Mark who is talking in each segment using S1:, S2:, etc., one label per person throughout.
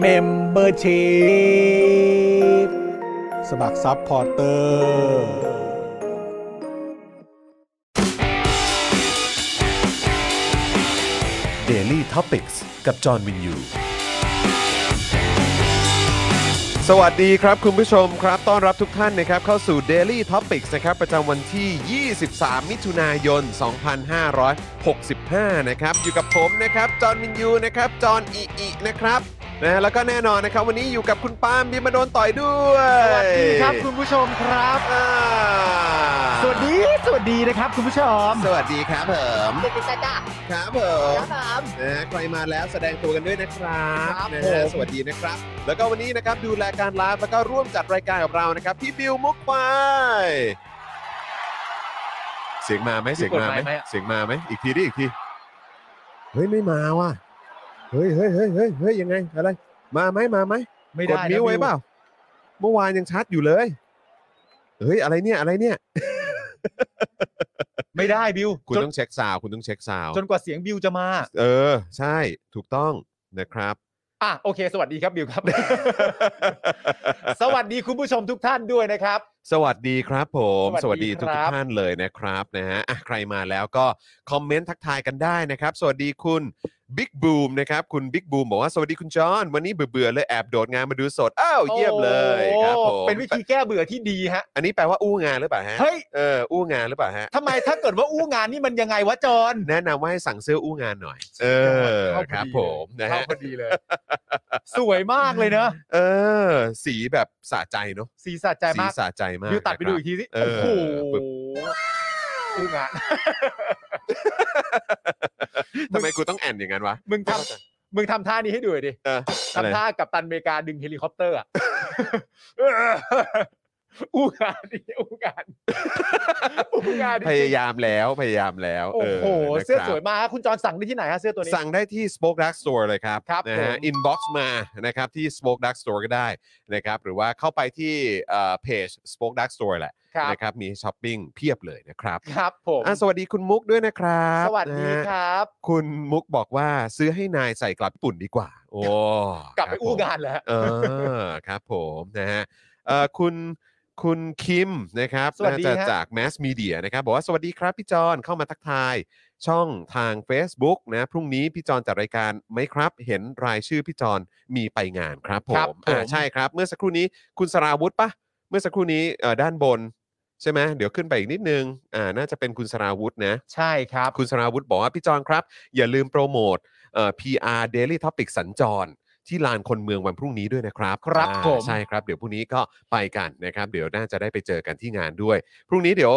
S1: เมมเบอร์ชีพสมัครซัพพอร์เตอร์
S2: Daily t o p i c กกับจอห์นวินยู สวัสดีครับคุณผู้ชมครับต้อนรับทุกท่านนะครับเข้าสู่ Daily Topics นะครับประจำวันที่ 23 มิถุนายน 2565 นะครับอยู่กับผมนะครับจอห์นวินยูนะครับจอห์นอีอีนะครับนะฮะแล้วก็แน่นอนนะครับวันนี้อยู่กับคุณปาล์มบิมมาโดนต่อยด้วย
S3: สวัสดีครับคุณผู้ชมครับ
S2: อ่า
S3: สวัสดี สวัสดีนะครับคุณผู้ชม
S2: สวัสดีครับผม
S4: เด็กติดจ้า
S2: ครับผม นะฮะใครมาแล้วแสดงตัวกันด้วยนะครับ
S3: ครับ
S2: นะ
S3: ผ
S2: ฮะ
S3: ม
S2: สวัสดีนะครับ แล้วก็วันนี้นะครับดูแลการไลฟ์แล้วก็ร่วมจัดรายการกับเรานะครับ พี่บิวมุกควายเสียงมาไหมเสียงมาไหมเสียงมาไหมอีกทีดิอีกทีเฮ้ยไม่มาว่ะเฮ้ยเฮ้ยเฮ้ยเฮ้ยเฮ้ยยังไงอะไร มาไหมมาไหม
S3: ไม่
S2: ก
S3: ได้
S2: ด
S3: นะ
S2: มิวไว้
S3: บิ
S2: เปล่าเมื่อวานยังชัดอยู่เลยเฮ้ยอะไรเนี่ยอะไรเนี่ย
S3: ไม่ได้บิว
S2: คุณ
S3: จน
S2: ต้องเช็คซาวด์คุณต้องเช็คซาวด์
S3: จนกว่าเสียงบิวจะมา
S2: เออ ใช่ถูกต้องนะครับ
S3: อ่ะโอเค สวัสดีครับบิว ครับ สวัสดีคุณผู้ชมทุกท่านด้วยนะครับ
S2: สวัสดีครับผมส
S3: สวั
S2: วัส
S3: สดี
S2: ดีทุก
S3: ครั
S2: ท
S3: บ
S2: ท่านเลยนะครับนะฮะอ่ะใครมาแล้วก็คอมเมนต์ทักทายกันได้นะครับ สวัสดีคุณบิ๊กบูมนะครับ คุณบิ๊กบูมบอกว่าสวัสดีคุณจอห์นวันนี้เบื่อๆเลยแอบโดดงานมาดูสดอ้าวเยี่ยมเลย
S3: โอ้
S2: ครับผม
S3: เป็นวิธีแก้เบื่อที่ดีฮะ
S2: อันนี้แปลว่าอู้งานหรือเปล่าฮะ
S3: เฮ้ย
S2: เอออู้งานหรือเปล่าฮะ
S3: ทำไมถ้าเกิดว่าอู้งานนี่มันยังไงวะจ อน
S2: แนะนำว่าให้สั่งเสื้ออู้งานหน่อย เออครับผมนะ
S3: เข้า
S2: ฮะ
S3: พอดีเลย สวยมากเลยเนอะ
S2: เออ สีแบบสะใจเนาะ
S3: สีสะใจ
S2: สี
S3: มาก
S2: สะใจมาก
S3: บิวตัดไป
S2: นะค
S3: ดู
S2: รับ
S3: อีกทีสิ
S2: เอ
S3: โอ้
S2: อ
S3: โห
S2: ปึ๊บ
S3: อู้งาน
S2: ทำไมกูต้องแอนอย่างนั้นวะ
S3: มึงทำมึงทำท่านี้ให้ดูหน่อยดิ
S2: เอออะไร
S3: ทำท่ากับตันอเมริกาดึงเฮลิคอปเตอ ร์อะ อู้งานดิอู้ งานอู้งานดิ
S2: พยายามแล้วพยายามแล้ว
S3: โอ้
S2: เ
S3: โห
S2: นะครับ
S3: เสื้อสวยมากฮะคุณจอนสั่งได้ที่ไหนฮะเสื้อตัวนี้
S2: สั่งได้ที่ Spoke Dark Store เลยครับ
S3: ครับ
S2: นะฮะ
S3: ผม
S2: inbox มานะครับที่ Spoke Dark Store ก็ได้นะครับหรือว่าเข้าไปที่เอ่อเพจ Spoke Dark Store แหละ
S3: ครับ
S2: นะครับมีช้อปปิ้งเพียบเลยนะครับ
S3: ครับผม
S2: อ่ะสวัสดีคุณมุกด้วยนะครับ
S3: สวัสดี
S2: นะฮะ
S3: ครับ
S2: คุณมุกบอกว่าซื้อให้นายใส่กลับญี่ปุ่นดีกว่า โอ้
S3: กลับไป
S2: ครับ
S3: อู้
S2: ผม
S3: งานแล้ว
S2: เออ ครับผมนะฮะเอ่อคุณคุณคิมนะครับ
S3: สวัส
S2: น่า
S3: ดี
S2: จะ
S3: ฮะ
S2: จาก Mass Media นะครับ บอกว่าสวัสดีครับพี่จอนเข้ามาทักทาย ช่องทาง Facebook นะพรุ่งนี้พี่จอนจัดรายการไหมครับ เห็นรายชื่อพี่จอนมีไปงานครับผ
S3: ครับ
S2: มอ่า
S3: ผม
S2: ใช่ครับ เมื่อสักครู่นี้คุณสราวุธปะเมื่อสักครู่นี้เอ่อด้านบน ใช่ไหมเดี๋ยวขึ้นไปอีกนิดนึงอ่าน่าจะเป็นคุณสราวุธนะ
S3: ใช่ครับ
S2: คุณสราวุธบอกว่า พี่จอนครับ อย่าลืมโปรโมทเอ่อ PR Daily Topic สัญจร ที่ลานคนเมืองวันพรุ่งนี้ด้วยนะครับ
S3: ครับ
S2: อ่า
S3: ผม
S2: ใช่ครับ เดี๋ยวพรุ่งนี้ก็ไปกันนะครับ เดี๋ยวน่าจะได้ไปเจอกันที่งานด้วย พรุ่งนี้เดี๋ยว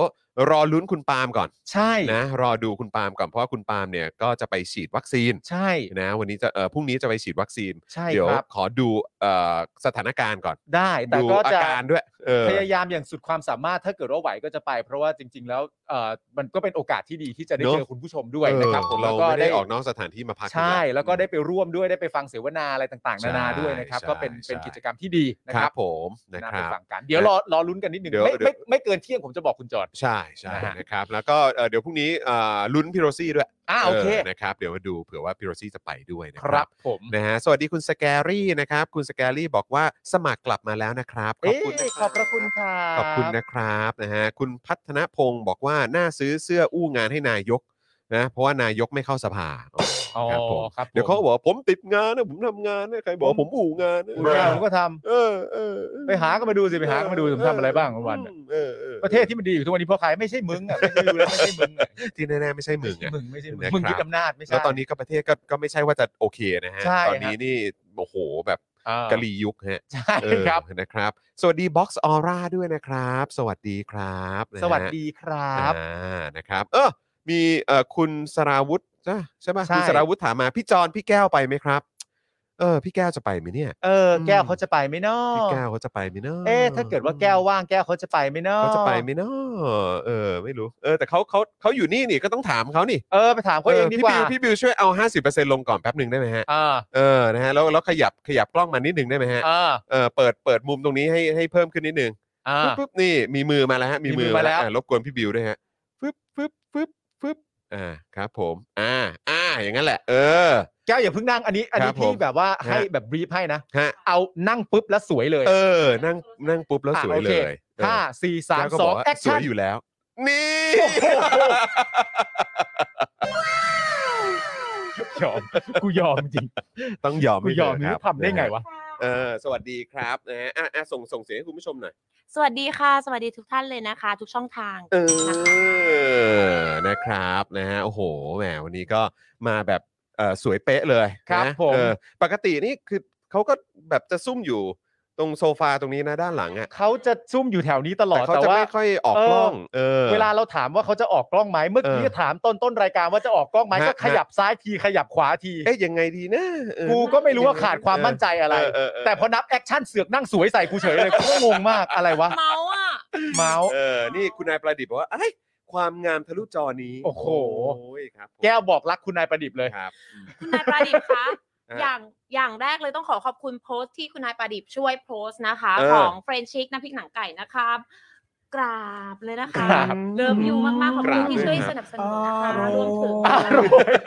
S2: รอลุ้นคุณปาล์มก่อน
S3: ใช่
S2: นะรอดูคุณปาล์มก่อนเพราะว่าคุณปาล์มเนี่ยก็จะไปฉีดวัคซีน
S3: ใช่
S2: นะวันนี้จะเอ่อพรุ่งนี้จะไปฉีดวัคซีน
S3: ใช่
S2: เดี๋ยว
S3: ครับ
S2: ขอดูเอ่อสถานการณ์ก่อน
S3: ได้แต่
S2: ดู
S3: ก็
S2: อา
S3: จะ
S2: การด้วยเออ
S3: พยายามอย่างสุดความสามารถถ้าเกิดว่าไหวก็จะไป เพราะว่าจริง ๆ แล้วเอ่อมันก็เป็นโอกาสที่ดีที่จะได้
S2: เนอะ
S3: เจอคุณผู้ชมด้วยนะครับผม
S2: เออ
S3: แล้ว
S2: เรา
S3: ก็
S2: ไม่
S3: ได้
S2: ได้ออกนอกสถานที่มาพักอยู่
S3: ใช่
S2: แล้ว
S3: แล้วก็ได้ไปร่วมด้วยได้ไปฟังเสวนาอะไรต่างๆ นานา
S2: ใช่
S3: ด้วยนะครับ
S2: ใช่
S3: ก็เป็นเป็น
S2: ใช่
S3: กิจกรรมที่ดีนะ
S2: ค
S3: ค
S2: รั
S3: รั
S2: บบ ผมนะ
S3: น่า
S2: ค
S3: ไป
S2: รับ
S3: ฟังกัน เดี๋ยวรอรอลุ้นกันนิดหนึ่ง
S2: เดี๋ยว
S3: ไม่
S2: เดี๋ยว
S3: ไม่ไม่เกินเที่ยงผมจะบอกคุณจอร์ด
S2: ใช่ใช่
S3: นะฮะ
S2: นะครับ แล้วก็เอ่อเดี๋ยวพรุ่งนี้อ่าลุ้นพิโรซี่ด้วย
S3: อ่าโอเค
S2: นะครับ เดี๋ยวมาดูเผื่อว่าพิโรซี่จะไปด้วยนะ
S3: ค
S2: ค
S3: รั
S2: รับบ
S3: ผม
S2: นะฮะสวัสดีคุณสแกรี่นะครับ คุณสแกรี่บอกว่าสมัครกลับมาแล้วนะครับ ขอบ
S3: เอ๊ะ
S2: คุณนะ
S3: ขอบพระคุณครับ
S2: ขอบคุณนะครับนะฮะคุณพัฒนพงศ์บอกว่าน่าซื้อเสื้ออู้งานให้นายกนะเพราะว่านายกไม่เข้าสภาโอ้โห
S3: อ๋อ
S2: ครับผม
S3: ครับผม
S2: เดี๋ยวเขาก็บอกว่าผมติดงานนะผมทำงานนะใครบอกว่าผมอู่งานนะ
S3: งานผมก็ทำ
S2: เออเออเออ
S3: ไปหาก็มาดูสิไปหาก็มาดูผมทำอะไรบ้างวันๆน่ะ
S2: เออออ
S3: ประเทศที่มันดีอยู่ทุกวันนี้เพราะใครไม่ใช่มึ งอ่ะไม่ใช่ดูแล้วไม่ใช่มึงอ่ะ
S2: ที่แน่ๆไม่ใช่มึงอะ
S3: มึงไม่ใช่มึง
S2: นะครับ
S3: มึงยึดอำนาจไม่
S2: แล้
S3: ใช่
S2: วตอนนี้ก็ประเทศก็ก็ไม่ใช่ว่าจะโอเคนะฮะ
S3: ใช่
S2: ตอนนี้
S3: ฮะ
S2: นี่โอ้โหแบบ
S3: อ่าก
S2: ะลียุคฮะ
S3: ใช่
S2: เออ
S3: ครับ
S2: นะครับ สวัสดี Box Aura ด้วยนะครับ สวัสดีครับนะฮะ
S3: สวัสดีครับ
S2: อ่านะครับ เออมีเอ่อคุณสราวุธใช่ใช่ไหม
S3: ใช่
S2: คุณสราวุธถามมาพี่จอนพี่แก้วไปไหมครับ เออ พี่แก้วจะไปไหมเนี่ย
S3: เออแก้วเขาจะไปไหมเนาะ
S2: พี่แก้วเขาจะไปไหมเนาะ
S3: เอ๊ะถ้าเกิดว่าแก้วว่างแก้วเขาจะไปไหมเนาะ
S2: เขาจะไปไหมเนาะเออ ไม่รู้ เออแต่เขาเขาเขาอยู่นี่นี่ก็ต้องถามเขานี่
S3: เออไปถามเขาเองดีกว่า
S2: พี่บิวพี่บิวช่วยเอา 50%ลงก่อนแป๊บหนึ่งได้ไหมฮะ
S3: เอ่า
S2: เออ นะฮะ แล้ว แล้วขยับ ขยับกล้องมานิดหนึ่งได้ไหมฮะ
S3: อ่า
S2: เออ เปิด เปิดมุมตรงนี้ให้ ให้เพิ่มขึ้นนิดหนึ่ง
S3: อ่า
S2: ปึ๊บปึ๊บนี่ มีมือมาแล้วฮะ มี
S3: มีมื
S2: มือ
S3: อ
S2: มา
S3: มาแล้
S2: แล้ว
S3: ว
S2: อ่ะรบกวนพี่บิวด้วยฮะปึ๊บปึ๊บปึ๊บปึ๊บอ่า ครับผม อ่า อ่า อย่างนั้นแหละ เออ
S3: แก้วอย่าเพิ่งนั่งอันนี้ อัน
S2: ครั
S3: นี้
S2: บผม
S3: พี่แบบว่าให้
S2: ฮะ
S3: แบบรีบให้นะ
S2: ฮะ
S3: เอานั่งปุ๊บแล้วสวยเลย
S2: เออ นั่ง นั่งปุ๊บแล้ว
S3: อ่ะ
S2: สวย
S3: โอ
S2: เล
S3: ค
S2: ย
S3: ห้าสี่สาม
S2: แล้วก็
S3: ส
S2: บ
S3: อก ง
S2: ว่า
S3: แอค
S2: สว
S3: ชั่น
S2: ยอยู่แล้ว นี่
S3: โอ้โห ยอมกูยอมจริง
S2: ต้องยอม
S3: กู
S2: ให้
S3: ยอม
S2: เธค
S3: นี่
S2: รับ
S3: ทำได้ไงวะ
S2: เออ สวัสดีครับ นะฮะ อ่ะอ่ะส่ง ส่งเสียงให้คุณผู้ชมหน่อย
S4: สวัสดีค่ะ สวัสดีทุกท่านเลยนะคะ ทุกช่องทาง
S2: เออ นะครับนะฮะ โอ้โห แหม วันนี้ก็มาแบบเอ่อสวยเป๊ะเลย
S3: ครับ
S2: นะ
S3: ผม
S2: เออปกตินี่คือเขาก็แบบจะซุ่มอยู่ตรงโซฟาตรงนี้นะด้านหลังอะ่ะ
S3: เขาจะซุ่มอยู่แถวนี้ตลอ
S2: แต่
S3: ด
S2: เขา
S3: แต่
S2: จะ
S3: ว่า
S2: ไม่ค่อยออก
S3: เออ
S2: กล้อง เออ
S3: เวลาเราถามว่าเขาจะออกกล้องไหมเมื่อกี้
S2: เออ
S3: ถามต้นต้นรายการว่าจะออกกล้องไหม
S2: ฮะ
S3: ก็ขยับซ้ายทีขยับขวาที
S2: เอ๊ยยังไงดีนะเออ
S3: กูก็ไม่รู้ว่าขาดความมั่นใจอะไร
S2: เเเ
S3: แต่พอนับแอคชั่นเสือกนั่งสวยใส่กูเฉยเลยกูก็งงมากอะไรวะ
S4: เมาส์อ่ะ
S3: เมาส์
S2: เออ นี่คุณนายประดิษฐ์บอกว่าไอ้ยความงามทะลุจอนี้
S3: โอ้โห
S2: โอ้ยครับผม
S3: แก้วบอกรักคุณนายประดิษฐ์เลย
S2: ครับอืม
S4: คุณนายประดิษฐ์คะ
S2: อ่ะ
S4: อย่างอย่างแรกเลยต้องขอขอบคุณโพสต์ที่คุณนายประดิษฐ์ช่วยโพสต์นะคะ
S2: เออ
S4: ของเฟรนชิกน้ำพริกหนังไก่นะครับ กราบเลยนะ
S3: ก
S4: คะ
S3: ราบ
S4: เริ่มยูมากๆขอ
S2: ก
S4: บคุ
S2: รา
S4: ณ
S2: บ
S4: ที่ช่วย
S2: ด้วยครับ
S4: สนับสนุนนะคะ
S1: อ่าร ร
S4: วม ถึง
S3: อ่ารวย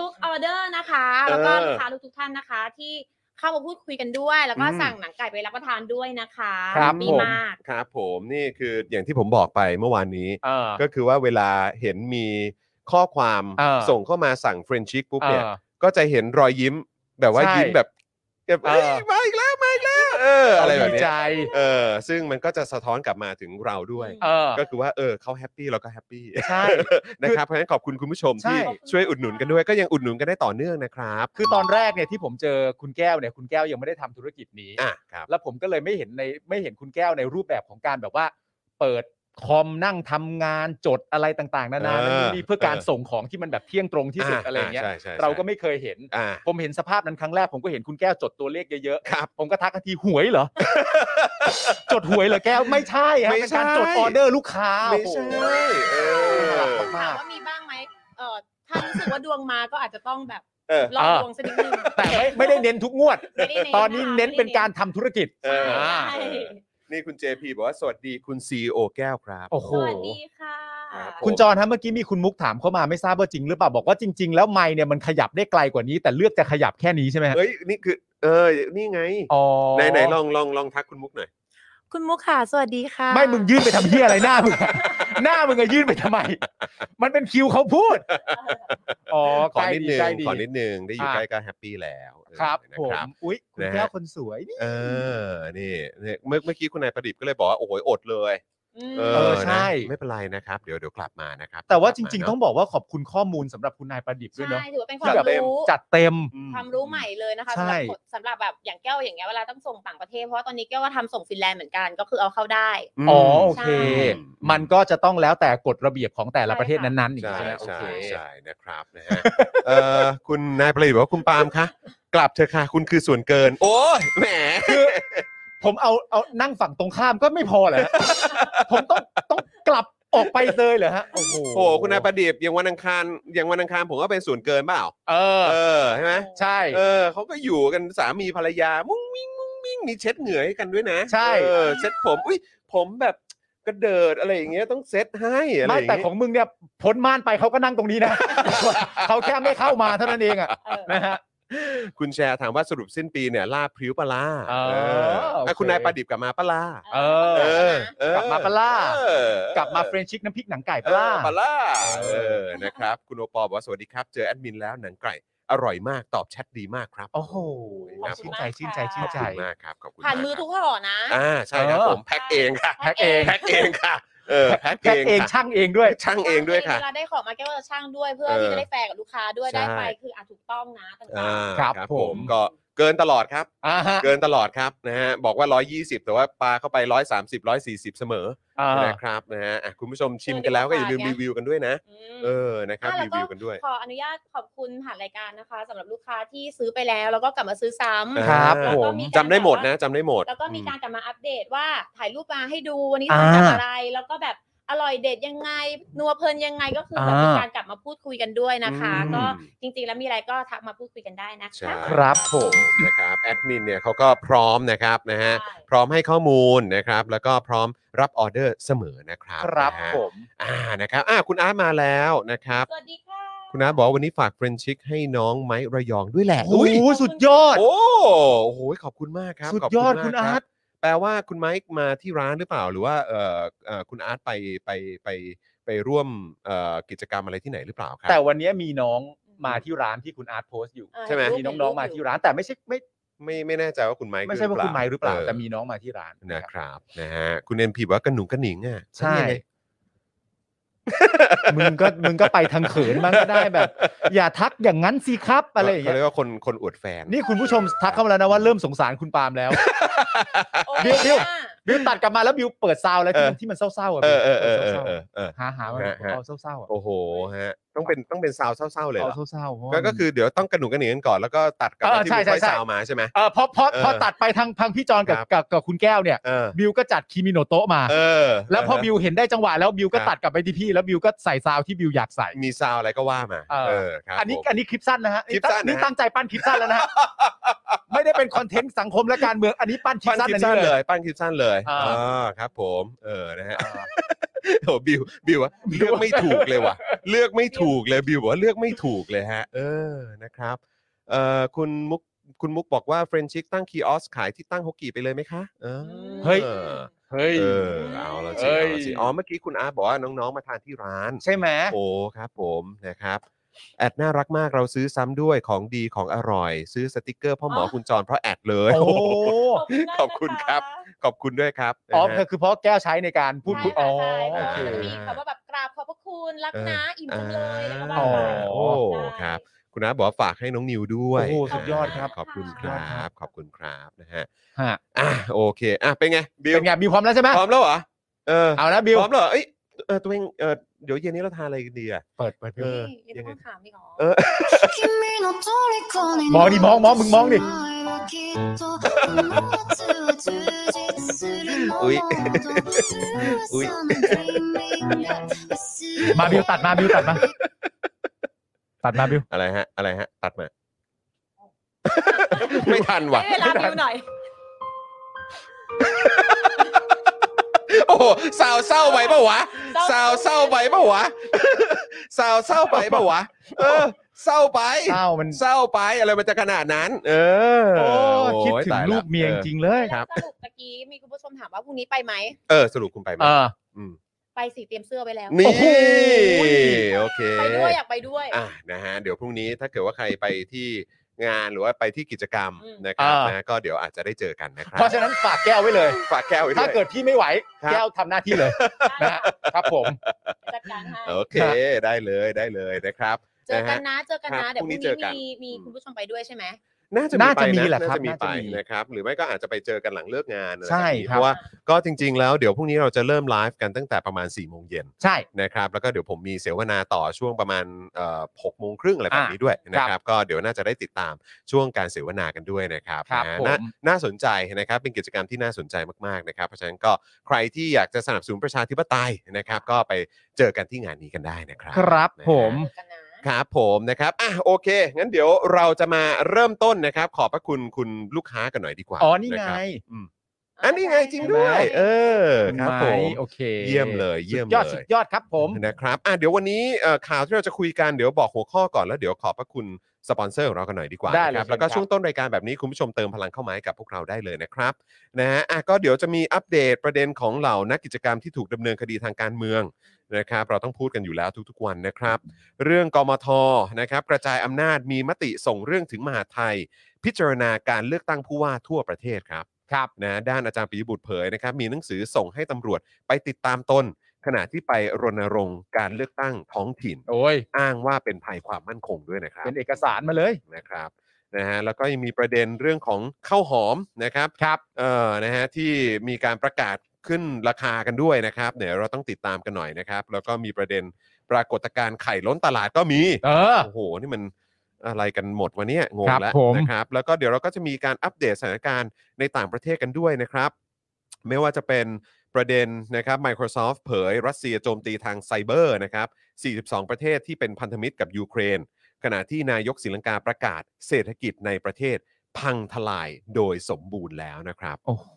S4: ทุกๆออเดอร์นะคะ
S2: เออ
S4: แล้วก็ลูกค้าทุกๆท่านนะคะ ที่เข้ามาพูดคุยกันด้วย แล้วก็
S2: อืม
S4: สั่งหนังไก่ไปรับประทานด้วยนะคะ
S3: ครับ
S4: ดี
S3: ผม
S4: มาก
S2: ครับผมนี่คืออย่างที่ผมบอกไปเมื่อวานนี้
S3: เออ
S2: ก็คือว่าเวลาเห็นมีข้อความ
S3: เออ
S2: ส่งเข้ามาสั่งเฟรนชิกปุ๊บเนี่ย
S3: เออ
S2: ก็จะเห็นรอยยิ้มแบบว่า
S3: ใช่
S2: ยิ้มแบบแบบ
S3: เออ
S2: เอ้ยมาอีกแล้วมาอีกแล้วเอออะไรแบบ
S3: ดี
S2: เนี้
S3: ใจ
S2: ยเออ ซึ่งมันก็จะสะท้อนกลับมาถึงเราด้วย
S4: อืม
S3: เออ
S2: ก็คือว่าเออเขาแฮปปี้เราก็แฮปปี้
S3: ใช่
S2: นะครับเพราะฉะนั้นขอบคุณคุณผู้ชม
S3: ใช่
S2: ที่ช่วยอุดหนุนกันด้วยก็ยังอุดหนุนกันได้ต่อเนื่องนะครับ
S3: คือตอนแรกเนี่ยที่ผมเจอคุณแก้วเนี่ยคุณแก้วยังไม่ได้ทำธุรกิจนี้
S2: อ่ะครับ
S3: แล้วผมก็เลยไม่เห็นในไม่เห็นคุณแก้วในรูปแบบของการแบบว่า เปิดคอมนั่งทำงานจดอะไรต่างๆ นานา
S2: เออ
S3: นั่นนี่เพื่อการ
S2: เออ
S3: ส่งของที่มันแบบเที่ยงตรงที่สุดอะไรอย่างเงี้ย
S2: ใช่ใช่ใช่
S3: เราก็ไม่เคยเห็น
S2: อ่า
S3: ผมเห็นสภาพนั้นครั้งแรกผมก็เห็นคุณแก้วจดตัวเลขเยอะ
S2: ครับ
S3: ผมก็ทักกันทีหวยเห รอ จดหวยเหรอแก้วไม่ใช่ฮะ
S2: ไม่
S3: เป็น
S2: ใช่
S3: การจดออเดอร์ลูกค้า
S2: ไม่ใช่
S3: โอ้โห
S2: เอ
S3: น่า
S2: อ
S3: รักมาก
S4: ถามว่ามีบ้างไหมเออถ้ารู้สึกว่าดวงมาก็อาจจะต้องแบบ
S2: เออ
S4: ลองดวงสักนิดนึง
S3: แต่ไม่ไม่ ได้เน้นทุกงวด
S4: ไม่ได้เน้น
S3: ตอนนี้
S4: ค่ะ
S3: เน้น
S4: ไม่ได้
S3: เป็นการทำธุรกิจ
S2: เออ
S4: ใช่
S3: า
S2: นี่คุณ JP บอกว่าสวัสดีคุณ CEO แก้วครับ
S3: โอ้โห
S4: สวัสดีค่ะ
S2: ครับผม
S3: คุณจรฮะเมื่อกี้มีคุณมุกถามเข้ามาไม่ทราบว่าจริงหรือเปล่าบอกว่าจริง ๆ แล้วไม้เนี่ยมันขยับได้ไกลกว่านี้ แต่เลือกจะขยับแค่นี้ใช่ไหมฮะ
S2: เฮ้ยนี่คือ เออ นี่ไง
S3: อ๋อ
S2: ไหนไหนลองลองลองทักคุณมุกหน่อย
S4: คุณมุกค่ะ สวัสดีค่ะ
S3: ไม่มึงยื่นไปทำเหี้ยอะไรหน้ามึงอะ หน้ามึงอะยื่นไปทำไม มันเป็นคิวเขาพูดอ๋อ
S2: ขอ
S3: ใกล้
S2: นิด
S3: ดี
S2: นึง
S3: ใกล้ดี
S2: ขอนิดนึงได้อยู่
S3: อ่ะ
S2: ใกล้ก็แฮปปี้แล้วเออ
S3: ครับ
S2: นะ
S3: ผม
S2: ครับ
S3: อุ้ยคุณ
S2: นะฮะ
S3: แก้วคนสวยนี่
S2: เออนี่เนี่ยเมื่อเมื่อกี้คุณนายประดิษฐ์ก็เลยบอกว่า โอ้โหอดเลย
S4: ม
S3: เออ
S2: นะ
S3: ใช่
S2: ไม่เป็นไรนะครับ เดี๋ยวเดี๋ยวกลับมานะครับ
S3: แต่ว่า
S2: เดี๋ย
S3: จริง
S2: ก
S3: ๆ
S2: ลั
S3: ต้อบ
S2: ม
S3: งบอกว่าขอบคุณข้อมูลสำหรับคุณนายประดิษฐ์ด้วยเนาะ
S4: ใช่ถือว่าเป็นค
S3: ที่
S4: วาม
S3: แบบ
S4: รู้
S3: จัดเต็ม
S2: เนะ
S4: ความรู้ใหม่เลยนะคะ
S3: ใช่
S4: สำหรับคนสำหรับแบบอย่างแก้วอย่างเงี้ยเวลาต้องส่งต่างประเทศเพราะว่าตอนนี้แก้วก็ทำส่งฟินแลนด์เหมือนกันก็คือเอาเข้าได้
S2: ม
S3: อ๋อโอเค
S4: ใช่
S3: มันก็จะต้องแล้วแต่กฎระเบียบของแต่ละ
S4: ใช่
S3: ประเทศ
S4: ค่ะ
S3: นั้นๆอย่าง
S2: ใช่
S3: นี้ใช่ไหมโอ
S2: ใช่
S3: เค
S2: ใช่นะครับนะฮะเอ่อคุณนายประดิษฐ์บอกว่าคุณปาล์มคะกลับเถอะค่ะ คุณคือส่วนเกิน โอ้ยแหม
S3: คือผมเอาเอานั่งฝั่งตรงข้ามก็ไม่พอเหร อฮะ ผมต้องต้องกลับออกไปเลยเหรอฮะ โอ้โห
S2: โอ้โหคุณนายประดิษฐ์อย่างวันอังคารอย่างวันอังคารผมก็เป็นส่วนเกินเปล่า
S3: เออ
S2: เออใช่ไหม
S3: ใช่
S2: เออเขาก็อยู่กันสามีภรรยา มุ้งมิ้งมุ้งมิ้งมีเช็ดเหงื่อให้กันด้วยนะ
S3: ใช่
S2: เออเช็ดผมอุ้ยผมแบบกระเดิดอะไรอย่างเงี้ยต้องเซ็ตให้อะไร
S3: ไม่
S2: อย่าง
S3: แต่
S2: เงี้ย
S3: ของมึง เนี่ยพ้นม่านไปเขาก็นั่งตรงนี้นะ เขาแค่ไม่เข้ามาเท่านั้นเองอ่ะ
S4: เออ
S3: นะฮะ
S2: คุณแชร์ถามว่าสรุปสิ้นปีเนี่ยลาบพริ้วปะลา
S3: อ๋อ
S2: เออ
S3: โอเค
S2: อ่ะคุณนายประดิบกลับมาปะลา
S3: เออ
S2: เออ
S4: เ
S2: เออก
S3: ลับมาปะล่ะ
S2: เออก
S3: ลับมาเฟรนชิกน้ำพริกหนังไก่ปลา
S2: เออปะล่า
S3: เออ
S2: เออนะครับ คุณโอปอบอกว่าสวัสดีครับ เจอแอดมินแล้วหนังไก่อร่อยมากตอบแชทดีมากครับ
S3: โอ้โห
S4: ขอบคุ
S3: ชื่
S4: ณ
S3: น
S4: มาก
S3: ใจชื่นใจ
S4: ค่ะ
S3: ชื่น
S2: ข
S3: ใจ
S2: อบคุณมากครับขอบคุณ
S4: ผ่าน
S2: ก
S4: มือ
S2: ครับ
S4: ทุกห่อนะ
S2: อ่าใช่ครับ
S3: เออ
S2: ผมแพ็คเองค่ะ
S4: แพ็คเอง
S2: แพ็คเองค่ะเออแพ็ค
S3: แพ็กเอง
S2: ค่ะ
S3: ช่างเองด้วย
S2: ช่างเองด้วยค่ะ
S4: เวลาได้ของมาแก้วจะช่างด้วยเพื่อ
S2: เออ
S4: ที่จะได้แฟร์กับลูกค้าด้วย
S2: ใช่
S4: ได้ไปคืออ่ะถูกต้องนะต่าง
S2: อ่า
S3: ครับ ผม
S2: ก็เกินตลอดครับ
S3: อ่าฮะ
S2: เกินตลอดครับนะฮะบอกว่า 120 แต่ว่าปลาเข้าไป 130 140 เสมอ
S3: อ่า
S2: นะครับนะฮะอ่ะคุณผู้ชมชิมกันแล้วก็อย่าลืมรีวิวกันด้วยนะ
S4: ๆอืม
S2: เออนะครับ
S4: อ่ะแล้
S2: รี
S4: วก็
S2: วิวกันด้วย
S4: ขออนุญาตขอบคุณผ่านรายการนะคะสำหรับลูกค้าที่ซื้อไปแล้ว แล้วก็กลับมาซื้อซ้ำ
S3: ครับ
S2: อ่า
S3: ผม
S2: จำได้หมดนะจำได้หมด
S4: แล้วก็มีการกลับมาอัปเดตว่าถ่ายรูปมาให้ดูวันนี้
S3: อ่า
S4: ทำจากอะไร แล้วก็แบบอร่อยเด็ดยังไง นัวเพลินยังไงก็คือแบบ
S3: อ่า
S4: มีการกลับมาพูดคุยกันด้วยนะคะ
S2: อืม
S4: ก็จริงๆ แล้วมีอะไรก็ทักมาพูดคุยกันได้นะ
S2: ใช่
S4: คะ
S3: ครับผม
S2: นะครับแอดมินเนี่ยเขาก็พร้อมนะครับนะฮะ
S4: ใช่
S2: พร้อมให้ข้อมูลนะครับ แล้วก็พร้อมรับออเดอร์เสมอนะครับ
S3: ครับ
S2: นะฮะ
S3: ผม
S2: อ่า นะครับ อ่า คุณอาร์ตมาแล้วนะครับ
S4: สวัสดีค่ะ
S2: คุณอาร์ตบอกว่าวันนี้ฝากเฟรนชิกให้น้องไม้ระยองด้วยแหละ
S3: โอ้โหสุดยอด
S2: โอ้โห ขอบคุณมากครับ
S3: สุด
S2: ขบ
S3: ยอด
S2: มก
S3: คุณ
S2: รับ
S3: อาร์ต
S2: แปลว่าคุณไมค์มาที่ร้านหรือเปล่า หรือว่า เอ่อเอ่อคุณอาร์ตไป ไป ไป ไปร่วม เอ่อ กิจกรรมอะไรที่ไหนหรือเปล่าครับ
S3: แต่วันนี้มีน้องมาที่ร้านที่คุณอาร์ตโพสต์อยู่
S4: อ่า
S2: ใช่ไหม
S3: มีน้องๆมาที่ร้านแต่ไม่ใช่ไม่
S2: ไม่ ไม่แน่ใจว่าคุณไมค์
S3: ไม่ใช่ว่าคุณไมค์หรือเปล่า แต่มี
S2: เอ
S3: น้องมาที่ร้าน
S2: อนะครับ นะฮะ คุณเอ็นพีบอกว่ากระหนุงกระหนิงอ่ะ
S3: ใช่
S2: ยังไง
S3: มึงก็มึงก็ไปทางเขินบ้างก็ได้แบบ อย่าทักอย่างนั้นสิครับอะไรอย่าง
S2: เขา
S3: เงี้
S2: เรีย
S3: ย
S2: กว่าคน คนอวดแฟน
S3: นี่คุณผู้ชมทักเข้ามาแล้วนะว่าเริ่มสงสารคุณปาล์ม แล้ว
S4: โอ้
S3: เดี๋ยว บิวตัดกลับมาแล้วบิวเปิดซาวด์แล้วที่มันที่มันเศร้าๆอ่ะ
S2: เออ
S3: บิว
S2: เออเออเอ
S3: เปิดเศ
S2: อ
S3: ร้า
S2: เออเออ
S3: ๆหาหาว่า
S2: ฮะฮะ
S3: เอาเศร้าๆอ่ะ
S2: โอ้โห ฮะ ต้องเป็น ต้องเป็นซาวเศร้าๆเลยเหรอ
S3: เอาเศร้าๆเพราะ
S2: ก็
S3: ว่า
S2: ก็คือเดี๋ยวต้องกระหนุงกระหนิงกันก่อนแล้วก็ตัดกลับ
S3: เอ
S2: มา
S3: อ
S2: ที่
S3: ใช่
S2: วิ
S3: ใช่
S2: ค่อย
S3: ใช่
S2: ซาวมาใช่ไหม
S3: เออพอพอ
S2: เออ
S3: พอตัดไปทางทางพี่จอนกับ
S2: ครับ
S3: กับกับคุณแก้วเนี่ย
S2: เออ
S3: บิวก็จัดคิมิโนโตะมา
S2: เออ
S3: แล้วพอ
S2: นะฮะ
S3: บิวเห็นได้จังหวะแล้วบิวก็
S2: ครับ
S3: ตัดกลับไปที่พี่แล้วบิวก็ใส่ซาวด์ที่บิวอยากใส่
S2: มีซาวอะไรก็ว่ามา
S3: เออ
S2: เออครับ
S3: อันนี้
S2: ผม
S3: อันนี้คลิปสั้นนะฮะ
S2: คลิปสั้นนะฮะ
S3: นี่ตั้งใจปั้นคลิปสั้นแล้ว นะฮะไม่ได้เป็นคอนเทนต์สังคมและการเมืองอันนี้ปั้นคลิป
S2: ปั้นค
S3: สั้น
S2: ลิป
S3: อัน
S2: สั้น
S3: นี้
S2: เล
S3: เลย
S2: ยปั้นคลิปสั้นเลย
S3: อ่า
S2: อ๋อครับผมเออนะฮะ โอ้บิวบิว วะเลือกไม่ถูกเลยว่ะ เลือกไม่ถูกเลยบิวบอกว่าเลือกไม่ถูกเลยฮะ เออนะครับเอ่อคุณมุกคุณมุกบอกว่าเฟรนชิกตั้งคีออสขายที่ตั้งฮกกี้ไปเลยไหมคะเออ
S3: เฮ้ย
S2: ออ
S3: เฮ้ย
S2: เออเอาละสิ
S3: เฮ้ย
S2: เอาละสิอ๋อเมื่อกี้คุณอาร์ตบอกว่าน้องๆมาทานที่ร้าน
S3: ใช่ไหม
S2: โอ้ครับผมนะครับแอดน่ารักมากเราซื้อซ้ำด้วยของดีของอร่อย ซื้อสติกเกอร์พ่อหมอคุณจรเพราะแอดเลย
S3: โอ้โห
S2: ขอบคุณครับ ขอบคุณด้วยครับ
S3: อ๋อ
S2: นะ
S3: ก็
S2: ฮะ
S3: คือเพราะแก้วใช้ในการพูดคุย
S4: อ๋
S3: อ๋
S4: อ
S3: อ
S4: ใช่
S3: โอ
S4: ใช่
S3: เค
S4: เพราะว่ามันมีคำว่าแบบกราบขอบพระคุณรักนะอิ่มจังเลยแล้ว
S2: อ๋
S4: ก็ว่า
S2: อ
S4: ไป
S2: โอ้ครับ คุณน้าบอกว่าฝากให้น้องนิวด้วย
S3: โอ้โหสุดยอดครับ
S2: ขอบคุณครับ ขอบคุณครับนะฮะ
S3: ฮะ
S2: อ่ะโอเคอ่ะเป็นไงบิว
S3: เป็นไงบิวพร้อมแล้วใช่ไหม
S2: พร้อมแล้วเหรอเออ
S3: เอานะบิว
S2: พร้อมเหรอเอ้ยเออตัวเองเออเดี๋ยวเย็นนี้เราทานอะไรกันดีอ่ะ
S3: เปิดเปิด
S2: เออ
S4: นี่ยังต้องถามอีกเหรอ
S2: เออ
S5: มองดิมองมองมึงมองดิ
S2: อุ๊
S5: อุ้
S2: ย
S5: ย
S2: อุ๊
S5: อุ้
S2: ย
S5: ย
S3: มาบิวตัดมาบิวตัดมา ตัดมาบิว
S2: อะไรฮะอะไรฮะตัดมา ไม่ทันว่ะ
S4: ให้เวลาบิวหน่อย
S2: โอ้โหสาวเศร้าไปปะวะสา
S4: เศร้า
S2: วเศร้าไปปะวะ สาวเศร้าไปปะวะ เออ เศร้าไป
S3: เศร้ามัน
S2: เศร้าไปอะไรมันจะขนาดนั้น เออ
S3: โอ้
S2: โอ้
S3: คิด
S2: ย
S3: ถึ
S2: ตาง ยะ
S3: ลูกเมียจริงๆเลย
S4: แล้วสรุปตะกี้มีคุณผู้ชมถามว่าพรุ่งนี้ไปไหม
S2: เออ สรุปคุณไปไหม
S3: เออ
S2: อืม
S4: ไปสิเตรียมเสื้อไปแล้ว
S2: นี่
S3: โอ้โห
S2: โอเค
S4: ไปด้วยอยากไปด้วย
S2: อ่ะนะฮะ เดี๋ยวพรุ่งนี้ถ้าเกิดว่าใครไปที่งานหรือว่าไปที่กิจกรรม
S4: อืม
S2: นะครับ
S3: อ่าน
S2: นะก็เดี๋ยวอาจจะได้เจอกันนะครั
S3: เพราะฉะนั้นฝากแก้วไว้เลย
S2: ฝากแก้วไว้ด้
S3: ถ้า
S2: วย
S3: เกิดพี่ไม่ไหว
S2: ครับ
S3: แก้วทำหน้าที่เลยนะฮะครับผม
S4: จัดการให้
S2: โอเค ได้เลยได้เลยนะครับ
S4: เจอกันนะเจอกัน
S2: ครับ
S4: นะเดี๋ยว
S2: พ
S4: พ
S2: รุ่
S4: รุ่
S2: งนี้
S4: งนี้
S2: เจอกัน
S4: มีมีคุณผู้ชมไปด้วยใช่ไหม
S2: น่าจะ
S3: น่าจะ
S2: มี
S3: มี
S2: ไป
S3: แหละ
S2: น่า
S3: ครับ
S2: จะมี
S3: น่า
S2: ไป
S3: จะมี
S2: นะครับ หรือไม่ก็อาจจะไปเจอกันหลังเลิกงานอะไร
S3: ใช่
S2: แบบนี้
S3: ค
S2: เพ
S3: รับ
S2: ราะว่าก็จริง ๆ แล้วเดี๋ยวพรุ่งนี้เราจะเริ่มไลฟ์กันตั้งแต่ประมาณ4ี่โมงเย็น
S3: ใช่
S2: นะครับ แล้วก็เดี๋ยวผมมีเสวนาต่อช่วงประมาณหกโมงครึ่งอะไรแบบนี้ด้วยนะค
S3: ค
S2: รั
S3: รั
S2: บบ ก็เดี๋ยวน่าจะได้ติดตามช่วงการเสวนากันด้วยนะครับ
S3: ครับ
S2: นะฮะ
S3: ผม
S2: น่าน่าสนใจนะครับเป็นกิจกรรมที่น่าสนใจมากๆนะครับ เพราะฉะนั้นก็ใครที่อยากจะสนับสนุนประชาธิปไตยนะครับ ก็ไปเจอกันที่งานนี้กันได้นะครับ
S3: ครับ
S2: นะฮะ
S3: ผม
S4: เจอกันนะ
S2: ครับผมนะครับอ่ะโอเค งั้นเดี๋ยวเราจะมาเริ่มต้นนะครับ ขอบพระคุณคุณลูกค้ากันหน่อยดีกว่า
S3: อ๋อนี่ไง
S2: ะครับอืมอันนี้ไงจริงด้วย
S3: ใช่ไหม
S2: เออครับผม
S3: ไโอเค
S2: เยี่ยมเลยเยี่ยม
S3: สุดยอด
S2: เลย
S3: สุดยอดครับผม
S2: นะครับอ่ะเดี๋ยววันนี้เอ่อข่าวที่เราจะคุยกันเดี๋ยวบอกหัวข้อก่อนแล้วเดี๋ยวขอบพระคุณ สปอนเซอร์ของเรากันหน่อยดีกว่า
S3: ได้
S2: นะ
S3: เล
S2: ค
S3: ย
S2: รับ
S3: เชิญ
S2: แล้วก็
S3: ครับ
S2: ช่วงต้นรายการแบบนี้คุณผู้ชมเติมพลังเข้ามาให้กับพวกเราได้เลยนะครับนะฮะอ่ะก็เดี๋ยวจะมีอัปเดตประเด็นของเหล่านักกิจกรรมที่ถูกดำเนินคดีทางการเมืองนะครับเราต้องพูดกันอยู่แล้วทุกๆวันนะครับ เรื่องกมทนะครับกระจายอำนาจมีมติส่งเรื่องถึงมหาดไทย พิจารณาการเลือกตั้งผู้ว่าทั่วประเทศครับครับนะด้านอาจารย์ปิยบุตรเผยนะครับมีหนังสือส่งให้ตำรวจไปติดตามตน ขณะที่ไปรณรงค์การเลือกตั้งท้องถิ่น
S3: โอ้ย
S2: อ้างว่าเป็นภัยความมั่นคงด้วยนะครับ
S3: เป็นเอกสารมาเลย
S2: นะครับนะฮะแล้วก็ยังมีประเด็นเรื่องของข้าวหอมนะครับครับเอ่อนะฮะที่มีการประกาศขึ้นราคากันด้วยนะครับเดี๋ยวเราต้องติดตามกันหน่อยนะครับ แล้วก็มีประเด็นปรากฏการณ์ไข่ล้นตลาดก็มี
S3: เออ
S2: โอ้โห นี่มันอะไรกันหมดวะเนี่ยงง
S3: ครับ
S2: แล้ว
S3: ผม
S2: นะครับ แล้วก็เดี๋ยวเราก็จะมีการอัปเดตสถานการณ์ในต่างประเทศกันด้วยนะครับ ไม่ว่าจะเป็นประเด็นนะครับ Microsoft เผยรัสเซียโจมตีทางไซเบอร์นะครับ 42 ประเทศที่เป็นพันธมิตรกับยูเครน ขณะที่นายกศรีลังกาประกาศเศรษฐกิจในประเทศพังทลายโดยสมบูรณ์แล้วนะครับ
S3: โอ้โห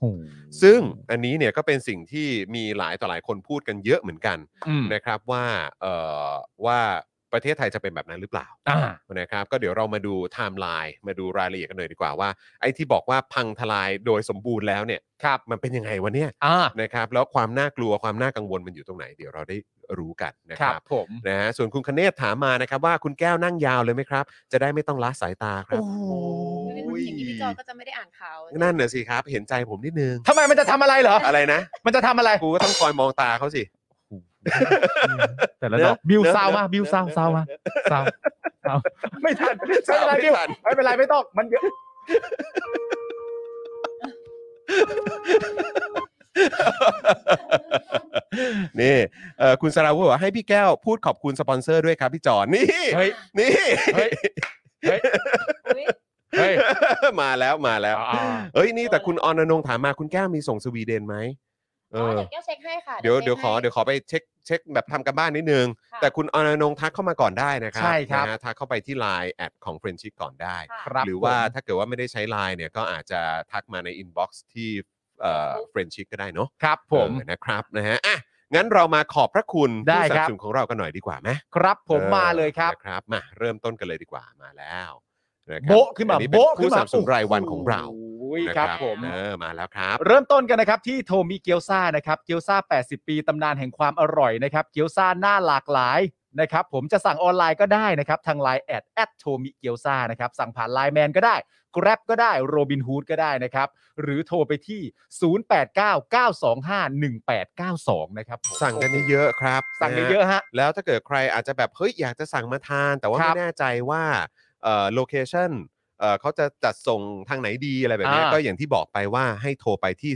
S2: ซึ่งอันนี้เนี่ยก็เป็นสิ่งที่มีหลายต่อหลายคนพูดกันเยอะเหมือนกัน
S3: อืม
S2: นะครับว่าเอ่อว่าประเทศไทยจะเป็นแบบนั้นหรือเปล่า
S3: อ่า
S2: นะครับก็เดี๋ยวเรามาดูไทม์ไลน์มาดูรายละเอียดกันหน่อยดีกว่าว่าไอ้ที่บอกว่าพังทลายโดยสมบูรณ์แล้วเนี่ยครับมันเป็นยังไงวะเนี่ย
S3: อ่า
S2: นะครับแล้วความน่ากลัวความน่ากังวลมันอยู่ตรงไหน เดี๋ยวเราได้รู้กันนะ
S3: ค
S2: ค
S3: รั
S2: รั
S3: บบ ผม
S2: นะฮะส่วนคุณคเนศถามมานะครับว่าคุณแก้วนั่งยาวเลยไหมครับ จะได้ไม่ต้องละสายตาครับ
S3: โอ้โห
S4: ไม่ได้ดูทีวีพี่จอยก็จะไม่ได้อ่านข่าว
S2: นั่นน่ะสิครับเห็นใจผมนิดนึง
S3: ทำไมมันจะทำอะไรเหรอ
S2: อะไรนะ
S3: มันจะทำอะไร
S2: กูก็ต้องคอยมองตาเขาสิ
S3: แต่ละดอกบิวซาวมาบิวซาวซาวมาซาวซาวไม่ทันไม่เป็นไรบิว
S2: ไม่ทัน
S3: ไม่เป็นไรไม่ต้องมันเยอะ
S2: นี่เอ่อคุณสราวุฒิบอกว่าให้พี่แก้วพูดขอบคุณสปอนเซอร์ด้วยครับพี่จอนนี่
S3: เฮ้ย
S2: นี่
S3: เฮ้ยเฮ้ยเฮ้ย
S2: มาแล้วมาแล้ว
S3: อ่า
S2: เอ้ยนี่แต่คุณออนอนงถามมาคุณแก้วมีส่งสวีเดนไหมเออ
S4: เดี๋ยวแก้วเช็คให้ค่ะ
S2: เดี๋ยวเดี๋ยวข
S4: ช็
S2: อ
S4: คให้
S2: เดี๋ยวขอไปเช็คเช็คแบบทำกันบ้านนิดนึง
S4: ะ
S2: แต่คุณออนอนงทักเข้ามาก่อนได้นะครั
S3: ใช่ครับ
S2: นะฮะทักเข้าไปที่ Line แอดของ Friendship ก่อนได้
S3: ค
S4: ะ
S3: รับ
S2: หรือว่า
S3: ผม
S2: ถ้าเกิดว่าไม่ได้ใช้ Line เนี่ยก็อาจจะทักมาใน Inbox ที่เอ่อ Friendship ก็ได้เนาะ
S3: ครับผม
S2: เออนะครับนะฮะอ่ะงั้นเรามาขอบพระคุณ
S3: ได้
S2: ผู้สนั
S3: ครับ บ
S2: สนุนของเรากันหน่อยดีกว่าไหม
S3: ครับผม
S2: ออ
S3: มาเลยครับ
S2: นะครับมาเริ่มต้นกันเลยดีกว่ามาแล้วนครับ
S3: โบะขึ้นมา
S2: อัเป็
S3: โบะขึ้
S2: ผู้
S3: น
S2: ส
S3: มา
S2: นับสนุนรายวันของเรา
S3: โอ้ย
S2: นะครับ
S3: ผม
S2: เออมาแล้วครับ
S3: เริ่มต้นกันนะครับที่โทมิเกียวซานะครับเกียวซา80 ปีตำนานแห่งความอร่อยนะครับเกียวซาหน้าหลากหลายนะครับผมจะสั่งออนไลน์ก็ได้นะครับทาง Line แอดแอดโทมิเกียวซานะครับสั่งผ่าน Line แมนก็ได้ Grab ก็ได้โรบินฮูดก็ได้นะครับ หรือโทรไปที่ 0899251892 นะครับผม
S2: สั่งกันเยอะๆครับ
S3: สั่ง
S2: น
S3: เยอะๆฮะ
S2: แล้วถ้าเกิดใครอาจจะแบบเฮ้ยอยากจะสั่งมาทาน แต่ว่า
S3: ครั
S2: ไม่
S3: บ
S2: แน่ใจว่าเอ่อโลเคชั่นเอ่อเขาจะจัดส่งทางไหนดีอะไรแบบเนี้ย
S3: อ่า
S2: ก็อย่างที่บอกไปว่าให้โทรไปที่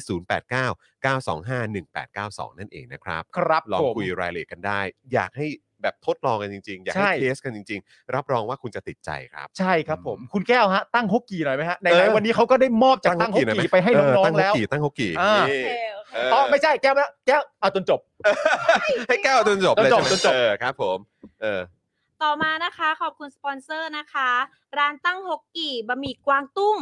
S2: 0899251892 นั่นเองนะครับ
S3: ครับ
S2: ลอง
S3: ผม
S2: คุยรายละเอียดกันได้ อยากให้แบบทดลองกันจริงๆ อยาก
S3: ใช่
S2: ให้เทสกันจริง ๆ รับรองว่าคุณจะติดใจครับ
S3: ใช่ครับผม คุณแก้วฮะตั้งฮกกีหน่อยไหมฮะไห
S2: เอน อ
S3: ๆวันนี้เขาก็ได้มอบจากตั้งฮก
S2: น่ยม
S3: กีไปให้น้อง
S2: เตั้
S3: ๆแล้
S2: ฮ
S3: ว
S2: กกี่ตั้งฮกกี่
S3: อ่า
S2: นี่
S4: โอเคโอเค
S2: เอ
S3: อ๋อไม่ใช่แก้วแล้วแก้วเอาจนจบ
S2: ให้แก้วจนจบเลย
S3: จนจ
S2: ใช่ไหม
S3: บจนจบ
S2: เออครับผมเออ
S4: ต่อมานะคะขอบคุณสปอนเซอร์นะคะ ร้านตั้งฮกกี่บะหมี่กวางตุ้ง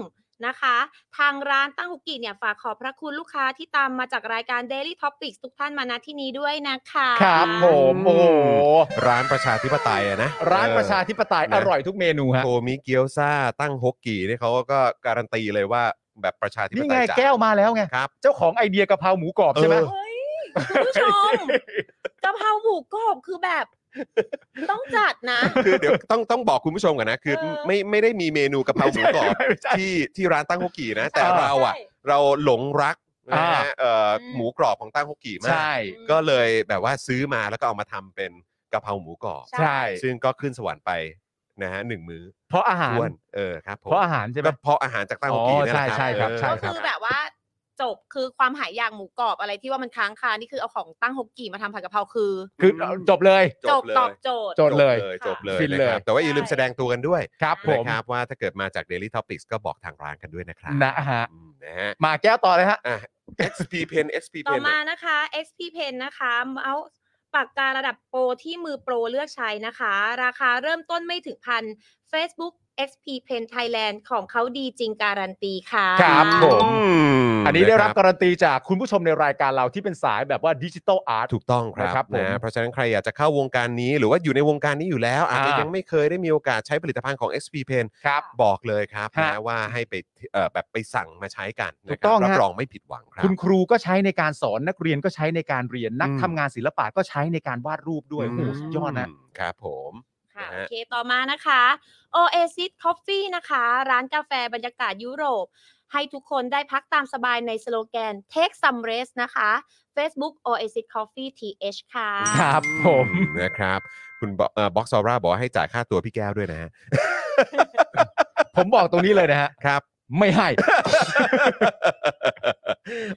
S4: นะคะ ทางร้านตั้งฮกกี่เนี่ยฝากขอบพระคุณลูกค้าที่ตามมาจากรายการ Daily Topics ทุกท่านมาณที่นี้ด้วยนะคะ
S3: ครับผมโอ้โห
S2: ร้านประชาธิปไตยอะนะ
S3: ร้าน
S2: เออ
S3: ประชาธิปไตย
S2: นะ
S3: อร่อยทุกเมนูฮะ
S2: โทมิเกียวซาตั้งฮกกี่เนี่ยเขาก็การันตีเลยว่าแบบประชาธิป
S3: นี่
S2: ไต
S3: ไง
S2: ยจ๋า
S3: แก้วมาแล้วไง
S2: ครับ
S3: เจ้าของไอเดียกะเพราหมูกรอบใช่ไหม
S2: เออ
S4: เฮ้ยคุณผู้ชมกะเพราหมูกรอบคือแบบ ต้องจัดนะ
S2: คือเดี๋ยว ต้องต้องบอกคุณผู้ชมก่อนนะคือ
S4: เออ
S2: ไม่ไม่ได้มีเมนูกะเพราหมูกรอบที่ที่ร้านตั้งฮกกี่นะ แต่
S3: ใช่
S2: เราอ่ะ เราหลงรักนะฮะ
S3: อ่า
S2: เอ่อหมูกรอบของตั้งฮกกี่มาก
S3: ใช่
S2: ก็เลยแบบว่าซื้อมาแล้วก็เอามาทำเป็นกะเพราหมูกรอบ
S4: ใช่
S3: ใช่
S2: ซึ่งก็ขึ้นสวรรค์ไปนะฮะหนึ่งมื้อ
S3: เพราะอาหาร
S2: ท้วนเออครับผม
S3: เพราะอาหารใช่ไหม
S2: ก็เพราะอาหารจากตั้งฮกกี่เนี่ยแหละ
S3: อ๋อใช่ใช่ครับ
S2: เออ
S3: ใช่
S4: ก็
S3: รั
S4: คือแบบว่าจบคือความหายอยากหมูกรอบอะไรที่ว่ามันค้างคานี่คือเอาของตั้งฮกกี่มาทำผัดกะเพราคือ
S3: คือจบเลย
S4: จบตอบโจทย์
S3: จบเลย
S2: จบเลย
S3: ฟิน
S2: นะ
S3: เลย
S2: ครับแต่ว่าอย่าลืม
S4: ใช่
S2: แสดงตัวกันด้วย
S3: ครับผ
S2: นะ
S3: ม
S2: ครับว่าถ้าเกิดมาจาก Daily Topics ก็บอกทางร้านกันด้วยนะครับ
S3: นะฮะ
S2: อืมนะฮะ
S3: มาแก้วต่อเลยฮะ
S2: อ่ะ XP Pen XP
S4: ต่อ
S2: Pen
S4: มานะคะ XP Pen นะคะเมาส์ปากการะดับโปรที่มือโปรเลือกใช้นะคะ ราคาเริ่มต้นไม่ถึงพัน Facebook XP Pen Thailand ของเขาดีจริงการันตีค่ะ
S3: ครับผม
S2: ม
S3: อันนี้ได้รับ
S2: ะค
S3: การันตีจากคุณผู้ชมในรายการเราที่เป็นสายแบบว่าดิจิตอลอาร์ต
S2: ถูกต้องครั
S3: นะครับบผม
S2: นะเพราะฉะนั้นใครอยากจะเข้าวงการนี้หรือว่าอยู่ในวงการนี้อยู่แล้ว อาจจะ
S3: อ่ายั
S2: ยังไม่เคยได้มีโอกาสใช้ผลิตภัณฑ์ของ XP Pen
S3: ครับ
S2: บอกเลยครับ
S3: ฮะ
S2: นะว่าให้ไปเอ่อแบบไปสั่งมาใช้กัน
S3: ถู
S2: นะ
S3: ก
S2: ครั
S3: ต้
S2: บ
S3: อง
S2: รับ
S3: ฮะ
S2: รองไม่ผิดหวังครับ
S3: คุณครูก็ใช้ในการสอนนักเรียนก็ใช้ในการเรียนนัก
S2: อืม
S3: ทำงานศิลปะก็ใช้ในการวาดรูปด้วยโอ้โห
S2: ม
S3: สุดยอดนะ
S2: ครับผม
S4: ค่ะ
S2: นะฮะ
S4: โอเคต่อมานะคะ Oasis Coffee นะคะ ร้านกาแฟบรรยากาศยุโรป ให้ทุกคนได้พักตามสบายในสโลแกน Take some rest นะคะ Facebook Oasis Coffee TH ค่ะ
S3: ครับผม
S2: นะครับ คุณบ็อกซอร่าบอกว่าให้จ่ายค่าตัวพี่แก้วด้วยนะฮะ
S3: ผมบอกตรงนี้เลยนะฮะ
S2: ครับ
S3: ไม่ให้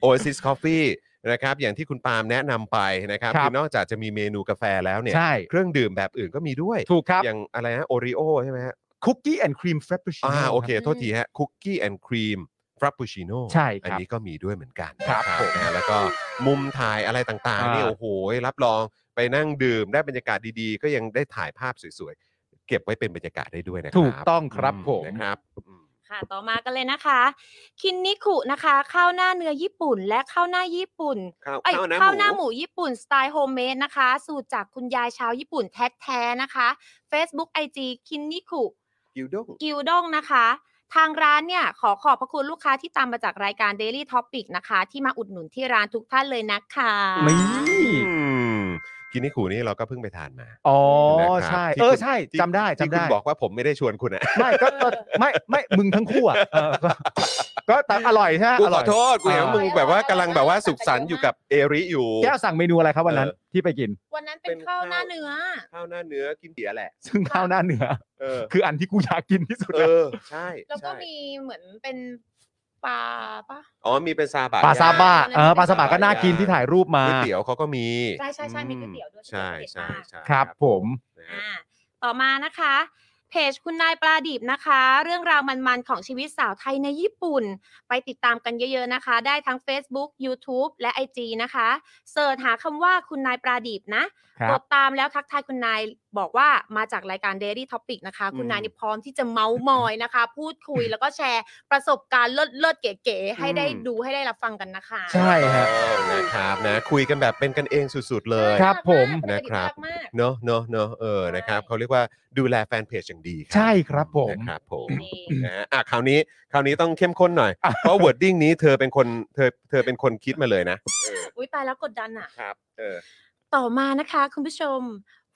S2: Oasis Coffee นะครับ อย่างที่คุณปาล์มแนะนำไปนะครับ
S3: ครับ
S2: คือนอกจากจะมีเมนูกาแฟแล้วเนี่ย
S3: ใช่
S2: เครื่องดื่มแบบอื่นก็มีด้วย
S3: ถูกครับ
S2: อย่างอะไรนะโอริโอใช่ไหมฮะ
S3: คุกกี้แอนด์ครีมเฟรปปูชิ
S2: อ่า
S3: โน่า
S2: โอเค โทษทีฮะคุกกี้แอนด์ครีมฟรัปปูชิโน่
S3: ใช่ครับ
S2: อันนี้ก็มีด้วยเหมือนกัน
S3: ครับ
S2: นะ
S3: ผม
S2: นะฮะแล้วก็มุมถ่ายอะไรต่างๆนี่
S3: อ่า
S2: โอ้โห รับรองไปนั่งดื่มได้บรรยากาศดีๆ ก็ยังได้ถ่ายภาพสวยๆ เก็บไว้เป็นบรรยากาศได้ด้วยนะครั
S3: ถูกต้องครับ
S2: อื
S3: ผม
S2: นะครับอืม
S4: ค่ะต่อมากันเลยนะคะ คินนิคุนะคะข้าวหน้าเนื้อญี่ปุ่น และข้าวหน้าญี่ปุ่น
S2: ข้าว
S4: เอ้ย
S2: ข้าวหน้า
S4: ข้าวหน้า
S2: ห
S4: ห
S2: มู
S4: มูญี่ปุ่นสไตล์โฮมเมดนะคะ สูตรจากคุณยายชาวญี่ปุ่นแท้ๆนะคะ Facebook IG คินนิคุ
S2: กิวด้ง
S4: กิวด้งนะคะ ทางร้านเนี่ย ขอขอบพระคุณลูกค้าที่ตามมาจากรายการ Daily Topic นะคะ ที่มาอุดหนุนที่ร้านทุกท่านเลยนะคะ
S3: นี่
S2: อืมกินนี่ขู่นี่เราก็เพิ่งไปทานมา
S3: อ๋อ
S2: นะครับ
S3: ใช่
S2: ที่
S3: เออ
S2: คุณ
S3: ใช่
S2: ที่
S3: จำได้
S2: ที่
S3: จำ
S2: คุณ
S3: ได้
S2: บอกว่าผมไม่ได้ชวนคุณอะ
S3: ไม่ก็ก็ไม่ไม่มึงทั้งคู่อะเออก็ก็แต่อร่อยใช่ไหม
S2: กู
S3: อ
S2: ข
S3: ร่
S2: อ
S3: อย
S2: โทษกูเห็นว่ามึงแบบว่ากำลังแบบว่าสุขสันต์อยู่กับเอริอยู่
S3: แก้วสั่งเมนูอะไรครับวันนั้น
S2: เออ
S3: ที่ไปกิน
S4: วันนั้นเป็นข้าวหน้าเนื้อ
S2: ข้าวหน้าเนื้อกินเบียร์แหละ
S3: ซึ่งข้าวหน้าเนื้อ
S2: เออ
S3: คืออันที่กูอยากกินที่สุด
S2: เอ
S3: แล้ว
S2: อ ใช่
S4: แล้วก็
S2: ใช่
S4: มีเหมือนเป็นปลาปะ
S2: อ๋อมีเป็นซาบะ
S3: ปลาซาบะ
S2: ย่ง
S4: ย่าง
S3: เออปลาซาบะก็น่ากินที่ถ่ายรูปมา
S2: ก๋วยเตี๋ยวเขาก็มี
S4: ใช่ใช่ใช่มีก๋วยเตี๋ยวด้วย
S2: ใช่
S4: ก๋วยเตี๋ยว
S2: ใช่
S4: มาก
S2: ใช่
S3: ครับผม
S2: นะฮะ
S4: อ่าต่อมานะคะ เพจคุณนายปลาดิบนะคะ เรื่องราวมันๆ ของชีวิตสาวไทยในญี่ปุ่น ไปติดตามกันเยอะๆนะคะ ได้ทั้ง Facebook YouTube และ IG นะคะเสิร์ชหาคำว่าคุณนายปลาดิบนะ
S3: ครับ
S4: กดตามแล้วทักทายคุณนายบอกว่ามาจากรายการ Daily Topic นะคะ คุณนายนี่พร้อมที่จะเมาส์มอย นะคะ พูดคุยแล้วก็แชร์ประสบการณ์เลิศๆเก๋ๆให้ได้ดูให้ได้รับฟังกันนะคะ
S3: ใช่ฮะ
S2: ต้องนะครับนะคุยกันแบบเป็นกันเองสุดๆเลย
S3: ครับผม
S4: าก
S2: นะครับ
S4: ปกติมาก
S2: เนาะเนาะเนาะเออ
S4: ใช่
S2: นะครับเขาเรียกว่าดูแลแฟนเพจอย่างดีครับ
S3: ใช่ครับผม
S2: นะครับผม
S4: นี่
S2: นะฮะอ่ะคราวนี้คราวนี้ต้องเข้มข้นหน่อย เพราะวอร์ดดิ้งนี้เธอเป็นคนเธอเธอเป็นคนคิดมาเลยนะ
S4: อุ้ยตายแล้วกดดันอ่ะ
S2: ครับเออ
S4: ต่อมานะคะคุณผู้ชม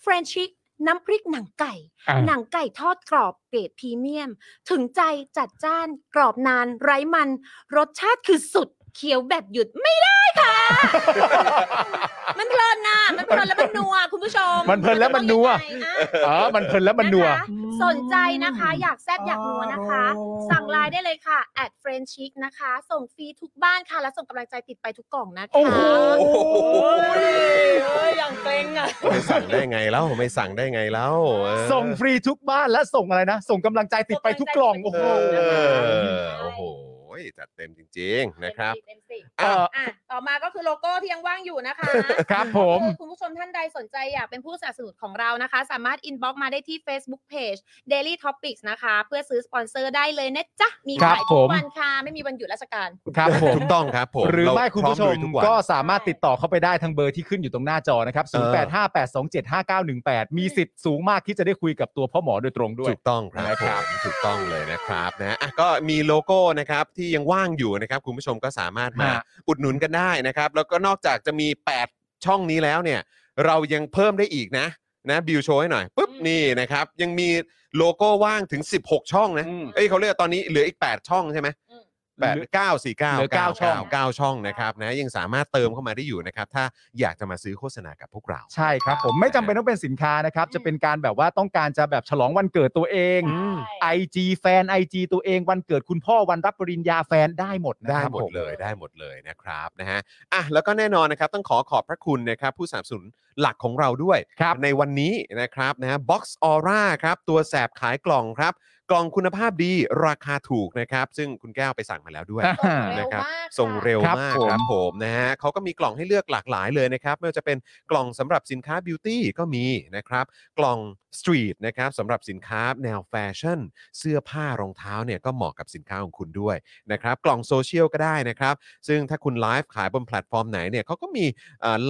S4: เฟรนชิกน้ำพริกหนังไก่
S3: อ่ะ
S4: หนังไก่ทอดกรอบเกรดพรีเมียม ถึงใจจัดจ้านกรอบนานไร้มัน รสชาติคือสุดเคี้ยวแบบหยุดไม่ได้ค่ะ มันเพลินนะมันเพลินแล้วมันนัวคุณผู้ชม
S3: มันเพลินแล้วมันนัว
S4: จะต้องยังไงอ่ะ
S3: อ๋อมันเพลินและมันนัว
S4: นะคะสนใจนะคะอยากแซบอยากนัวนะคะ สั่งไลน์ได้เลยค่ะ at f r e n c h i c นะคะ ส่งฟรีทุกบ้านค่ะ และส่งกำลังใจติดไปทุกกล่องนะคะ
S3: โอ้โห
S4: เฮ้ยอย่างเกรงอ่ะ
S2: ไม่สั่งได้ไงแล้วไม่สั่งได้ไงแล้วเออ
S3: ส่งฟรีทุกบ้านและส่งอะไรนะ ส่งกำลังใจติดไปทุกกล่อง โอ้
S2: เอ
S3: โห
S2: อโอ้โหจัดเต็มจริง ๆ นะครับ
S4: เต็มสิบ
S3: เอ่
S4: เต็
S3: อ
S4: มสิบอ่ะต่อมาก็คือโลโก้ที่ยังว่างอยู่นะคะ
S3: ครับผม
S4: คือคุณผู้ชมท่านใดสนใจอยากเป็นผู้สนับสนุนของเรานะคะ สามารถอินบ็อกมาได้ที่ Facebook Page Daily Topics นะคะ เพื่อซื้อสปอนเซอร์ได้เลยนะจ๊ะ มี
S3: ครับ
S4: ขายทุ
S3: ผ
S4: ก
S3: ม
S4: วันค่ะ ไม่มีวันหยุดราชการ
S3: ครับผม
S2: ถูกต้องครับผม
S3: หรือไม่คุณผู้ช
S2: เาม พร้อลุยทุวัน
S3: ก็สามารถติดต่อเข้าไปได้ทางเบอร์ที่ขึ้นอยู่ตรงหน้าจอนะครับ
S2: เออ
S3: 0858275918 มีสิทธิ์สูงมากที่จะได้คุยกับตัวพ่อหมอโดยตรงด้วย
S2: ถูกต้องครับ
S3: นะครับ
S2: ผมถูกต้องเลยนะครับนะอ่ะก็มีโลโก้นะครับที่ยังว่างอยู่นะครับ คุณผู้ชมก็สามารถมา
S3: ฮะ
S2: อุดหนุนกันได้นะครับ แล้วก็นอกจากจะมี 8 ช่องนี้แล้วเนี่ย เรายังเพิ่มได้อีกนะนะบิวโชว์ให้หน่อยปุ๊บ
S4: อืม
S2: นี่นะครับ ยังมีโลโก้ว่างถึง 16 ช่องนะ
S3: อืม
S2: เอ้ยเขาเรียกว่าตอนนี้เหลืออีก 8 ช่องใช่ไหม
S4: อืม
S2: แปดเก้าสี่เก้า
S3: เหลือ9ช่อง
S2: เก้าช่องนะครับนะยังสามารถเติมเข้ามาได้อยู่นะครับ ถ้าอยากจะมาซื้อโฆษณากับพวกเรา
S3: ใช่ครับผมไม่จำเป็นต้องเป็นสินค้านะครับ จะเป็นการแบบว่าต้องการจะแบบฉลองวันเกิดตัวเอง
S4: ใช่
S3: IG แฟน IG ตัวเองวันเกิดคุณพ่อวันรับปริญญาแฟนได้หมดนะ
S2: ได้
S3: ครับ
S2: หมด
S3: ผม
S2: เลยได้หมดเลยนะครับนะฮะอ่ะแล้วก็แน่นอนนะครับต้องขอขอบพระคุณนะครับผู้สนับสนุนหลักของเราด้วย
S3: ครับ
S2: ในวันนี้นะครับนะฮะ Box Aura ครับตัวแสบขายกล่องครับ กล่องคุณภาพดีราคาถูกนะครับ ซึ่งคุณแก้วไปสั่งมาแล้วด้วย
S3: อ่า
S2: นะครับ
S4: เร็วมากค่ะ
S2: ส่งเร็ว
S3: ครับ
S2: มาก
S3: ผม
S2: ครับผมนะฮะเขาก็มีกล่องให้เลือกหลากหลายเลยนะครับ ไม่ว่าจะเป็นกล่องสำหรับสินค้าบิวตี้ก็มีนะครับ กล่องสตรีทนะครับสำหรับสินค้าแนวแฟชั่น เสื้อผ้ารองเท้าเนี่ยก็เหมาะกับสินค้าของคุณด้วยนะครับ กล่องโซเชียลก็ได้นะครับ ซึ่งถ้าคุณไลฟ์ขายบนแพลตฟอร์มไหนเนี่ยเขาก็มี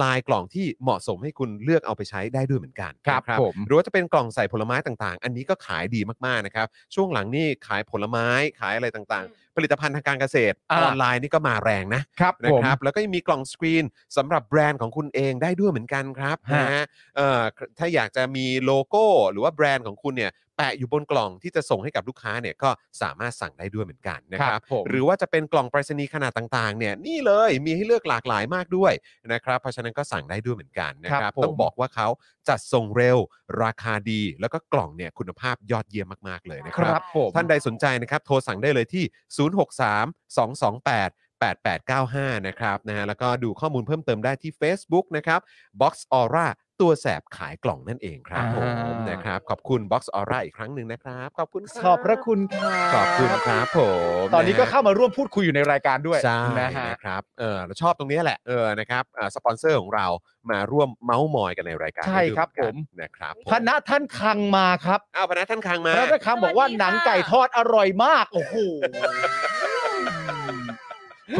S2: ลายกล่องที่เหมาะสมให้คุณเลือกเอาไปใช้ได้ด้วยเหมือนกัน
S3: ครับ
S2: นะ
S3: ผม
S2: หรือว่าจะเป็นกล่องใส่ผลไม้ต่างๆ อันนี้ก็ขายดีมากๆนะครับ ช่วงหลังนี่ขายผลไม้ขายอะไรต่าง
S4: อืม
S2: ๆ ผลิตภัณฑ์ทางการเกษตรอ
S3: อ่า
S2: อนไลน์นี่ก็มาแรงนะครับ นะ
S3: ผม
S2: ครับ แล้วก็ยังมีกล่องสกรีนสำหรับแบรนด์ของคุณเองได้ด้วยเหมือนกันครับ
S3: ฮะ
S2: นะฮะเอ่อถ้าอยากจะมีโลโก้ หรือว่าแบรนด์ของคุณเนี่ยแปะอยู่บนกล่องที่จะส่งให้กับลูกค้าเนี่ยก็สามารถสั่งได้ด้วยเหมือนกันนะ
S3: ค
S2: ค
S3: รั
S2: รั
S3: บบ ผม
S2: หรือว่าจะเป็นกล่องไปรษณีย์ขนาดต่างๆ เนี่ยนี่เลยมีให้เลือกหลากหลายมากด้วยนะครับ เพราะฉะนั้นก็สั่งได้ด้วยเหมือนกันนะค
S3: ครั
S2: รั
S3: บบ ผม
S2: ต้องบอกว่าเขาจัดส่งเร็ว ราคาดี แล้วก็กล่องเนี่ยคุณภาพยอดเยี่ยมมากๆเลยนะ
S3: ค
S2: ค
S3: รั
S2: รั
S3: บบ ผม
S2: ท่านใดสนใจนะครับ โทรสั่งได้เลยที่ 063 228 8895 นะครับนะฮะแล้วก็ดูข้อมูลเพิ่มเติมได้ที่ Facebook นะครับ Box Aura ตัวแสบขายกล่องนั่นเองครับผ
S3: อ่า
S2: มนะครับ ขอบคุณ Box Aura อีกครั้งหนึ่งนะครับ ขอบคุณค
S3: ขอบพระคุณครับ
S2: ขอบคุณครับผม
S3: ตอนนี้ก็
S2: ะฮะ
S3: เข้ามาร่วมพูดคุยอยู่ในรายการด้วย
S2: ใช่
S3: นะฮะ
S2: นะครับ เออเราชอบตรงนี้แหละ เออ นะครับอ่าสปอนเซอร์ของเรามาร่วมเมาส์มอยกันในรายการ
S3: ใช่
S2: ด้วย
S3: ครับ
S2: เหอนกัน
S3: ผม
S2: นะครับผม
S3: พนะท่านคังมาครับ
S2: อ้าวพนักท่านคาง
S3: พ
S2: มา
S3: นะท่านคังบอกว่า
S4: สวัสดีค่ะ
S3: หนังไก่ทอดอร่อยมาก โอ้โห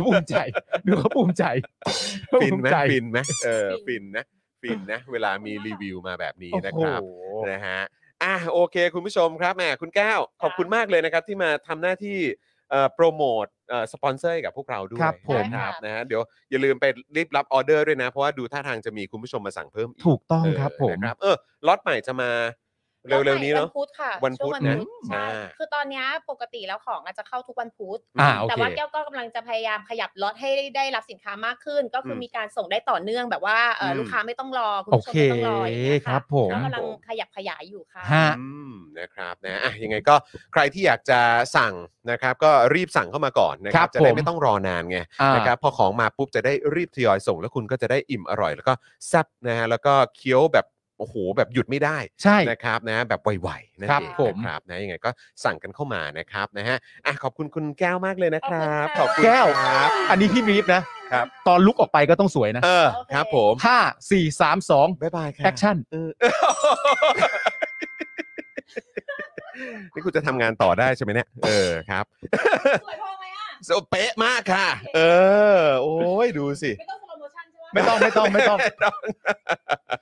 S3: ภูมิใจดูเขาภูมิใจ
S2: ฟิน
S3: ภู
S2: ไหม
S3: มิใจ
S2: ฟินไหมเออ ฟินนะ ฟินนะ เวลามีรีวิวมาแบบนี้
S3: โอ้
S2: นะ
S3: โห
S2: ครับ นะฮะ อ่ะ โอเค คุณผู้ชมครับแหมคุณแก้ว ขอบคุณมากเลยนะครับ ที่มาทำหน้าที่เอ่อโปรโมทเอ่อสปอนเซอร์ให้กับพวกเราด้วย
S3: ครับผม
S2: นะครับนะฮะ เดี๋ยวอย่าลืมไปรีบรับออเดอร์ด้วยนะ เพราะว่าดูท่าทางจะมีคุณผู้ชมมาสั่งเพิ่มอีก
S3: ถูกต้องครับ
S2: เ
S3: ผม
S2: นะครับเออล็อตใหม่จะมาเร็วๆนี้เนาะ
S4: วันพุธค่ะ
S2: วันพุธ
S4: ช่ง
S2: นะ
S4: ใช่
S2: อ่า
S4: คือตอนเนี้ยปกติแล้วของอาจจะเข้าทุกวันพุธ
S3: อ่าโอ
S4: แต่
S3: เค
S4: ว่าแก้วก็กำลังจะพยายามขยับล็อตให้ได้ได้รับสินค้ามากขึ้น ก็คืออ
S2: ม
S4: มีการส่งได้ต่อเนื่องแบบว่าเอ่ออ
S2: ม
S4: ลูกค้าไม่ต้องรอ คุณ
S3: โอ
S4: ผู้ชม
S3: เค
S4: ไม่ต้องรออย่างเงี้ย
S3: ค
S4: ค่ะ
S3: รับผม
S4: ก็กำลังขยับขยายอยู่ค่ะ
S3: ฮะ
S2: อืมนะครับนะอ่ะยังไงก็ใครที่อยากจะสั่งนะครับ ก็รีบสั่งเข้ามาก่อนนะค
S3: ครั
S2: รั
S3: บบ
S2: จะได้
S3: ผม
S2: ไม่ต้องรอนานไง
S3: อ่า
S2: นะครับพอของมาปุ๊บจะได้รีบทยอยส่ง แล้วคุณก็จะได้อิ่มอร่อย แล้วก็แซ่บนะฮะแล้วก็เคี้ยวแบบโอ้โหแบบหยุดไม่ได้
S3: ใช่
S2: นะครับนะแบบไวๆนั่น
S3: ครับ
S2: เอง
S3: ผม
S2: นะครับนะยังไงก็สั่งกันเข้ามานะครับนะฮะอ่ะขอบคุณคุณแก้วมากเลยนะครับ
S4: ข
S2: ข
S4: อ
S2: อ
S4: บบ
S2: คุ
S4: คุ
S2: ณ ณ
S4: ค่ะ
S3: แก้ว
S2: ครับ
S3: อันนี้พี่บีฟนะ
S2: ครับ
S3: ตอนลุกออกไปก็ต้องสวยนะ
S2: เออครับผม
S3: ห้าสี่สามสอง
S2: บ๊ายบายครับ
S3: แอคชั่น
S2: นี่กูจะทำงานต่อได้ใช่ไหมเนี่ย เออครับ
S4: สวยพอไหมอ่ะ
S2: โซเป๊ะมากค่ะ เออ โอ้ยดูสิ
S4: ไม่ต้องโปรโมชั่นใช่ไหม
S3: ไม่ต้องไม่ต้องไม่ต้อง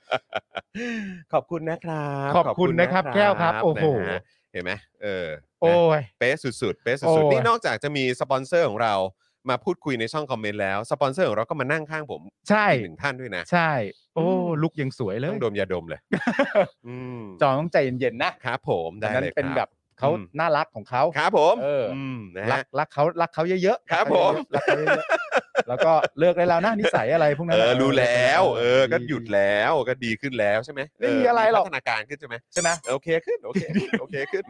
S2: ขอบคุณนะครับ
S3: ขอบคุณนะครับแก้วครับโอ้โห
S2: นะฮะเห็นไหมเออ
S3: โอ้ย
S2: เป๊ะสุดๆ เป๊ะ
S3: โอ้
S2: สุด
S3: ย
S2: ๆ นี่นอกจากจะมีสปอนเซอร์ของเรามาพูดคุยในช่องคอมเมนต์แล้ว สปอนเซอร์ของเราก็มานั่งข้างผม
S3: ใช่
S2: อีกหนึ่งท่านด้วยนะ
S3: ใช่ โอ้ลุกยังสวยเล
S2: ต้
S3: ย
S2: องดมยาดม เลย อืม
S3: จองต้องใจเย็นๆนะครับ
S2: ผมได้
S3: อันนั้น
S2: เลยครับ
S3: เป็นแบบเขา
S2: อืม
S3: น่ารักของเขา
S2: ครับผม
S3: เอออื
S2: มนะ
S3: รั
S2: ฮะ
S3: กรักเขารักเขาเยอะๆ
S2: ครับ
S3: กเขา
S2: ผม
S3: เยอะๆรักเขาเยอะๆแล้วก็เลิกได้แล้วนะนิสัยอะไรพวกนั้
S2: เอน
S3: น่ะ
S2: อรู้แล้ว เออ ก็หยุดแล้วก็ดีขึ้นแล้วใช่ไหม
S3: ไม่มีอะไรหรอก
S2: พัฒนาการขึ้นใช่ไหม
S3: ใช่ไหม
S2: โอเคขึ้นโอ เคโอเคขึ้น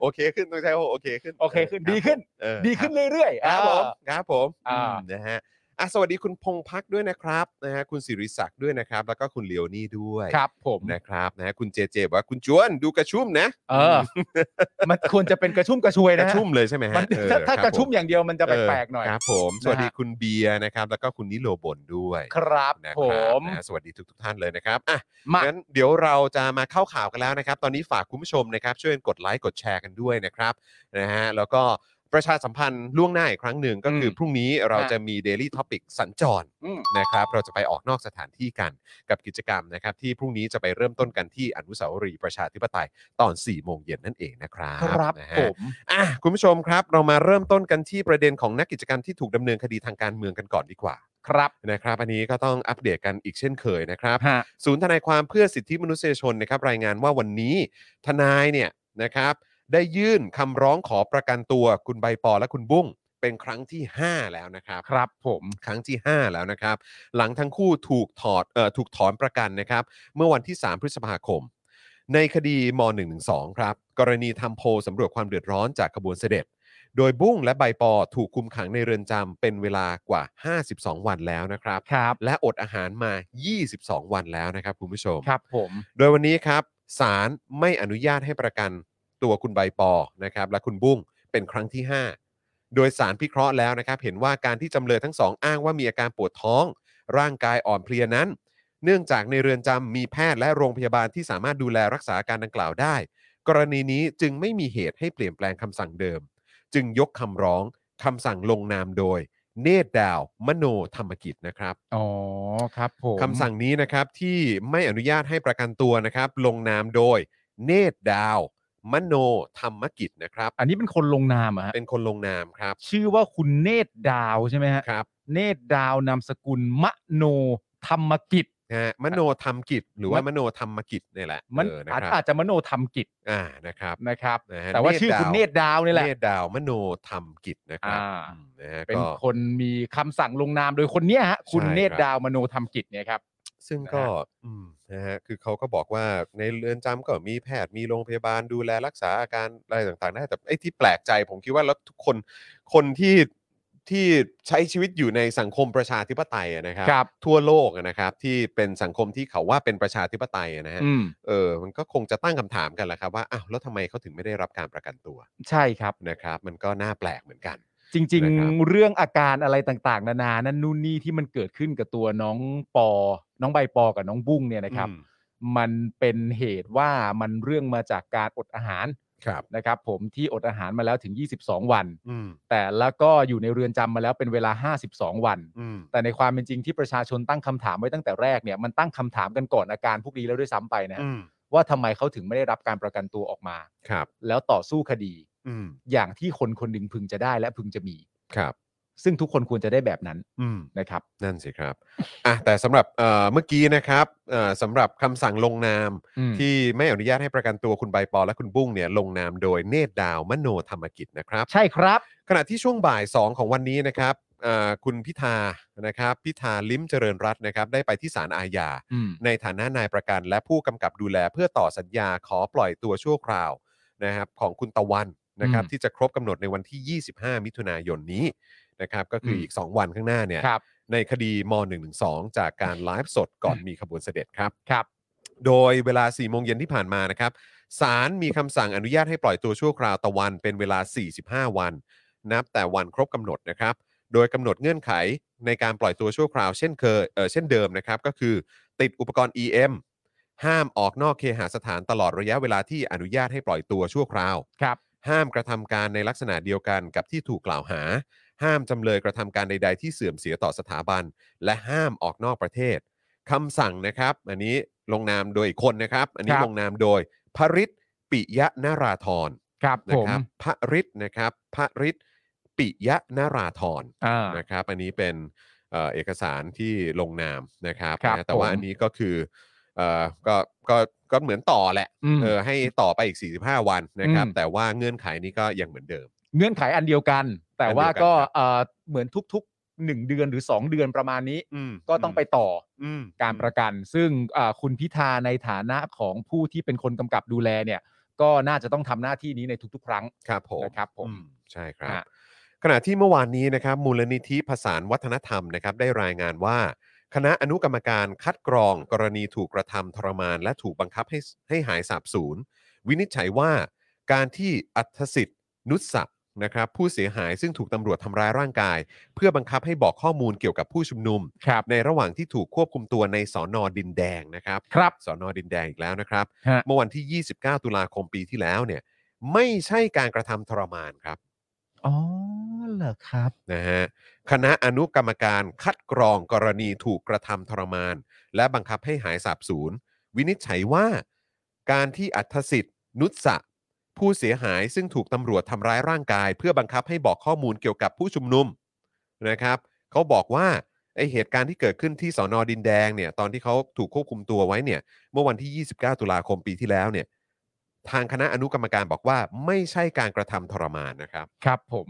S2: โอเคขึ้นต้องใช้ว่าโอเคขึ้น
S3: โอเคขึ้น
S2: รับ
S3: ดีขึ้น
S2: เออ
S3: ดีขึ้นเรื่อยๆ
S2: ครับผ
S3: อ่า
S2: มครับผม
S3: อ่า
S2: อืมนะฮะอ่ะสวัสดีคุณพงพักด้วยนะครับนะฮะคุณสิริศักดิ์ด้วยนะครับ แล้วก็คุณเลียวนี่ด้วย
S3: ครับผม
S2: นะครับนะฮะคุณเจเจบอกว่าคุณจวนดูกระชุ่มนะ
S3: เออ มันควรจะเป็นกระชุ่มกระชวย
S2: ก
S3: นะ
S2: ระ
S3: ฮะ
S2: ชุ่มเลยใช่ไหมฮะ
S3: มัน
S2: เออ
S3: ถ้าถ้า
S2: ค
S3: ก
S2: บ
S3: ระชุ่ม
S2: ผ
S3: อย่างเดียวมันจะแปลกๆหน่อย
S2: ครับผมสวัสดี
S3: นะฮะ
S2: คุณเบียร์นะครับ แล้วก็คุณนิโรบนด้วย
S3: ครับ
S2: นะ
S3: ผ
S2: ครับ
S3: ม
S2: นะฮะสวัสดีทุกๆท่านเลยนะครับอ่ะ
S3: มา
S2: งั้นเดี๋ยวเราจะมาเข้าข่าวกันแล้วนะครับ ตอนนี้ฝากคุณผู้ชมนะครับ ช่วยกดไลค์กดแชร์กันด้วยนะครับนะฮะแล้วก็ประชาสัมพันธ์ล่วงหน้าอีกครั้งหนึ่งก็คืออ
S3: ม
S2: พรุ่งนี้เรา
S3: ฮะ
S2: จะมี Daily Topic สัญจร
S3: อืม
S2: นะครับ เราจะไปออกนอกสถานที่กันกับกิจกรรมนะครับ ที่พรุ่งนี้จะไปเริ่มต้นกันที่อนุสาวรีย์ประชาธิปไตยตอน4ี่โมงเย็นนั่นเองนะครับ
S3: ครับ
S2: นะฮะ
S3: ผม
S2: อ่ะคุณผู้ชมครับ เรามาเริ่มต้นกันที่ประเด็นของนักกิจกรรมที่ถูกดำเนินคดีทางการเมืองกันก่อนดีกว่า
S3: ครับ
S2: นะครับอันนี้ก็ต้องอัปเดตกันอีกเช่นเคยนะครับ
S3: ฮะ
S2: ศูนย์ทนายความเพื่อสิทธิมนุษยชนนะครับรายงานว่าวันนี้ทนายเนี่ยนะครับได้ยื่นคำร้องขอประกันตัวคุณใบปอและคุณบุ้งเป็นครั้งที่ 5 แล้วนะครับ
S3: ครับผม
S2: ครั้งที่ 5 แล้วนะครับ หลังทั้งคู่ถูกถอดเอ่อถูกถอนประกันนะครับ เมื่อวันที่ 3 พฤษภาคม ในคดีม .112 ครับ กรณีทำโพลสำรวจความเดือดร้อนจากขบวนเสด็จ โดยบุ้งและใบปอถูกคุมขังในเรือนจำเป็นเวลากว่า 52 วันแล้วนะครับ
S3: ครับ
S2: และอดอาหารมา 22 วันแล้วนะครับคุณผู้ชม
S3: ครับผม
S2: โดยวันนี้ครับศาลไม่อนุญาตให้ประกัน ตัวคุณใบปอนะครับและคุณบุ้งเป็นครั้งที่ 5 โดยสารพิเคราะห์แล้วนะครับ เห็นว่าการที่จำเลยทั้งสองอ้างว่ามีอาการปวดท้อง ร่างกายอ่อนเพลียนั้น เนื่องจากในเรือนจำมีแพทย์และโรงพยาบาลที่สามารถดูแลรักษาอาการดังกล่าวได้ กรณีนี้จึงไม่มีเหตุให้เปลี่ยนแปลงคำสั่งเดิม จึงยกคำร้องคำสั่งลงนามโดย เนตรดาว มโนธรรมกิจนะครับ
S3: อ๋อครับผม
S2: คำสั่งนี้นะครับที่ไม่อนุญาตให้ประกันตัวนะครับ ลงนามโดย เนตรดาว มโนธรรมกิจนะครับ
S3: อันนี้เป็นคนลงนามเหรอะฮะ
S2: เป็นคนลงนามครับ
S3: ชื่อว่าคุณเนตรดาวใช่ไหมฮะ
S2: ครับ
S3: เนตรดาวนามสกุลมโนธรรมกิจ
S2: นะฮะมโนธรรมกิจ หรือว่ามม
S3: ะ
S2: โนธรรมกิจเนี่ยแหละ
S3: มัน
S2: เออนะ
S3: อาจ
S2: ครับ
S3: อาจจะมโนธรรมกิจ
S2: อ่านะครับ
S3: นะครับ
S2: นะฮะ
S3: แต่ว่า
S2: เนตร
S3: ชื่อคุณ
S2: ดาว
S3: เนตรดาวนี่แหละ
S2: เนตรดาว มโนธรรมกิจนะครับ
S3: อ่า
S2: อืมนะฮะ
S3: เป็น
S2: ก็
S3: คนมีคำสั่งลงนามโดยคนเนี้ยฮะคุณ
S2: ใช่ครับ
S3: เนตรดาวมโนธรรมกิจเนี่ยครับ
S2: ซึ่งก็อืมนะฮะคือเขาก็บอกว่าในเรือนจำก็มีแพทย์มีโรงพยาบาลดูแลรักษาอาการอะไรต่างๆได้แต่ไอ้ที่แปลกใจผมคิดว่าแล้วทุกคนคนที่ที่ใช้ชีวิตอยู่ในสังคมประชาธิปไตยอะนะครับ
S3: ครับ
S2: ทั่วโลกอะนะครับ ที่เป็นสังคมที่เขาว่าเป็นประชาธิปไตยอะนะฮะ
S3: อืม
S2: เออมันก็คงจะตั้งคำถามกันแหละครับว่าอ้าวแล้วทำไมเขาถึงไม่ได้รับการประกันตัว
S3: ใช่ครับ
S2: นะครับ มันก็น่าแปลกเหมือนกัน
S3: จริง
S2: นะครับ
S3: ๆ เรื่องอาการอะไรต่างๆ นานานั่นนู่นนี่ที่มันเกิดขึ้นกับตัวน้องปอ น้องใบปอกับน้องบุ้งเนี่ยนะครับ
S2: อืม
S3: มันเป็นเหตุว่ามันเรื่องมาจากการอดอาหาร
S2: ครับ
S3: นะครับ ผมที่อดอาหารมาแล้วถึง 22 วัน
S2: อืม
S3: แต่แล้วก็อยู่ในเรือนจำมาแล้วเป็นเวลา 52 วัน
S2: อืม
S3: แต่ในความเป็นจริงที่ประชาชนตั้งคำถามไว้ตั้งแต่แรกเนี่ยมันตั้งคำถามกันก่อนอาการพวกนี้แล้วด้วยซ้ำไปนะฮะ
S2: อืม
S3: ว่าทำไมเขาถึงไม่ได้รับการประกันตัวออกมา
S2: ครับ
S3: แล้วต่อสู้คดี
S2: อืม
S3: อย่างที่คนคนหนึ่งพึงจะได้และพึงจะมี
S2: ครับ
S3: ซึ่งทุกคนควรจะได้แบบนั้น
S2: อืม
S3: นะครับ
S2: นั่นสิครับอ่ะแต่สำหรับเอ่อเมื่อกี้นะครับเอ่อสำหรับคำสั่งลงนาม ที่ไม่อนุญาตให้ประกันตัวคุณใบปอและคุณบุ้งเนี่ยลงนามโดยเนตรดาวมโนธรรมกิจนะครับ
S3: ใช่ครับ
S2: ขณะที่ช่วงบ่าย 2 ของวันนี้นะครับเอ่อคุณพิธานะครับ พิธาลิ้มเจริญรัตน์นะครับได้ไปที่ศาลอาญา
S3: อืม
S2: ในฐานะนายประกันและผู้กำกับดูแลเพื่อต่อสัญญาขอปล่อยตัวชั่วคราวนะครับของคุณตะวันนะครับ
S3: อืม
S2: ที่จะครบกำหนดในวันที่ 25 มิถุนายนนี้นะครับก็คืออ
S3: ม
S2: อีก 2 วันข้างหน้าเนี่ย
S3: ครับ
S2: ในคดีม .112 จากการไลฟ์สดก่อนมีขบวนเสด็จครับ
S3: ครับ
S2: โดยเวลา 4 โมงเย็นที่ผ่านมานะครับศาลมีคำสั่งอนุญาตให้ปล่อยตัวชั่วคราวตะวันเป็นเวลา 45 วัน นับแต่วันครบกำหนดนะครับ โดยกำหนดเงื่อนไขในการปล่อยตัวชั่วคราวเช่นเคยเอ่อเช่นเดิมนะครับ ก็คือติดอุปกรณ์ EM ห้ามออกนอกเคหสถานตลอดระยะเวลาที่อนุญาตให้ปล่อยตัวชั่วคราว
S3: ครับ
S2: ห้ามกระทำการในลักษณะเดียวกันกับที่ถูกกล่าวหา ห้ามจำเลยกระทำการใด ๆ ที่เสื่อมเสียต่อสถาบัน และห้ามออกนอกประเทศคำสั่งนะครับ อันนี้ลงนามโดยอีกคนนะครับ อันนี้
S3: ครับ
S2: ลงนามโดยพริตปิยะนาราธร
S3: ครับ
S2: นะ
S3: ผ
S2: ค
S3: ม
S2: รับพริตนะครับพริตปิยะนาราธร
S3: อ่า
S2: นะครับ อันนี้เป็นเอ่อเอกสารที่ลงนามนะครับ
S3: ครับ
S2: นะแต่ว่า
S3: ผม
S2: อันนี้ก็คือเอ่อก็ก็ก็เหมือนต่อแหละ
S3: ม
S2: เออให้ต่อไปอีก 45 วันนะครับ
S3: อืม
S2: แต่ว่าเงื่อนไขนี้ก็ยังเหมือนเดิม
S3: เงื่อนไขอันเดียวกัน แต่ว่า
S2: อันเดียวกัน
S3: ก็
S2: ครับ
S3: เอ่อเหมือนทุกๆหนึ่งเดือนหรือสองเดือนประมาณนี้ ก็ต้องไปต่อ
S2: อืม
S3: การประกัน ซึ่งอ่าคุณพิธาในฐานะของผู้ที่เป็นคนกำกับดูแลเนี่ย ก็น่าจะต้องทำหน้าที่นี้ในทุกๆ ครั้ง
S2: ครับผม
S3: นะครับผม
S2: อืมใช่ครับ
S3: ฮะ
S2: ขณะที่เมื่อวานนี้นะครับ มูลนิธิผสานวัฒนธรรมนะครับ ได้รายงานว่า คณะอนุกรรมการคัดกรองกรณีถูกกระทำทรมาน และถูกบังคับให้ให้หายสาบสูญ วินิจฉัยว่าการที่อัธสิทธิ์นุชศักดิ์นะครับ ผู้เสียหายซึ่งถูกตำรวจทำร้ายร่างกาย เพื่อบังคับให้บอกข้อมูลเกี่ยวกับผู้ชุมนุม
S3: ครับ
S2: ในระหว่างที่ถูกควบคุมตัวในสอนอดินแดงนะครับ
S3: ครับ
S2: สอนอดินแดงอีกแล้วนะครับ
S3: ฮะ
S2: เมื่อวันที่ 29 ตุลาคมปีที่แล้วเนี่ย ไม่ใช่การกระทำทรมานครับ
S3: อ๋อเหรอครับ
S2: นะฮะคณะอนุกรรมการคัดกรองกรณีถูกกระทำทรมาน และบังคับให้หายสาบสูญ วินิจฉัยว่า การที่อัธสิทธิ์ นุสะผู้เสียหายซึ่งถูกตำรวจทำร้ายร่างกาย เพื่อบังคับให้บอกข้อมูลเกี่ยวกับผู้ชุมนุมนะครับ เขาบอกว่าไอเหตุการณ์ที่เกิดขึ้นที่สอนอดินแดงเนี่ยตอนที่เขาถูกควบคุมตัวไว้เนี่ย เมื่อวันที่ 29 ตุลาคมปีที่แล้วเนี่ยทางคณะอนุกรรมการบอกว่าไม่ใช่การกระทำทรมานนะครับ
S3: ครับผม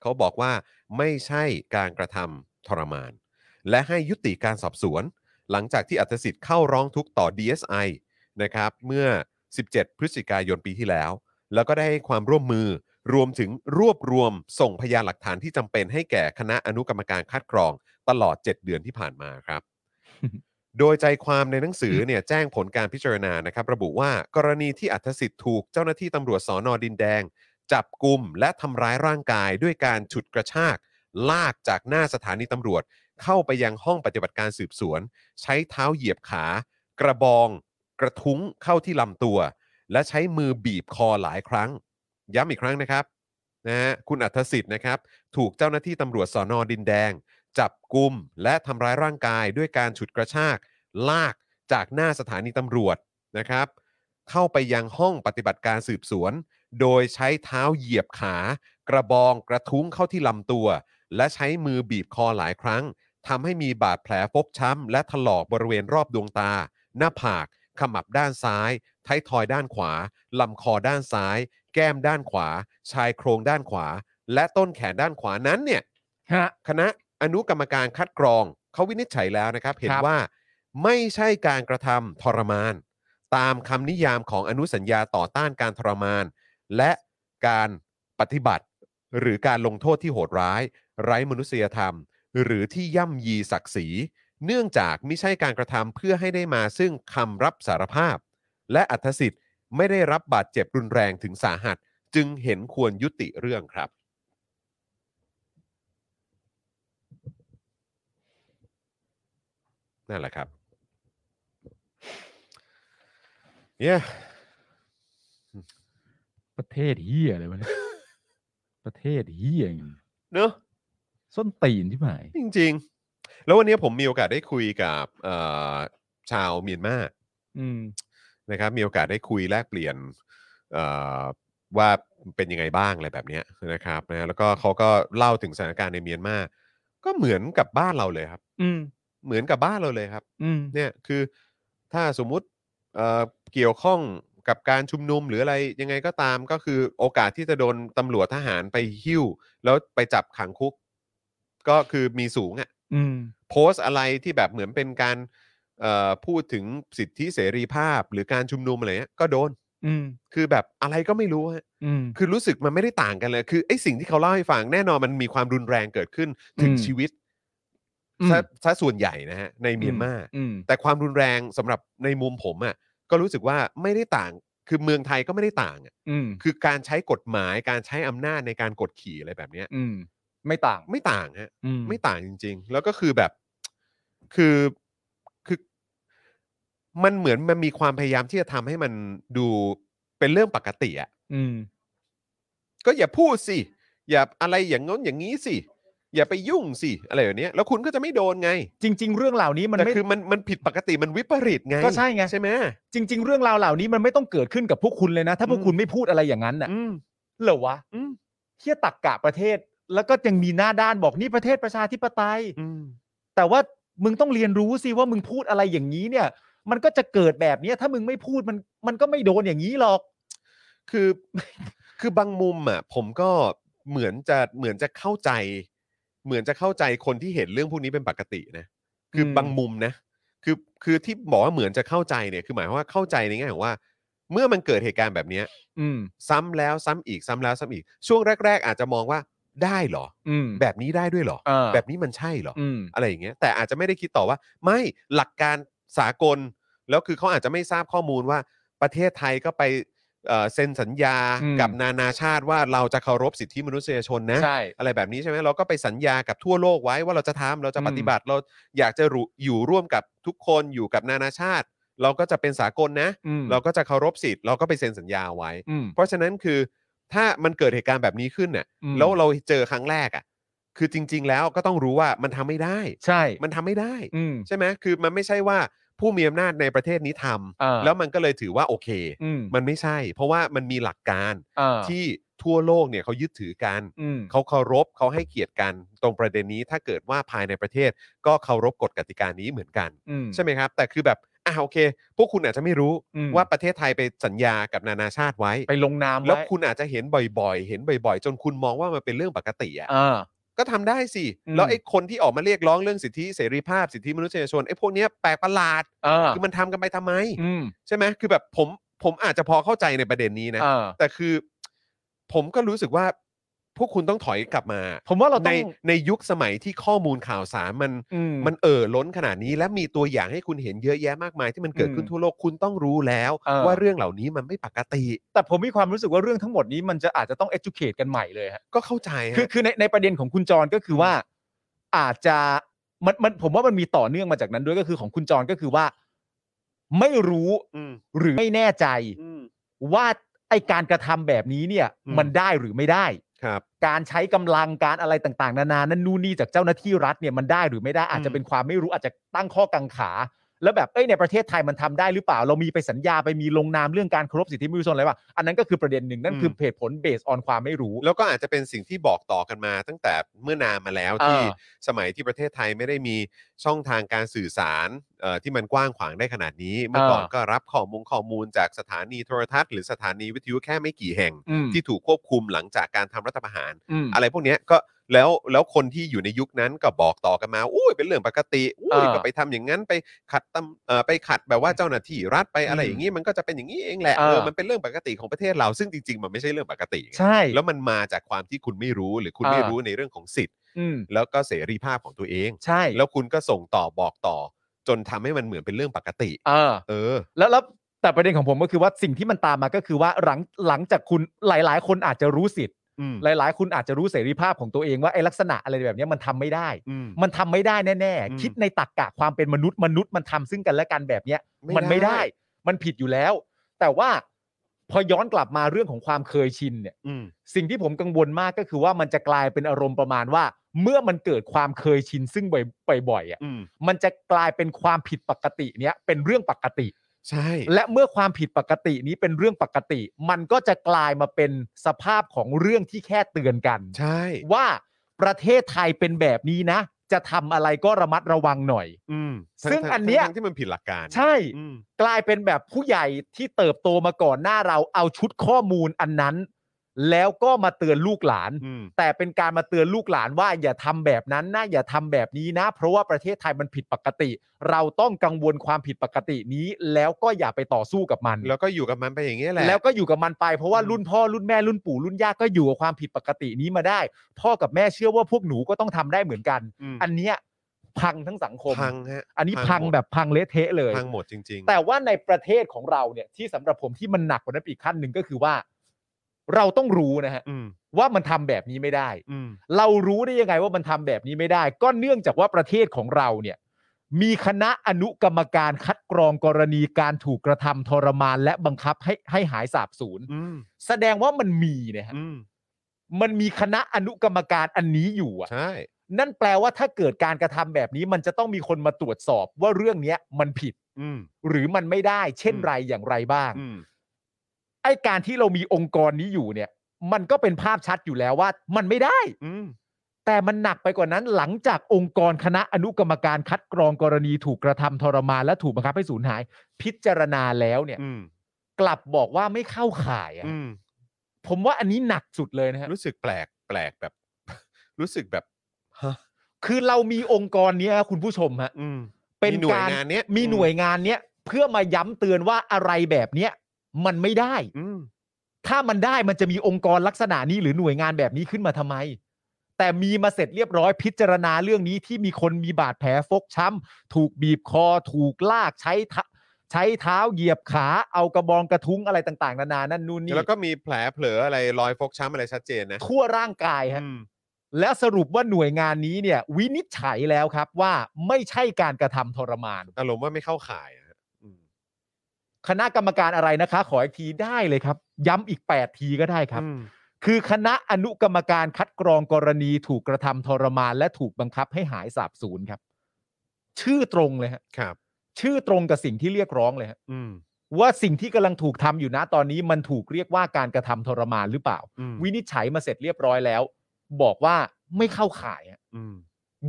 S2: เขาบอกว่าไม่ใช่การกระทำทรมาน และให้ยุติการสอบสวน หลังจากที่อัตสิทธิ์เข้าร้องทุกข์ต่อ DSI นะครับ เมื่อ 17 พฤศจิกายนปีที่แล้ว แล้วก็ได้ให้ความร่วมมือรวมถึงรวบรวมส่งพยานหลักฐานที่จำเป็นให้แก่คณะอนุกรรมการคัดกรองตลอด 7 เดือนที่ผ่านมาครับ โดยใจความในหนังสือเนี่ยแจ้งผลการพิจารณานะครับ ระบุว่ากรณีที่อัธสิทธิ์ถูกเจ้าหน้าที่ตำรวจสอนอดินแดง จับกลุ่มและทำร้ายร่างกายด้วยการฉุดกระชาก ลากจากหน้าสถานีตำรวจ เข้าไปยังห้องปฏิบัติการสืบสวน ใช้เท้าเหยียบขา กระบอง กระทุ้งเข้าที่ลำตัว และใช้มือบีบคอหลายครั้ง ย้ำอีกครั้งนะครับนะฮะคุณอัธสิทธิ์นะครับ ถูกเจ้าหน้าที่ตำรวจสอนอดินแดง จับกลุ่มและทำร้ายร่างกายด้วยการฉุดกระชาก ลากจากหน้าสถานีตำรวจนะครับ เข้าไปยังห้องปฏิบัติการสืบสวน โดยใช้เท้าเหยียบขา กระบองกระทุ้งเข้าที่ลำตัว และใช้มือบีบคอหลายครั้งทำให้มีบาดแผลฟกช้ำ และถลอกบริเวณรอบดวงตา หน้าผาก ขมับด้านซ้าย ท้ายทอยด้านขวาลำคอด้านซ้าย แก้มด้านขวา ชายโครงด้านขวา และต้นแขนด้านขวานั้นเนี่ย
S3: ฮะ
S2: คณะอนุกรรมการคัดกรองเขาวินิจฉัยแล้วนะครับ เห็น
S3: ครับ
S2: ว่าไม่ใช่การกระทำทรมาน ตามคำนิยามของอนุสัญญาต่อต้านการทรมาน และการปฏิบัติ หรือการลงโทษที่โหดร้าย ไร้มนุษยธรรม หรือที่ย่ำยีศักดิ์ศรี เนื่องจากไม่ใช่การกระทำเพื่อให้ได้มาซึ่งคำรับสารภาพ และอัธสิทธิ์ไม่ได้รับบาดเจ็บรุนแรงถึงสาหัส จึงเห็นควรยุติเรื่องครับ นั่นแหละครับ เนี่ย
S5: ประเทศเฮียอะไรวะเนี่ย ประเทศเฮียจริง
S2: เนอะ
S5: ส้นตีนที่หมาย
S2: จริง ๆ แล้ววันนี้ผมมีโอกาสได้คุยกับเอ่อชาวเมียนมา
S3: อืม
S2: นะครับ มีโอกาสได้คุยแลกเปลี่ยนเอ่อว่าเป็นยังไงบ้างอะไรแบบเนี้ยนะครับนะแล้วก็เขาก็เล่าถึงสถานการณ์ในเมียนมาก็เหมือนกับบ้านเราเลยครับ
S3: อืม
S2: เหมือนกับบ้านเราเลยครับ
S3: อืม
S2: เนี่ยคือถ้าสมมุติเอ่อเกี่ยวข้องกับการชุมนุมหรืออะไรยังไงก็ตามก็คือโอกาสที่จะโดนตำรวจทหารไปหิ้ว แล้วไปจับขังคุก ก็คือมีสูงอะ่ะ
S3: อืม
S2: โพสต์อะไรที่แบบเหมือนเป็นการเอ่อพูดถึงสิทธิเสรีภาพหรือการชุมนุมอะไรเงี้ยก็โดน
S3: อืม
S2: คือแบบอะไรก็ไม่รู้ฮะ
S3: อืม
S2: คือรู้สึกมันไม่ได้ต่างกันเลยคือไอ้สิ่งที่เขาเล่าให้ฟังแน่นอนมันมีความรุนแรงเกิดขึ้นถึง
S3: อืม
S2: ชีวิตซะซะส่วนใหญ่นะฮะในเมียนมา
S3: อืม
S2: แต่ความรุนแรงสำหรับในมุมผมอะ่ะก็รู้สึกว่าไม่ได้ต่าง คือเมืองไทยก็ไม่ได้ต่างอะ
S3: อืม
S2: คือการใช้กฎหมายการใช้อำนาจในการกดขี่อะไรแบบเนี้ย
S3: อืม ไม่ต่าง
S2: ไม่ต่างฮะ
S3: อืม
S2: ไม่ต่างจริง ๆ แล้วก็คือแบบคือคือ มันเหมือนมันมีความพยายามที่จะทำให้มันดูเป็นเรื่องปกติอะ
S3: อืม
S2: ก็อย่าพูดสิอย่าอะไรอย่างง้นอย่างนี้สิอย่าไปยุ่งสิอะไรแบบเนี้ยแล้วคุณก็จะไม่โดนไง
S3: จริง ๆ เรื่องเหล่านี้มัน
S2: แต่
S3: ไม่
S2: คือมันมันผิดปกติมันวิปริตไง
S3: ก็ใช่ไง
S2: ใช่ไหม
S3: จริง ๆ เรื่องราวเหล่านี้มันไม่ต้องเกิดขึ้นกับพวกคุณเลยนะ ถ้าพวก
S2: อืม
S3: คุณไม่พูดอะไรอย่างนั้นน่ะ
S2: อืม
S3: เหรอวะ
S2: อืม
S3: เที่ยตักกะประเทศ แล้วก็ยังมีหน้าด้านบอกนี่ประเทศประชาธิปไตย
S2: อืม
S3: แต่ว่ามึงต้องเรียนรู้สิว่ามึงพูดอะไรอย่างนี้เนี่ย มันก็จะเกิดแบบเนี้ยถ้ามึงไม่พูดมันมันก็ไม่โดนอย่างนี้หรอก
S2: คือ คือบางมุมอ่ะผมก็เหมือนจะเหมือนจะเข้าใจ เหมือนจะเข้าใจคนที่เห็นเรื่องพวกนี้เป็นปกตินะคืออ
S3: ม
S2: บางมุมนะคือคือที่บอกว่าเหมือนจะเข้าใจเนี่ยคือหมายความว่าเข้าใจในแง่ของว่า เมื่อมันเกิดเหตุการณ์แบบเนี้ย
S3: อืม
S2: ซ้ำแล้วซ้ำอีกซ้ำแล้วซ้ำอีก ช่วงแรก ๆ อาจจะมองว่าได้เหรอ
S3: อืม
S2: แบบนี้ได้ด้วยเหรอ
S3: เออ
S2: แบบนี้มันใช่เหรอ
S3: อืม
S2: อะไรอย่างเงี้ยแต่อาจจะไม่ได้คิดต่อว่า ไม่หลักการสากล แล้วคือเขาอาจจะไม่ทราบข้อมูลว่าประเทศไทยก็ไปเอ่อเซ็นสัญญา
S3: อืม
S2: กับนานาชาติว่าเราจะเคารพสิทธิมนุษยชนนะ
S3: ใช่
S2: อะไรแบบนี้ใช่ไหมเราก็ไปสัญญากับทั่วโลกไว้ว่าเราจะทำเราจะ
S3: อืม
S2: ปฏิบัติเราอยากจะรู้อยู่ร่วมกับทุกคนอยู่กับนานาชาติ เราก็จะเป็นสากลนะ
S3: อืม
S2: เราก็จะเคารพสิทธิ์เราก็ไปเซ็นสัญญาไว้
S3: อืม
S2: เพราะฉะนั้นคือถ้ามันเกิดเหตุการณ์แบบนี้ขึ้นเนี่ย
S3: อืม
S2: แล้วเราเจอครั้งแรกอะ่ะคือจริง ๆ แล้วก็ต้องรู้ว่ามันทำไม่ได้
S3: ใช่
S2: มันทำไม่ได้
S3: อืม
S2: ใช่ไหมคือมันไม่ใช่ว่าผู้มีอำนาจในประเทศนี้ทำ
S3: เออ
S2: แล้วมันก็เลยถือว่าโอเค
S3: อืม
S2: มันไม่ใช่ เพราะว่ามันมีหลักการ
S3: เออ
S2: ที่ทั่วโลกเนี่ยเขายึดถือกัน
S3: อืม
S2: เขาเคารพเขาให้เกียรติกันตรงประเด็นนี้ ถ้าเกิดว่าภายในประเทศก็เคารพกฎกติกานี้เหมือนกัน
S3: อืม
S2: ใช่ไหมครับ แต่คือแบบอ่ะโอเค พวกคุณอาจจะไม่รู้
S3: อืม
S2: ว่าประเทศไทยไปสัญญากับนานาชาติไว้
S3: ไปลงนามไว้
S2: แล้วคุณอาจจะเห็นบ่อยๆ เห็นบ่อย ๆ จนคุณมองว่ามันเป็นเรื่องปกติอ่ะ
S3: เออ
S2: ก็ทำได้สิ
S3: อืม
S2: แล้วไอ้คนที่ออกมาเรียกร้องเรื่องสิทธิเสรีภาพสิทธิมนุษยชนไอ้พวกเนี้ยแปลกประหลาด
S3: เออ
S2: คือมันทำกันไปทำไม
S3: อืม
S2: ใช่ไหมคือแบบผมผมอาจจะพอเข้าใจในประเด็นนี้นะ
S3: เออ
S2: แต่คือ ผมก็รู้สึกว่า พวกคุณต้องถอยกลับมา
S3: ผมว่าเรา
S2: ใน
S3: ต้อง
S2: ในยุคสมัยที่ข้อมูลข่าวสารมัน
S3: อืม
S2: มันเอ่อล้นขนาดนี้และมีตัวอย่างให้คุณเห็นเยอะแยะมากมาย ที่มันเกิดขึ้น
S3: อืม
S2: ทั่วโลกคุณต้องรู้แล้ว
S3: เออ
S2: ว่าเรื่องเหล่านี้มันไม่ปกติ
S3: แต่ผมมีความรู้สึกว่าเรื่องทั้งหมดนี้มันจะอาจจะต้อง educate กันใหม่เลยฮะ
S2: ก็เข้าใจฮะ
S3: คือคือในในประเด็นของคุณจรก็คือว่า อาจจะมันมันผมว่ามันมีต่อเนื่องมาจากนั้นด้วยก็คือของคุณจรก็คือว่า ไม่รู้
S2: ม
S3: หรือไม่แน่ใจ
S2: อืม
S3: ว่าไอการกระทำแบบนี้เนี่ย
S2: อืม
S3: มันได้หรือไม่ได้
S2: ครับ
S3: การใช้กำลังการอะไรต่างๆ นานานั่นนู่นนี่จากเจ้าหน้าที่รัฐเนี่ยมันได้หรือไม่ได้อาจจะเป็นความไม่รู้อาจจะตั้งข้อกังขา แล้วแบบเอ้ยในประเทศไทยมันทำได้หรือเปล่า เรามีไปสัญญาไปมีลงนามเรื่องการเคารพสิทธิมนุษยชนอะไรป่ะอันนั้นก็คือประเด็นหนึ่งนั่นคือ
S2: ม
S3: เหตุผลเบสออนความไม่รู้
S2: แล้วก็อาจจะเป็นสิ่งที่บอกต่อกันมา ตั้งแต่เมื่อนานมาแล้ว
S3: เออ
S2: ที่สมัยที่ประเทศไทยไม่ได้มีช่องทางการสื่อสารเอ่อที่มันกว้างขวางได้ขนาดนี้ เมื่อก่อน
S3: เออ
S2: ก็รับข้อมูลข้อมูลจากสถานีโทรทัศน์หรือสถานีวิทยุแค่ไม่กี่แห่ง
S3: อืม
S2: ที่ถูกควบคุมหลังจากการทำรัฐประหาร
S3: อืม
S2: อะไรพวกเนี้ยก็แล้วแล้วคนที่อยู่ในยุคนั้นก็บอกต่อกันมาอุ้ยเป็นเรื่องปกติอุ้ย
S3: เออ
S2: ก็ไปทำอย่างนั้นไปขัดตำเอ่อไปขัดแบบว่าเจ้าหน้าที่รัฐไปอะไร
S3: อืม
S2: อย่างนี้มันก็จะเป็นอย่างนี้เองแหละ
S3: เอ
S2: เอ
S3: อ
S2: อมันเป็นเรื่องปกติของประเทศเราซึ่งจริง ๆ มันไม่ใช่เรื่องปกติไง
S3: ใช่
S2: แล้วมันมาจากความที่คุณไม่รู้หรือคุณไม่รู้ในเรื่องของสิทธิ์
S3: อืม
S2: แล้วก็เสรีภาพของตัวเอง
S3: ใช่
S2: แล้วคุณก็ส่งต่อบอกต่อ จนทำให้มันเหมือนเป็นเรื่องปกติ
S3: เออ
S2: เออ
S3: แล้วแล้วแต่ประเด็นของผมก็คือว่าสิ่งที่มันตามมาก็คือว่าหลังหลังจากคุณหลาย ๆ คนอาจจะรู้สิทธิ์
S2: อืม
S3: หลาย ๆ คุณอาจจะรู้เสรีภาพของตัวเองว่าไอ้ลักษณะอะไรแบบเนี้ยมันทำไม่ได้
S2: อืม
S3: มันทำไม่ได้แน่
S2: อืม
S3: ๆ คิดในตรกกะความเป็นมนุษย์มนุษย์มันทำซึ่งกันและกันแบบเนี้ย
S2: ไม่ได้
S3: มันไม่ได้ มันผิดอยู่แล้ว แต่ว่าพอย้อนกลับมาเรื่องของความเคยชินเนี่ย
S2: อืม
S3: สิ่งที่ผมกังวลมากก็คือว่ามันจะกลายเป็นอารมณ์ประมาณว่า เมื่อมันเกิดความเคยชินซึ่งบ่อยๆบ่อยๆอ่ะ
S2: อืม
S3: มันจะกลายเป็นความผิดปกติเนี้ยเป็นเรื่องปกติ
S2: ใช่
S3: และเมื่อความผิดปกตินี้เป็นเรื่องปกติ มันก็จะกลายมาเป็นสภาพของเรื่องที่แค่เตือนกัน
S2: ใช่
S3: ว่าประเทศไทยเป็นแบบนี้นะ จะทำอะไรก็ระมัดระวังหน่อย
S2: อืม
S3: ซึ่งอันเนี้ย
S2: ทั้ๆที่มันผิดหลักการ
S3: ใช่
S2: อืม
S3: กลายเป็นแบบผู้ใหญ่ที่เติบโตมาก่อนหน้าเราเอาชุดข้อมูลอันนั้น แล้วก็มาเตือนลูกหลาน
S2: อืม
S3: แต่เป็นการมาเตือนลูกหลานว่าอย่าทำแบบนั้นนะอย่าทำแบบนี้นะ เพราะว่าประเทศไทยมันผิดปกติ เราต้องกังวลความผิดปกตินี้ แล้วก็อย่าไปต่อสู้กับมัน
S2: แล้วก็อยู่กับมันไปอย่างเงี้ยแหละ
S3: แล้วก็อยู่กับมันไปเพราะว่า
S2: อืม
S3: รุ่นพ่อรุ่นแม่รุ่นปู่รุ่นย่าก็อยู่กับความผิดปกตินี้มาได้ พ่อกับแม่เชื่อว่าพวกหนูก็ต้องทำได้เหมือนกัน
S2: ม
S3: อันเนี้ยพังทั้งสังคม
S2: พังฮะ
S3: อันนี้พัง
S2: หมด
S3: แบบพังเละเทะเลย
S2: พังหมดจริง ๆ
S3: แต่ว่าในประเทศของเราเนี่ยที่สำหรับผมที่มันหนักกว่านั้นอีกขั้นหนึ่งก็คือว่า เราต้องรู้นะฮะ
S2: อืม
S3: ว่ามันทำแบบนี้ไม่ได้
S2: อืม
S3: เรารู้ได้ยังไงว่ามันทำแบบนี้ไม่ได้ ก็เนื่องจากว่าประเทศของเราเนี่ย มีคณะอนุกรรมการคัดกรองกรณีการถูกกระทำทรมาน และบังคับให้ให้หายสาบสูญ
S2: อืม
S3: แสดงว่ามันมีนะฮะ
S2: อืม
S3: มันมีคณะอนุกรรมการอันนี้อยู่อะ
S2: ใช่
S3: นั่นแปลว่าถ้าเกิดการกระทำแบบนี้ มันจะต้องมีคนมาตรวจสอบว่าเรื่องเนี้ยมันผิด
S2: อืม
S3: หรือมันไม่ได้ เช่นไรอย่างไรบ้าง
S2: อืม
S3: ไอ้การที่เรามีองค์กรนี้อยู่เนี่ย มันก็เป็นภาพชัดอยู่แล้วว่า มันไม่ได้
S2: อืม
S3: แต่มันหนักไปกว่านั้นหลังจากองค์กรคณะอนุกรรมการคัดกรองกรณีถูกกระทำทรมานและถูกบังคับให้สูญหาย พิจารณาแล้วเนี่ย
S2: อืม
S3: กลับบอกว่าไม่เข้าข่ายอะ
S2: อืม
S3: ผมว่าอันนี้หนักสุดเลยนะฮะ
S2: รู้สึกแปลกแปลกแบบ รู้สึกแบบฮะ
S3: คือเรามีองค์กรเนี้ยคุณผู้ชมฮะ
S2: อืม
S3: เป็น
S2: มีหน่วย
S3: การ
S2: งานเนี้ย
S3: มีหน่วยงานเนี้ยเพื่อมาย้ำเตือนว่าอะไรแบบเนี้ยมันไม่ได้
S2: อืม
S3: ถ้ามันได้มันจะมีองค์กรลักษณะนี้หรือหน่วยงานแบบนี้ขึ้นมาทำไม แต่มีมาเสร็จเรียบร้อยพิจารณาเรื่องนี้ที่มีคนมีบาดแผลฟกช้ำถูกบีบคอ ถูกลากใช้ทะใช้เท้าเหยียบขาเอากระบองกระทุ้งอะไรต่างๆ นานานั่นนู่นนี่
S2: แล้วก็มีแผลเผลออะไรรอยฟกช้ำอะไรชัดเจนนะ
S3: ทั่วร่างกายฮะ
S2: อืม
S3: และสรุปว่าหน่วยงานนี้เนี่ย วินิจฉัยแล้วครับว่าไม่ใช่การกระทำทรมาน
S2: อารมณ์ว่าไม่เข้าข่ายอะฮะอืม
S3: คณะกรรมการอะไรนะคะ ขออีกทีได้เลยครับ ย้ำอีก 8 ทีก็ได้ครับ
S2: อืม
S3: คือคณะอนุกรรมการคัดกรองกรณีถูกกระทำทรมาน และถูกบังคับให้หายสาบสูญครับ ชื่อตรงเลยฮะ
S2: ครับ
S3: ชื่อตรงกับสิ่งที่เรียกร้องเลยฮะ
S2: อืม
S3: ว่าสิ่งที่กำลังถูกทำอยู่นะตอนนี้มันถูกเรียกว่าการกระทำทรมานหรือเปล่า
S2: อืม
S3: วินิจฉัยมาเสร็จเรียบร้อยแล้ว บอกว่าไม่เข้าข่ายฮะ
S2: อืม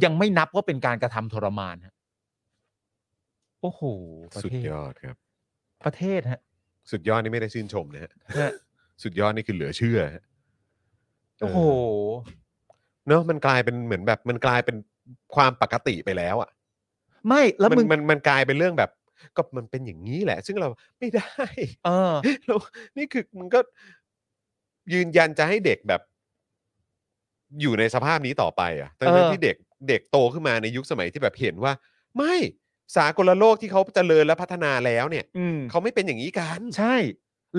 S3: ยังไม่นับว่าเป็นการกระทำทรมานฮะโอ้โห ประ
S2: สุด
S3: เทศ
S2: ยอดครับ
S3: ประเทศฮะ
S2: สุดยอดนี่ไม่ได้ชื่นชมนะฮะ
S3: ฮะ
S2: สุดยอดนี่คือเหลือเชื่อฮะ
S3: โอ้โห
S2: เนอะมันกลายเป็นเหมือนแบบมันกลายเป็นความปกติไปแล้วอะ่ะ
S3: ไม่แล้ว
S2: มัน
S3: มึง
S2: มันมันกลายเป็นเรื่องแบบ ก็มันเป็นอย่างนี้แหละ ซึ่งเราไม่ได้
S3: เออ
S2: แล้วนี่คือมันก็ยืนยันจะให้เด็กแบบ อยู่ในสภาพนี้ต่อไปอ่ะแต่
S3: เออ
S2: ที่เด็กเด็กโตขึ้นมาในยุคสมัยที่แบบเห็นว่า ไม่สากลโลกที่เขาเจริญและพัฒนาแล้วเนี่ย
S3: อืม
S2: เขาไม่เป็นอย่างนี้กัน
S3: ใช่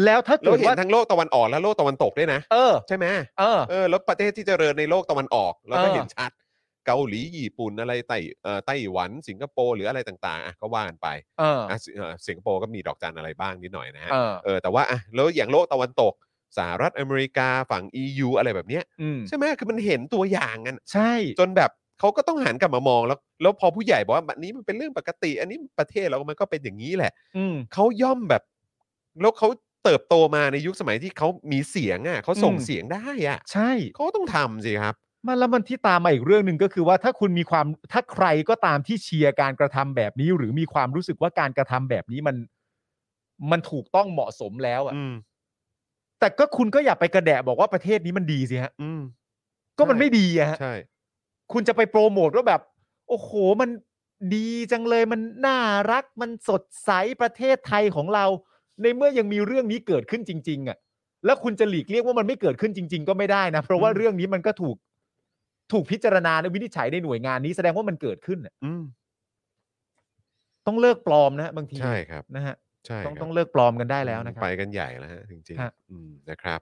S3: แล้วถ้า
S2: เรา
S3: เกิด
S2: เห็น
S3: ว่า
S2: ทั้งโลกตะวันออกและโลกตะวันตกด้วยนะ
S3: เออ
S2: ใช่ไหม
S3: เออ
S2: เออแล้วประเทศที่เจริญในโลกตะวันออกเราก็
S3: เออ
S2: เห็นชัดเกาหลีญี่ปุ่นอะไรไต้เอ่อไต้หวัน สิงคโปร์หรืออะไรต่างๆอ่ะก็ว่ากันไป
S3: เออ
S2: อ่ะสิเอ่อสิงคโปร์ก็มีดอกจันอะไรบ้างนิดหน่อยนะฮะ
S3: เออ
S2: เออแต่ว่าอ่ะแล้วอย่างโลกตะวันตกสหรัฐอเมริกาฝั่ง EU อะไรแบบเนี้ย
S3: อืม
S2: ใช่ไหมคือมันเห็นตัวอย่างกัน
S3: ใช่
S2: จนแบบเขาก็ต้องหันกลับมามองแล้ว แล้วพอผู้ใหญ่บอกว่าอันนี้มันเป็นเรื่องปกติ อันนี้ประเทศเรามันก็เป็นอย่างนี้แหละ
S3: อืม
S2: เขาย่อมแบบ แล้วเขาเติบโตมาในยุคสมัยที่เขามีเสียงอ่ะเขาส่ง
S3: อืม
S2: เสียงได้อ่ะ
S3: ใช่
S2: เขาก็ต้องทำสิครับ
S3: มันแล้วมันที่ตามมาอีกเรื่องหนึ่งก็คือว่าถ้าคุณมีความถ้าใครก็ตามที่เชียร์การกระทำแบบนี้ หรือมีความรู้สึกว่าการกระทำแบบนี้มัน มันถูกต้องเหมาะสมแล้วอะ
S2: อืม
S3: แต่ก็คุณก็อย่าไปกระแดะบอกว่าประเทศนี้มันดีสิฮะ
S2: อืม
S3: ก็มัน
S2: ใช่
S3: ไม่ดีอะฮะ
S2: ใช่
S3: คุณจะไปโปรโมทว่าแบบ โอ้โหมันดีจังเลยมันน่ารักมันสดใสประเทศไทยของเรา ในเมื่อยังมีเรื่องนี้เกิดขึ้นจริง ๆอะ่ะ แล้วคุณจะหลีกเลี่ยงว่ามันไม่เกิดขึ้นจริง ๆ ก็ไม่ได้นะ เพราะว่าเรื่องนี้มันก็ถูกถูกพิจารณาและวินิจฉัยในหน่วยงานนี้แสดงว่ามันเกิดขึ้นน่ะ
S2: อืม
S3: ต้องเลิกปลอมนะบางที
S2: ใช่ครับ
S3: นะฮะ
S2: ใช่
S3: ต้อ
S2: ค
S3: ง
S2: รับ
S3: ต้องเลิกปลอมกันได้แล้วนะครับ
S2: ไปกันใหญ่แล้วฮะจริง
S3: ฮะ
S2: ๆอืมนะครับ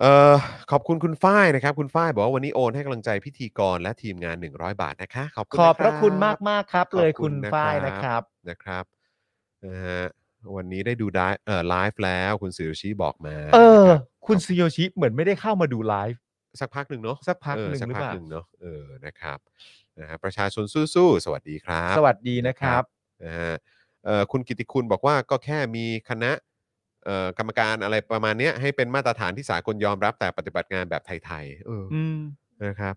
S2: เอ่อขอบคุณคุณฝ้ายนะครับ คุณฝ้ายบอกว่าวันนี้โอนให้กำลังใจพิธีกรและทีมงาน 100 บาทนะคะ ขอบคุณ
S3: ขอบ
S2: น
S3: พระคุณมาก
S2: บ
S3: มากๆครับ
S2: ขอบ
S3: เลย
S2: คุ
S3: คุณ ณ
S2: นะครับ
S3: ฝ้ายนะครับ
S2: นะครับนะฮะวันนี้ได้ดูได้เอ่อไลฟ์แล้วคุณสิริชีบอกมา
S3: เออ
S2: นะครับ
S3: คุณซิโยชิเหมือนไม่ได้เข้ามาดูไลฟ์
S2: สักพักหนึ่งเนาะ
S3: สักพัก
S2: เออ
S3: หนึ่ง
S2: สัก
S3: หรือ
S2: พั
S3: เปล่า
S2: หนึ่งเนาะเออนะครับนะฮะประชาชนสู้ๆสวัสดีครับ
S3: สวัสดีนะครับ
S2: นะฮะเอ่อคุณกิติคุณบอกว่าก็แค่มีคณะเอ่อกรรมการอะไรประมาณเนี้ยให้เป็นมาตรฐานที่สากลยอมรับแต่ปฏิบัติงานแบบไทยๆเอออ
S3: อืม
S2: นะครับ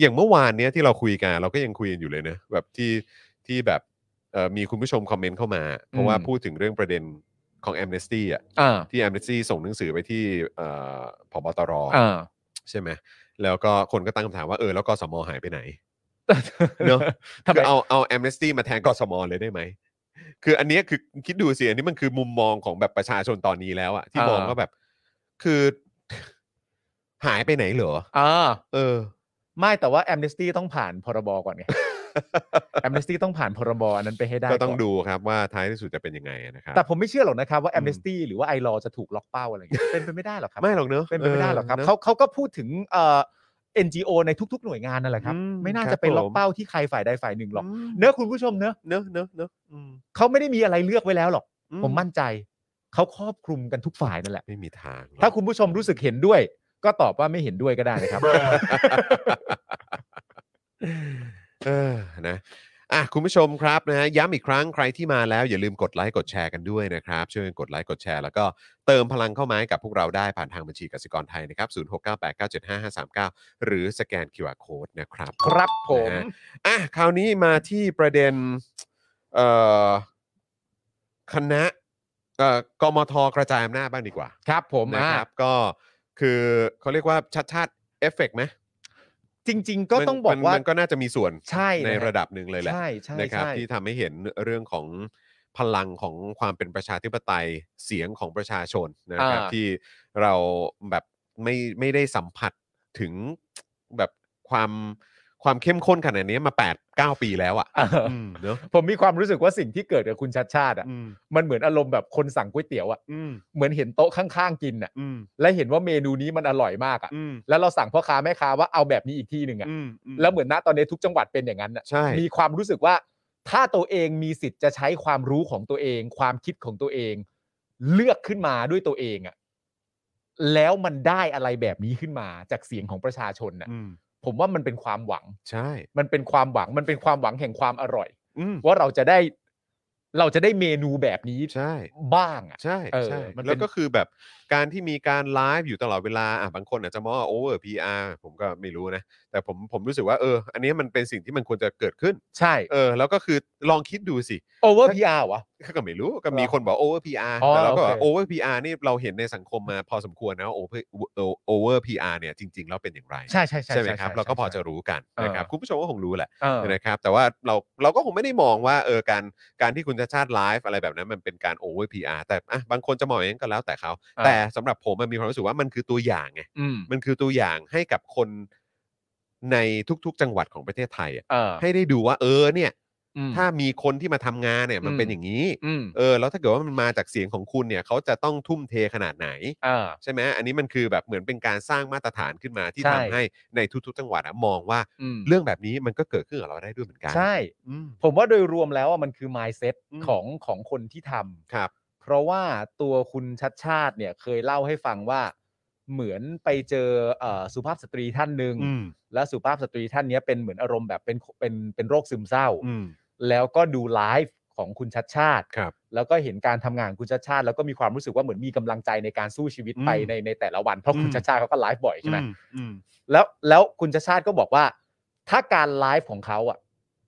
S2: อย่างเมื่อวานเนี้ยที่เราคุยกันเราก็ยังคุยกันอยู่เลยนะแบบที่ที่แบบเอ่อมีคุณผู้ชมคอมเมนต์เข้ามา เพราะว่า
S3: อืม
S2: พูดถึงเรื่องประเด็นของ a อ n e s t y อ่ะ
S3: อ่า
S2: ที่ a อ n e s t y ส่งหนังสือไปที่เอ่อผบตร
S3: อ่า
S2: ใช่ไหมแล้วก็คนก็ตั้งคำถามว่าเออแล้วกสมหายไปไหน เนอะ
S3: ทำไม
S2: คือเอาเอาแอมเนสตี้มาแทนกสมเลยได้ไหม คืออันเนี้ยคือคิดดูสิอันนี้มันคือมุมมองของแบบประชาชนตอนนี้แล้วอะที่
S3: อ่าม
S2: มองว่าแบบ คือ หายไปไหนเหรอ
S3: อ่า
S2: เออ
S3: ไม่แต่ว่าแอมเนสตี้ต้องผ่านพรบ ก่อนไงแอมเนสตี้ต้องผ่านพรบอันนั้นไปให้ได้
S2: ก็ต้อง
S3: น
S2: ดูครับว่าท้ายที่สุดจะเป็นยังไงนะครับ
S3: แต่ผมไม่เชื่อหรอกนะครับว่า
S2: อื
S3: แอ
S2: ม
S3: มเนสตี้หรือว่าไอรอจะถูกล็อกเป้าอะไรอย่างเงี้ยเป็นไปไม่ได้หรอกครับ
S2: ไม่หรอกเนอะ
S3: เป็นไปไม่ได้หรอกครับ
S2: นะ
S3: เขาเขาก็พูดถึงเอ่อ NGO ในทุก ๆ หน่วยงานนั่นแหละครับ
S2: อืม
S3: ไม่น่า
S2: ครับ
S3: จะไปล็อ
S2: ผ
S3: ก
S2: ม
S3: เป้าที่ใครฝ่ายใดฝ่ายหนึ่งหรอก
S2: ม
S3: เนอะคุณผู้ชมเนอะ
S2: เนอะเนอะเนอะอืม
S3: เขาไม่ได้มีอะไรเลือกไว้แล้วหรอก
S2: อื
S3: ผมมั่นใจเขาครอบคลุมกันทุกฝ่ายนั่นแหละ
S2: ไม่มีทางหรอก
S3: ถ้าคุณผู้ชมรู้สึกเห็นด้วย ก็ตอบว่าไม่เห็นด้วยก็ได้นะครับ
S2: เออนะอ่ะคุณผู้ชมครับนะฮะย้ำอีกครั้งใครที่มาแล้วอย่าลืมกดไลค์กดแชร์กันด้วยนะครับช่วยกันกดไลค์กดแชร์แล้วก็เติมพลังเข้ามาให้กับพวกเราได้ผ่านทางบัญชีกสิกรไทยนะครับ0698975539 หรือสแกน QR Code นะครับ
S3: ครับผม
S2: นะฮะอ่ะคราวนี้มาที่ประเด็นเอ่อคณะเอ่อกมทกระจายอำนาจบ้างดีกว่า
S3: ครับผม
S2: นะ
S3: อ่า
S2: ครับก็คือเขาเรียกว่าชัดชาติเอฟเฟกไหม
S3: จริง ๆ ก็
S2: มัน
S3: ต้องบอก
S2: มัน
S3: ว่าม
S2: นก็น่าจะมีส่วน
S3: ใช่
S2: ใน
S3: คบ
S2: ระดับหนึ่งเลยแหละ
S3: ใช่ใช่
S2: นะครับ
S3: ใช่
S2: ที่ทำให้เห็นเรื่องของพลังของความเป็นประชาธิปไตยเสียงของประชาชนนะครับที่เราแบบไม่ไม่ได้สัมผัสถึงแบบความความเข้มข้นขนาดนี้มา 8 9 ปีแล้วอ่ะ
S3: เออ
S2: อืมเนอะ
S3: ผมมีความรู้สึกว่าสิ่งที่เกิดกับคุณชัดชาติอ่ะ
S2: อืม
S3: มันเหมือนอารมณ์แบบคนสั่งก๋วยเตี๋ยวอ่ะ
S2: อืม
S3: เหมือนเห็นโต๊ะข้างๆกินอ่ะ
S2: อืม
S3: และเห็นว่าเมนูนี้มันอร่อยมากอ่ะ
S2: อืม
S3: แล้วเราสั่งพ่อค้าแม่ค้าว่าเอาแบบนี้อีกที่หนึ่งอ่ะ
S2: อืมม
S3: แล้วเหมือนณตอนนี้ทุกจังหวัดเป็นอย่างนั้นอ่ะ
S2: ใช่
S3: มีความรู้สึกว่าถ้าตัวเองมีสิทธิ์จะใช้ความรู้ของตัวเอง ความคิดของตัวเอง เลือกขึ้นมาด้วยตัวเองอ่ะแล้วมันได้อะไรแบบนี้ขึ้นมาจากเสียงของประชาชนน่ะ
S2: อืม
S3: ผมว่ามันเป็นความหวัง
S2: ใช่
S3: มันเป็นความหวัง มันเป็นความหวังแห่งความอร่อย
S2: อืม
S3: ว่าเราจะได้ เราจะได้เมนูแบบนี้
S2: ใช่
S3: บ้างอ่ะ
S2: ใช่
S3: เออ
S2: ใช่
S3: มัน
S2: แล้
S3: เป็น
S2: วก็คือแบบการที่มีการไลฟ์อยู่ตลอดเวลาอ่ะบางคนอาจจะมองว่าโอเวอร์พีอาผมก็ไม่รู้นะ แต่ผมผมรู้สึกว่าเออ อันนี้มันเป็นสิ่งที่มันควรจะเกิดขึ้น
S3: ใช่
S2: เออ แล้วก็คือลองคิดดูสิ
S3: โอเวอร์พีอาร์วะ
S2: ก็ไม่รู้ก็มีคนบอกโอเวอร์พีอา
S3: อ๋อ
S2: แต่เราก็
S3: โอเค
S2: โอเวอร์พีอานี่เราเห็นในสังคมมาพอสมควรนะโอเวอร์โอเวอร์พีอาเนี่ยจริง ๆ แล้วเป็นอย่างไร
S3: ใช่ใช่ใช่
S2: ไหมครับ เราก็พอจะรู้กัน
S3: เออ
S2: นะครับคุณผู้ชมก็คงรู้แหละ
S3: เออ
S2: นะครับแต่ว่าเราเราก็คงไม่ได้มองว่าเออการการที่คุณชาติชาติไลฟ์อะไรแบบนั้นมันเป็นการโอเวอร์พีอาแต่อ่ะบางคนจะมองอย่างนั้นก็แล้วแต่เขา
S3: อ่า
S2: แต่ สำหรับผมมันมีความรู้สึกว่ามันคือตัวอย่างไง
S3: อืม
S2: มันคือตัวอย่างให้กับคนในทุกๆ จังหวัดของประเทศไทยอะ
S3: เออ
S2: ให้ได้ดูว่าเออเนี่ย
S3: อืม
S2: ถ้ามีคนที่มาทำงานเนี่ยมัน
S3: อืม
S2: เป็นอย่างนี้
S3: อืม
S2: เออแล้วถ้าเกิดว่ามันมาจากเสียงของคุณเนี่ยเขาจะต้องทุ่มเทขนาดไหน
S3: เออ
S2: ใช่ไหมอันนี้มันคือแบบเหมือนเป็นการสร้างมาตรฐานขึ้นมาที่
S3: ใช่
S2: ทำให้ในทุกๆ จังหวัดอะมองว่า
S3: อืม
S2: เรื่องแบบนี้มันก็เกิดขึ้นกับเราได้ด้วยเหมือนกัน
S3: ใช่
S2: อืม
S3: ผมว่าโดยรวมแล้วอะมันคือ mindset
S2: อืม
S3: ของของคนที่ท
S2: ครับ
S3: ำเพราะว่าตัวคุณชัดชาติเนี่ยเคยเล่าให้ฟังว่า เหมือนไปเจอเออสุภาพสตรีท่านหนึ่ง
S2: อืม
S3: และสุภาพสตรีท่านเนี้ยเป็นเหมือนอารมณ์แบบเป็นเป็นเป็นโรคซึมเศร้า
S2: อืม
S3: แล้วก็ดูไลฟ์ของคุณชัดชาติ
S2: ครับ
S3: แล้วก็เห็นการทำงานของคุณชัดชาติ แล้วก็มีความรู้สึกว่าเหมือนมีกำลังใจในการสู้ชีวิต
S2: อืม
S3: ไปในในแต่ละวันเพราะคุณ
S2: อืม
S3: ชัดชาติเขาก็ไลฟ์บ่อยใช่ไหม
S2: อือืม
S3: แล้วแล้วคุณชัดชาติก็บอกว่า ถ้าการไลฟ์ของเขาอ่ะ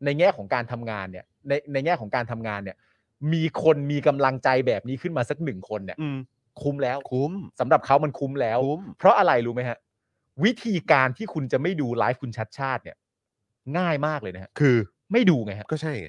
S3: ในแง่ของการทำงานเนี่ย ในในแง่ของการทำงานเนี่ย มีคนมีกำลังใจแบบนี้ขึ้นมาสักหนึ่งคนเนี่ย
S2: อืม
S3: คุ้มแล้ว
S2: คุ้ม
S3: สำหรับเขามันคุ้มแล้ว
S2: คุ้ม
S3: เพราะอะไรรู้ไหมฮะ วิธีการที่คุณจะไม่ดูไลฟ์คุณชัดชาติเนี่ย ง่ายมากเลยนะฮะ
S2: คือ
S3: ไม่ดูไงฮะ
S2: ก็ใช่ไง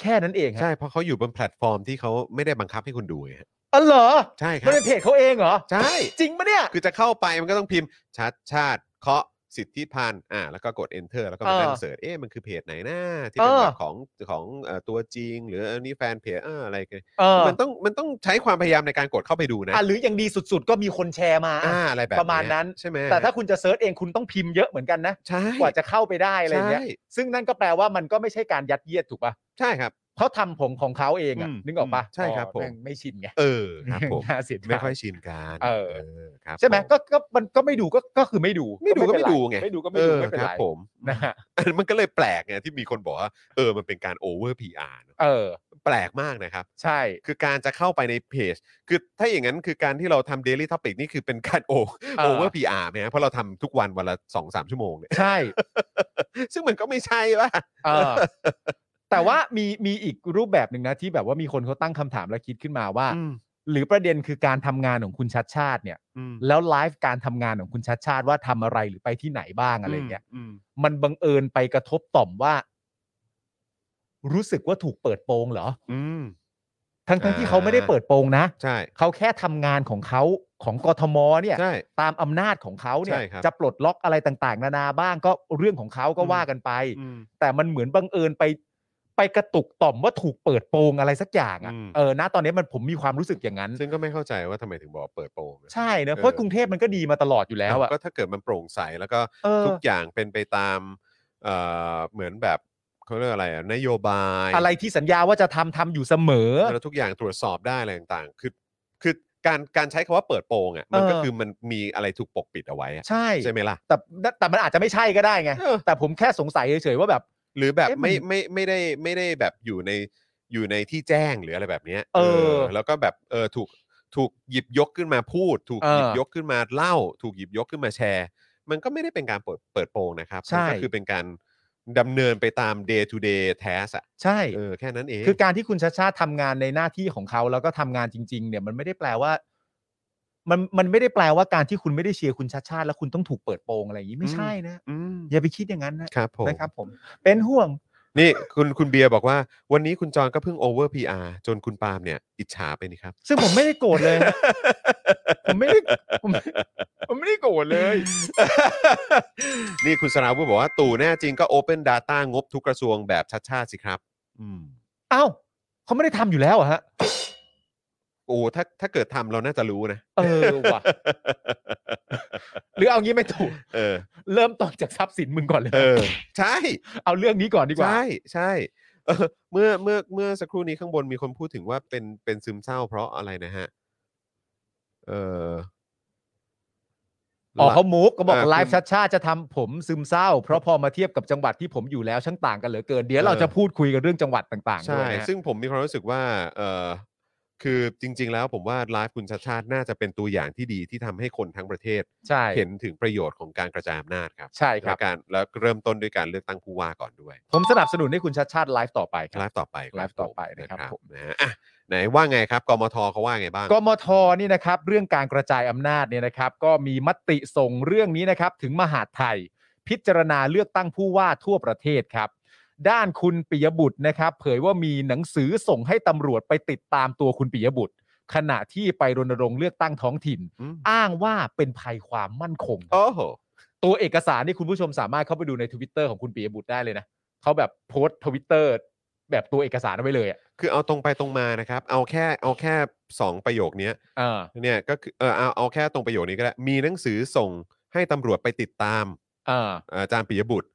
S3: แค่นั้นเองฮะ
S2: ใช่เพราะเขาอยู่บนแพลตฟอร์มที่เขาไม่ได้บังคับให้คุณดูไงฮะ
S3: อ๋อเหรอ
S2: ใช่ครั
S3: มัน
S2: บ
S3: เป็นเพจเขาเองเหรอ
S2: ใช่
S3: จริงปะเนี่ย
S2: คือจะเข้าไปมันก็ต้องพิมพ์ชัดชาติเคาะสิทธิพันธ์อ่าแล้วก็กด enter แล้วก็มา
S3: เออ
S2: นั่งเสิร์ชเอ๊ะมันคือเพจไหนนะที่เป็น
S3: เออ
S2: แบบของของเอ่อตัวจริง หรืออันนี้แฟนเพจเอออะไรกัน
S3: เออ
S2: มันต้องมันต้องใช้ความพยายามในการกดเข้าไปดูนะ
S3: อ่ะหรืออย่างดีสุดๆ ก็มีคนแชร์มา
S2: อ่าอะไรแบบ
S3: ประมาณนั้น
S2: ใช่ไหม
S3: แต่ถ้าคุณจะเซิร์ชเองคุณต้องพิมพ์เยอะเหมือนกันนะ
S2: ใช่
S3: กว่าจะเข้าไปได้อะไรเงี้ย
S2: ใช่
S3: ซึ่งนั่นก็แปลว่ามันก็ไม่ใช่การยัดเยียดถูกปะ
S2: ใช่ครับ
S3: เขาทำผมของเขาเองอะ
S2: อืม
S3: นึกออกปะ
S2: อืมใช่ครับผม
S3: แงไม่ชินไง
S2: เออครับผม
S3: น่าเสียดาย
S2: ไม่ค่อยชินการ
S3: เออ
S2: ครับ
S3: ใช่ไหม
S2: ผ
S3: ก็ก็มันก็ไม่ดูก็ก็คือไม่ดู
S2: ไม่ดูก็ไม่
S3: เป็นร
S2: ดูไง
S3: ไม่ดูก็ไม่
S2: เอ
S3: ดู
S2: อ
S3: ไม่เป็น
S2: ครั
S3: ไร
S2: บผม
S3: นะฮะ
S2: อันมันก็เลยแปลกไงที่มีคนบอกว่าเออมันเป็นการโอเวอร์พีอาร์
S3: เออ
S2: แปลกมากนะครับ
S3: ใช่
S2: คือการจะเข้าไปในเพจ คือถ้าอย่างนั้นคือการที่เราทำ Daily Topic นี่คือเป็นการ โอ
S3: เออ
S2: โอเวอร์พีอาร์ไหมฮะเพราะเราทำทุกวันวันละ 2-3 ชั่วโมงเนี่ย
S3: ใช่
S2: ซึ่งมันก็ไม่ใช่ว่า
S3: เออ แต่ว่ามีมีอีกรูปแบบหนึ่งนะที่แบบว่ามีคนเขาตั้งคำถามและคิดขึ้นมาว่า หรือประเด็นคือการทำงานของคุณชัดชาติเนี่ย แล้วไลฟ์การทำงานของคุณชัดชาติว่าทำอะไรหรือไปที่ไหนบ้างอะไรเงี้ยมันบังเอิญไปกระทบต่อมว่า รู้สึกว่าถูกเปิดโปงเหรอ ทั้งทั้งที่เขาไม่ได้เปิดโปงนะ
S2: ใช่
S3: เขาแค่ทำงานของเขาของกทมเนี่ย
S2: ใช่
S3: ตามอำนาจของเขาเนี่ย
S2: ใช่ครับ
S3: จะปลดล็อกอะไรต่างๆ นานาบ้างก็เรื่องของเขาก็ว่ากันไป แต่มันเหมือนบังเอิญไป ไปกระตุกต่อมว่าถูกเปิดโปงอะไรสักอย่างอะ
S2: อืม
S3: เออนะตอนนี้มันผมมีความรู้สึกอย่างนั้น
S2: ซึ่งก็ไม่เข้าใจว่าทำไมถึงบอกเปิดโปงนะ
S3: ใช่เนอะเพราะกรุงเทพมันก็ดีมาตลอดอยู่แล้วอะ
S2: ก็ถ้าเกิดมันโปร่งใสแล้วก็
S3: เออ
S2: ทุกอย่างเป็นไปตามเอ่อเหมือนแบบเขาเรียกอะไรอะนโยบาย
S3: อะไรที่สัญญาว่าจะทำทำอยู่เสมอ
S2: แล้วทุกอย่างตรวจสอบได้อะไรต่างๆ คือ คือการการใช้คำว่าเปิดโปงอ่ะ มันก็
S3: เออ
S2: คือมันมีอะไรถูกปกปิดเอาไว้อะ
S3: ใช่
S2: ใช่ไหมล่ะ
S3: แต่แต่มันอาจจะไม่ใช่ก็ได้ไง
S2: เออ
S3: แต่ผมแค่สงสัยเฉยๆว่าแบบ
S2: หรือแบบ
S3: เอ๊ะมัน
S2: ไม่ไม่ไม่ได้ไม่ได้แบบอยู่ในอยู่ในที่แจ้งหรืออะไรแบบเนี้ย
S3: เออ
S2: แล้วก็แบบเออถูกถูกหยิบยกขึ้นมาพูด ถูก
S3: เออ
S2: หยิบยกขึ้นมาเล่า ถูกหยิบยกขึ้นมาแชร์ มันก็ไม่ได้เป็นการเปิดเปิดโปงนะครับ
S3: ใช่
S2: มัก็คือเป็นการดำเนินไปตาม day to day task อ่ะ
S3: ใช่
S2: เออแค่นั้นเอง
S3: คือการที่คุณชาชาติทำงานในหน้าที่ของเขาแล้วก็ทำงานจริง ๆ เนี่ยมันไม่ได้แปลว่า มันมันไม่ได้แปลว่าการที่คุณไม่ได้เชียร์คุณชาชาติ แล้วคุณต้องถูกเปิดโปงอะไรอย่างนี้ไม่ใช่นะ
S2: อืม
S3: อย่าไปคิดอย่างนั้นนะครับ
S2: ผม
S3: นะครับ ผม เป็นห่วง
S2: นี่คุณคุณเบียร์บอกว่าวันนี้คุณจอนก็เพิ่งโอเวอร์พีอาจนคุณปาล์มเนี่ยอิจฉาไปนี่ครับ
S3: ซึ่งผมไม่ได้โกรธเลยนะ ผมไม่ได้ ผมผมไม่ได้โกรธเลย
S2: นี่คุณสราวุธบอกว่าตู่แน่จริงก็ Open Data งบทุกกระทรวงแบบชัดชาติสิครับ อืม
S3: เอ้าเขาไม่ได้ทำอยู่แล้วเหรอะฮะ
S2: โอ้ถ้าถ้าเกิดทำเราน่าจะรู้นะ
S3: เออว่ะ หรือเอางี้ไม่ถูก
S2: เออ
S3: เริ่มต้นจากทรัพย์สินมึงก่อนเลย
S2: เออ ใช่
S3: เอาเรื่องนี้ก่อนดีกว่า
S2: ใช่ใช่เออเมื่อเมื่อเมื่อสักครู่นี้ข้างบนมีคนพูดถึงว่าเป็นเป็นซึมเศร้าเพราะอะไรนะฮะ เออ
S3: ออกเขามุกก็บอก
S2: เออ
S3: ไล
S2: คุ
S3: ฟ์
S2: ณ
S3: ชัดชาติจะทำผมซึมเศร้า เพราะพอมาเทียบกับจังหวัดที่ผมอยู่แล้วช่างต่างกันเหลือเกิน เดี๋ยวเราจะพูดคุยกันเรื่องจังหวัดต่างๆด้ว
S2: ใช่
S3: ยนะฮะ
S2: ซึ่งผมมีความรู้สึกว่า เออคือจริง ๆ แล้วผมว่าไลฟ์คุณชาชาติน่าจะเป็นตัวอย่างที่ดีที่ทำให้คนทั้งประเทศ
S3: ใช่
S2: เห็นถึงประโยชน์ของการกระจายอำนาจครับ
S3: ใช่ค
S2: และ
S3: รับ
S2: การแล้วเริ่มต้นด้วยการเลือกตั้งผู้ว่าก่อนด้วย
S3: ผมสนับสนุนให้คุณชัดชาติไลฟ์ต่อไปค
S2: ไล
S3: รับ
S2: ฟ์ต่อไปค
S3: ไล
S2: รับ
S3: ฟ์ต่อไปนะครับ
S2: ผม
S3: ผม
S2: นะฮะอ่ะไหนว่าไงครับกมทเขาว่าไงบ้าง
S3: กมทนี่นะครับเรื่องการกระจายอำนาจเนี่ยนะครับ ก็มีมติส่งเรื่องนี้นะครับ ถึงมหาดไทย พิจารณาเลือกตั้งผู้ว่าทั่วประเทศครับ ด้านคุณปิยบุตรนะครับ เผยว่ามีหนังสือส่งให้ตำรวจไปติดตามตัวคุณปิยบุตร ขณะที่ไปรณรงค์เลือกตั้งท้องถิ่น
S2: อืม
S3: อ้างว่าเป็นภัยความมั่นคง
S2: โอ้โห
S3: ตัวเอกสารนี่คุณผู้ชมสามารถเข้าไปดูในทวิตเตอร์ของคุณปียบุตรได้เลยนะเขาแบบโพสต์ทวิตเตอร์แบบตัวเอกสารเอาไว้เลยอะ
S2: คือเอาตรงไปตรงมานะครับ เอาแค่เอาแค่ 2 ประโยคเนี้ย
S3: เออ
S2: เนี่ยก็คือเออเอาเอาแค่ตรงประโยคนี้ก็ได้ มีหนังสือส่งให้ตำรวจไปติดตาม
S3: เออ
S2: อาจารย์ปิยบุตร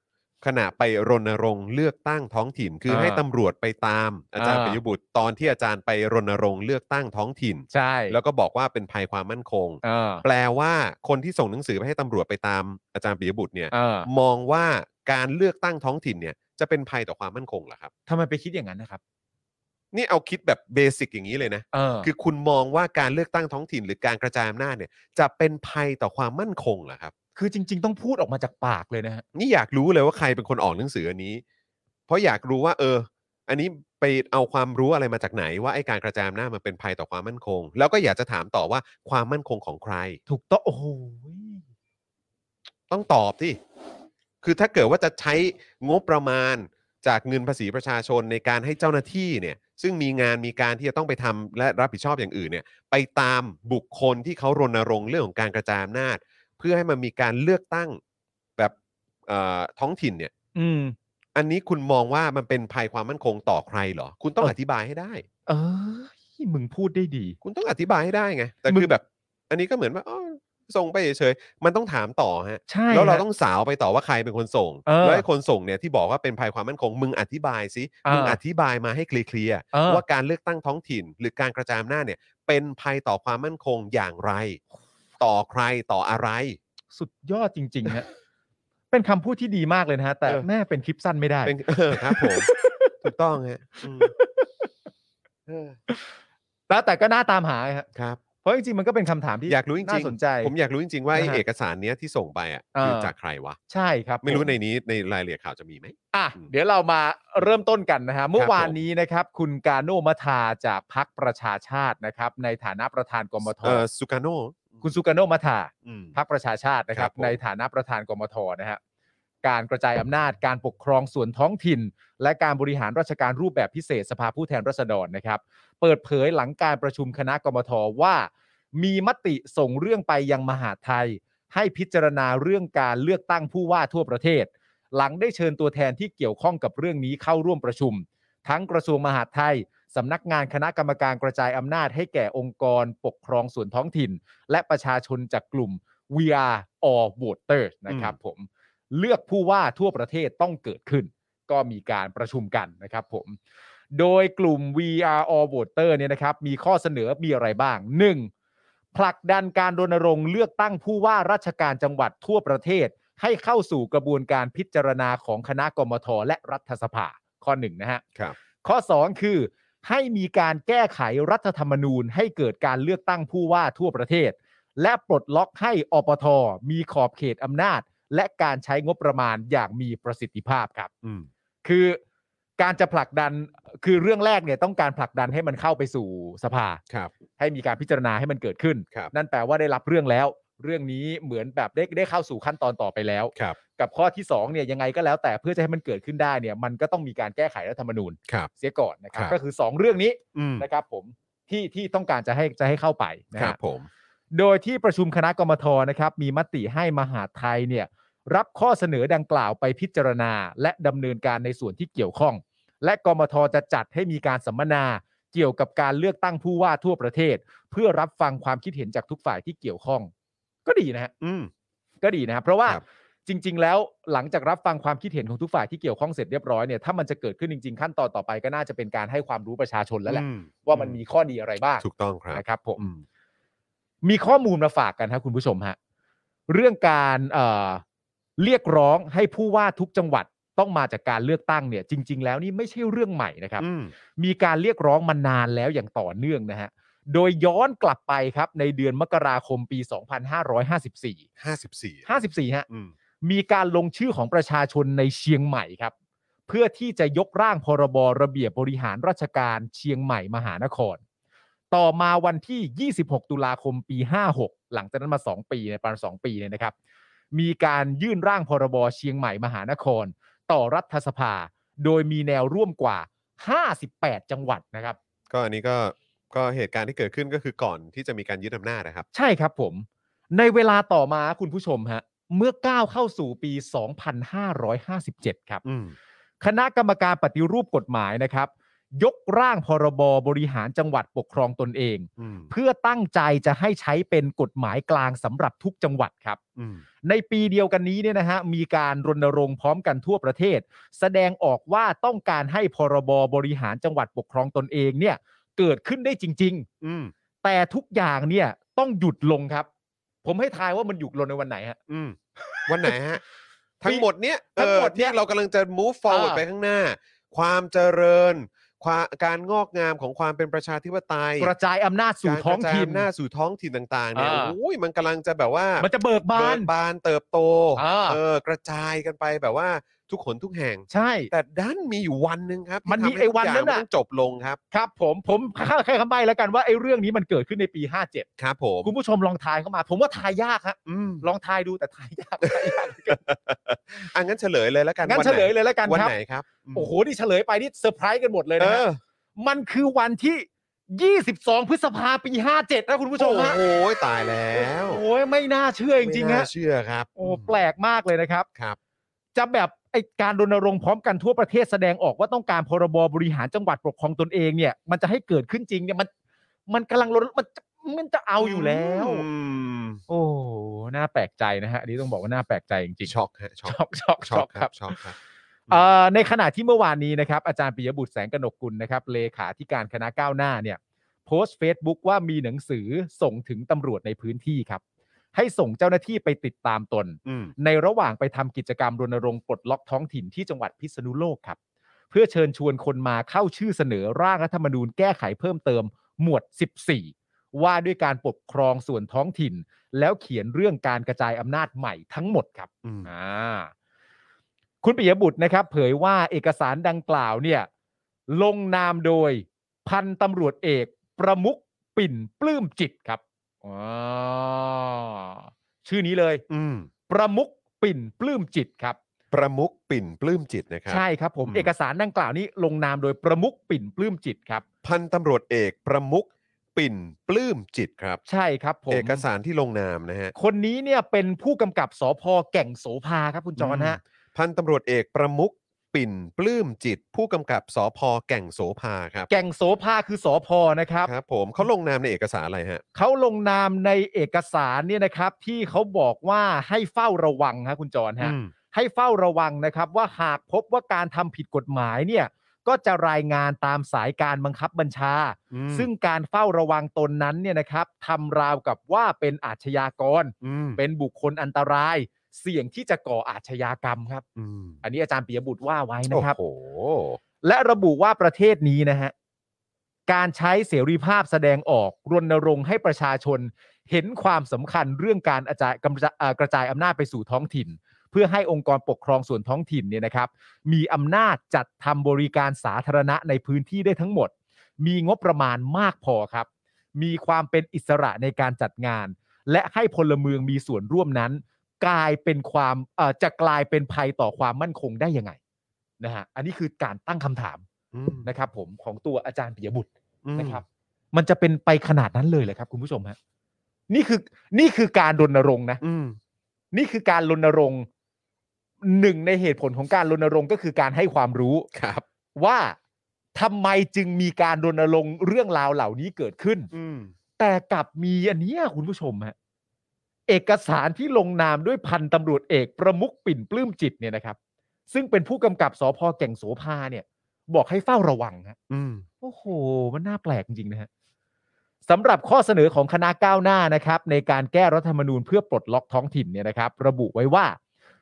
S2: ขณะไปรณรงค์เลือกตั้งท้องถิ่น คือ
S3: เออ
S2: ให้ตำรวจไปตามอาจารย์
S3: เออ
S2: ปิยบุตร ตอนที่อาจารย์ไปรณรงค์เลือกตั้งท้องถิ่น
S3: ใช่
S2: แล้วก็บอกว่าเป็นภัยความมั่นคง
S3: เออ
S2: แปลว่าคนที่ส่งหนังสือไปให้ตำรวจไปตามอาจารย์ปิยบุตรเนี่ย
S3: เออ
S2: มองว่าการเลือกตั้งท้องถิ่นเนี่ยจะเป็นภัยต่อความมั่นคงเหรอครับ
S3: ทำไมไปคิดอย่างนั้นนะครับ
S2: นี่เอาคิดแบบเบสิกอย่างนี้เลยนะ
S3: เออ
S2: คือคุณมองว่าการเลือกตั้งท้องถิ่นหรือการกระจายอำนาจเนี่ยจะเป็นภัยต่อความมั่นคงเหรอครับ
S3: คือจริง ๆ ต้องพูดออกมาจากปากเลยนะฮะ
S2: นี่อยากรู้เลยว่าใครเป็นคนออกหนังสืออันนี้ เพราะอยากรู้ว่า เออ อันนี้ไปเอาความรู้อะไรมาจากไหน ว่าไอ้การกระจายอำนาจมันเป็นภัยต่อความมั่นคง แล้วก็อยากจะถามต่อว่าความมั่นคงของใคร
S3: ถูกต้องโอ้โห
S2: ต้องตอบที่ คือถ้าเกิดว่าจะใช้งบประมาณจากเงินภาษีประชาชนในการให้เจ้าหน้าที่เนี่ย ซึ่งมีงานมีการที่จะต้องไปทำและรับผิดชอบอย่างอื่นเนี่ย ไปตามบุคคลที่เขารณรงค์เรื่องของการกระจายอำนาจ เพื่อให้มันมีการเลือกตั้งแบบเอ่อท้องถิ่นเนี่ย
S3: อืม
S2: อันนี้คุณมองว่ามันเป็นภัยความมั่นคงต่อใครเหรอ คุณต้อง
S3: เอ่
S2: อ
S3: อ
S2: ธิบายให้ได้
S3: เออมึงพูดได้ดี
S2: คุณต้องอธิบายให้ได้ไง แต่
S3: มึง
S2: คือแบบ อันนี้ก็เหมือนว่าอ้อส่งไปเฉยๆมันต้องถามต่อฮะ
S3: ใช่
S2: แล้วเรา
S3: ฮะ
S2: ต้องสาวไปต่อว่าใครเป็นคนส่ง
S3: เออ
S2: แล้วไอ้คนส่งเนี่ยที่บอกว่าเป็นภัยความมั่นคง มึงอธิบายสิ
S3: เออ
S2: มึงอธิบายมาให้เคลียร์
S3: เออ
S2: ๆว่าการเลือกตั้งท้องถิ่น หรือการกระจายอำนาจเนี่ย เป็นภัยต่อความมั่นคงอย่างไร ต่อใครต่ออะไร
S3: สุดยอดจริง ๆ ฮะ เป็นคำพูดที่ดีมากเลยนะฮะ แต่
S2: เออ
S3: แม่เป็นคลิปสั้นไม่ได้
S2: เป็น เออครับผม ถูกต้องฮะอืม เออ
S3: แล้วแต่ก็น่าตามหาครับ
S2: ครับ
S3: เพราะจริง ๆ มันก็เป็นคำถามที่
S2: อยากรู้จริงๆ
S3: น่าสนใจ
S2: ผมอยากรู้จริงๆว่าไอ้
S3: นะฮะ
S2: เอกสารเนี้ยที่ส่งไปอ่ะคือ
S3: เออ
S2: จากใครวะ
S3: ใช่ครับ
S2: ไม่รู้
S3: ผ
S2: ในนี้ในรายละเอียดข่าวจะมีไหม
S3: อ่ะ
S2: อืม
S3: เดี๋ยวเรามาเริ่มต้นกันนะฮะเมื่อวาน
S2: ผม
S3: นี้นะครับ คุณกาโนมาทาจากพักประชาชาตินะครับ ในฐานะประธานกมท
S2: เออสุกาโน
S3: คุณสุกาโนมาทา
S2: อืม
S3: พักประชาชาตินะค
S2: ค
S3: รั
S2: รับ บผม
S3: ในฐานะประธานกมทนะฮะการกระจายอำนาจการปกครองส่วนท้องถิ่น และการบริหารราชการรูปแบบพิเศษสภาผู้แทนราษฎรนะครับ เปิดเผยหลังการประชุมคณะกมทว่า มีมติส่งเรื่องไปยังมหาดไทย ให้พิจารณาเรื่องการเลือกตั้งผู้ว่าทั่วประเทศ หลังได้เชิญตัวแทนที่เกี่ยวข้องกับเรื่องนี้เข้าร่วมประชุม ทั้งกระทรวงมหาดไทยสำนักงานคณะกรรมการกระจายอำนาจให้แก่องค์กร ปกครองส่วนท้องถิ่น และประชาชนจากกลุ่ม VR or Voters นะครับผมเลือกผู้ว่าทั่วประเทศต้องเกิดขึ้น ก็มีการประชุมกันนะครับผม โดยกลุ่ม VR or Voter เนี่ยนะครับ มีข้อเสนอมีอะไรบ้าง 1. ผลักดันการรณรงค์เลือกตั้งผู้ว่าราชการจังหวัดทั่วประเทศ ให้เข้าสู่กระบวนการพิจารณาของคณะกมท และรัฐสภา ข้อ 1 นะฮะ
S2: ครับ
S3: ข้อ 2 คือ ให้มีการแก้ไขรัฐธรรมนูญ ให้เกิดการเลือกตั้งผู้ว่าทั่วประเทศ และปลดล็อกให้อปท มีขอบเขตอำนาจ และการใช้งบประมาณอย่างมีประสิทธิภาพครับ
S2: อืม
S3: คือการจะผลักดันคือเรื่องแรกเนี่ยต้องการผลักดันให้มันเข้าไปสู่สภา
S2: ครับ
S3: ให้มีการพิจารณาให้มันเกิดขึ้น
S2: ครับ
S3: นั่นแปลว่าได้รับเรื่องแล้ว เรื่องนี้เหมือนแบบได้ได้เข้าสู่ขั้นตอนต่อไปแล้ว
S2: ครับ
S3: กับข้อที่2เนี่ยยังไงก็แล้วแต่เพื่อจะให้มันเกิดขึ้นได้เนี่ยมันก็ต้องมีการแก้ไขรัฐธรรมนูญ
S2: ครับ
S3: เสียก่อนนะครับ
S2: ครับ
S3: ก็คือ 2 เรื่องนี้
S2: อืม
S3: นะครับ ผมที่ที่ต้องการจะให้จะให้เข้าไปนะ
S2: ค
S3: ฮะ
S2: รับผม
S3: โดยที่ประชุมคณะกมทนะครับ มีมติให้มหาดไทยเนี่ยรับข้อเสนอดังกล่าวไปพิจารณา และดำเนินการในส่วนที่เกี่ยวข้อง และกมทจะจัดให้มีการสัมมนา เกี่ยวกับการเลือกตั้งผู้ว่าทั่วประเทศ เพื่อรับฟังความคิดเห็นจากทุกฝ่ายที่เกี่ยวข้อง ก็ดีนะฮะ
S2: อืม
S3: ก็ดีนะครับเพราะว่า
S2: ครับ
S3: จริง ๆ แล้วหลังจากรับฟังความคิดเห็นของทุกฝ่ายที่เกี่ยวข้องเสร็จเรียบร้อยเนี่ยถ้ามันจะเกิดขึ้นจริง ๆ ขั้นตอนต่อไปก็น่าจะเป็นการให้ความรู้ประชาชนแล้วแหละ
S2: อื
S3: ว่ามันมีข้อดีอะไรบ้าง
S2: ถูกต้องครับ
S3: นะครับผม
S2: อืม
S3: มีข้อมูลมาฝากกันครับคุณผู้ชมฮะเรื่องการเอ่อเรียกร้องให้ผู้ว่าทุกจังหวัดต้องมาจากการเลือกตั้งเนี่ย จริง ๆ แล้วนี่ไม่ใช่เรื่องใหม่นะครับ
S2: อืม
S3: มีการเรียกร้องมานานแล้วอย่างต่อเนื่องนะฮะโดยย้อนกลับไปครับในเดือนมกราคมปี 2554
S2: ห้าสิบสี่
S3: 54ฮะ
S2: อืม
S3: มีการลงชื่อของประชาชนในเชียงใหม่ครับ เพื่อที่จะยกร่างพรบระเบียบบริหารราชการเชียงใหม่มหานคร ต่อมาวันที่ 26 ตุลาคมปี 56 หลังจากนั้นมา 2 ปีในยประมาณ 2 ปีเนี่ยนะครับ มีการยื่นร่างพรบเชียงใหม่มหานคร ต่อรัฐสภา โดยมีแนวร่วมกว่า 58 จังหวัดนะครับ
S2: ก็อันนี้ก็ ก็เหตุการณ์ที่เกิดขึ้นก็คือก่อนที่จะมีการยึดอำนาจนะครับ
S3: ใช่ครับผม ในเวลาต่อมาคุณผู้ชมฮะเมื่อก้าวเข้าสู่ปี 2557 ครับ
S2: อืม
S3: คณะกรรมการปฏิรูปกฎหมายนะครับ ยกร่างพรบบริหารจังหวัดปกครองตนเอง
S2: อืม
S3: เพื่อตั้งใจจะให้ใช้เป็นกฎหมายกลางสำหรับทุกจังหวัดครับ
S2: อืม
S3: ในปีเดียวกันนี้เนี่ยนะฮะมีการรณรงค์พร้อมกันทั่วประเทศ แสดงออกว่าต้องการให้พรบบริหารจังหวัดปกครองตนเองเนี่ยเกิดขึ้นได้จริง
S2: อืม
S3: ๆ แต่ทุกอย่างเนี่ยต้องหยุดลงครับ ผมให้ทายว่ามันหยุดลงในวันไหนฮะ
S2: อืม วันไหนฮะ ทั้งหมดเนี้ย
S3: ทั้งหมด
S2: ออ
S3: เนี่ย
S2: เรากำลังจะ move forward
S3: อ่า
S2: ไปข้างหน้า ความเจริญความการงอกงามของความเป็นประชาธิปไตย
S3: กระจายอำนาจสู่ท้องถิ่น
S2: หน้าจสู่ท้องถิ่นต่าง ๆ เนี่ย
S3: อ่า
S2: โอ้ยมันกำลังจะแบบว่า
S3: มันจะเบิกบา
S2: เบิ
S3: น
S2: กบานเติบโต
S3: อ่า
S2: เออกระจายกันไปแบบว่าทุกขนทุกแห่ง
S3: ใช่
S2: แต่ดันมีอยู่วันหนึ่งครับที่
S3: มันมี
S2: ทำให้
S3: ไอ้วัน
S2: ทุกย่าง
S3: นั้นน่ะ
S2: มัต้องจบลงครับ
S3: ครับผมผมแค่คำใบ้แล้วกันว่าไอ้เรื่องนี้มันเกิดขึ้นในปี 57
S2: ครับผม
S3: คุณผู้ชมลองทายเข้ามา ผมว่าทายยากฮะ
S2: อืม
S3: ลองทายดูแต่ทาย ยากทายยากเหลือเกิน
S2: อ่ะงั้นเฉลยเลยแล้วกัน
S3: งั้น
S2: วัไห
S3: เฉลยเลยแล้วกัน
S2: วัน
S3: ครับ
S2: ไหนครับม
S3: โอ้โหนี่เฉลยไปนี่เซอร์ไพรส์กันหมดเลย
S2: เอ
S3: นะฮะ
S2: อ
S3: มันคือวันที่ 22 พฤษภาปี 57 นะคุณผู้ช
S2: โอ้
S3: มฮะ
S2: โหตายแล้ว
S3: โอ้ยไม่น่าเชื่อจริงๆ
S2: ไม่
S3: ฮะ
S2: น่าเชื่อครับ
S3: โอ้
S2: ม
S3: แปลกมากเลยนะครับ
S2: ครับ
S3: จะแบบไอการรณรงค์พร้อมกันทั่วประเทศแสดงออกว่าต้องการพรบบริหารจังหวัดปกครองตนเองเนี่ย มันจะให้เกิดขึ้นจริงเนี่ยมัน มันกำลังรณมันจะมันจะเอาอยู่แล้ว
S2: อืม
S3: โอ้โหน่าแปลกใจนะฮะอันนี้ต้องบอกว่าน่าแปลกใจจริงๆ
S2: ช็อกฮะช็อก
S3: ช็อกช็อกช็อกครับ
S2: ช็อกครับ
S3: เอ่อในขณะที่เมื่อวานนี้นะครับ อาจารย์ปิยบุตรแสงกนกกุลนะครับ เลขาธิการคณะก้าวหน้าเนี่ย โพสต์ Facebook ว่ามีหนังสือส่งถึงตำรวจในพื้นที่ครับ ให้ส่งเจ้าหน้าที่ไปติดตามตน
S2: อืม
S3: ในระหว่างไปทำกิจกรรมรณรงค์ปลดล็อกท้องถิ่นที่จังหวัดพิษณุโลกครับ เพื่อเชิญชวนคนมาเข้าชื่อเสนอร่างรัฐธรรมนูญแก้ไขเพิ่มเติมหมวด 14 ว่าด้วยการปกครองส่วนท้องถิ่น แล้วเขียนเรื่องการกระจายอำนาจใหม่ทั้งหมดครับ
S2: อืม
S3: อ่าคุณปิยบุตรนะครับ เผยว่าเอกสารดังกล่าวเนี่ย ลงนามโดยพันตำรวจเอกประมุกปิ่นปลื้มจิตครับอ๋อชื่อนี้เลย
S2: อืม
S3: ประมุกปิ่นปลื้มจิตครับ
S2: ประมุขปิ่นปลื้มจิตนะครับ
S3: ใช่ครับผม
S2: อืม
S3: เอกสารดังกล่าวนี้ลงนามโดยประมุกปิ่นปลื้มจิตครับ
S2: พันตำรวจเอกประมุขปิ่นปลื้มจิตครับ
S3: ใช่ครับผม
S2: เอกสารที่ลงนามนะฮะ
S3: คนนี้เนี่ยเป็นผู้กำกับสพแก่งโสภาครับคุณจรฮะ
S2: พันตำรวจเอกประมุขปิ่นปลื้มจิต ผู้กำกับสพแก่งโสภาครับ
S3: แก่งโสภาคือสพนะครับ
S2: ครับ ผมเขาลงนามในเอกสารอะไรฮะ
S3: เขาลงนามในเอกสารเนี่ยนะครับ ที่เขาบอกว่าให้เฝ้าระวังครับคุณจรฮะ
S2: อืม
S3: ให้เฝ้าระวังนะครับ ว่าหากพบว่าการทำผิดกฎหมายเนี่ยก็จะรายงานตามสายการบังคับบัญชา
S2: อืม
S3: ซึ่งการเฝ้าระวังตนนั้นเนี่ยนะครับทำราวกับว่าเป็นอาชญากร
S2: อืม
S3: เป็นบุคคลอันตราย เสี่ยงที่จะก่ออาชญากรรมครับ
S2: อืม
S3: อันนี้อาจารย์ปิยบุตรว่าไว้นะครับ
S2: โอ้โห
S3: และระบุว่าประเทศนี้นะฮะ การใช้เสรีภาพแสดงออกรณรงค์ให้ประชาชน เห็นความสำคัญเรื่องการอาจายกำจะเอ่อกระจายอำนาจไปสู่ท้องถิ่น เพื่อให้องค์กรปกครองส่วนท้องถิ่นเนี่ยนะครับ มีอำนาจจัดทำบริการสาธารณะในพื้นที่ได้ทั้งหมด มีงบประมาณมากพอครับ มีความเป็นอิสระในการจัดงาน และให้พลเมืองมีส่วนร่วมนั้น กลายเป็นความเอ่อจะกลายเป็นภัยต่อความมั่นคงได้ยังไงนะฮะอันนี้คือการตั้งคำถาม
S2: อืม
S3: นะครับผมของตัวอาจารย์ปิยบุตร
S2: อืม
S3: นะครับ มันจะเป็นไปขนาดนั้นเลยเหรอครับ คุณผู้ชมฮะนี่คือนี่คือการรณรงค์นะ
S2: อืม
S3: นี่คือการรณรงค์หนึ่งในเหตุผลของการรณรงค์ก็คือการให้ความรู้
S2: ครับ
S3: ว่าทำไมจึงมีการรณรงค์เรื่องราวเหล่านี้เกิดขึ้น
S2: อืม
S3: แต่กลับมีอันเนี้ยคุณผู้ชมฮะเอกสารที่ลงนามด้วยพันตำรวจเอกประมุกปิ่นปลื้มจิตเนี่ยนะครับ ซึ่งเป็นผู้กำกับสพแก่งโสภาเนี่ย บอกให้เฝ้าระวังฮะ
S2: อืม
S3: โอ้โห มันน่าแปลกจริงๆนะฮะสำหรับข้อเสนอของคณะก้าวหน้านะครับ ในการแก้รัฐธรรมนูญเพื่อปลดล็อกท้องถิ่นเนี่ยนะครับ ระบุไว้ว่า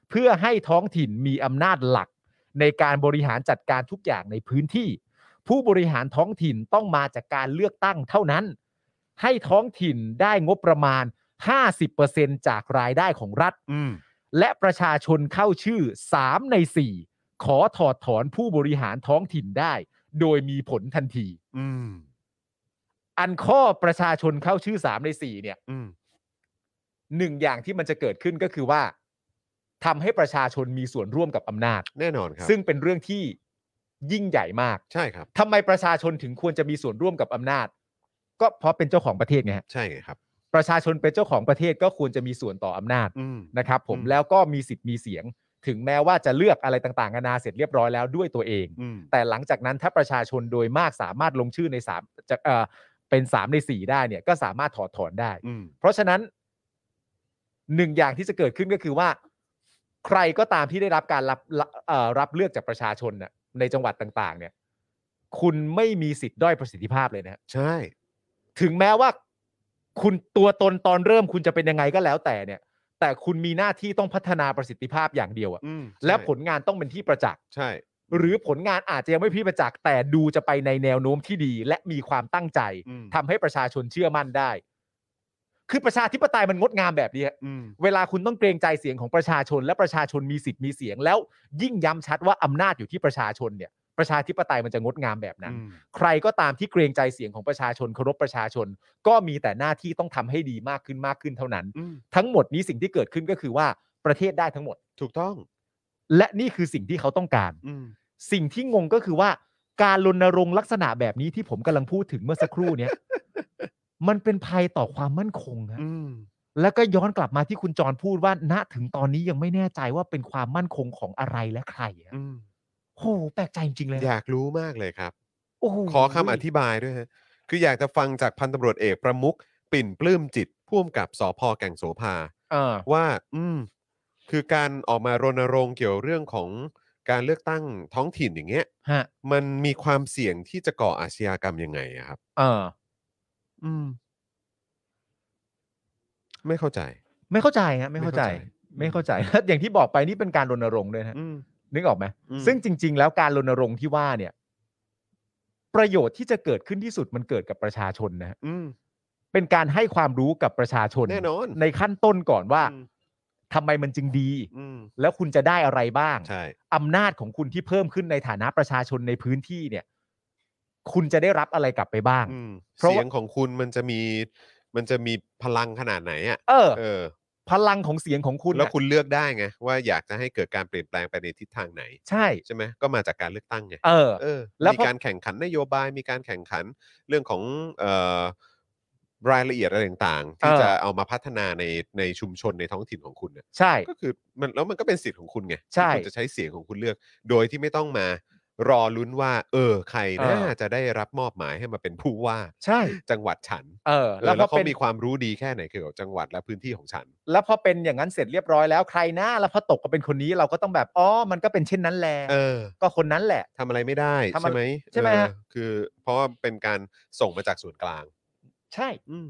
S3: เพื่อให้ท้องถิ่นมีอำนาจหลัก ในการบริหารจัดการทุกอย่างในพื้นที่ ผู้บริหารท้องถิ่นต้องมาจากการเลือกตั้งเท่านั้น ให้ท้องถิ่นได้งบประมาณ 50%จากรายได้ของรัฐ
S2: อืม
S3: และประชาชนเข้าชื่อ 3 ใน 4 ขอถอดถอนผู้บริหารท้องถิ่นได้ โดยมีผลทันที
S2: อืม
S3: อันข้อประชาชนเข้าชื่อ 3 ใน 4 เนี่ย
S2: อืม
S3: หนึ่งอย่างที่มันจะเกิดขึ้นก็คือว่าทำให้ประชาชนมีส่วนร่วมกับอำนาจ
S2: แน่นอนครับ
S3: ซึ่งเป็นเรื่องที่ยิ่งใหญ่มาก
S2: ใช่ครับ
S3: ทำไมประชาชนถึงควรจะมีส่วนร่วมกับอำนาจ ก็เพราะเป็นเจ้าของประเทศไงฮะ
S2: ใช่ครับ
S3: ประชาชนเป็นเจ้าของประเทศก็ควรจะมีส่วนต่ออำนาจ
S2: อืม
S3: นะครับผม
S2: อืม
S3: แล้วก็มีสิทธิ์มีเสียง ถึงแม้ว่าจะเลือกอะไรต่างๆนานาเสร็จเรียบร้อยแล้วด้วยตัวเอง
S2: อืม
S3: แต่หลังจากนั้นถ้าประชาชนโดยมากสามารถลงชื่อในสามจะเอ่อเป็นสามในสี่ได้เนี่ยก็สามารถถอดถอนได้
S2: อืม
S3: เพราะฉะนั้นหนึ่งอย่างที่จะเกิดขึ้นก็คือว่า ใครก็ตามที่ได้รับการรับละเอ่อรับเลือกจากประชาชนน่ะในจังหวัดต่าง ๆ เนี่ย คุณไม่มีสิทธิ์ด้อยประสิทธิภาพเลยนะฮะ
S2: ใช่
S3: ถึงแม้ว่า คุณตัวตนตอนเริ่มคุณจะเป็นยังไงก็แล้วแต่เนี่ย แต่คุณมีหน้าที่ต้องพัฒนาประสิทธิภาพอย่างเดียวอะ
S2: อืม
S3: และผ
S2: ใช่
S3: ลงานต้องเป็นที่ประจักษ์
S2: ใช่
S3: หรือผลงานอาจจะยังไม่พี่ประจักษ์แต่ดูจะไปในแนวโน้มที่ดี และมีความตั้งใจ
S2: อืม
S3: ทำให้ประชาชนเชื่อมั่นได้ คือประชาธิปไตยมันงดงามแบบนี้ฮะ
S2: อืม
S3: เวลาคุณต้องเกรงใจเสียงของประชาชน และประชาชนมีสิทธิ์มีเสียง แล้วยิ่งย้ำชัดว่าอำนาจอยู่ที่ประชาชนเนี่ย ประชาธิปไตยมันจะงดงามแบบนั้น
S2: อืม
S3: ใครก็ตามที่เกรงใจเสียงของประชาชนเคารพประชาชน ก็มีแต่หน้าที่ต้องทำให้ดีมากขึ้นมากขึ้นเท่านั้น
S2: อืม
S3: ทั้งหมดนี้สิ่งที่เกิดขึ้นก็คือว่าประเทศได้ทั้งหมด
S2: ถูกต้อง
S3: และนี่คือสิ่งที่เขาต้องการ
S2: อืม
S3: สิ่งที่งงก็คือว่าการรณรงค์ลักษณะแบบนี้ที่ผมกำลังพูดถึงเมื่อสักครู่ เนี่ย มันเป็นภัยต่อความมั่นคงฮะ
S2: อืม
S3: แล้วก็ย้อนกลับมาที่คุณจรพูดว่าณถึงตอนนี้ยังไม่แน่ใจว่าเป็นความมั่นคงของอะไรและใครอะ
S2: อืม
S3: โหแปลกใจจริงๆเลย
S2: อ
S3: นะ
S2: ยากรู้มากเลยครับ
S3: โอ้โห
S2: ขอคำอธิบายด้วยฮะ คืออยากจะฟังจากพันตำรวจเอกประมุกปิ่นปลื้มจิตพ่วมกับสพแก่งโสภา
S3: เออ
S2: ว่า อืม คือการออกมารณรงค์เกี่ยวเรื่องของการเลือกตั้งท้องถิ่นอย่างเงี้ย
S3: ฮะ
S2: มันมีความเสี่ยงที่จะก่ออาชญากรรมยังไงอะครับ
S3: เออ
S2: อืม ไม่เข้าใจ
S3: ไม่เข้าใจฮะไม่เข้าใจ
S2: ไม่
S3: ไม่
S2: เข้า
S3: เข้า
S2: ใจ
S3: ใจ แล้วอย่างที่บอกไปนี่เป็นการรณรงค์ด้วยนะ
S2: อืม
S3: นึกออกไหม
S2: อืม
S3: ซึ่งจริง ๆ แล้วการรณรงค์ที่ว่าเนี่ย ประโยชน์ที่จะเกิดขึ้นที่สุดมันเกิดกับประชาชนนะฮะ
S2: อืม
S3: เป็นการให้ความรู้กับประชาชน
S2: แน่นอน
S3: ในขั้นต้นก่อนว่า
S2: อืม
S3: ทำไมมันจึงดี
S2: อืม
S3: แล้วคุณจะได้อะไรบ้าง
S2: ใช่
S3: อำนาจของคุณที่เพิ่มขึ้นในฐานะประชาชนในพื้นที่เนี่ย คุณจะได้รับอะไรกลับไปบ้าง
S2: อืม
S3: เพราะว่า
S2: เสียงของคุณมันจะมี มันจะมีพลังขนาดไหนอ่ะ
S3: เออ
S2: เออ
S3: พลังของเสียงของคุณ
S2: แล้ว
S3: น่ะ
S2: คุณเลือกได้ไง ว่าอยากจะให้เกิดการเปลี่ยนแปลงไปในทิศทางไหน
S3: ใช่
S2: ใช่ไหมก็มาจากการเลือกตั้งไง
S3: เออ
S2: เออ
S3: แล้ว
S2: มี
S3: พอ
S2: การแข่งขันนโยบายมีการแข่งขันเรื่องของเอ่อรายละเอียดอะไรต่างๆ ที่จะเอามาพัฒนาในในชุมชนในท้องถิ่นของคุณเนี่ย
S3: ใช่
S2: ก็คือมันแล้วมันก็เป็นสิทธิ์ของคุณไง
S3: ใช่
S2: ที่คุณจะใช้เสียงของคุณเลือก โดยที่ไม่ต้องมารอลุ้นว่า เออ ใคร
S3: เออ
S2: น่าจะได้รับมอบหมายให้มาเป็นผู้ว่า
S3: ใช่
S2: จังหวัดฉัน
S3: เออ
S2: เออแล้ว
S3: พอ
S2: เขา
S3: เป็น
S2: มีความรู้ดีแค่ไหนเกี่ยวกับจังหวัดและพื้นที่ของฉัน
S3: แล้วพอเป็นอย่างนั้นเสร็จเรียบร้อยแล้วใครหน้าแล้วพอตกก็เป็นคนนี้เราก็ต้องแบบอ๋อมันก็เป็นเช่นนั้นแหละ
S2: เออ
S3: ก็คนนั้นแหละ
S2: ทำอะไรไม่ได้
S3: ทำอะ
S2: ใช่ไห
S3: ไร
S2: ม
S3: ใช่ไหม
S2: เออ
S3: ฮะ
S2: คือเพราะว่าเป็นการส่งมาจากส่วนกลาง
S3: ใช่
S2: อืม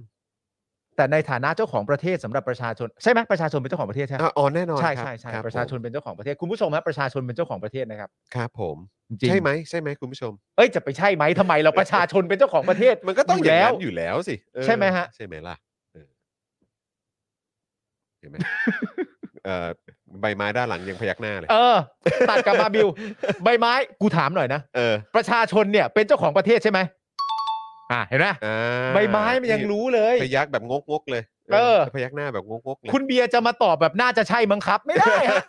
S3: แต่ในฐานะเจ้าของประเทศสำหรับประชาชนใช่ไหมประชาชนเป็นเจ้าของประเทศใช่ไหม
S2: อ่ะอ๋อแน่นอน
S3: ใช่
S2: ครับ
S3: ใช่ใช่
S2: คบ
S3: ประชา
S2: ผม
S3: ชนเป็นเจ้าของประเทศคุณผู้ชมฮะประชาชนเป็นเจ้าของประเทศนะครับ
S2: ครับผม
S3: จริง
S2: ใช่ไหมใช่ไหมคุณผู้ชม
S3: เอ้ยจะไปใช่ไหมทำไมเราประชาชนเป็นเจ้าของประเทศ
S2: มันก็ต้อง
S3: อยู่
S2: อย่าง
S3: แล้ว
S2: นั้นอยู่แล้วสิเออ
S3: ใช่ไหมฮะ
S2: ใช่ไหมล่ะเออเห็นไหม เอ่อใบไม้ด้านหลังยังพยักหน้าเลย
S3: เออตัดกลับมาบิว ใบไม้กูถามหน่อยนะ
S2: เออ
S3: ประชาชนเนี่ยเป็นเจ้าของประเทศใช่ไหมอ่าเห็นไหม
S2: อ่า
S3: ใบไม้มันยังรู้เลย
S2: พยักแบบงกงกๆเลย
S3: เออ
S2: พยักหน้าแบบงกงกๆเลย
S3: คุณเบียร์จะมาตอบแบบน่าจะใช่มั้งครับ ไม่ได้ ฮะ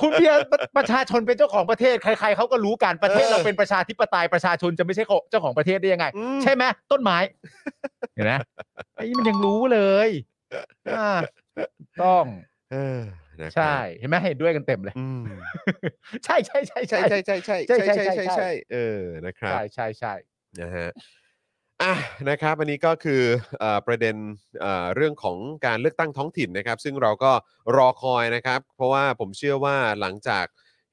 S3: คุณเบียร์ประชาชนเป็นเจ้าของประเทศใคร ๆเขาก็รู้กันประเทศเราเป็นประชาธิปไตยประชาชนจะไม่ใช่เจ้าของประเทศได้ยังไง
S2: อืม
S3: ใช่ไหมต้นไม้ เห็นไหมไอ้นี่มันยังรู้เลยอ่าต้อง
S2: เออนะครับ
S3: ใช่เห็นไหมเห็นด้วยกันเต็มเลย
S2: อืม
S3: ใช่ใช่ใช่
S2: ใช่
S3: ใช่
S2: ใช่ใช่ใช่
S3: ใช่
S2: ใช่ใช่ใช่
S3: ใช่ใช่ใช่
S2: ใช่เออนะครับ
S3: ใช่ใช่ใช่
S2: นะฮะ อ่ะ นะครับ อันนี้ก็คือเออประเด็นเอ่อเรื่องของการเลือกตั้งท้องถิ่นนะครับ ซึ่งเราก็รอคอยนะครับ เพราะว่าผมเชื่อว่าหลังจาก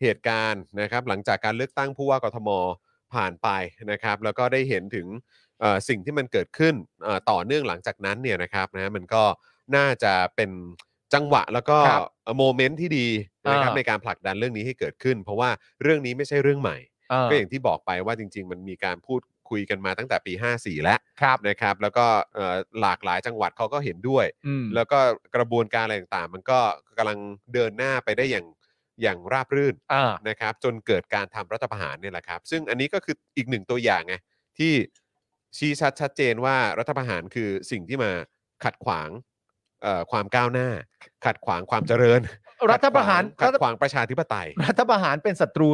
S2: เหตุการณ์นะครับ หลังจากการเลือกตั้งผู้ว่ากทมผ่านไปนะครับ แล้วก็ได้เห็นถึงเอ่อสิ่งที่มันเกิดขึ้นเอ่อต่อเนื่องหลังจากนั้นเนี่ยนะครับนะ มันก็น่าจะเป็นจังหวะแล้วก็
S3: ครับ
S2: โมเมนต์ที่ดีนะครับ
S3: อ่า
S2: ในการผลักดันเรื่องนี้ให้เกิดขึ้น เพราะว่าเรื่องนี้ไม่ใช่เรื่องใหม่
S3: เออ
S2: ก็อย่างที่บอกไปว่าจริง ๆ มันมีการพูดคุยกันมาตั้งแต่ปี 54 แล้ว
S3: ครับ
S2: นะครับ แล้วก็เอ่อหลากหลายจังหวัดเขาก็เห็นด้วย
S3: อืม
S2: แล้วก็กระบวนการอะไรต่างๆ มันก็กำลังเดินหน้าไปได้อย่างอย่างราบรื่น
S3: อ่า
S2: นะครับ จนเกิดการทำรัฐประหารเนี่ยแหละครับ ซึ่งอันนี้ก็คืออีกหนึ่งตัวอย่างไงที่ชี้ชัดชัดเจนว่ารัฐประหารคือสิ่งที่มาขัดขวางเอ่อความก้าวหน้า ขัดขวางความเจริญ
S3: รัฐประหาร
S2: ขั
S3: รั
S2: ด
S3: ฐ
S2: ขวางประชาธิปไตย
S3: รัฐประหารเป็นศัตรู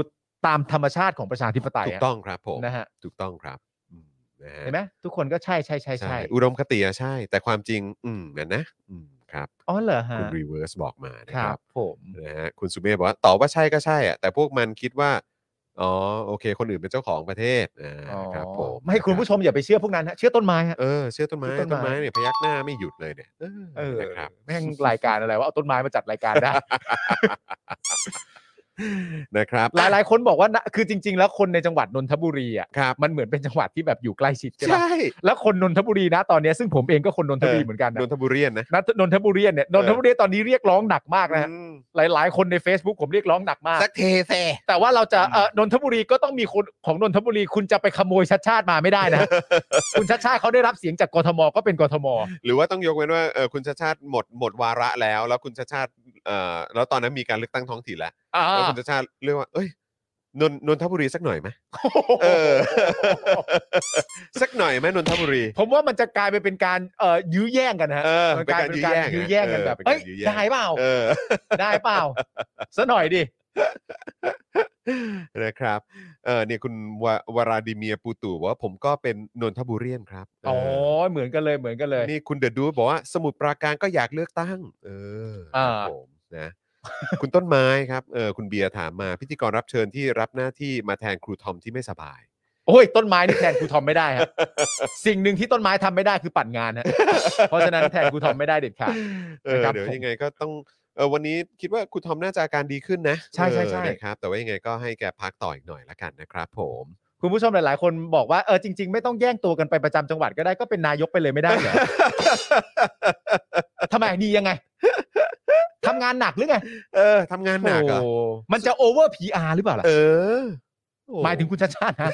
S3: ตามธรรมชาติของประชาธิปไตย
S2: ถูกต้องครับผม
S3: นะฮะ
S2: ถูกต้องครับอืม นะฮะ
S3: เห็นไหมทุกคนก็ใช่ใช่ใช่ใช่
S2: อุดมคติอะใช่ แต่ความจริง อืมนั่นนะอืมครับ
S3: อ๋อเหรอฮะ
S2: คุณรีเวิร์สบอกมานะค
S3: ครั
S2: รั
S3: บบ ผม
S2: นะฮะคุณสุเมฆบอกว่าตอบว่าใช่ก็ใช่อะแต่พวกมันคิดว่า อ๋อโอเค คนอื่นเป็นเจ้าของประเทศอ่าครับ
S3: อ๋อ
S2: ผม
S3: ไม่คุณผู้ชมอย่าไปเชื่อพวกนั้นฮะเชื่อต้นไม้ฮะ
S2: เออเชื่อต้นไม้
S3: เชื่อ
S2: ต้
S3: ต้น
S2: น
S3: ไม้
S2: ไม้เนี่ยพยักหน้าไม่หยุดเลยเนี่ยเออ
S3: เออ
S2: นะครับ
S3: แม่งรายการอะไรว่าเอาต้นไม้มาจัดรายการได้
S2: นะครับ
S3: หลายหลายๆคนบอกว่านะคือจริง ๆ แล้วคนในจังหวัดนนทบุรีอ่ะ
S2: ครับ
S3: มันเหมือนเป็นจังหวัดที่แบบอยู่ใกล้ชิดใช่ไหม
S2: ใช่
S3: แล้วคนนนทบุรีนะตอนเนี้ยซึ่งผมเองก็คนนนทบุรีเหมือนกันนะ
S2: นนทบุรีนะ
S3: นะนนทบุรีเนี่ยนนทบุรีตอนนี้เรียกร้องหนักมากนะฮะ
S2: อืม
S3: หลาย ๆ คนใน Facebook ผมเรียกร้องหนักมาก
S2: สักเทเซ
S3: แต่ว่าเราจะเอ่อนนทบุรีก็ต้องมีคนของนนทบุรีคุณจะไปขโมยชัดชาติมาไม่ได้นะ คุณชัดชาติเขาได้รับเสียงจากกทมก็เป็นกทม
S2: หรือว่าต้องยกเว้นว่าเออคุณชาติชาติหมดหมดวาระแล้ว แล้วคุณชาติชาติเอ่อแล้วตอนนั้นมีการเลือกตั้งท้องถิ่นแล้ว
S3: อ่า
S2: แล้วคุณชาติชาติเรียกว่า เอ้ยนนนนทบุรีสักหน่อยไหมเออ สักหน่อยไหมนนทบุรี
S3: ผมว่ามันจะกลายไปเป็นการเอ่อยื้อแย่งกันนะฮะ
S2: เออ
S3: มันกลายเป็น
S2: เป็น
S3: การ
S2: การยื้
S3: ยื้อ
S2: อแย่ง
S3: แย่งกันแบบ
S2: เออเป็น
S3: เอ้
S2: กาย รยื้อแย่ง
S3: ได้เปล่า
S2: เออ
S3: ได้เปล่าซะหน่อยดิ
S2: นะครับเออเนี่ยคุณวาวราดิเมียร์ปูตู่บอกว่าผมก็เป็นนนทบุรีนครับเ
S3: อ๋อเหมือนกันเลยเหมือนกันเลย
S2: นี่คุณเดอะดูบอกว่าสมุดปราการก็อยากเลือกตั้ง เออ
S3: อ่า
S2: ครับผมนะ คุณต้นไม้ครับเออคุณเบียร์ถามมาพิธีกรรับเชิญที่รับหน้าที่มาแทนครูทอมที่ไม่สบาย
S3: โอ้ยต้นไม้นี่แทนครูทอมไม่ได้ ครับ สิ่งหนึ่งที่ต้นไม้ทำไม่ได้คือปั่นงานฮะเพราะฉะนั้นแทนครูทอมไม่ได้เด็ดขาด
S2: เออ
S3: นะครับ
S2: เดี๋ยว
S3: ผม
S2: ยังไงก็ต้องเออวันนี้คิดว่าครูทอมน่าจะอาการดีขึ้นนะ
S3: ใช่ใช่ใช่
S2: เออนะครับแต่ว่ายังไงก็ให้แกพักต่ออีกหน่อยละกันนะครับ ผม
S3: คุณผู้ชมหลาย ๆ คนบอกว่าเออจริง ๆ ไม่ต้องแย่งตัวกันไปประจำจังหวัดก็ได้ก็เป็นนายกไปเลยไม่ได้เหร อ ทำไมนี่ยังไงทำงานหนักหรือไง
S2: เออทำงานหนักเหรอ
S3: โอ้มันจะโอเวอร์พีอาร์หรือเปล่าล่ะ
S2: เออโอ้
S3: หมายถึงคุณชาติชาตินะ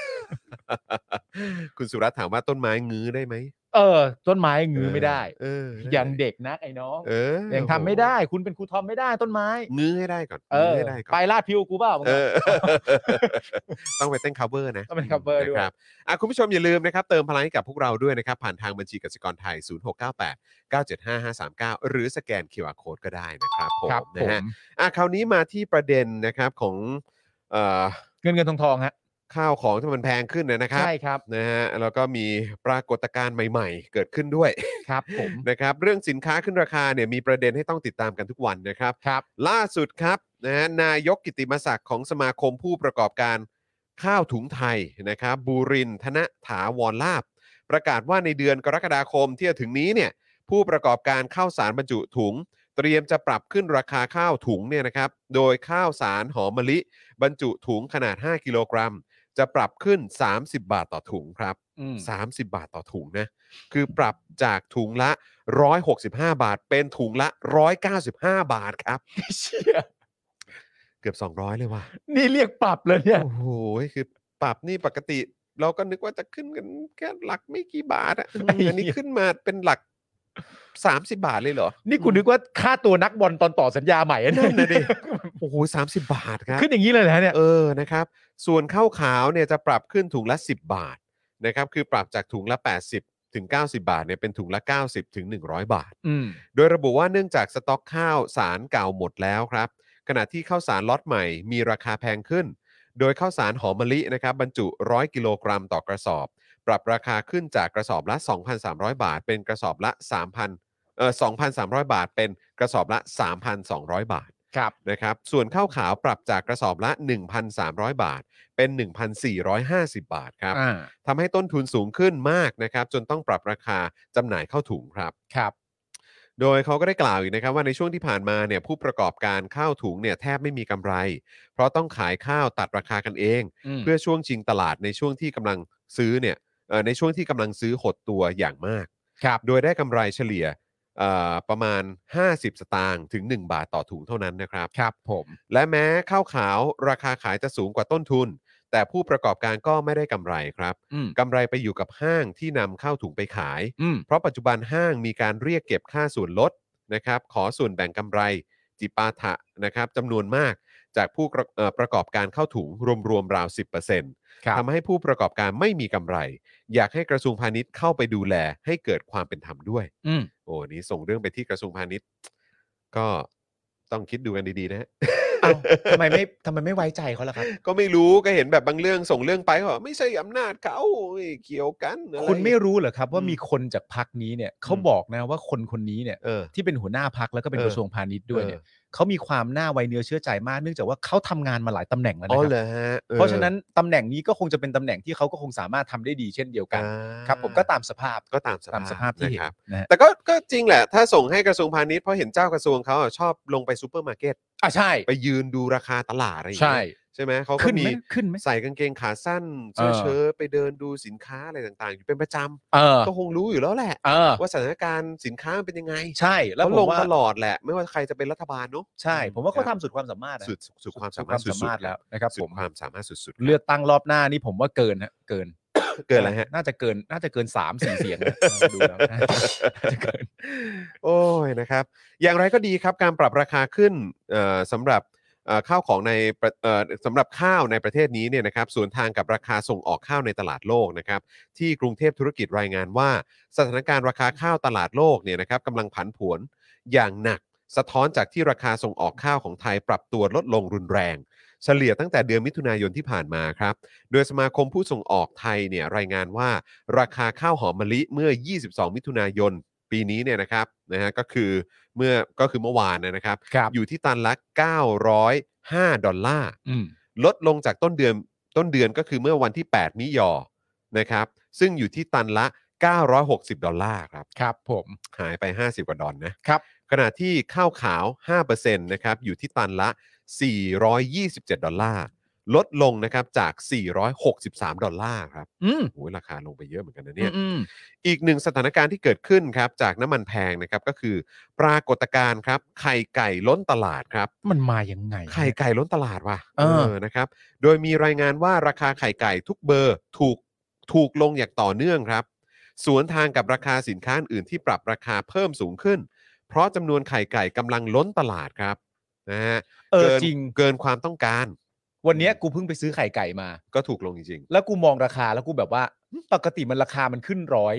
S2: คุณสุรัตน์ถามว่าต้นไม้งื้อได้ไหม
S3: เออ ต้นไม้งื้อไม่ได้
S2: เออได้
S3: ยังเด็กนะไอ้น้อง
S2: เออ
S3: ยังทำไม่ได้ คุณเป็นครูทอมไม่ได้ต้นไม้
S2: งื้อให้ได้ก่อน
S3: เออ
S2: ื้
S3: ง
S2: ให้ได้ก่อน
S3: ไปลาดพิวกูเปล่ามึง
S2: เอ
S3: อะ
S2: อ ต้องไปเต้น cover นะ
S3: ต้องไป cover ด้วย
S2: นะครับอ่ะคุณผู้ชมอย่าลืมนะครับ เติมพลังให้กับพวกเราด้วยนะครับ ผ่านทางบัญชีกสิกรไทย 0698 975 539 หรือสแกน QR Code ก็ได้นะครับผม
S3: ครับผ
S2: นะฮะ
S3: ม
S2: อ่ะคราวนี้มาที่ประเด็นนะครับของเอ่อ
S3: เงินเงินทองทองฮะ
S2: ข้าวของที่มันแพงขึ้นเนยนะครับ
S3: ใช่ครับ
S2: นะฮะแล้วก็มีปรากฏการณ์ใหม่ ๆ เกิดขึ้นด้วย
S3: ครับผม
S2: นะครับเรื่องสินค้าขึ้นราคาเนี่ยมีประเด็นให้ต้องติดตามกันทุกวันนะครับ
S3: ครับ
S2: ล่าสุดครับนะฮะนายกกิติมศักดิ์ของสมาคมผู้ประกอบการข้าวถุงไทยนะครับบูรินทร์ธนถาวรลาบ ประกาศว่าในเดือนกรกฎาคมที่จะถึงนี้เนี่ยผู้ประกอบการข้าวสารบรรจุถุง เตรียมจะปรับขึ้นราคาข้าวถุงเนี่ยนะครับโดยข้าวสารหอมมะลิ บรรจุถุงขนาด 5 กิโลกรัม จะปรับขึ้น 30 บาทต่อถุงครับ
S3: อืม
S2: 30 บาทต่อถุงนะ คือปรับจากถุงละ 165 บาท เป็นถุงละ 195 บาทครับ
S3: เชี่ย
S2: เกือบ 200 เลยว่ะ
S3: นี่เรียกปรับเลยเนี่ย
S2: โอ้โห คือปรับนี่ปกติ เราก็นึกว่าจะขึ้นกันแค่หลักไม่กี่บาทอะอืม
S3: ไอ้เหี้ ย
S2: อันนี้ขึ้นมาเป็นหลัก 30 บาทเลยเหรอ
S3: นี่กูนึกว่าค่าตัวนักบอลตอนต่อสัญญาใหม่อะ
S2: นั่นน่ะดิ
S3: เนี่ย
S2: โอ้โห 30 บาทครับ
S3: ขึ้นอย่างนี้เลยนะเนี่ย
S2: เออ นะครับ ส่วนข้าวขาวเนี่ยจะปรับขึ้นถุงละ 10 บาทนะครับ คือปรับจากถุงละ 80 ถึง 90 บาทเนี่ยเป็นถุงละ 90 ถึง 100 บาท
S3: อืม
S2: โดยระบุว่าเนื่องจากสต็อกข้าวสารเก่าหมดแล้วครับ ขณะที่ข้าวสารล็อตใหม่มีราคาแพงขึ้น โดยข้าวสารหอมมะลินะครับบรรจุ 100 กิโลกรัมต่อกระสอบ ปรับราคาขึ้นจากกระสอบละ 2,300 บาท เป็นกระสอบละ 3,000เอ่อ2,300 บาท เป็นกระสอบละ 3,200 บาท
S3: ครับ
S2: นะครับส่วนข้าวขาวปรับจากกระสอบละ 1,300 บาท เป็น 1,450 บาทครับ
S3: อ่า
S2: ทำให้ต้นทุนสูงขึ้นมากนะครับ จนต้องปรับราคาจำหน่ายเข้าถุงครับ
S3: ครับ
S2: โดยเขาก็ได้กล่าวอีกนะครับว่าในช่วงที่ผ่านมาเนี่ยผู้ประกอบการข้าวถุงเนี่ยแทบไม่มีกำไร เพราะต้องขายข้าวตัดราคากันเอง เพื่อช่วงชิงตลาดในช่วงที่กำลังซื้อเนี่ยเอ่อในช่วงที่กำลังซื้อหดตัวอย่างมาก
S3: ครับ
S2: โดยได้กำไรเฉลี่ยเอ่อประมาณ 50 สตางค์ถึง 1 บาทต่อถุงเท่านั้นนะครับ
S3: ครับผม
S2: และแม้ข้าวขาวราคาขายจะสูงกว่าต้นทุน แต่ผู้ประกอบการก็ไม่ได้กำไรครับ
S3: อืม
S2: กำไรไปอยู่กับห้างที่นำเข้าถุงไปขาย
S3: อืม
S2: เพราะปัจจุบันห้างมีการเรียกเก็บค่าส่วนลดนะครับ ขอส่วนแบ่งกำไรจิปาถะนะครับจำนวนมากจากผู้กระเอ่อประกอบการเข้าถุงรวมๆราว
S3: ครับ
S2: 10%ทำให้ผู้ประกอบการไม่มีกำไร อยากให้กระทรวงพาณิชย์เข้าไปดูแลให้เกิดความเป็นธรรมด้วย
S3: อืม
S2: โอ้อันนี้ส่งเรื่องไปที่กระทรวงพาณิชย์ ก็ต้องคิดดูกันดีๆนะฮะ
S3: เอ้าทำไมไม่ทำไมไม่ไว้ใจเขาล่ะครับ
S2: ก็ไม่รู้ก็เห็นแบบบางเรื่องส่งเรื่องไปเขาบอกไม่ใช่อำนาจเขาไม่เกี่ยวกันอะ
S3: คุณไม่
S2: ร
S3: รู้เหรอครับว่ามีคนจากพักนี้เนี่ยเขา
S2: อืม
S3: บอกนะว่าคนคนนี้เนี่ย
S2: เออ
S3: ที่เป็นหัวหน้าพักแล้วก็เป็น
S2: เออ
S3: กระทรวงพาณิชย์ด้วยเนี่ยเขามีความน่าไวเนื้อเชื่อใจมากเนื่องจากว่าเขาทำงานมาหลายตำแหน่งแล้ว
S2: อ๋
S3: นะ
S2: อ
S3: ครับ
S2: เหรอฮะออ
S3: เพราะฉะนั้นตำแหน่งนี้ก็คงจะเป็นตำแหน่งที่เขาก็คงสามารถทำได้ดีเช่นเดียวกัน
S2: อ่า
S3: ครับผมก็ตามสภาพ
S2: ก็ตามสภาพ
S3: ตามสภาพที่เห็
S2: นะ
S3: น
S2: ครับ
S3: นะฮะ
S2: แต่ก็ก็จริงแหละ ถ้าส่งให้กระทรวงพาณิชย์เพราะเห็นเจ้ากระทรวงเขาอะชอบลงไปซูเปอร์มาร์เก็ต
S3: อ่ะใช่
S2: ไปยืนดูราคาตลาดอะไรอย่าง
S3: ใช่
S2: เงี้ยใช่ไหมเขาก็
S3: ขึ้น
S2: มี
S3: ไหมขึ้นไหม
S2: ใส่กางเกงขาสั้นเสื้อ
S3: เออ
S2: เชิ้ตไปเดินดูสินค้าอะไรต่างๆ อยู่เป็นประจ
S3: เออ
S2: ำก็คงรู้อยู่แล้วแหละ
S3: เออ
S2: ว่าสถานการณ์สินค้ามันเป็นยังไง
S3: ใช่แล้ว
S2: เขา
S3: ผ
S2: ล
S3: ม
S2: ง
S3: ว่า
S2: ตลอดแหละ ไม่ว่าใครจะเป็นรัฐบาลเนอะ
S3: ใช่ ผมว่า
S2: ครับ
S3: เขาทำสุดความสามารถนะ
S2: สุดสุดสุดความสามารถ
S3: สุดคว
S2: สุดๆ
S3: แล้วนะครับ
S2: สุ
S3: ผ
S2: ด
S3: ม
S2: ความสามารถสุดๆ
S3: เลือกตั้งรอบหน้านี่ผมว่าเกินฮะเกิน
S2: เกินอะไรฮะ
S3: น่าจะเกิน น่าจะเกินสามสี่เสี ยงนะ ดูแล้ว น่าจะเกิน
S2: โอ้ยนะครับ อย่างไรก็ดีครับการปรับราคาขึ้นเอ่อสำหรับเอ่อข้าวของในประเอ่อสำหรับข้าวในประเทศนี้เนี่ยนะครับสวนทางกับราคาส่งออกข้าวในตลาดโลกนะครับ ที่กรุงเทพธุรกิจรายงานว่า สถานการณ์ราคาข้าวตลาดโลกเนี่ยนะครับกำลังผันผวนอย่างหนัก สะท้อนจากที่ราคาส่งออกข้าวของไทยปรับตัวลดลงรุนแรง เฉลี่ยตั้งแต่เดือนมิถุนายนที่ผ่านมาครับ โดยสมาคมผู้ส่งออกไทยเนี่ยรายงานว่าราคาข้าวหอมมะลิเมื่อ 22 มิถุนายน ปีนี้เนี่ยนะครับนะฮะก็คือเมื่อก็คือเมื่อวานนะครับ
S3: ครับ
S2: อยู่ที่ตันละ 905 ดอลลาร์
S5: อืม
S2: ลดลงจากต้นเดือนต้นเดือนก็คือเมื่อวันที่ 8 มิยอนะครับ ซึ่งอยู่ที่ตันละ 960 ดอลลาร์ครับ
S3: ครับผม
S2: หายไป 50 กว่าดอลนะ
S3: ครับ
S2: ขณะที่ข้าวขาว 5%นะครับ อยู่ที่ตันละ 427 ดอลลาร์ ลดลงนะครับจาก 463 ดอลลาร์ครับ
S3: อืม
S2: โอ้ยราคาลงไปเยอะเหมือนกันนะเนี่ย
S3: อืม
S2: อีกหนึ่งสถานการณ์ที่เกิดขึ้นครับ จากน้ำมันแพงนะครับ ก็คือปรากฏการณ์ครับไข่ไก่ล้นตลาดครับ
S3: มันมายังไง
S2: ไข่ไก่ล้นตลาดว่ะ
S3: เออ
S2: นะครับ โดยมีรายงานว่าราคาไข่ไก่ทุกเบอร์ถูกถูกลงอย่างต่อเนื่องครับ สวนทางกับราคาสินค้าอื่นที่ปรับราคาเพิ่มสูงขึ้น เพราะจำนวนไข่ไก่กำลังล้นตลาดครับนะฮะ
S3: เออ
S2: กิน
S3: จริง
S2: เกินความต้องการ
S3: วันเนี้ยกูเพิ่งไปซื้อไข่ไก่มา
S2: ก็ถูกลงจริง
S3: แล้วกูมองราคาแล้วกูแบบว่าหึปกติมันราคามันขึ้นร้อย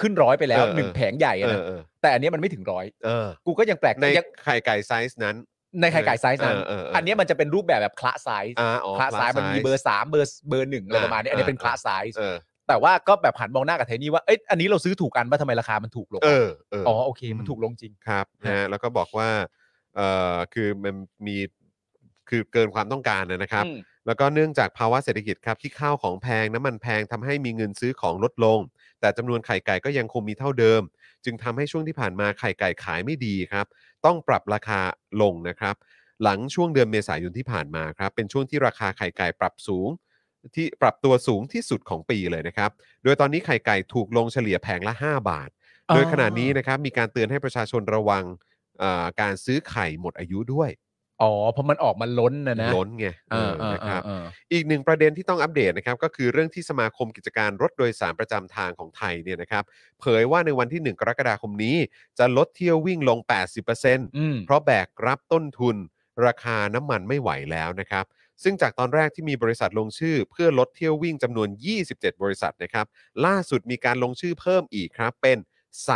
S3: ขึ้นร้อยไปแล้ว
S2: เออ
S3: หนึ่งแผงใหญ่
S2: ๆ
S3: อะ
S2: เอ
S3: นะ
S2: อเออ
S3: แต่อันเนี้ยมันไม่ถึงร้อย
S2: เออ
S3: กูก็ยังแปลก
S2: ใน
S3: ยัง
S2: ไข่ไก่ไซส์นั้น
S3: ในไข่ไก่ไซส์นั้น
S2: เออเออเอออั
S3: อันเนี้ยมันจะเป็นรูปแบบแบบคละไซส์
S2: อ่าอ๋อ
S3: คละไซส์มันมีเบอร์สามเบอร์เบอร์หนึ่งอะไร
S2: อ่า
S3: ประมาณเนี้ยอันนี้
S2: อ่า
S3: เป็นคละไซส์
S2: เออ
S3: แต่ว่าก็แบบหันมองหน้ากับไทนี่ว่าเอ้ยอันนี้เราซื้อถูกกันว่าทำไมราคามันถูกลง
S2: เออเออ
S3: อ๋อโอเคมันถูกลงจริง
S2: ครับนะฮะแล้วก็บอกว่าเอ่อคือมันมีคือเกินความต้องการนะนะครับ
S3: อืม
S2: แล้วก็เนื่องจากภาวะเศรษฐกิจครับที่ข้าวของแพงน้ำมันแพงทำให้มีเงินซื้อของลดลง แต่จำนวนไข่ไก่ก็ยังคงมีเท่าเดิม จึงทำให้ช่วงที่ผ่านมาไข่ไก่ขายไม่ดีครับ ต้องปรับราคาลงนะครับ หลังช่วงเดือนเมษายนที่ผ่านมาครับ เป็นช่วงที่ราคาไข่ไก่ปรับสูง ที่ปรับตัวสูงที่สุดของปีเลยนะครับ โดยตอนนี้ไข่ไก่ถูกลงเฉลี่ยแผงละ 5 บาท โดยขณะนี้นะครับมีการเตือนให้ประชาชนระวังเอ่อการซื้อไข่หมดอายุด้วย
S3: อ๋อเพราะมันออกมาล้นนะนะ
S2: ล้นไง
S3: เออ
S2: เออนะครับ
S3: เออเออ
S2: อีกหนึ่งประเด็นที่ต้องอัปเดตนะครับก็คือเรื่องที่สมาคมกิจการรถโดยสารประจำทางของไทยเนี่ยนะครับเผยว่าในวันที่ 1 กรกฎาคมนี้ จะลดเที่ยววิ่งลง 80%
S3: อืม
S2: เพราะแบกรับต้นทุน ราคาน้ำมันไม่ไหวแล้วนะครับ ซึ่งจากตอนแรกที่มีบริษัทลงชื่อ เพื่อลดเที่ยววิ่งจำนวน 27 บริษัทนะครับ ล่าสุดมีการลงชื่อเพิ่มอีกครับเป็น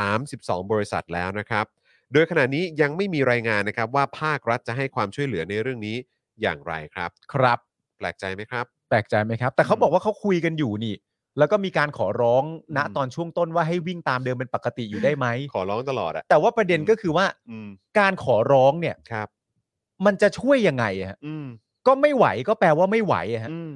S2: 32 บริษัทแล้วนะครับ โดยขณะนี้ยังไม่มีรายงานนะครับว่าภาครัฐจะให้ความช่วยเหลือในเรื่องนี้อย่างไรครับ
S3: ครับ
S2: แปลกใจไหมครับ
S3: แปลกใจไหมครับ แต่เขา
S2: อืม
S3: บอกว่าเขาคุยกันอยู่นี่ แล้วก็มีการขอร้องณ
S2: อืม
S3: ตอนช่วงต้นว่าให้วิ่งตามเดิมเป็นปกติอยู่ได้ไหม
S2: ขอร้องตลอดอะ
S3: แต่ว่าประเด็น
S2: อืม
S3: ก็คือว่า
S2: อืม
S3: การขอร้องเนี่ย
S2: ครับ
S3: มันจะช่วยยังไงอะฮะ
S2: อืม
S3: ก็ไม่ไหวก็แปลว่าไม่ไหวอะฮะ
S2: อืม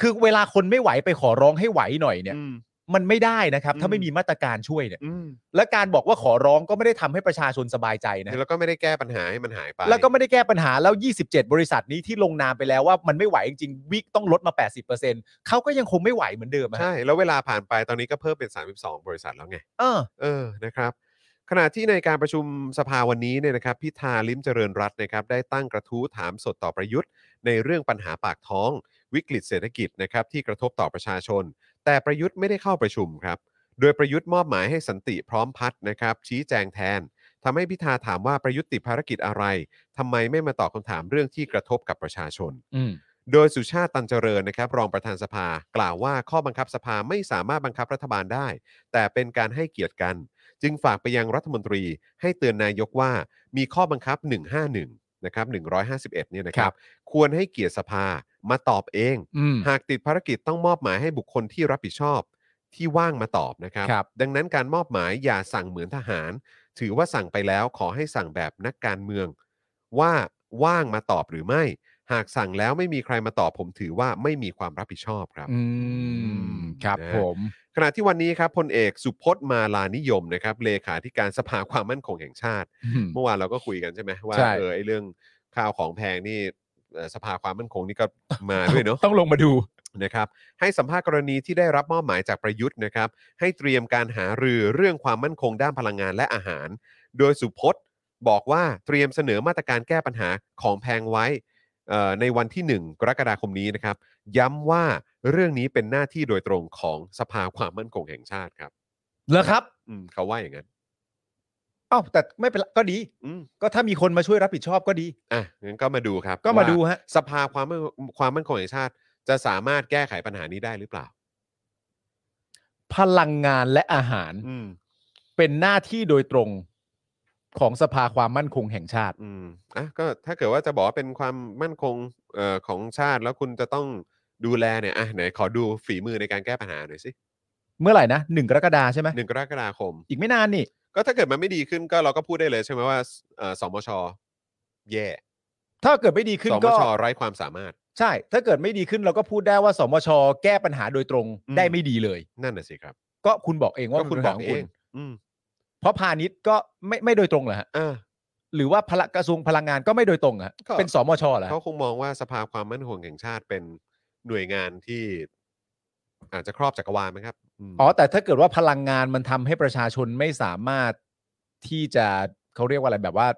S3: คือเวลาคนไม่ไหวไปขอร้องให้ไหวหน่อยเนี่ย
S2: อืม
S3: มันไม่ได้นะครับ
S2: อืม
S3: ถ้าไม่มีมาตรการช่วยเนี่ย
S2: อืม
S3: และการบอกว่าขอร้องก็ไม่ได้ทำให้ประชาชนสบายใจนะ
S2: แล้วก็ไม่ได้แก้ปัญหาให้มันหายไป
S3: แล้วก็ไม่ได้แก้ปัญหาแล้ว 27 บริษัทนี้ที่ลงนามไปแล้วว่ามันไม่ไหวจริงๆวิกต้องลดมา 80%เขาก็ยังคงไม่ไหวเหมือนเดิมอะฮะ
S2: ใช่ แล้วเวลาผ่านไปตอนนี้ก็เพิ่มเป็น 32 บริษัทแล้วไง
S3: เออ
S2: เออ นะครับ ขณะที่ในการประชุมสภาวันนี้เนี่ยนะครับ พิธาลิ้มเจริญรัตน์นะครับ ได้ตั้งกระทู้ถามสดต่อประยุทธ์ ในเรื่องปัญหาปากท้อง วิกฤตเศรษฐกิจนะครับที่กระทบต่อประชาชน แต่ประยุทธ์ไม่ได้เข้าประชุมครับ โดยประยุทธ์มอบหมายให้สันติพร้อมพัฒน์นะครับ ชี้แจงแทนทำให้พิธาถามว่าประยุทธ์ติดภารกิจอะไรทำไมไม่มาตอบคำถามเรื่องที่กระทบกับประชาชน
S3: อืม
S2: โดยสุชาติตันเจริญนะครับ รองประธานสภา กล่าวว่าข้อบังคับสภาไม่สามารถบังคับรัฐบาลได้ แต่เป็นการให้เกียรติกัน จึงฝากไปยังรัฐมนตรีให้เตือนนายกว่ามีข้อบังคับ 151 นะครับ151เนี่ยนะครับ ควรให้เกียรติสภามาตอบเอง
S3: อืม
S2: หากติดภารกิจต้องมอบหมายให้บุคคลที่รับผิดชอบที่ว่างมาตอบนะครับ
S3: ครับ
S2: ดังนั้นการมอบหมายอย่าสั่งเหมือนทหาร ถือว่าสั่งไปแล้วขอให้สั่งแบบนักการเมือง ว่าว่างมาตอบหรือไม่ หากสั่งแล้วไม่มีใครมาตอบผมถือว่าไม่มีความรับผิดชอบครับ
S3: อืมครับ
S2: นะ
S3: ผม
S2: ขณะที่วันนี้ครับพลเอกสุพจน์มาลานิยมนะครับเลขาธิการสภาความมั่นคงแห่งชาติ เมื่อวานเราก็คุยกันใช่ไหมว่า
S3: ใช่
S2: เออไอเรื่องข้าวของแพงนี่เอ่อสภาความมั่นคงนี่ก็มาด้วยเนาะ
S3: ต้องลงมาดู
S2: นะครับให้สัมภาษณ์กรณีที่ได้รับมอบหมายจากประยุทธ์นะครับ ให้เตรียมการหารือเรื่องความมั่นคงด้านพลังงานและอาหาร โดยสุพจน์บอกว่าเตรียมเสนอมาตรการแก้ปัญหาของแพงไว้เอ่อในวันที่ 1 กรกฎาคมนี้นะครับ ย้ำว่าเรื่องนี้เป็นหน้าที่โดยตรงของสภาความมั่นคงแห่งชาติครับ
S3: เหรอครับ
S2: อืมเขาว่าอย่างนั้น
S3: เอ้าแต่ไม่เป็นไรก็ดี
S2: อืม
S3: ก็ถ้ามีคนมาช่วยรับผิดชอบก็ดี
S2: อ่ะงั้นก็มาดูครับ
S3: ก็มา
S2: ว่
S3: ดูฮะ
S2: สภาความมั่นความมั่นคงแห่งชาติ จะสามารถแก้ไขปัญหานี้ได้หรือเปล่า
S3: พลังงานและอาหาร
S2: อืม
S3: เป็นหน้าที่โดยตรงของสภาความมั่นคงแห่งชาติ
S2: อืมอ่ะก็ถ้าเกิดว่าจะบอกว่าเป็นความมั่นคงเอ่อของชาติแล้วคุณจะต้องดูแลเนี่ยอ่ะไหนขอดูฝีมือในการแก้ปัญหาหน่อยสิ
S3: เมื่อไหร่นะหนึ่งกรกฎาใช่ไหม
S2: หนึ่งกรกฎาคม
S3: อีกไม่นานนี่
S2: ก็ถ้าเกิดมันไม่ดีขึ้นก็เราก็พูดได้เลยใช่ไหมว่าเอ่อสมชแย่
S3: ถ้าเกิดไม่ดีขึ้น
S2: สม
S3: ก็
S2: ชไร้ความสามารถ
S3: ใช่ ถ้าเกิดไม่ดีขึ้นเราก็พูดได้ว่า สมช แก้ปัญหาโดยตรง
S2: อืม
S3: ได้ไม่ดีเลย
S2: นั่นน่ะสิครับ
S3: ก็คุณบอกเองว่า
S2: ก็คุณ
S3: มัน
S2: บ
S3: ป็น
S2: อก
S3: ปัญหา
S2: เองอืม
S3: เพราะพาณิชย์ก็ไม่ไม่โดยตรงเหรอฮะ
S2: อ่า
S3: หรือว่าพละกระทรวงพลังงานก็ไม่โดยตรงเหรอฮะ
S2: ก็
S3: เป็นสมชเหรอฮะ
S2: เขาคงมองว่าสภาความมั่นคงแห่งชาติเป็นหน่วยงานที่ อาจจะครอบจักรวาลไหมครับม
S3: อ๋อแต่ถ้าเกิดว่าพลังงานมันทำให้ประชาชนไม่สามารถที่จะเขาเรียกว่าอะไรแบบว่า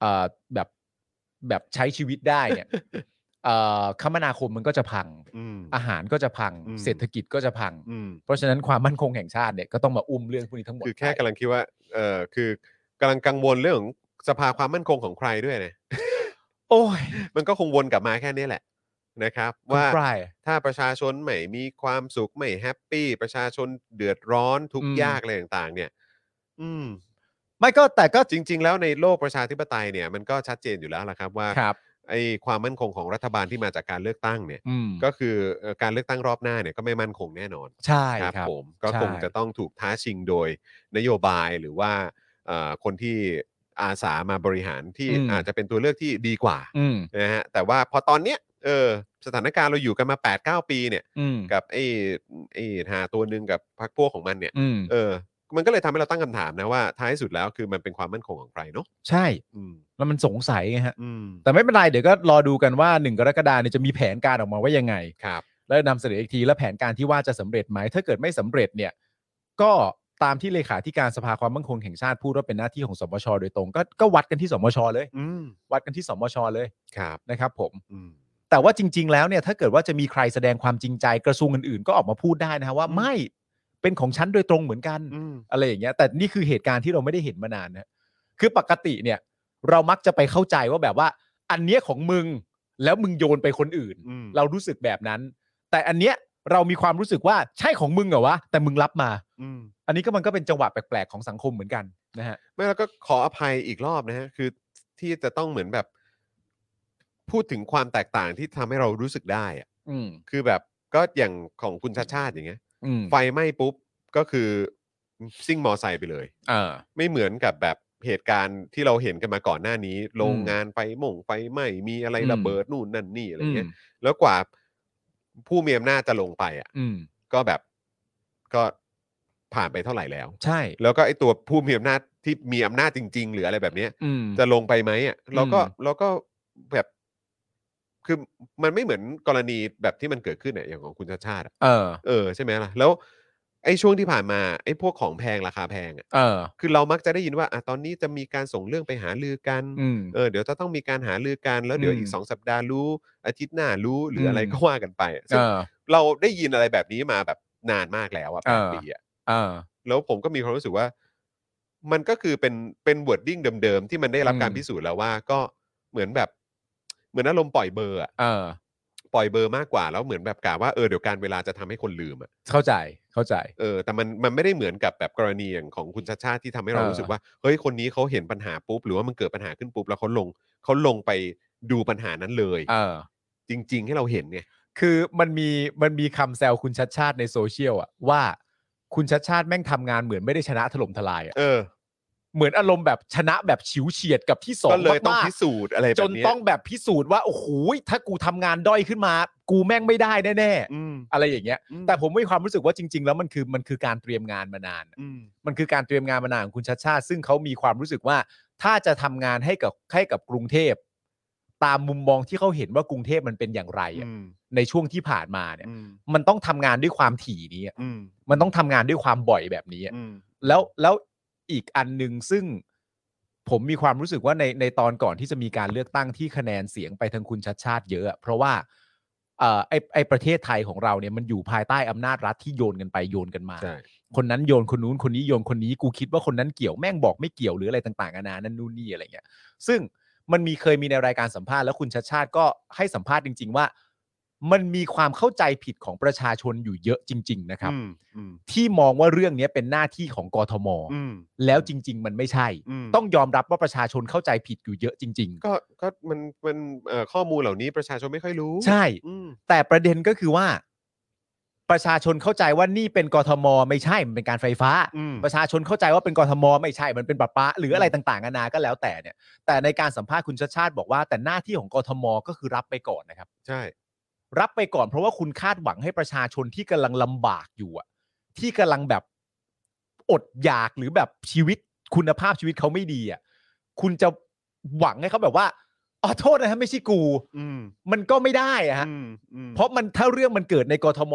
S3: เอ่อแบบแบบใช้ชีวิตได้ เนี่ย เอ่อคมนาคมมันก็จะพัง
S2: อืม
S3: อาหารก็จะพัง
S2: อืม
S3: เศรษฐกิจก็จะพัง
S2: อืม
S3: เพราะฉะนั้นความมั่นคงแห่งชาติเนี่ยก็ต้องมาอุ้มเรื่องพวกนี้ทั้งหมด
S2: คือแค่
S3: ไป
S2: กำลังคิดว่า เออคือกำลังกังวลเรื่องของสภาความมั่นคงของใครด้วย เนี่ย
S3: โอ้ย
S2: มันก็คงวนกลับมาแค่นี้แหละนะครับ
S3: ว่า
S2: ว่า
S3: ปลาย
S2: ถ้าประชาชนไม่มีความสุขไม่แฮปปี้ประชาชนเดือดร้อนทุกข์
S3: อืม
S2: ยากอะไรต่างๆ เนี่ย อืม
S3: ไม่ก็แต่ก็
S2: จริง ๆ แล้วในโลกประชาธิปไตยเนี่ยมันก็ชัดเจนอยู่แล้วล่ะครับว่า
S3: ครับ
S2: ไอ้ความมั่นคงของรัฐบาลที่มาจากการเลือกตั้งเนี่ย
S3: อืม
S2: ก็คือเอ่อการเลือกตั้งรอบหน้าเนี่ยก็ไม่มั่นคงแน่นอน
S3: ใช่
S2: ครับ
S3: ครับ
S2: ผมก็
S3: ใช่
S2: คงจะต้องถูกท้าชิงโดยนโยบายหรือว่าเอ่อคนที่อาสามาบริหารที่อาจจะเป็นตัวเลือกที่ดีกว่า
S3: อืม
S2: นะฮะแต่ว่าพอตอนเนี้ยเออสถานการณ์เราอยู่กันมา 8-9 ปีเนี่ย
S3: อืม
S2: กับไอ้ไอ้หาตัวหนึ่งกับพรรคพวกของมันเนี่ย
S3: อืม
S2: เออมันก็เลยทำให้เราตั้งคำถามนะว่าท้ายสุดแล้วคือมันเป็นความมั่นคงของใครเนาะ
S3: ใช่
S2: อืม
S3: แล้วมันสงสัยไงฮะ
S2: อืม
S3: แต่ไม่เป็นไร เดี๋ยวก็รอดูกันว่าหนึ่งกรกฎาเนี่ยจะมีแผนการออกมาว่ายังไง
S2: ครับ
S3: แล้วนำเสนออีกทีแล้วแผนการที่ว่าจะสำเร็จไหม ถ้าเกิดไม่สำเร็จเนี่ย ก็ตามที่เลขาธิการสภาความมั่นคงแห่งชาติพูดว่าเป็นหน้าที่ของสมช โดยตรงก็ก็วัดกันที่สมช เลย
S2: อืม
S3: วัดกันที่สมช เลย
S2: ครับ
S3: นะครับ ผม
S2: อืม
S3: แต่ว่าจริง ๆ แล้วเนี่ยถ้าเกิดว่าจะมีใครแสดงความจริงใจกระทรวงอื่นๆ ก็ออกมาพูดได้นะฮะว่า
S2: อืม
S3: ไม่เป็นของฉันโดยตรงเหมือนกัน
S2: อืม
S3: อะไรอย่างเงี้ยแต่นี่คือเหตุการณ์ที่เราไม่ได้เห็นมานานนะคือปกติเนี่ย เรามักจะไปเข้าใจว่าแบบว่า อันเนี้ยของมึงแล้วมึงโยนไปคนอื่น
S2: อืม
S3: เรารู้สึกแบบนั้น แต่อันเนี้ยเรามีความรู้สึกว่าใช่ของมึงเหรอวะแต่มึงรับมา
S2: อืม
S3: อันนี้ก็มันก็เป็นจังหวะแปลกๆของสังคมเหมือนกันนะฮะ
S2: ไม่แล้วก็ขออภัยอีกรอบนะฮะคือที่จะต้องเหมือนแบบ พูดถึงความแตกต่างที่ทำให้เรารู้สึกได้อะ
S3: อืม
S2: คือแบบก็อย่างของคุณชาติชาติอย่างเงี้ย
S3: อืม
S2: ไฟไหม้ปุ๊บก็คือซิ่งมอไซค์ไปเลย
S3: อ่า
S2: ไม่เหมือนกับแบบเหตุการณ์ที่เราเห็นกันมาก่อนหน้านี้ โรงงานไฟหม่งไฟไหม้มีอะไร
S3: อืม
S2: ระเบิดนู่นนั่นนี่อะไร
S3: อืม
S2: เงี้ยแล้วกว่าผู้มีอำนาจจะลงไปอ่ะ
S3: อืม
S2: ก็แบบก็ผ่านไปเท่าไหร่แล้ว
S3: ใช่
S2: แล้วก็ไอ้ตัวผู้มีอำนาจที่มีอำนาจจริง ๆ หรืออะไรแบบเนี้ย
S3: อืม
S2: จะลงไปไหมอ่ะเราก็
S3: อืม
S2: เราก็แบบคือมันไม่เหมือนกรณีแบบที่มันเกิดขึ้นเนี่ยอย่างของคุณชาติชาติอะ
S3: เออ
S2: เออใช่ไหมล่ะแล้วไอ้ช่วงที่ผ่านมาไอ้พวกของแพงราคาแพงอ่ะ
S3: เออ
S2: คือเรามักจะได้ยินว่าอ่ะตอนนี้จะมีการส่งเรื่องไปหาลือกัน
S3: อืม
S2: เออเดี๋ยวจะต้องมีการหาลือกันแล้วเดี๋ยว
S3: อืม
S2: อีกสองสัปดาห์รู้ อาทิตย์หน้ารู้หรือ
S3: ม
S2: อะไรก็ว่ากันไปอะซึ่
S3: เอง อ
S2: เราได้ยินอะไรแบบนี้มาแบบนานมากแล้วอ่ะแปด
S3: เออ
S2: ปีอ่ะ
S3: เออ
S2: แล้วผมก็มีความรู้สึกว่า มันก็คือเป็นเป็นวอร์ดดิ้งเดิมๆ ที่มันได้รับ
S3: อืม
S2: การพิสูจน์แล้วว่าก็เหมือนแบบ เหมือนอารมณ์ปล่อยเบอร์อะ
S3: เออ
S2: ปล่อยเบอร์มากกว่าแล้วเหมือนแบบกะว่าเออเดี๋ยวการเวลาจะทำให้คนลืมอะ
S3: เข้าใจ เข้าใจ
S2: เออแต่มันมันไม่ได้เหมือนกับแบบกรณีอย่างของคุณชาชาติที่ทำให้เรา
S3: เออ
S2: รู้สึกว่าเฮ้ยคนนี้เขาเห็นปัญหาปุ๊บหรือว่ามันเกิดปัญหาขึ้นปุ๊บแล้วเขาลงเขาลงไปดูปัญหานั้นเลย
S3: เออ
S2: จริง ๆ ให้เราเห็นไง
S3: คือมันมีมันมีคำแซวคุณชัดชาติในโซเชียลอะว่าคุณชัดชาติแม่งทำงานเหมือนไม่ได้ชนะถล่มทลายอะ
S2: เออ
S3: เหมือนอารมณ์แบบชนะแบบฉิวเฉียดกับที่สอง
S2: ก็เลยต้อง
S3: มากๆ
S2: พิสูจน์อะไรแบบ
S3: จน
S2: เนี้ย
S3: ต้องแบบพิสูจน์ว่าโอ้โหถ้ากูทำงานด้อยขึ้นมา กูแม่งไม่ได้แน่
S2: อืม
S3: ๆอะไรอย่างเงี้ย
S2: อืม
S3: แต่ผมมีความรู้สึกว่าจริง ๆ แล้วมันคือมันคือการเตรียมงานมานาน
S2: อืม
S3: มันคือการเตรียมงานมานานของคุณชัดชาติ ซึ่งเขามีความรู้สึกว่า ถ้าจะทำงานให้กับให้กับกรุงเทพ ตามมุมมองที่เขาเห็นว่ากรุงเทพมันเป็นอย่างไรอะ
S2: อืม
S3: ในช่วงที่ผ่านมาเนี่ย
S2: อืม
S3: มันต้องทำงานด้วยความถี่นี้อะ
S2: อืม
S3: มันต้องทำงานด้วยความบ่อยแบบนี้อะ
S2: อืม
S3: แล้วแล้วอีกอันหนึ่งซึ่งผมมีความรู้สึกว่าในในตอนก่อนที่จะมีการเลือกตั้งที่คะแนนเสียงไปทางคุณชัดชาติเยอะอะเพราะว่าเอ่อไอไอประเทศไทยของเราเนี่ยมันอยู่ภายใต้อำนาจรัฐที่โยนกันไปโยนกันมา
S2: ใช่
S3: คนนั้นโยนคนนู้นคนนี้โยนคนนี้กูคิดว่าคนนั้นเกี่ยวแม่งบอกไม่เกี่ยวหรืออะไรต่างๆนานานั่นนู่นนี่อะไรเงี้ย ซึ่งมันมีเคยมีในรายการสัมภาษณ์แล้วคุณชาชาติก็ให้สัมภาษณ์จริง ๆ ว่า มันมีความเข้าใจผิดของประชาชนอยู่เยอะจริง ๆ นะครับ
S2: อืมอืม
S3: ที่มองว่าเรื่องเนี้ยเป็นหน้าที่ของกทม
S2: อืม
S3: แล้วจริง ๆ มันไม่ใช่
S2: ม
S3: ต้องยอมรับว่าประชาชนเข้าใจผิดอยู่เยอะจริง
S2: ก็ก็มันมันเอ่อข้อมูลเหล่านี้ประชาชนไม่ค่อยรู้
S3: ๆ ใช่
S2: อืม
S3: แต่ประเด็นก็คือว่า ประชาชนเข้าใจว่านี่เป็นกทม ไม่ใช่มันเป็นการไฟฟ้า
S2: อืม
S3: ประชาชนเข้าใจว่าเป็นกรทมไม่ใช่ มันเป็นปะปะหรืออะไรต่างๆนานาก็แล้วแต่เนี่ย แต่ในการสัมภาษณ์คุณชาชาติบอกว่า แต่หน้าที่ของกทมก็คือรับไปก่อนนะครับ
S2: ใช่
S3: รับไปก่อนเพราะว่าคุณคาดหวังให้ประชาชนที่กำลังลำบากอยู่อะที่กำลังแบบอดอยากหรือแบบชีวิตคุณภาพชีวิตเขาไม่ดีอะคุณจะหวังให้เขาแบบว่าอ๋อโทษนะฮะไม่ใช่กู
S2: อืม
S3: มันก็ไม่ได้อะฮะ
S2: อืมอืม
S3: เพราะมันถ้าเรื่องมันเกิดในกทม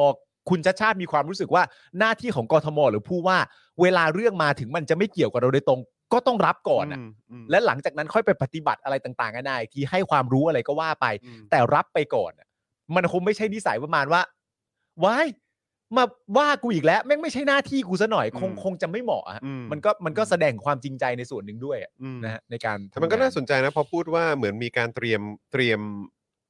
S3: คุณชาติชาติมีความรู้สึกว่าหน้าที่ของกทม หรือผู้ว่า เวลาเรื่องมาถึงมันจะไม่เกี่ยวกับเราโดยตรง ก็ต้องรับก่อนอะ
S2: มม
S3: และหลังจากนั้นค่อยไปปฏิบัติอะไรต่างๆกันาอีกทีให้ความรู้อะไรก็ว่าไป
S2: อืม
S3: แต่รับไปก่อนอะมันคงไม่ใช่นิสัยประมาณว่าว้ายมาว่ากูอีกแล้วแม่งไม่ใช่หน้าที่กูซะหน่อยคงคงจะไม่เหมาะอะฮะ
S2: อื
S3: มันก็มันก็แสดงความจริงใจในส่วนหนึ่งด้วยอะ
S2: อืม
S3: นะฮะในการ
S2: แต่มันก็น่า
S3: ทำง
S2: สนใจนะพอพูดว่าเหมือนมีการเตรียมเตรียม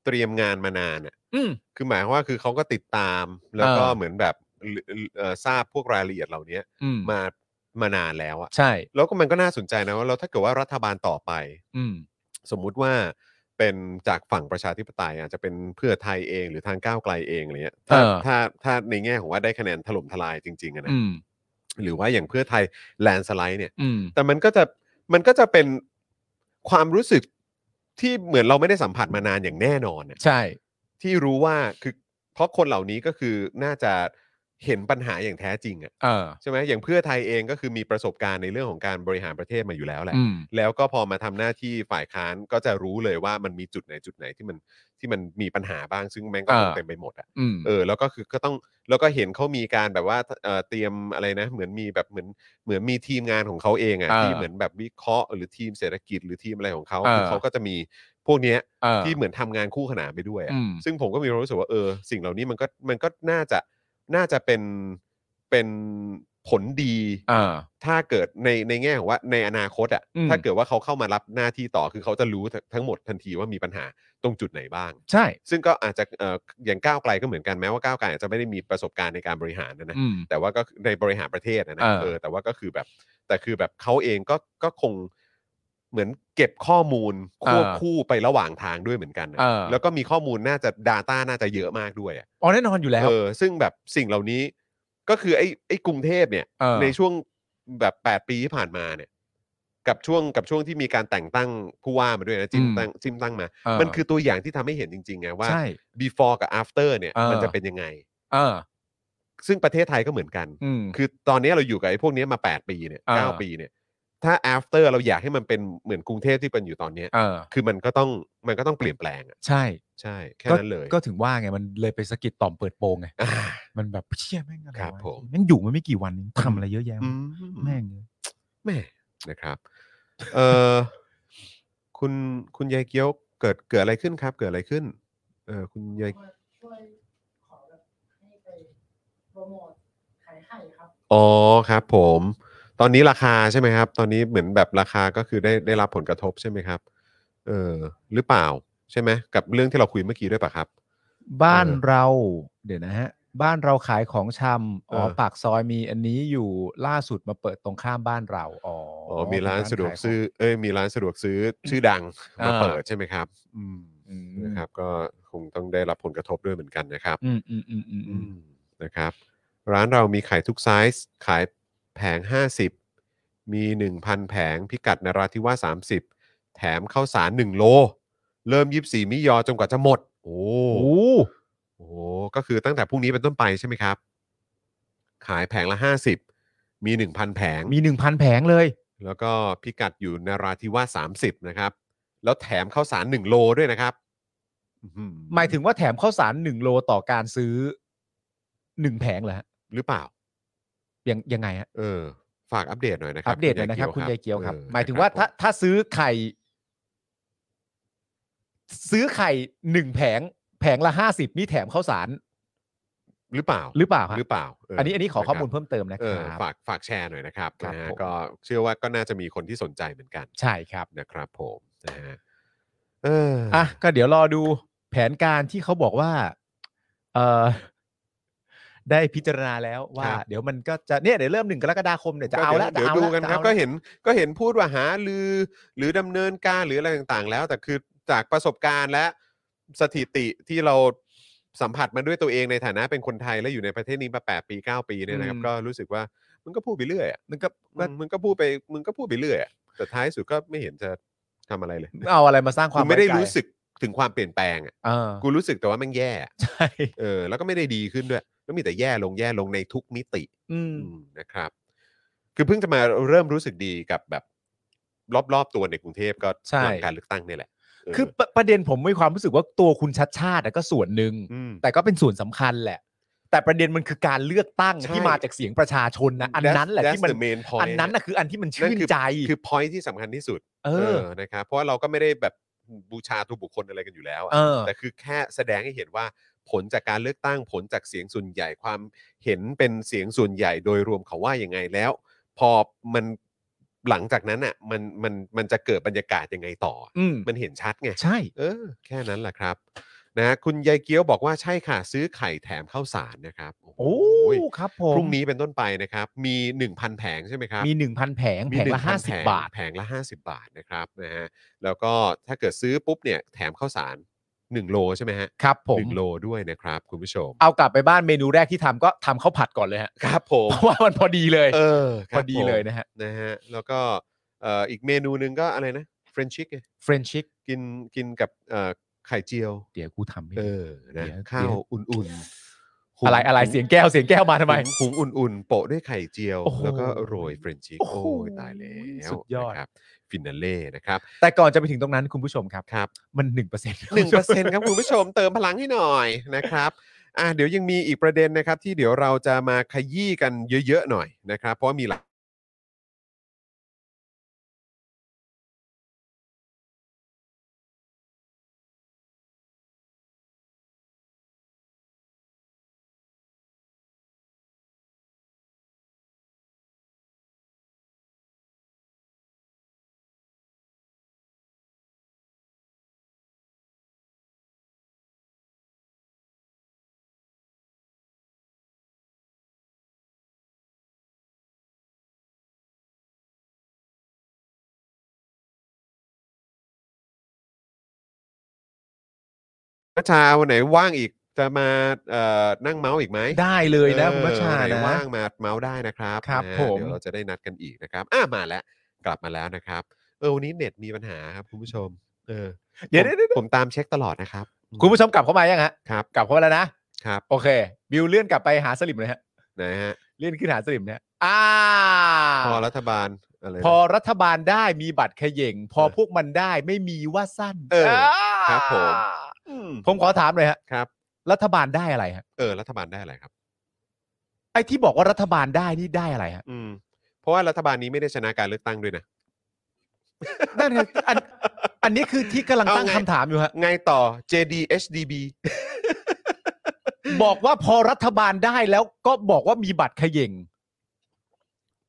S2: เตรียมงานมานานอ่ะ
S3: อืม
S2: คือหมายความว่าคือเขาก็ติดตาม แล้วก็
S3: เออ
S2: เหมือนแบบเอ่อเอ่อทราบพวกรายละเอียดเหล่านี้
S3: อืม
S2: มามานานแล้วอะ
S3: ใช่
S2: แล้วก็มันก็น่าสนใจนะว่าแล้วถ้าเกิดว่ารัฐบาลต่อไป
S3: อืม
S2: สมมุติว่าเป็นจากฝั่งประชาธิปไตยอาจจะเป็นเพื่อไทยเองหรือทางก้าวไกลเองอะไรเงี้ยถ้า
S3: เออ
S2: ถ้าถ้าในแง่ของว่าได้คะแนนถล่มทลายจริงๆอะนะ
S3: อืม
S2: หรือว่าอย่างเพื่อไทยแลนสไลด์เนี่ย
S3: อืม
S2: แต่มันก็จะมันก็จะเป็นความรู้สึกที่เหมือนเราไม่ได้สัมผัสมานานอย่างแน่นอนน่ะ
S3: ใช่
S2: ที่รู้ว่าคือเพราะคนเหล่านี้ก็คือน่าจะเห็นปัญหาอย่างแท้จริงอ่ะ
S3: เออ
S2: ใช่ไหมอย่างเพื่อไทยเองก็คือมีประสบการณ์ในเรื่องของการบริหารประเทศมาอยู่แล้วแหละ
S3: อืม
S2: แล้วก็พอมาทำหน้าที่ฝ่ายค้านก็จะรู้เลยว่ามันมีจุดไหนจุดไหนที่มันที่มันมีปัญหาบ้างซึ่งแม่งก็คง
S3: อ่า
S2: เต็มไปหมดอ่ะ
S3: อืม
S2: เออแล้วก็คือก็ต้องแล้วก็เห็นเขามีการแบบว่าเอ่อเตรียมอะไรนะ เหมือนมีแบบเหมือนเหมือนมีทีมงานของเขาเองอะ
S3: อ่า
S2: ที่เหมือนแบบวิเคราะห์หรือทีมเศรษฐกิจหรือทีมอะไรของเขา
S3: อ่า
S2: คือเขาก็จะมีพวกเนี้ย
S3: เออ
S2: ที่เหมือนทำงานคู่ขนานไปด้วยอะ
S3: อืม
S2: ซึ่งผมก็มีความรู้สึกว่าเออสิ่งเหล่านี้มันก็มันก็น่าจะน่าจะเป็นเป็นผลดี
S3: เออ
S2: ถ้าเกิดในในแง่ของว่าในอนาคตอะ
S3: อืม
S2: ถ้าเกิดว่าเขาเข้ามารับหน้าที่ต่อคือเขาจะรู้ทั้งหมดทันทีว่ามีปัญหาตรงจุดไหนบ้าง
S3: ใช่
S2: ซึ่งก็อาจจะเอ่ออย่างก้าวไกลก็เหมือนกันแม้ว่าก้าวไกลอาจจะไม่ได้มีประสบการณ์ในการบริหารนะนะ
S3: อืม
S2: แต่ว่าก็ในบริหารประเทศนะนะ
S3: เออ
S2: เออแต่ว่าก็คือแบบแต่คือแบบเขาเองก็ก็คงเหมือนเก็บข้อมูลควบคู่ไประหว่างทางด้วยเหมือนกันนะ
S3: เออ
S2: แล้วก็มีข้อมูลน่าจะ Data น่าจะเยอะมากด้วยอะ
S3: อ๋อแน่นอนอยู่แล้ว
S2: เออซึ่งแบบสิ่งเหล่านี้ก็คือไอ้ไอ้กรุงเทพเนี่ย
S3: เออ
S2: ในช่วงแบบ 8 ปีที่ผ่านมาเนี่ยกับช่วงกับช่วงที่มีการแต่งตั้งผู้ว่ามาด้วยนะจิ้มตั้งจิ้มตั้งมา
S3: เ
S2: มันคือตัวอย่างที่ทำให้เห็นจริงๆไงว่า
S3: ใช่
S2: before กับ after เนี่ย
S3: เออ
S2: มันจะเป็นยังไง
S3: เออ
S2: ซึ่งประเทศไทยก็เหมือนกัน
S3: อืม
S2: คือตอนนี้เราอยู่กับไอ้พวกนี้มา 8 ปีเนี่ย
S3: เออ
S2: เก้าปีเนี่ยถ้า after เราอยากให้มันเป็นเหมือนกรุงเทพที่เป็นอยู่ตอนเนี้ย
S3: เออ
S2: คือมันก็ต้องมันก็ต้องเปลี่ยนแปลงอ่ะ
S3: ใช่
S2: ใช่แค่
S3: ก็
S2: นั้นเลย
S3: ก็ถึงว่าไงมันเลยไปสะกิดต่อมเปิดโปงไง
S2: อ่า
S3: มันแบบเชี่ยแม่งอะไร
S2: ครับ
S3: วะ
S2: ผม
S3: แม่งอยู่มาไม่กี่วันเองทำอะไรเยอะแยะ
S2: อื
S3: วะ
S2: ม
S3: แม่งเลย
S2: แม่นะครับเอ อคุณคุณยายเกี้ยวเกิดเกิดอะไรขึ้นครับ เกิดอะไรขึ้น เออคุณยาย
S4: ช่วยขอแบบให้ไปโปรโมทขายไข่ครับ
S2: อ๋อครับ ผม ตอนนี้ราคาใช่ไหมครับ ตอนนี้เหมือนแบบราคาก็คือได้ได้รับผลกระทบใช่ไหมครับ เออหรือเปล่าใช่ไหมกับเรื่องที่เราคุยเมื่อกี้ด้วยป่ะครับ
S3: บ้านเรา เดี๋ยวนะฮะ บ้านเราขายของชำอ๋อ
S2: เออ
S3: ปากซอยมีอันนี้อยู่ล่าสุดมาเปิดตรงข้ามบ้านเราอ๋อ
S2: อ๋อมีร้านสะดวก
S3: ขายของ
S2: ซื้อเอ้ยมีร้านสะดวกซื้อชื่อดัง
S3: อ่าม
S2: มาเปิดใช่ไหมครับ อืม
S3: อืม
S2: นะครับ ก็คงต้องได้รับผลกระทบด้วยเหมือนกันนะครับ
S3: อืมอืมอืมอืมอืม
S2: นะครับ ร้านเรามีขายทุกไซส์ขายแผง 50 มี 1,000 แผง พิกัดนราธิวาส30 แถมข้าวสาร 1 โล เริ่ม 24 มิยอจนกว่าจะหมด โอ้
S3: โอ้
S2: โหก็คือตั้งแต่พรุ่งนี้เป็นต้นไปใช่ไหมครับ ขายแผงละ 50 มี 1,000 แผง
S3: มีหนึ่งพันแผงเลย
S2: แล้วก็พิกัดอยู่นราธิวาส30 นะครับ แล้วแถมข้าวสาร 1 โลด้วยนะครับอื้ออ
S3: หมายถึงว่าแถมข้าวสารหนึ่งโลต่อการซื้อหนึ่งแผงเหรอฮะ
S2: หรือเปล่า
S3: ยังยังไงฮะ
S2: เออ ฝากอัปเดตหน่อยนะครั
S3: อัปเดตหน่อยนะครับ คุณยายเกียวครับ
S2: ออ
S3: หมายถึงว่าถ้า
S2: นะครับ
S3: ถ้าซื้อไข่ ซื้อไข่หนึ่งแผง แผงละห้าสิบนี่แถมข้าวสาร
S2: ผมหรือเปล่า
S3: หรือเปล่าฮะ
S2: หรือเปล่าเ
S3: อันนี้อันนี้ขอข้อมู
S2: ะรั
S3: ล
S2: บ
S3: เพิ่มเติมนะค
S2: เอ
S3: ร
S2: อั
S3: บ
S2: ฝากฝากแชร์หน่อยนะครับ
S3: ครับ
S2: นะฮะ
S3: ผม
S2: ก็เชื่อว่าก็น่าจะมีคนที่สนใจเหมือนกัน
S3: ใช่ครับ
S2: นะครับ ผมนะฮะเออ
S3: อ่ะก็เดี๋ยวรอดูแผนการที่เขาบอกว่าเอ อได้พิจารณาแล้วว่า เดี๋ยวมันก็จะเนี่ยเดี๋ยวเริ่มหนึ่งกรกฎาคมเดี๋ยวจะเอาแล้ว
S2: เดี๋ยว
S3: จะอา
S2: ดู
S3: แล้ว
S2: กัน
S3: จะ
S2: ครับ
S3: อา
S2: ก็
S3: แล้ว
S2: เห็นก็เห็นพูดว่าหาลือ หรือดำเนินการหรืออะไรต่างๆ แล้ว แต่คือจากประสบการณ์และสถิติที่เราสัมผัสมาด้วยตัวเองในฐานะเป็นคนไทยและอยู่ในประเทศนี้มา8ปี 9 ปีเนี่ยนะครับ
S3: อืม
S2: ก็รู้สึกว่ามันก็พูดไปเรื่อยอะ
S3: มันก็
S2: ก็
S3: ก็
S2: มึงก็พูดไปมึงก็พูดไปเรื่อยอะแต่ท้ายสุดก็ไม่เห็นจะทำอะไรเลย
S3: เอาอะไรมาสร้างความ
S2: กูไม่ได้
S3: ว้ใจ
S2: รู้สึกถึงความเปลี่ยนแปลงอะ
S3: เออ
S2: กูรู้สึกแต่ว่าแมันแย่อะ
S3: ใช่
S2: เออ แล้วก็ไม่ได้ดีขึ้นด้วยแล้วมีแต่แย่ลงแย่ลงในทุกมิติ
S3: อืม
S2: อืมนะครับ คือเพิ่งจะมาเริ่มรู้สึกดีกับแบบ รอบๆตัวในกรุงเทพก็
S3: ใช่
S2: หลัการเลือกตั้งนี่แหละเ
S3: คือประประเด็นผมมีความรู้สึกว่าตัวคุณชัดชาติอะก็ส่วนหนึ่ง
S2: อืม
S3: แต่ก็เป็นส่วนสำคัญแหละ แต่ประเด็นมันคือการเลือกตั้ง
S2: ใช่
S3: ที่มาจากเสียงประชาชนนะอันนั้นแหละ
S2: That's-
S3: ที่มัน
S2: that's the main point
S3: อันนั้นน่ะคืออันที่มันชื่น
S2: คือ
S3: ใจ
S2: คือ point ที่สำคัญที่สุด
S3: เอ
S2: เอ
S3: อ
S2: อนะครับ เพราะว่าเราก็ไม่ได้แบบบูชาตัวบุคคลอะไรกันอยู่แล้วอะ
S3: เออ
S2: แต่คือแค่แสดงให้เห็นว่าผลจากการเลือกตั้งผลจากเสียงส่วนใหญ่ความเห็นเป็นเสียงส่วนใหญ่โดยรวมเขาว่ายังไงแล้ว พอมันหลังจากนั้นอ่ะมันมันมันจะเกิดบรรยากาศยังไงต่อ
S3: อืม
S2: มันเห็นชัดไง
S3: ใช่
S2: เออ แค่นั้นแหละครับนะคุณยายเกี้ยวบอกว่าใช่ค่ะ ซื้อไข่แถมข้าวสารนะครับโอ้โห
S3: โอ้ครับผม
S2: พรุ่งนี้เป็นต้นไปนะครับ มี 1,000 แผงใช่ไหมครับ
S3: มีหนึ่งพันแผง
S2: มี
S3: แผงละ
S2: 1,000
S3: ห้าสิบ
S2: แผง
S3: บาท
S2: แผงละ 50 บาทนะครับนะฮะแล้วก็ถ้าเกิดซื้อปุ๊บเนี่ยแถมข้าวสาร 1 โลใช่ไหมฮะ
S3: ครับผม
S2: หนึ่งโลด้วยนะครับ คุณผู้ชม
S3: เอากลับไปบ้านเมนูแรกที่ทำก็ทำข้าวผัดก่อนเลยฮะ
S2: ครับผม
S3: เพราะว่ามันพอดีเลย
S2: เออค
S3: พ
S2: รั
S3: อบ ดี
S2: ผม
S3: เลยนะฮะ
S2: นะฮะแล้วก็เอ่ออีกเมนูหนึ่งก็อะไรนะเฟรนชิก
S3: เฟรนชิก
S2: กินกินกับเอ่อไข่เจียว
S3: เดี๋ยวกูทำให้
S2: เออนะ
S3: เดี๋ยว
S2: ข้าวอุ่นๆหุง
S3: อะไรอะไรเสียงแก้วเสียงแก้วมาทำไม
S2: หุงหุงอุ่นๆ โปะด้วยไข่เจียว
S3: โอ้โห
S2: แล้วก็โรยเฟรนชิก
S3: โอ้โห
S2: โอ้ยตายแล้ว
S3: สุดยอด
S2: นะครับฟินาเล่นะครับ
S3: แต่ก่อนจะไปถึงตรงนั้นคุณผู้ชมครับ
S2: ครับ
S3: มันหนึ่งเปอร์เซ็นต์
S2: หนึ่งเปอร์เซ็นต์ครับ คุณผู้ชมเติมพลังให้หน่อยนะครับอ่ะเดี๋ยวยังมีอีกประเด็นนะครับ ที่เดี๋ยวเราจะมาขยี้กันเยอะๆหน่อยนะครับ เพราะว่ามีหลายประชาวันไหนว่างอีกจะมาเอ่อนั่งเมาส์อีกไหม
S3: ได้เลยนะคุณ
S2: เออ
S3: พัชชา
S2: วันไห
S3: นะ
S2: ว่างมาเมาส์ได้นะครับ
S3: ครับ
S2: นะฮะ
S3: ผม
S2: เดี๋ยวเราจะได้นัดกันอีกนะครับอ่ะมาแล้วกลับมาแล้วนะครับเออวันนี้เน็ตมีปัญหาครับคุณผู้ชม เออ
S3: เดี๋ยวเดี๋ยวเดี๋ยว
S2: ผมตามเช็คตลอดนะครับ
S3: คุณผู้ชมกลับเข้ามายังฮะ
S2: ครับ
S3: กลับเข้ามาแล้วนะครับ โอเค บิวเลื่อนกลับไปหาสลิมหนะฮะ
S2: นะฮะ
S3: เลื่อนขึ้นหาสลิมนะฮะอ่า
S2: พอรัฐบาลอะไรนะ
S3: พอรัฐบาลได้มีบัตรเขย่ง พอ
S2: เออ
S3: พวกมันได้ไม่มีว่าสั้น
S2: เออ
S3: อ่า
S2: ครับผม อืม
S3: ผมขอถามเลยฮะ
S2: ครับ
S3: รัฐบาลได้อะไรฮะ
S2: เออรัฐบาลได้อะไรครับ
S3: ไอ้ที่บอกว่ารัฐบาลได้นี่ได้อะไรฮะ
S2: อืมเพราะว่ารัฐบาลนี้ไม่ได้ชนะการเลือกตั้งด้วยนะ
S3: นั่นไงอันอันนี้คือที่กำลังตั้ง
S2: เอาไง
S3: คำถามอยู่ฮะ
S2: ไงต่อ JDHDB
S3: บอกว่าพอรัฐบาลได้แล้วก็บอกว่ามีบัตรเขย่ง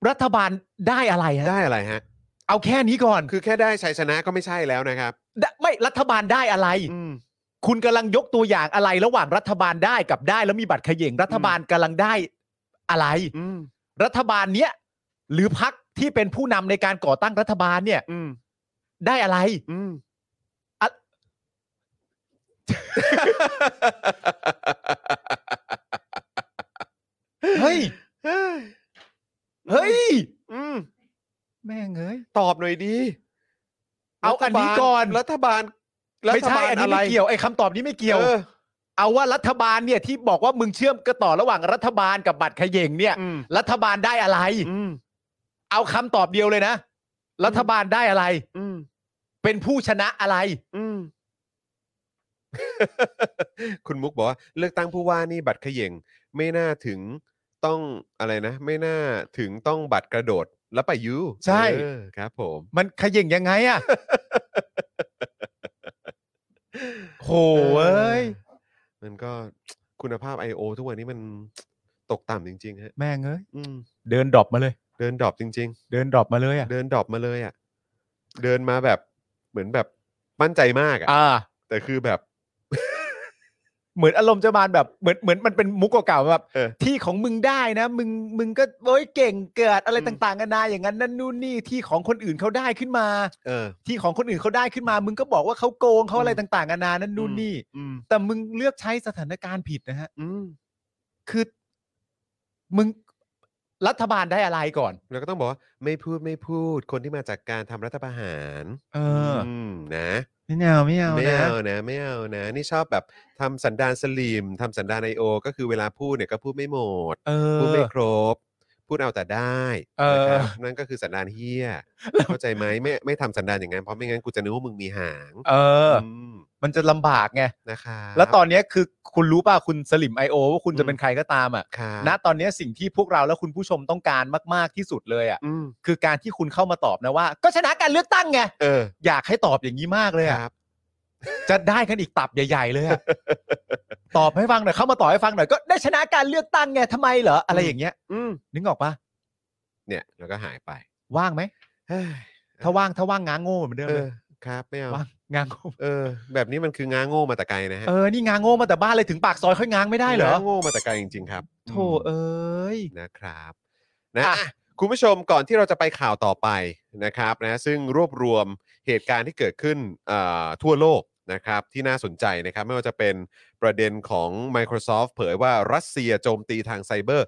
S3: รัฐบาลได้อะไรฮะ
S2: ได้อะไรฮะ
S3: เอาแค่นี้ก่อน
S2: คือแค่ได้ชัยชนะก็ไม่ใช่แล้วนะครับ
S3: ดะไม่รัฐบาลได้อะไร
S2: อืม
S3: คุณกำลังยกตัวอย่างอะไรระหว่างรัฐบาลได้กับได้แล้วมีบัตรเขย่งรัฐบาลกำลังได้อะไร
S2: อืม
S3: รัฐบาลเนี้ยหรือพักที่เป็นผู้นำในการก่อตั้งรัฐบาลเนี่ย
S2: อืม
S3: ได้อะไร
S2: อืม
S3: อะ เฮ้ยเฮ้ย
S2: อืม
S3: แม่งเอ้ย
S2: ตอบหน่อยดี
S3: เอาอันนี้ก่อน
S2: รัฐบาลรัฐบาล
S3: ไม่ใช่อันนี้
S2: รัฐบาล
S3: ไม่
S2: ระร
S3: เกี่ยวไอ้คำตอบนี้ไม่เกี่ยว
S2: ออ
S3: เอาว่ารัฐบาลเนี่ยที่บอกว่ามึงเชื่อมกันต่อระหว่างรัฐบาลกับบัตรเขย่งเนี่ย
S2: อืม
S3: รัฐบาลได้อะไร
S2: อืม
S3: เอาคำตอบเดียวเลยนะ รัฐบาลได้อะไร
S2: อืม
S3: เป็นผู้ชนะอะไร
S2: อืม คุณมุกบอกว่า เลือกตั้งผู้ว่านี่บัตรเขย่งไม่น่าถึงต้องอะไรนะ ไม่น่าถึงต้องบัตรกระโดดแล้วไปยู
S3: ใช่
S2: เออครับผม
S3: มันเขย่งยังไงอะ โหเอ้ย
S2: มันก็คุณภาพ I.O. ทุกวันนี้มันตกต่ำจริง ๆ ฮะ
S3: แม่งเอ้ย
S2: อืม
S3: เดินดรอปมาเลย
S2: เดินดรอปจริง
S3: เดินดรอปมาเลยอะ
S2: ๆ เดินดรอปมาเลยอ่ะ เดินมาแบบเหมือนแบบมั่นใจมากอ่ะ
S3: อ่า
S2: แต่คือแบบ
S3: เหมือนอารมณ์จะมาแบบเหมือนเหมือนมันเป็นมุกเก่าๆแบบ
S2: เออ
S3: ที่ของมึงได้นะ มึงมึงก็โอ้ยเก่งเกิดอะไร
S2: อืม
S3: ต่างๆกันานาอย่างนั้นนั่นนู่นนี่ที่ของคนอื่นเขาได้ขึ้นมา
S2: เออ
S3: ที่ของคนอื่นเขาได้ขึ้นมา มึงก็บอกว่าเขาโกงเขาอะไร
S2: อืม
S3: ต่างๆกันานานั่นนู่นนี่
S2: อืม
S3: แต่มึงเลือกใช้สถานการณ์ผิดนะฮะ
S2: อืม
S3: คือ มึงรัฐบาลได้อะไรก่อน
S2: แล้วก็ต้องบอกว่า ไม่พูดไม่พูดคนที่มาจากการทำรัฐประหาร
S3: เออ
S2: มนะ
S3: ไม่เอาไม่เอา
S2: ไม่
S3: นะ
S2: เอานะไม่เอานะ นี่ชอบแบบทำสันดานสลีมทำสันดานไอโอ ก็คือเวลาพูดเนี่ยก็พูดไม่หมด
S3: เอ
S2: พูด
S3: อ
S2: ไม่ครบ พูดเอาแต่ได้
S3: เออ
S2: นะครับนั่นก็คือสันดานเฮียเข้าใจไหมไม่ไม่ทำสันดานอย่างนั้นเพราะไม่งั้นกูจะนึกว่ามึงมีหาง
S3: เออ
S2: ม
S3: มันจะลำบากไง
S2: นะคะ
S3: แล้วตอนเนี้ยคือคุณรู้ป่ะคุณสลิม I.O. ว่าคุณจะเป็นใครก็ตามอ่ะ
S2: ครับ
S3: ณตอนนี้สิ่งที่พวกเราและคุณผู้ชมต้องการมาก ๆ ที่สุดเลยอะ่ะ
S2: อืม
S3: คือการที่คุณเข้ามาตอบนะว่า ก็ชนะการเลือกตั้งไง
S2: เออ
S3: อยากให้ตอบอย่างนี้มากเลย
S2: ค
S3: อะ
S2: รับ
S3: จะได้กันอีกตับใหญ่ ๆ เลยอะ ตอบให้ฟังหน่อยเข้ามาตอบให้ฟังหน่อยก็ได้ชนะการเลือกตั้งไงทำไมเหรออะไรอย่างเงี้ย
S2: อืม
S3: นึกออกปะ
S2: เนี่ยแล้วก็หายไป
S3: ว่างไหม
S2: เฮ้ย
S3: ถ้าว่างถ้าว่างง้างโง่เหมือนเดิม
S2: เอ
S3: เล
S2: อยครับไม่เอา
S3: ว่างง้างโง่
S2: เออ แบบนี้มันคือง้างโง่มาแต่ไกลนะฮะ
S3: เออนี่ง้างโง่มาแต่บ้านเลยถึงปากซอยค่อยง้างไม่ได้เหรอ
S2: ง้างโง่มาแต่ไกลจริง ๆ ครับ
S3: โธ่เอ้ย
S2: นะครับนะ
S3: อ่ะ
S2: อ่ะคุณผู้ชมก่อนที่เราจะไปข่าวต่อไปนะครับนะซึ่งรวบรวมเหตุการณ์ที่เกิดขึ้นเอ่อทั่วโลกนะครับที่น่าสนใจนะครับ ไม่ว่าจะเป็นประเด็นของ Microsoft เผยว่ารัสเซียโจมตีทางไซเบอร์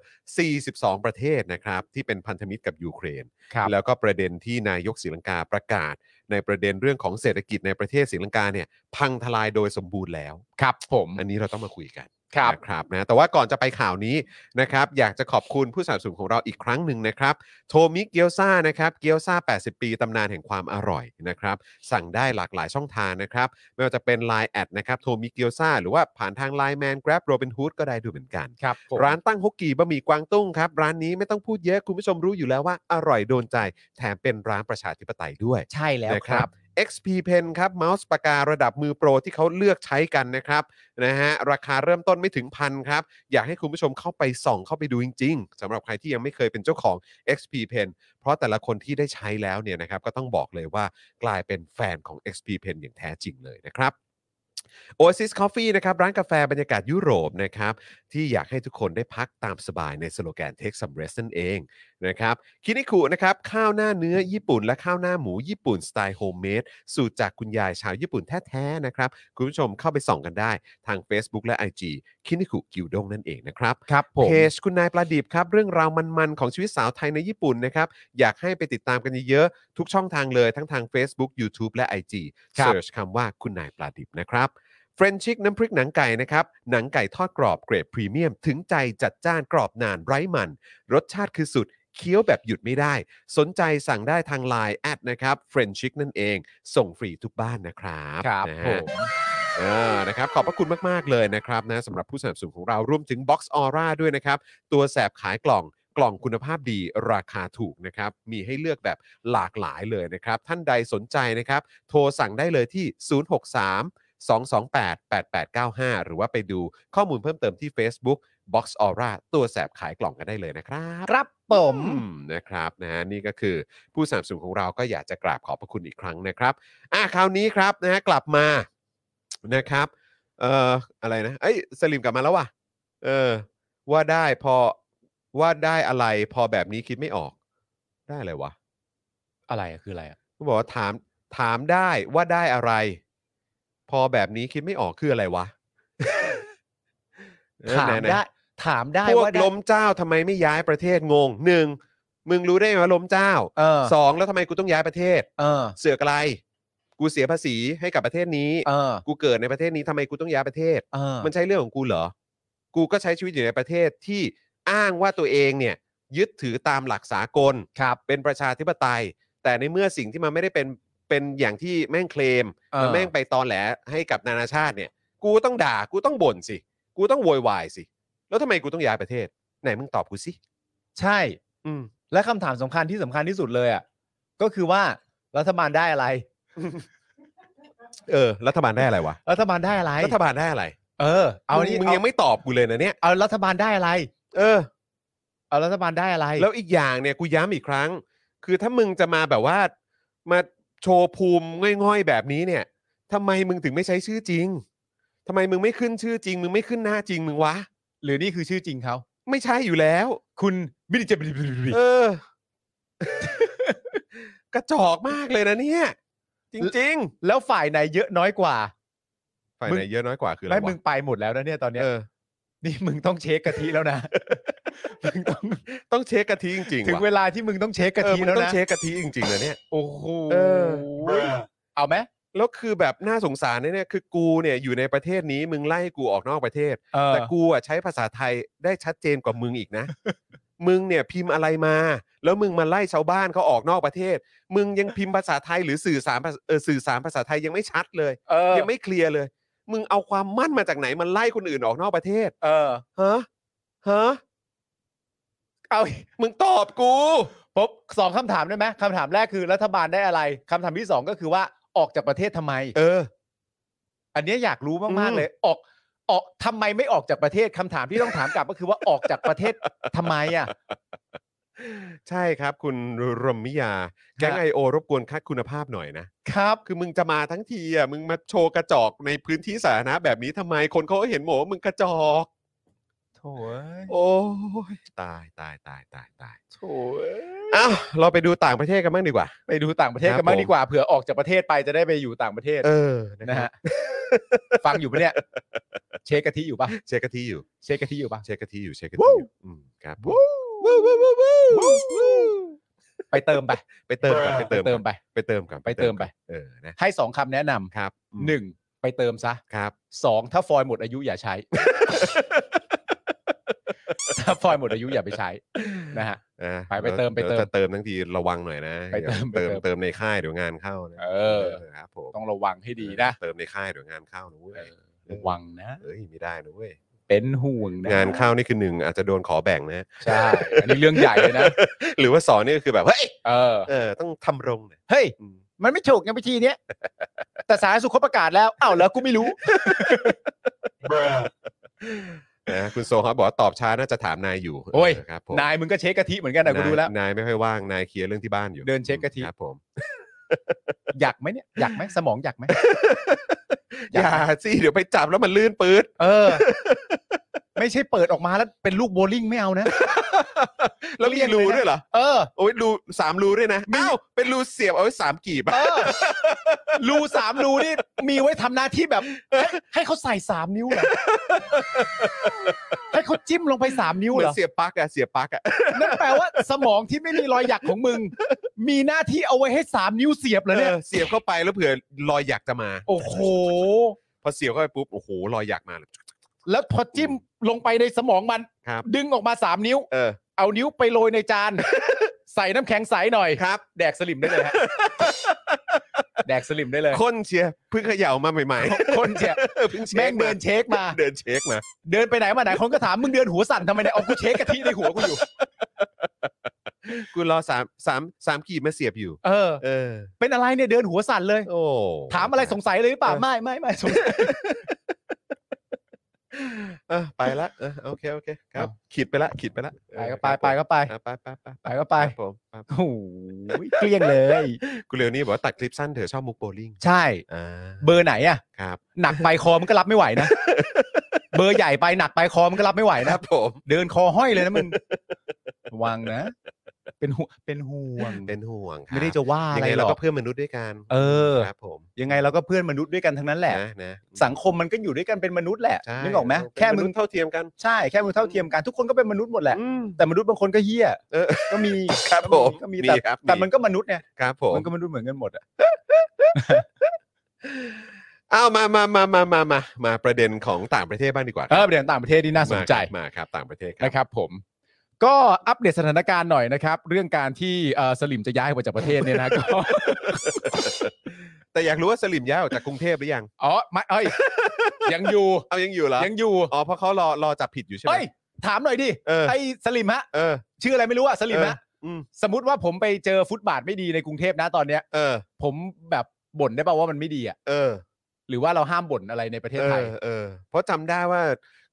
S2: 42 ประเทศนะครับ ที่เป็นพันธมิตรกับยูเครน
S3: ครับ
S2: แล้วก็ประเด็นที่นายกศรีลังกาประกาศ ในประเด็นเรื่องของเศรษฐกิจในประเทศศรีลังกาเนี่ยพังทลายโดยสมบูรณ์แล้ว
S3: ครับผม
S2: อันนี้เราต้องมาคุยกัน
S3: ครับ
S2: นะครับนะแต่ว่าก่อนจะไปข่าวนี้นะครับอยากจะขอบคุณผู้สนับสนุนของเราอีกครั้งหนึ่งนะครับโทมิเกียวซานะครับเกียวซา80 ปีตำนานแห่งความอร่อยนะครับสั่งได้หลากหลายช่องทางนะครับไม่ว่าจะเป็น Line แอดนะครับโทมิเกียวซาหรือว่าผ่านทาง Line Man Grab Robin Hood ก็ได้ดูเหมือนกัน
S3: ครับผม
S2: ร้านตั้งฮกกีบะหมี่กวางตุ้งครับ ร้านนี้ไม่ต้องพูดเยอะคุณผู้ชมรู้อยู่แล้วว่าอร่อยโดนใจ แถมเป็นร้านประชาธิปไตยด้วย
S3: ใช่แล้ว
S2: นะ
S3: ครับ
S2: XP Pen ครับเมาส์ปากการะดับมือโปรที่เขาเลือกใช้กันนะครับนะฮะราคาเริ่มต้นไม่ถึงพันครับ อยากให้คุณผู้ชมเข้าไปส่องเข้าไปดูจริง ๆสำหรับใครที่ยังไม่เคยเป็นเจ้าของ XP Pen เพราะแต่ละคนที่ได้ใช้แล้วเนี่ยนะครับก็ต้องบอกเลยว่ากลายเป็นแฟนของ XP Pen อย่างแท้จริงเลยนะครับ Oasis Coffee นะครับร้านกาแฟบรรยากาศยุโรปนะครับที่อยากให้ทุกคนได้พักตามสบายในสโลแกน Take some rest นั่นเอง นะครับคินิคุนะครับข้าวหน้าเนื้อญี่ปุ่น และข้าวหน้าหมูญี่ปุ่นสไตล์โฮมเมดสูตรจากคุณยายชาวญี่ปุ่นแท้ๆนะครับ คุณผู้ชมเข้าไปส่องกันได้ทาง Facebook และ IG คินิคุกิวดงนั่นเองนะครับ
S3: ครับผม
S2: เพจคุณนายปลาดิบครับเรื่องราวมันๆ ของชีวิตสาวไทยในญี่ปุ่นนะครับ อยากให้ไปติดตามกันเยอะๆ ทุกช่องทางเลยทั้งทาง Facebook YouTube และ IG
S3: ครับ
S2: เสิร์ชคำว่าคุณนายปลาดิบนะครับเฟรนชิกน้ำพริกหนังไก่นะครับ หนังไก่ทอดกรอบเกรดพรีเมียม ถึงใจจัดจ้านกรอบนานไร้มัน รสชาติคือสุด เคี้ยวแบบหยุดไม่ได้ สนใจสั่งได้ทาง Line แอดนะครับเฟรนชิกนั่นเอง ส่งฟรีทุกบ้านนะครับ
S3: ครับ
S2: นะ
S3: ผ
S2: ฮะ
S3: ม
S2: เออนะครับ ขอบพระคุณมาก ๆ เลยนะครับนะสำหรับผู้สนับสนุนของเรา รวมถึง Box Aura ด้วยนะครับ ตัวแสบขายกล่อง กล่องคุณภาพดี ราคาถูกนะครับ มีให้เลือกแบบหลากหลายเลยนะครับ ท่านใดสนใจนะครับ โทรสั่งได้เลยที่ 063 228 8895 หรือว่าไปดูข้อมูลเพิ่มเติมที่ Facebook Box Aura ตัวแสบขายกล่องกันได้เลยนะครับ
S3: ครับผม
S2: อืมนะครับนะฮะนี่ก็คือผู้สนับสนุนของเราก็อยากจะกราบขอบพระคุณอีกครั้งนะครับ อ่ะคราวนี้ครับนะฮะกลับมานะครับ เอ่ออะไรนะเอ้ยสลิมกลับมาแล้วว่ะเออ ว่าได้พอว่าได้อะไรพอแบบนี้คิดไม่ออก ได้อะไรวะ
S3: อะไรอะคืออะไรอะ
S2: ก็บอกว่าถามถามได้ว่าได้อะไร พอแบบนี้คิดไม่ออกคืออะไรวะ เออ
S3: ถา
S2: หน
S3: ม
S2: ๆ
S3: ได้ถามได้
S2: พวก
S3: ว่าได้
S2: ล้มเจ้าทำไมไม่ย้ายประเทศงงหนึ่งมึงรู้ได้ไงว่าล้มเจ้า
S3: เออ
S2: สองแล้วทำไมกูต้องย้ายประเทศ
S3: เออ
S2: เสือกอะไร กูเสียภาษีให้กับประเทศนี้
S3: เออ
S2: กูเกิดในประเทศนี้ทำไมกูต้องย้ายประเทศ
S3: เออ
S2: มันใช่เรื่องของกูเหรอ กูก็ใช้ชีวิตอยู่ในประเทศที่อ้างว่าตัวเองเนี่ยยึดถือตามหลักสากล
S3: ครับ
S2: เป็นประชาธิปไตย แต่ในเมื่อสิ่งที่มันไม่ได้เป็นเป็นอย่างที่แม่งเคลม
S3: เอ
S2: มั
S3: อน
S2: แม่งไปตอนแหลให้กับนานาชาติเนี่ย กูต้องด่า กูต้องบ่นสิ กูต้องโวยวายสิ แล้วทำไมกูต้องย้ายประเทศ ไหนมึงตอบกูสิ
S3: ใช่
S2: อืม
S3: และคำถามสำคัญที่สำคัญที่สุดเลยอ่ะก็คือว่ารัฐบาลได้อะไร
S2: เออ รัฐบาลได้อะไรวะ
S3: รัฐบาลได้อะไร
S2: รัฐบาลได้อะไร
S3: เออเอานี่
S2: มึง
S3: เอา
S2: ยังไม่ตอบกูเลยนะเนี่ย
S3: เอารัฐบาลได้อะไร
S2: เออ
S3: เอารัฐบาลได้อะไร
S2: แล้วอีกอย่างเนี่ยกูย้ำอีกครั้ง คือถ้ามึงจะมาแบบว่า มาโชว์ภูมิง่อยๆแบบนี้เนี่ยทำไมมึงถึงไม่ใช้ชื่อจริงทำไมมึงไม่ขึ้นชื่อจริง มึงไม่ขึ้นหน้าจริงมึงวะ
S3: หรือนี่คือชื่อจริงเขา
S2: ไม่ใช่อยู่แล้ว
S3: คุณมิดิเจบิบิ
S2: เออ กระจอกมากเลยนะเนี่ย จริง
S3: แล้วฝ่ายไหนเยอะน้อยกว่า
S2: ๆฝ่ายไหนเยอะน้อยกว่าคืออะไร
S3: ไม่
S2: วะ
S3: มึงไปหมดแล้วนะเนี่ยตอนเนี้ย
S2: เออ
S3: นี่มึงต้องเช็คกะทิแล้วนะ มึงต้อง
S2: ต้องเช็คกะทิจริงๆ
S3: ถึง
S2: ว่ะ
S3: เวลาที่มึงต้องเช็คกะ
S2: เออ
S3: ทิ
S2: มึง
S3: แล้ว
S2: ต้อง
S3: นะ
S2: เช็คกะทิจริงๆนะเนี่ย
S3: โอ้โห
S2: เออ
S3: เอาไหม
S2: แล้วคือแบบน่าสงสารนะเนี่ยคือกูเนี่ยอยู่ในประเทศนี้มึงไล่ให้กูออกนอกประเทศ
S3: เออ
S2: แต่กูอ่ะใช้ภาษาไทยได้ชัดเจนกว่ามึงอีกนะ มึงเนี่ยพิมพ์อะไรมา แล้วมึงมาไล่ชาวบ้านเขาออกนอกประเทศ มึงยังพิมพ์ภาษาไทยหรือสื่อสารภาษาเออสื่อสารภาษาไทยยังไม่ชัดเลย
S3: เออ
S2: ยังไม่เคลียร์เลย มึงเอาความมั่นมาจากไหนมันไล่คนอื่นออกนอกประเทศ
S3: เออ
S2: ฮะ ฮะ
S3: เอา
S2: มึงตอบกู
S3: ปุ๊บสองคำถามได้ไหมคำถามแรกคือรัฐบาลได้อะไรคำถามที่สองก็คือว่าออกจากประเทศทำไม
S2: เออ
S3: อันเนี้ยอยากรู้มาก
S2: อืม
S3: ๆเลยออกออกทำไมไม่ออกจากประเทศคำถามที่ต้องถามกลับก็คือว่าออกจากประเทศทำไมอ่ะ
S2: ใช่ครับ คุณรมมิยา แก๊งไอโอรบกวนคัดคุณภาพหน่อยนะ
S3: ครับ
S2: คือมึงจะมาทั้งทีอ่ะ มึงมาโชว์กระจอกในพื้นที่สาธารณะแบบนี้ทำไม คนเขาเห็นหมดว่ามึงกระจอก
S3: โถ่เอ้ย
S2: โอ้ยตายตายตายตายตายโถอ้าวเราไปดูต่างประเทศกันบ้างดีกว่า
S3: ไปดูต่างประเทศกันบ้างดีกว่าเผื่อออกจากประเทศไปจะได้ไปอยู่ต่างประเทศ
S2: เออ
S3: นะ
S2: ครั
S3: ฮะ
S2: บ
S3: ฟังอยู่ปะเนี่ย เช็คกะทิอยู่ปะ
S2: เช็คกะทิอยู่
S3: เช็คกะทิอยู่ปะ
S2: เช็คกะทิอยู่เช็คกะ
S3: วู้
S2: ทิอยู่อืมครับผม
S3: ไปเติมไป
S2: ไปเติมก่อนไป
S3: ไป
S2: เติม
S3: เติ
S2: ก่อ
S3: ม
S2: น
S3: ไป
S2: ไปเติมก่อน
S3: ไปเติมไป
S2: เออนะ
S3: ให้สองคำแนะนำ
S2: ครับอืม
S3: หนึ่งไปเติมซะ
S2: ครับ
S3: สองถ้าฟอยหมดอายุอย่าใช้ ถ้าฟอยหมดอายุอย่าไปใช้นะฮะ
S2: นะ
S3: ไปไปเติมไปเติ
S2: ดี๋ย
S3: ม
S2: วจะเติมทั้งทีระวังหน่อยนะ
S3: ไปเติม
S2: เดี๋ยว
S3: ไปเติม
S2: เติมในค่ายเดี๋ยวงานเข้านะ
S3: เออ
S2: ครับผม
S3: ต้องระวังให้ดีนะ
S2: เติมในค่ายเดี๋ยวงานเข้านะเว้ย
S3: เออระวังนะ
S2: เอ้ยไม่ได้นะเว้ย
S3: เป็นห่วงนะ
S2: งานเข้านี่คือหนึ่งอาจจะโดนขอแบ่งนะ
S3: ใช่อันนี้เรื่องใหญ่เลยนะ
S2: หรือว่าสอนนี่ก็คือแบบเฮ้ย
S3: เออ
S2: เออต้องทำรงหน่อย
S3: เฮ้ย
S2: อืม
S3: มันไม่ถูกไงวิธีเนี้ ยแต่สาธารณสุขเขาประกาศแล้วอ้าวแล้วกูไม่รู้
S2: นะคุณโซฮอตบอกว่าตอบช้าน่าจะถามนายอยู่
S3: โอ้ย
S2: เครับผม
S3: นายมึงก็เช็คกะทิเหมือนกันนะกูดูแล้ว
S2: นายนายไม่ค่อยว่างนายเคลียร์เรื่องที่บ้านอยู่
S3: เดินเช็คกะทิ
S2: ครับผม
S3: อยากไหมเนี่ยอยากไหมสมองอยากไหม
S2: อย่าสิเดี๋ยวไปจับแล้วมันลื่นปื๊ด
S3: เออ ไม่ใช่เปิดออกมาแล้วเป็นลูกโบลิ่งไม่เอานะ
S2: แล้วมีรูด้วยเหรอ
S3: เออ
S2: โอ้ยรูสามรูด้วยนะอ้าวเป็นรูเสียบเอาไว้สามกีบอะ
S3: เออรูสามรูนี่มีไว้ทำหน้าที่แบบ ให้ให้เขาใส่สามนิ้วเหรอ ให้เขาจิ้มลงไปสามนิ้ว
S2: เหมื
S3: เห
S2: อ
S3: รอน
S2: เสียบปลั๊กอะเสียบปลั๊กอะ
S3: นั่นแปลว่าสมองที่ไม่มีรอยหยักของมึง มีหน้าที่เอาไว้ให้สามนิ้วเสียบเหรอเนี่ย
S2: เออเสียบเข้าไปแล้วเผื่อรอยหยักจะมา
S3: โอ้โห
S2: พอเสียบเข้าไปปุ๊บโอ้โหรอยหยักมาเลย
S3: แล้วพอจิ้มลงไปในสมองมัน
S2: ครับ
S3: ดึงออกมาสามนิ้ว
S2: เออ
S3: เอานิ้วไปโรยในจาน ใส่น้ำแข็งใสหน่อย
S2: ครับ
S3: แดกสลิมได้ เลยฮะ แดกสลิมได้เลย
S2: คนเชียร์เพิ่งเขย่ามาใหม่
S3: คนเจ็บ
S2: ๆเพิ่งเช็
S3: แม่
S2: ค
S3: งเดินเช็คมา
S2: เดินเช็คมา
S3: เดินไปไหนมาไหนคนก็ถามมึงเดินหัวสั่นทำไมเนี่ยเอากูเช็คกะทิในหัวกูอยู่
S2: กูรอสามสามสามกีบมาเสียบอยู่
S3: เออ
S2: เออ
S3: เป็นอะไรเนี่ยเดินหัวสั่นเลย
S2: โอ้
S3: ถามอะไรสงสัยเลยหรือเปล่าไม่ไม่ไม่สงสัย
S2: เออไปละเออโอเคโอเคครับ ขีดไปละขีดไปละ
S3: ไปก็ไปไปก็ไป
S2: ไปไปไป
S3: ไปก็ไป
S2: ครับผมครับ
S3: โอ้โหเกลี้ยงเลย
S2: คุณเรียวนี่บอกว่าตัดคลิปสั้นเถอะชอบมุกโบลิ่ง
S3: ใช่
S2: อ่า
S3: เบอร์ไหนอะ
S2: ครับ
S3: หนักไปคอมันก็รับไม่ไหวนะ เบอร์ใหญ่ไปหนักไปคอมันก็รับไม่ไหว
S2: ค
S3: นะ
S2: รับผม
S3: เดินคอห้อยเลยนะมึ งระวังนะ เป็นห่วงเป็นห่วง
S2: เป็นห่วงครับ
S3: ไม่ได้จะว่า
S2: ยั
S3: อะ
S2: ง
S3: ไร
S2: ไง
S3: หร
S2: เรา
S3: อ
S2: ก็
S3: ก
S2: เพื่อนมนุษย์ด้วยกัน
S3: เออ
S2: ครับผม
S3: ยังไงเราก็เพื่อนมนุษย์ด้วยกันทั้งนั้นแหละ
S2: นะนะ
S3: สังคมมันก็อยู่ด้วยกันเป็นมนุษย์แหละ
S2: ใช่
S3: นึกออกไหม
S2: เราเป็น
S3: แค่
S2: ม
S3: มึ
S2: นุ
S3: ง
S2: ษย์เท่าเทียมกัน
S3: ใช่แค่มึงเท่าเทียมกันทุกคนก็เป็นมนุษย์หมดแหละ
S2: อืม
S3: แต่มนุษย์บางคนก็เหี้ย
S2: เออ
S3: ก็มี
S2: ครับผม
S3: ก็มี
S2: มี
S3: แต่
S2: ครับ
S3: แต่
S2: มี
S3: มันก็มนุษย์เนี่ย
S2: ครับผม
S3: มันก็มนุษย์เหมือนกันหมดอ่ะ
S2: อ้าวมามามามามามามาประเด็นของต่างประเทศบ้างดีกว่า
S3: เออประเด็นต่างประเทศที่น่าสนใจ
S2: มาครับมาครับต่างประเทศครับ
S3: นะครับผมก็อัปเดตสถานการณ์หน่อยนะครับ เรื่องการที่เอ่อสลิมจะย้ายออกไปจากประเทศเนี่ยนะ ก็
S2: แต่อยากรู้ว่าสลิมย้ายออกจากกรุงเทพหรือยัง
S3: อ๋อไม่เอ้ ยยังอยู่
S2: เอายังอยู่เหรอ
S3: ยังอยู่
S2: อ๋อเพราะเขารอรอจับผิดอยู่ใช่ไหม
S3: เฮ้ยถามหน่อยดิ
S2: เออ
S3: ไอ้สลิมฮะ
S2: เออ
S3: ชื่ออะไรไม่รู้อะสลิมฮะ
S2: อืม
S3: สมมติว่าผมไปเจอฟุตบาทไม่ดีในกรุงเทพนะตอนเนี้ย
S2: เออ
S3: ผมแบบบ่นได้ป่าวว่ามันไม่ดีอะ
S2: เออ
S3: หรือว่าเราห้ามบ่นอะไรในประเทศ
S2: เอ
S3: ไทย
S2: อ เออ เพราะจำได้ว่า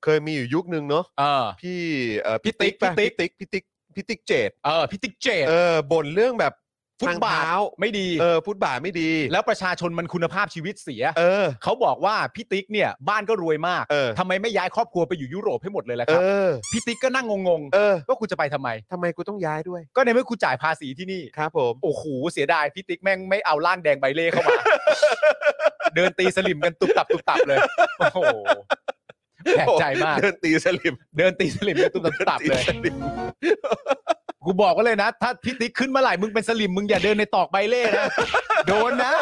S2: เคยมีอยู่ยุคนึงเนาะ
S3: เออ
S2: พี่เอ่อ
S3: พี่ติ๊ก
S2: ป่ะพี่ติ๊กพี่ติ๊กพี่ติ๊กเจด
S3: เออพิติกเจต
S2: เออบ่นเรื่องแบบ
S3: ฟุตบา
S2: ทง
S3: ท
S2: เท้
S3: ไม่ดี
S2: เออฟุตบาทไม่ดี
S3: แล้วประชาชนมันคุณภาพชีวิตเสีย
S2: เออ
S3: เขาบอกว่าพิติกเนี่ย บ้านก็รวยมาก
S2: เออ
S3: ทำไมไม่ย้ายครอบครัวไปอยู่ยุโรปให้หมดเลยล่ะ
S2: เอ
S3: ครับ
S2: อ
S3: พี่ติ๊กก็นั่งงง
S2: เออ
S3: ๆว่ากูจะไปทำไม
S2: ทำไมกูต้องย้ายด้วย
S3: ก็ในเมื่อกูจ่ายภาษีที่นี่
S2: ครับผม
S3: โอ้โหเสียดายพี่ติ๊กแม่งไม่เอาร่างแดงใบเล่เข้ามา เดินตีสลิมกันตุบตับตุบตับเลย โอ้โหแปลกใจมาก
S2: เดินตีสลิม
S3: เดินตีสลิมกันตุบตับตุบตับเลย
S2: ดินสม
S3: กูบอกก็เลยนะ ถ้าพี่ติ๊กขึ้นเมื่อไหร่มึงเป็นสลิมมึงอย่าเดินในตอกใบเล่นะโดนนะ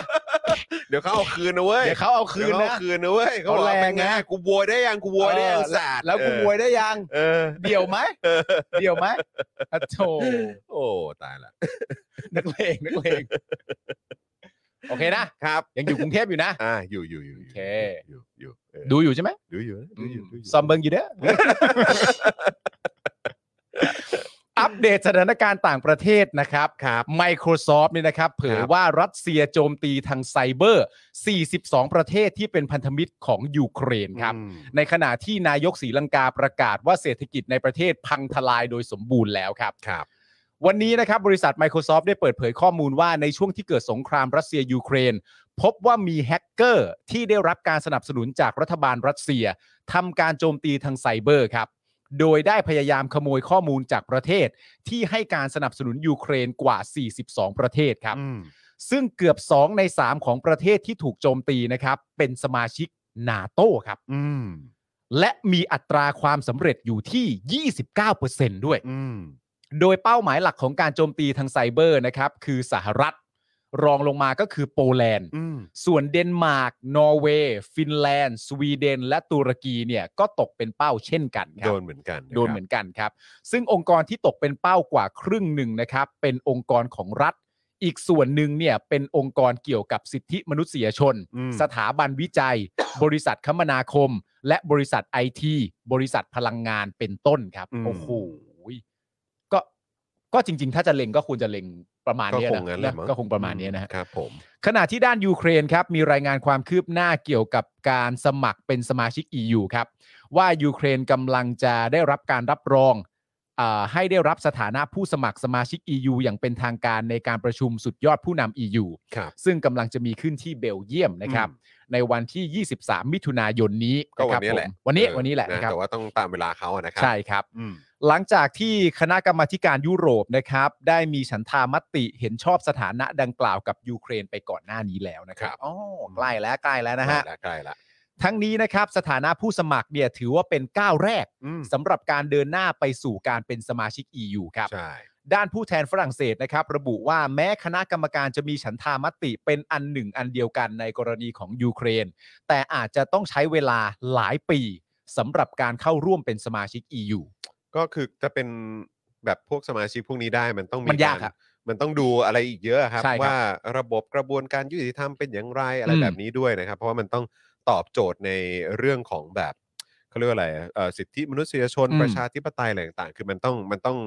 S2: เดี๋ยวเขาเอาคืนนะเว้ย
S3: เดี๋ยวเขาเอาคืน
S2: เดี๋ยวเขา
S3: นะ
S2: เอาคืนนะเว้ยเขาบอกว่า
S3: เอาแร
S2: เป็น
S3: งนะ
S2: ไงกูโวยได้ยังกูโวยได้ยัง
S3: เออ
S2: สาด
S3: แล้วกูโวยได้ยัง
S2: เออ
S3: เดี่ยวไหม
S2: เออ
S3: เดี่ยวไหมอะโถ
S2: โอ้ตายละ
S3: นัก เลงนักเลงโอเคนะครับ ยังอยู่กรุงเทพอยู่นะ
S2: อ่าอยู่อยู่อยู่ยู่
S3: โอเค
S2: อยู่อยู่เออ
S3: ดูอยู่ใช่ไหม
S2: ดูอยู่นะดูอยู่ดูอยู่
S3: ซอมเบิงอยู่เด้อ อัปเดตสถานการณ์ต่างประเทศนะครับ
S2: ครับ
S3: Microsoft เนี่ยนะครับ เผยว่ารัสเซียโจมตีทางไซเบอร์ 42 ประเทศที่เป็นพันธมิตรของยูเครนครับ
S2: อืม
S3: ในขณะที่นายกศรีลังกาประกาศว่าเศรษฐกิจในประเทศพังทลายโดยสมบูรณ์แล้วครับ
S2: ครับ
S3: วันนี้นะครับบริษัท Microsoft ได้เปิดเผยข้อมูลว่าในช่วงที่เกิดสงครามรัสเซียยูเครน พบว่ามีแฮกเกอร์ที่ได้รับการสนับสนุนจากรัฐบาลรัสเซียทำการโจมตีทางไซเบอร์ครับ โดยได้พยายามขโมยข้อมูลจากประเทศ ที่ให้การสนับสนุนยูเครนกว่า 42 ประเทศครับ
S2: อืม
S3: ซึ่งเกือบ 2 ใน 3 ของประเทศที่ถูกโจมตีนะครับ เป็นสมาชิกนาโตครับ
S2: อืม
S3: และมีอัตราความสำเร็จอยู่ที่ 29%ด้วย
S2: อืม
S3: โดยเป้าหมายหลักของการโจมตีทางไซเบอร์นะครับคือสหรัฐ รองลงมาก็คือโปแลนด์
S2: อืม
S3: ส่วนเดนมาร์ก นอร์เวย์ ฟินแลนด์ สวีเดน และตุรกีเนี่ยก็ตกเป็นเป้าเช่นกันครั
S2: โด
S3: บ
S2: นเหมือนกันะครับ
S3: โดนเหมือนกันครับ ซึ่งองค์กรที่ตกเป็นเป้ากว่าครึ่งหนึ่งนะครับ เป็นองค์กรของรัฐ อีกส่วนหนึ่งเนี่ยเป็นองค์กรเกี่ยวกับสิทธิมนุษยชน
S2: อืม
S3: สถาบันวิจัย บริษัทคมนาคม และบริษัทไอทีบริษัทพลังงานเป็นต้นครับ
S2: ม
S3: โอ้โหก็ก็จริง ๆ ถ้าจะเล็งก็ควรจะเล็งประมาณ
S2: ก็
S3: เนี้ย
S2: คง
S3: นะ
S2: งั้นแหละ
S3: นะ
S2: มั้ง
S3: ก็คงประมาณเนี้ยนะฮะ
S2: ครับผม
S3: ขณะที่ด้านยูเครนครับ มีรายงานความคืบหน้าเกี่ยวกับการสมัครเป็นสมาชิก EU ครับ ว่ายูเครนกำลังจะได้รับการรับรองอ่าให้ได้รับสถานะผู้สมัครสมาชิก EU อย่างเป็นทางการในการประชุมสุดยอดผู้นำ EU
S2: ครับ
S3: ซึ่งกำลังจะมีขึ้นที่เบลเยียมนะครับ ในวันที่ 23 มิถุนายนนี้
S2: ก็วันนี้
S3: ะครับ
S2: แหละ
S3: ผมวันนี้
S2: เออ
S3: วันนี้แหละนะครับ
S2: แต่ว่าต้องตามเวลาเขาอะนะครั
S3: ใช่ครับ
S2: อืม
S3: หลังจากที่คณะกรรมาธิการยุโรปนะครับ ได้มีฉันทามติเห็นชอบสถานะดังกล่าวกับยูเครนไปก่อนหน้านี้แล้วนะครับอ๋อใกล้แล้วใกล้แล้วนะฮะ
S2: ใกล้ลใกล้ละ
S3: ทั้งนี้นะครับสถานะผู้สมัครเนี่ยถือว่าเป็นก้าวแรก
S2: อืม
S3: สำหรับการเดินหน้าไปสู่การเป็นสมาชิก EU ครับ
S2: ใช่
S3: ด้านผู้แทนฝรั่งเศสนะครับ ระบุว่าแม้คณะกรรมการจะมีฉันทามติเป็นอันหนึ่งอันเดียวกันในกรณีของยูเครน แต่อาจจะต้องใช้เวลาหลายปีสำหรับการเข้าร่วมเป็นสมาชิก EU
S2: ก็คือจะเป็นแบบพวกสมาชิกพวกนี้ได้มันต้อง
S3: มันยาก
S2: ร
S3: ครับ
S2: มันต้องดูอะไรอีกเยอะครับ
S3: ใช่ครับ
S2: ว่าระบบกระบวนการยุติธรรมเป็นอย่างไรอะไร
S3: อืม
S2: แบบนี้ด้วยนะครับ เพราะว่ามันต้องตอบโจทย์ในเรื่องของแบบ เขาเรียกว่าอะไรอะเอ่อสิทธิมนุษยชน
S3: อืม
S2: ประชาธิปไตยอะไรต่างๆ คือมันต้องมันต้อง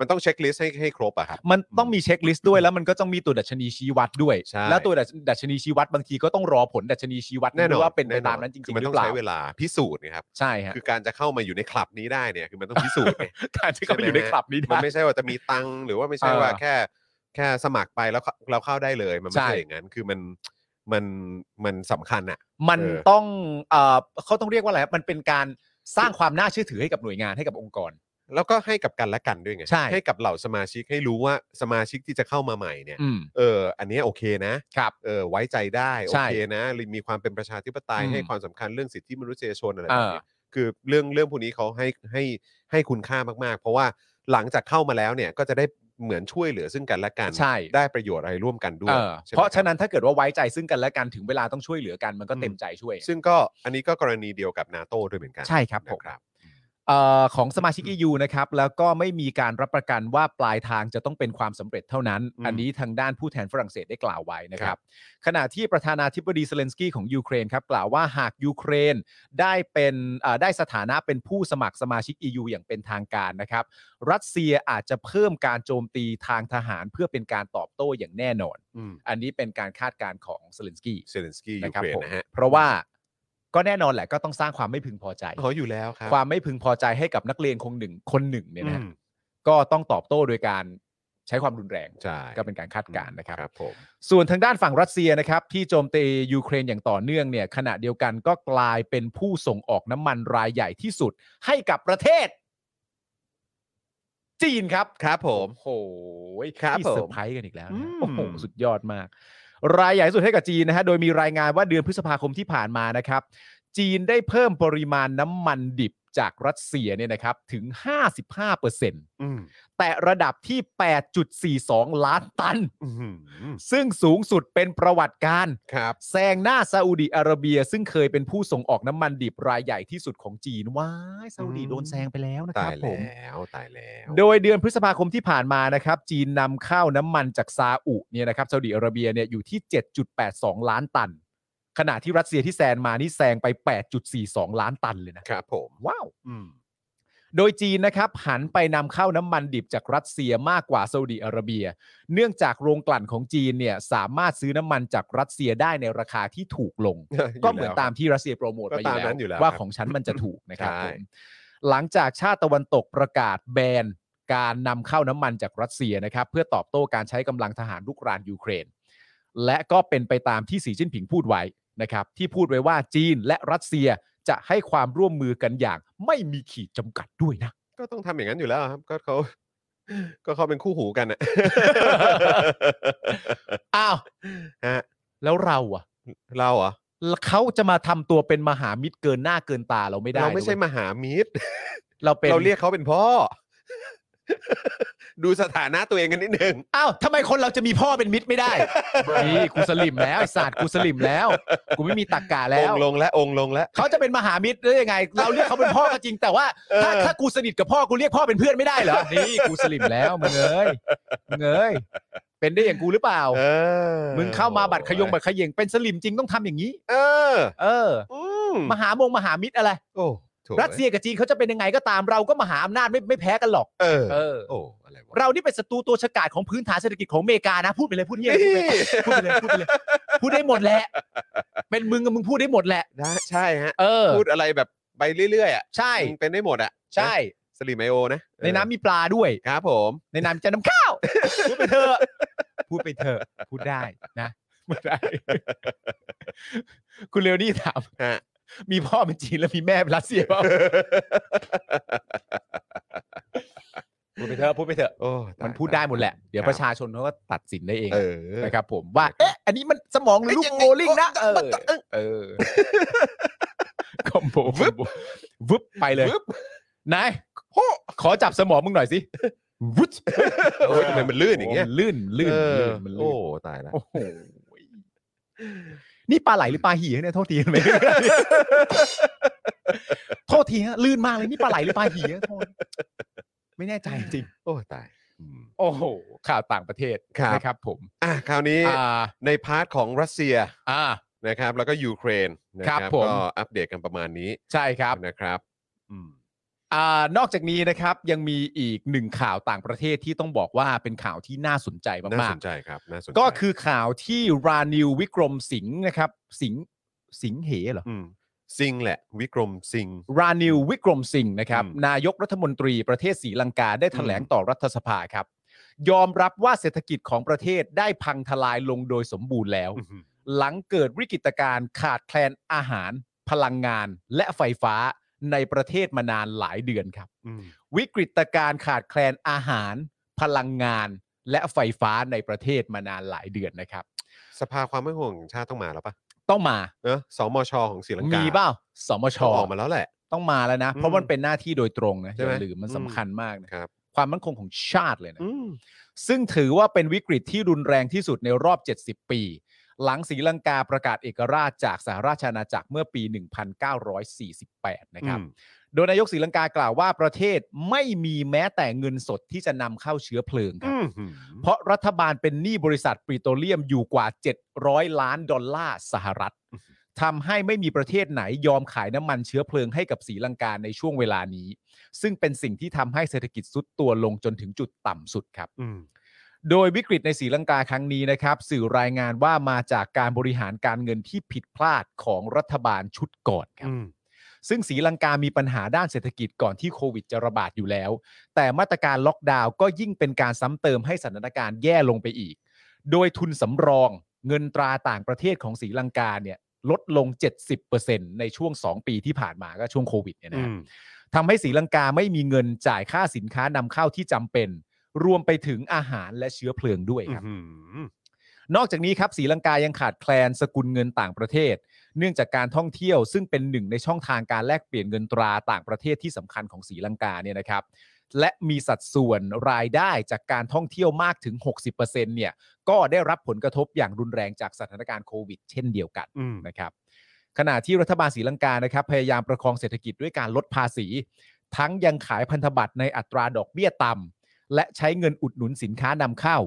S2: มันต้องเช็คลิสต์ให้ให้ครบอะครับ
S3: มันต้องมีเช็คลิสต์ด้วยแล้วมันก็ต้องมีตัวดัชนีชี้วัดด้วย
S2: ใช่
S3: แล้วตัวดัชดัชนีชี้วัดบางทีก็ต้องรอผลดัชนีชี้วัด
S2: แน่นอน
S3: ว่าเป็นไป
S2: แอ
S3: ตามนั้นจ
S2: คื
S3: ริง
S2: มั
S3: ๆหรื
S2: ต้อ
S3: อง เปล่า
S2: ใช้เวลาพิสูจน์นะครับ
S3: ใช่ฮะ
S2: คือการจะเข้ามาอยู่ในคลับนี้ได้เนี่ยคือมันต้องพิสูจน์ไง
S3: การที่เขาไปอยู่ในคลับนี้
S2: มัน
S3: ได้
S2: ไม่ใช่ว่าจะมีตังค์หรือว่าไม่ใช่ว่า
S3: เออ
S2: แค่แค่สมัครไปแล้วเข้าเราเข้าได้เลยมันไม่
S3: ใช่
S2: ใช่อย่างนั้นคือมันมันมันสำคัญอะ
S3: มัน
S2: เออ
S3: ต้องเอ่อเขาต้องเรียกว่าอะไรมันเป็นการสร้างความน่าเชื่อถือให้กับหน่วยงานให้กับองค์กร
S2: แล้วก็ให้กับกันและกันด้วยไง
S3: ใช่
S2: กับเหล่าสมาชิกให้รู้ว่าสมาชิกที่จะเข้ามาใหม่เนี่ย
S3: อืม
S2: เอออันเนี้ยโอเคนะครับ เออไว้ใจได้โอ
S3: ใช่
S2: เคนะมีความเป็นประชาธิปไตย
S3: อืม
S2: ให้ความสำคัญเรื่องสิทธิมนุษยชนอะไรแบบ
S3: เออ
S2: นี้คือเรื่องเรื่องพวกนี้เขาให้ให้ให้คุณค่ามากๆ เพราะว่าหลังจากเข้ามาแล้วเนี่ยก็จะได้เหมือนช่วยเหลือซึ่งกันและกัน
S3: ใช่
S2: ได้ประโยชน์อะไรร่วมกันด้วย
S3: เออ
S2: ใช่ไหม
S3: เพราะ
S2: คบ
S3: ฉะนั้นถ้าเกิดว่าไว้ใจซึ่งกันและกันถึงเวลาต้องช่วยเหลือกันมันก็
S2: อืม
S3: เต็มใจช่วย
S2: ซึ่งก็อันนี้ก็กรณีเดียวกับนาโต้ด้วยเหมือนกัน
S3: ใช่ครับผ
S2: นะ
S3: ม
S2: ครับ
S3: เอ่อของสมาชิก EU นะครับ แล้วก็ไม่มีการรับประกันว่าปลายทางจะต้องเป็นความสำเร็จเท่านั้น
S2: อืม
S3: อันนี้ทางด้านผู้แทนฝรั่งเศสได้กล่าวไว้นะครับ ขณะที่ประธานาธิบดีเซเลนสกี้ของยูเครนครับ กล่าวว่าหากยูเครนได้เป็นเอ่อได้สถานะเป็นผู้สมัครสมาชิก EU อย่างเป็นทางการนะครับ รัสเซียอาจจะเพิ่มการโจมตีทางทหารเพื่อเป็นการตอบโต้อย่างแน่นอน
S2: อืม
S3: อันนี้เป็นการคาดการณ์ของเซเลนสกี้
S2: เซเลนสกี้ยู
S3: นะครั
S2: เคร
S3: บ
S2: น
S3: ผม
S2: นะฮะ
S3: เพราะว่าก็แน่นอนแหละก็ต้องสร้างความไม่พึงพอใจ
S2: เขาอยู่แล้วครับ
S3: ความไม่พึงพอใจให้กับนักเรียนคงหนึ่งคนหนึ่งเนี่ยนะฮะ
S2: อืม
S3: ก็ต้องตอบโต้โดยการใช้ความรุนแรง
S2: ใช่
S3: ก็เป็นการคาดการณ์นะครับ
S2: ครับผม
S3: ส่วนทางด้านฝั่งรัสเซียนะครับ ที่โจมตียูเครนอย่างต่อเนื่องเนี่ยขณะเดียวกันก็กลายเป็นผู้ส่งออกน้ำมันรายใหญ่ที่สุดให้กับประเทศ จีนครับ
S2: ครับผม
S3: โอ้โห
S2: ครับ
S3: ที่
S2: ผม
S3: เซอร์ไพรส์กันอีกแล้วนะ
S2: อืม
S3: โอ้โห สุดยอดมาก รายใหญ่สุดให้กับจีนนะฮะ โดยมีรายงานว่าเดือนพฤษภาคมที่ผ่านมานะครับ จีนได้เพิ่มปริมาณน้ำมันดิบจากรัสเซียเนี่ยนะครับ ถึง 55%
S2: อืม
S3: แต่ระดับที่ 8.42 ล้านตัน
S2: อื้อหือ
S3: ซึ่งสูงสุดเป็นประวัติการณ์
S2: ครับ
S3: แซงหน้าซาอุดีอาระเบีย ซึ่งเคยเป็นผู้ส่งออกน้ำมันดิบรายใหญ่ที่สุดของจีน ว้ายซาอุดี
S2: อืม
S3: โดนแซงไปแล้วนะค
S2: ตา
S3: รับ
S2: ย
S3: ผม
S2: แล้วตายแล้ว
S3: โดยเดือนพฤษภาคมที่ผ่านมานะครับ จีนนำเข้าน้ำมันจากซาอุเนี่ยนะครับซาอุดิอาระเบียเนี่ยอยู่ที่ 7.82 ล้านตัน ขณะที่รัสเซียที่แซงมานี่แซงไป 8.42 ล้านตันเลยนะครับ
S2: ผม
S3: ว้าว
S2: อืม
S3: โดยจีนนะครับหันไปนำเข้าน้ำมันดิบจากรัสเซียมากกว่าซาอุดิอาระเบีย เนื่องจากโรงกลั่นของจีนเนี่ยสามารถซื้อน้ำมันจากรัสเซียได้ในราคาที่ถูกลง ก็เหมือนตามที่รัสเซียโปรโมท
S2: ก็
S3: มา
S2: ตา
S3: อ
S2: ม
S3: ยู่แล้ว
S2: นั้นอยู่แล้ว
S3: ว่า
S2: ครับ
S3: ของฉันมันจะถูกนะครับ
S2: ใช่
S3: ผมหลังจากชาติตะวันตกประกาศแบนการนำเข้าน้ำมันจากรัสเซียนะครับ เพื่อตอบโต้การใช้กำลังทหารลุกรานยูเครน และก็เป็นไปตามที่สีจิ้นผิงพูดไว้นะครับ ที่พูดไว้ว่าจีนและรัสเซียจะให้ความร่วมมือกันอย่างไม่มีขีดจำกัดด้วยนะ
S2: ก็ต้องทำอย่างนั้นอยู่แล้วครับ ก็เขา ก็เขาเป็นคู่หูกันนะ
S3: อ้าว
S2: ฮะ
S3: แล้วเราอะ
S2: เราเหรอ
S3: เขาจะมาทำตัวเป็นมหามิตรเกินหน้าเกินตาเราไม่ได้
S2: เราไม่ใช่
S3: นะว้ย
S2: มหามิตร
S3: เราเป็น
S2: เราเรียกเขาเป็นพ่อ ดูสถานะตัวเองกันนิดนึง
S3: อ้าวทำไมคนเราจะมีพ่อเป็นมิตรไม่ได้ นี่กูสลิมแล้วไอ้ศาสตร์กูสลิมแล้ว กูไม่มีตักกะแล้
S2: อง
S3: ว
S2: ค์ลงและองค์ลงและ
S3: เขาจะเป็นมหามิตรได้ยังไง เราเรียกเขาเป็นพ่อก็จริง แต่ว่าถ้า
S2: เออ
S3: ถ้ากูสนิทกับพ่อกูเรียกพ่อเป็นเพื่อนไม่ได้เหรอนี่กูสลิมแล้วมึงเอ้ยมึงเอ้ยเป็นได้อย่างกูหรือเปล่า
S2: เออ
S3: มึงเข้ามาบัตรขยงบัตรขยงเป็นสลิมจริงต้องทำอย่างนี้
S2: เออ
S3: เออ
S2: อืม
S3: มหามงมหามิตรอะไร
S2: โอ้โถ
S3: รัสเซียกับจีนเขาจะเป็นยังไงก็ตามเราก็มหาอำนาจไม่ไม่แพ้กันหรอก
S2: เออ
S3: เออ
S2: โอ้อะไรวะ
S3: เรานี่เป็นศัตรูตัวฉกาจของพื้นฐานเศรษฐกิจของอเมริกานะ พูดไปเลยพูดเหี้ย
S2: นี่
S3: พูดไปเลยพูดไปเลยพูดไปเลยพูดได้หมดแหละ เป็นมึงกับมึงพูดได้หมดแหละ
S2: ได้ใช่ฮะ
S3: เออ
S2: พูดอะไรแบบไปเรื่อยๆอ่ะ
S3: ใช่
S2: มึงเป็นได้หมดอ่ะ
S3: ใช่
S2: นะสลิมไอโอนะเออ
S3: ในน้ำมีปลาด้วย
S2: ครับผม
S3: ในน้ำมีจะน้ำข้าว พูดไปเถอะ พูดไปเถอะพูดได้นะไม่ได้ คุณเลวนี่ถาม
S2: ฮะ
S3: มีพ่อเป็นจีนแล้วมีแม่เป็นรัสเซียเปล่าพูดไปเถอะพูดไปเถอะ
S2: โอ้ ตาย
S3: มันพูดได้หมดแหละ เดี๋ยว
S2: คบ
S3: ประชาชนเขาก็ตัดสินได้เอง
S2: เออ
S3: นะครับผมว่า
S2: นะครับ
S3: เอ๊ะอันนี้มันสมองหรือลูกโบลิ่งนะเออ เออคอมโบวึบวึบไปเลย
S2: ฟึบ
S3: นายขอจับสมองมึงหน่อยสิวึบ
S2: โอ้ยทำไมมันลื่นอย่างเงี้ย
S3: โลื่นลื่น
S2: เออ
S3: ลื่นมัน
S2: โอ้
S3: ลื่น
S2: ตายแล้ว
S3: โอ้โหนี่ปลาไหลหรือปลาหี่เนี่ยโทษทีไหม โทษทีฮะลื่นมากเลยนี่ปลาไหลหรือปลาหี่โทษไม่แน่ใจจริง
S2: โอ้ตายอืม
S3: โอ้โหข่าวต่างประเทศ
S2: ครับ
S3: นะครับ ผม
S2: อ่ะคราวนี้
S3: อ่า
S2: ในพาร์ทของรัสเซีย
S3: อ่า
S2: นะครับ แล้วก็ยูเครนนะค
S3: ครั
S2: รับบ
S3: ผม
S2: ก็อัปเดตกันประมาณนี้
S3: ใช่ครับ
S2: นะครับ อืม
S3: อ่านอกจากนี้นะครับยังมีอีกหนึ่งข่าวต่างประเทศที่ต้องบอกว่าเป็นข่าวที่น่าสนใจ
S2: น่า
S3: มา
S2: ส
S3: ก
S2: นใจครับ น่าสนใจ
S3: ๆ ก็คือข่าวที่รานิววิกรมสิงห์นะครับสิงห์สิงห์เหเหรอ
S2: มซิงแหละ วิกรมซิง
S3: รานิววิกรมสิงห์นะครับ
S2: อืม
S3: นายกรัฐมนตรีประเทศศรีลังกาได้ถแถลง
S2: อืม
S3: ต่อรัฐสภาครับ ยอมรับว่าเศรษฐกิจของประเทศได้พังทลายลงโดยสมบูรณ์แล้ว
S2: อื้อหือ
S3: หลังเกิดวิกฤตการณ์ขาดแคลนอาหาร พลังงาน และไฟฟ้าในประเทศมานานหลายเดือนครับ
S2: อืม
S3: วิกฤตการณ์ขาดแคลนอาหาร พลังงาน และไฟฟ้าในประเทศมานานหลายเดือนนะครับ
S2: สภาความมั่นคงแห่งชาติต้องมาแล้วปะ
S3: ต้องมา
S2: เนอะสมชของศรีลังกา
S3: มี
S2: มี
S3: เปล่าสมช
S2: ออกมาแล้วแหละ
S3: ต้องมาแล้วนะ เพ
S2: อื
S3: ราะ
S2: ม
S3: มันเป็นหน้าที่โดยตรงนะ
S2: ใช่
S3: อย่า
S2: ไหม
S3: ลืมมันสำคัญมากนะครับ ความมั่นคงของชาติเลยนะ
S2: อืม
S3: ซึ่งถือว่าเป็นวิกฤตที่รุนแรงที่สุดในรอบ 70 ปี หลังศรีลังกาประกาศเอกราชจากสหราชอาณาจักรเมื่อปี 1948 นะครับ
S2: อืม
S3: โดยนายกศรีลังกากล่าวว่าประเทศไม่มีแม้แต่เงินสดที่จะนำเข้าเชื้อเพลิงครั
S2: อื
S3: บ
S2: มหือ
S3: เพราะรัฐบาลเป็นหนี้บริษัทปิโตรเลียมอยู่กว่า 700 ล้านดอลลาร์สหรัฐทำให้ไม่มีประเทศไหนยอมขายน้ำมันเชื้อเพลิงให้กับสีลังกาในช่วงเวลานี้ ซึ่งเป็นสิ่งที่ทำให้เศรษฐกิจสุดตัวลงจนถึงจุดต่ำสุดครับ
S2: อืม
S3: โดยวิกฤตในสีลังกาครั้งนี้นะครับ สื่อรายงานว่ามาจากการบริหารการเงินที่ผิดพลาดของรัฐบาลชุดก่อนครับ
S2: อืม
S3: ซึ่งสีลังกามีปัญหาด้านเศรษฐกิจก่อนที่โควิดจะระบาดอยู่แล้ว แต่มาตรการล็อกดาวน์ก็ยิ่งเป็นการซ้ำเติมให้สถานการณ์แย่ลงไปอีก โดยทุนสำรองเงินตราต่างประเทศของสีลังกาเนี่ยลดลง 70%ในช่วง 2 ปีที่ผ่านมาก็ช่วงโควิดเนี่ย
S2: อื
S3: นะฮะ
S2: ม
S3: ทำให้สีลังกาไม่มีเงินจ่ายค่าสินค้านำเข้าที่จำเป็น รวมไปถึงอาหารและเชื้อเพลิงด้วยครับ
S2: อื้อหือน
S3: อกจากนี้ครับศรีลังกายังขาดแคลนสกุลเงินต่างประเทศ เนื่องจากการท่องเที่ยวซึ่งเป็นหนึ่งในช่องทางการแลกเปลี่ยนเงินตราต่างประเทศที่สำคัญของศรีลังกาเนี่ยนะครับ และมีสัดส่วนรายได้จากการท่องเที่ยวมากถึง 60%เนี่ยก็ได้รับผลกระทบอย่างรุนแรงจากสถานการณ์โควิด เช่นเดียวกัน
S2: อืม
S3: นะครับขณะที่รัฐบาลศรีลังกานะครับพยายามประคองเศรษฐกิจด้วยการลดภาษี ทั้งยังขายพันธบัตรในอัตราดอกเบี้ยต่ำและใช้เงินอุดหนุนสินค้านำเข้า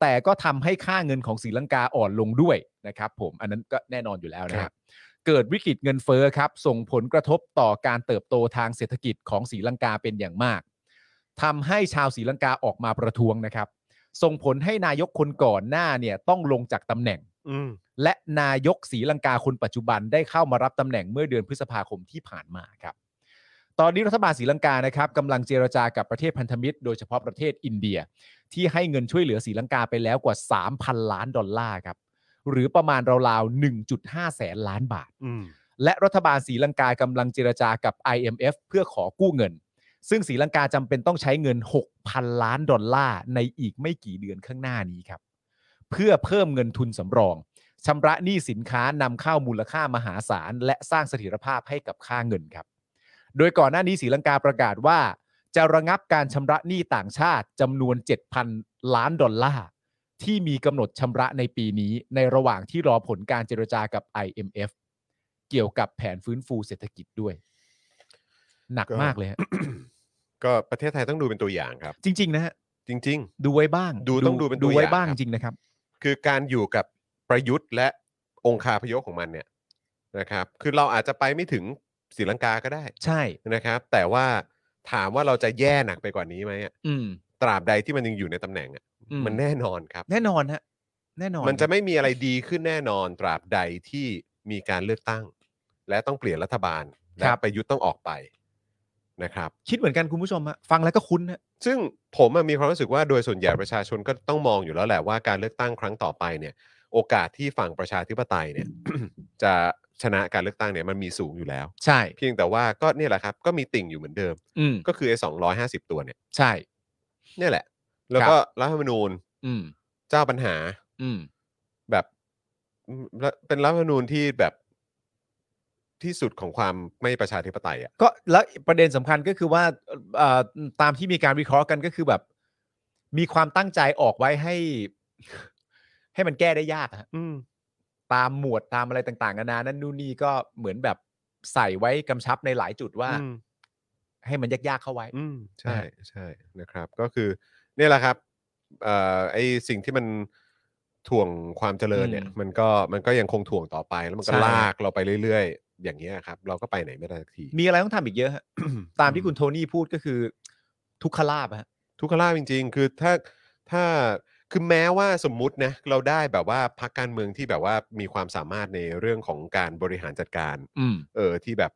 S3: แต่ก็ทำให้ค่าเงินของศรีลังกาอ่อนลงด้วยนะครับผมอันนั้นก็แน่นอนอยู่แล้วนะครับเกิดวิกฤตเงินเฟ้อครับ ส่งผลกระทบต่อการเติบโตทางเศรษฐกิจของศรีลังกาเป็นอย่างมากทำให้ชาวศรีลังกาออกมาประท้วงนะครับ ส่งผลให้นายกคนก่อนหน้าเนี่ยต้องลงจากตำแหน่ง
S2: อืม
S3: และนายกศรีลังกาคนปัจจุบันได้เข้ามารับตำแหน่งเมื่อเดือนพฤษภาคมที่ผ่านมาครับ ตอนนี้รัฐบาลศรีลังกานะครับกำลังเจรจากับประเทศพันธมิตร โดยเฉพาะประเทศอินเดีย ที่ให้เงินช่วยเหลือศรีลังกาไปแล้วกว่า 3,000 ล้านดอลลาร์ครับ หรือประมาณราวๆ 1.5 แสนล้านบาท
S2: อืม
S3: และรัฐบาลศรีลังกากำลังเจรจากับ IMF เพื่อขอกู้เงิน ซึ่งศรีลังกาจำเป็นต้องใช้เงิน 6,000 ล้านดอลลาร์ในอีกไม่กี่เดือนข้างหน้านี้ครับ เพื่อเพิ่มเงินทุนสำรองชำระหนี้สินค้านำเข้ามูลค่ามหาศาล และสร้างเสถียรภาพให้กับค่าเงินครับ โดยก่อนหน้านี้ศรีลังกาประกาศว่า จะระงับการชำระหนี้ต่างชาติจำนวน 7,000 ล้านดอลลาร์ ที่มีกำหนดชำระในปีนี้ในระหว่างที่รอผลการเจรจากับ IMF เกี่ยวกับแผนฟื้นฟูเศรษฐกิจด้วย หนักมากเลยฮะ
S2: ก็ประเทศไทยต้องดูเป็นตัวอย่างครับ
S3: จริง ๆ นะฮะ
S2: จริง
S3: ดูไว้บ้าง
S2: ดูต้องดูเป็นตัว
S3: ดู
S2: อ
S3: ไว้
S2: ย่าง
S3: บ้าง
S2: ครับ
S3: จริงนะครับ
S2: ๆ คือการอยู่กับประยุทธ์และองคาพยพของมันเนี่ยนะครับ คือเราอาจจะไปไม่ถึงศรีลังกาก็ได้
S3: ใช่
S2: นะครับแต่ว่าถามว่าเราจะแย่หนักไปกว่านี้ไหมอะ
S3: อืม
S2: ตราบใดที่มันยังอยู่ในตำแหน่งอะ
S3: อืม
S2: มันแน่นอนครับ
S3: แน่นอนฮะ แน่นอน
S2: มันจะไม่มีอะไรดีขึ้นแน่นอนตราบใดที่มีการเลือกตั้ง และต้องเปลี่ยนรัฐบาลและประยุทธ์ต้องออกไปนะครับ
S3: คิดเหมือนกันคุณผู้ชมฮะฟังแล้วก็คุ้นฮะ
S2: ซึ่งผมอะมีความรู้สึกว่าโดยส่วนใหญ่ประชาชนก็ต้องมองอยู่แล้วแหละว่าการเลือกตั้งครั้งต่อไปเนี่ย โอกาสที่ฝั่งประชาธิปไตย เนี่ย จะชนะการเลือกตั้งเนี่ยมันมีสูงอยู่แล้ว
S3: ใช่
S2: เพียงแต่ว่าก็เนี่ยแหละครับก็มีติ่งอยู่เหมือนเดิม
S3: อืม
S2: ก็คือไอ้สองร้อยห้าสิบตัวเนี่ย
S3: ใช่
S2: เนี่ยแหละ แล้วก็รัฐธรรมนูญ
S3: อืม
S2: เจ้าปัญหา
S3: อืม
S2: แบบอืมและเป็นรัฐธรรมนูญที่แบบที่สุดของความไม่ประชาธิปไตยอ่ะ
S3: ก็แล้วประเด็นสำคัญก็คือว่าเอ่อตามที่มีการวิเคราะห์กันก็คือแบบ มีความตั้งใจออกไว้ให้ ให้มันแก้ได้ยากอะฮะ
S2: อืม
S3: ตามหมวดตามอะไรต่างๆนานานั่นนู่นนี่ก็เหมือนแบบใส่ไว้กำชับในหลายจุดว่า
S2: อืม
S3: ให้มันยากๆเข้าไว้
S2: อืมใช่ใช่นะครับ ก็คือเนี่ยแหละครับเอ่อไอสิ่งที่มันถ่วงความเจริญเนี่ย
S3: อืม
S2: มันก็มันก็ยังคงถ่วงต่อไปแล้วมันก็
S3: ใช่
S2: ลากเราไปเรื่อย ๆ อย่างเงี้ยครับ เราก็ไปไหนไม่ได้สักที
S3: มีอะไร ต้องทำอีกเยอะฮะ ตามที่คุณโทนี่พูดก็คือทุกขลาบฮะ
S2: ทุกขลาบจริง ๆ คือถ้าถ้าคือแม้ว่าสมมุตินะเราได้แบบว่าพักการเมืองที่แบบว่ามีความสามารถในเรื่องของการบริหารจัดการ
S3: อืม
S2: เออที่แบบ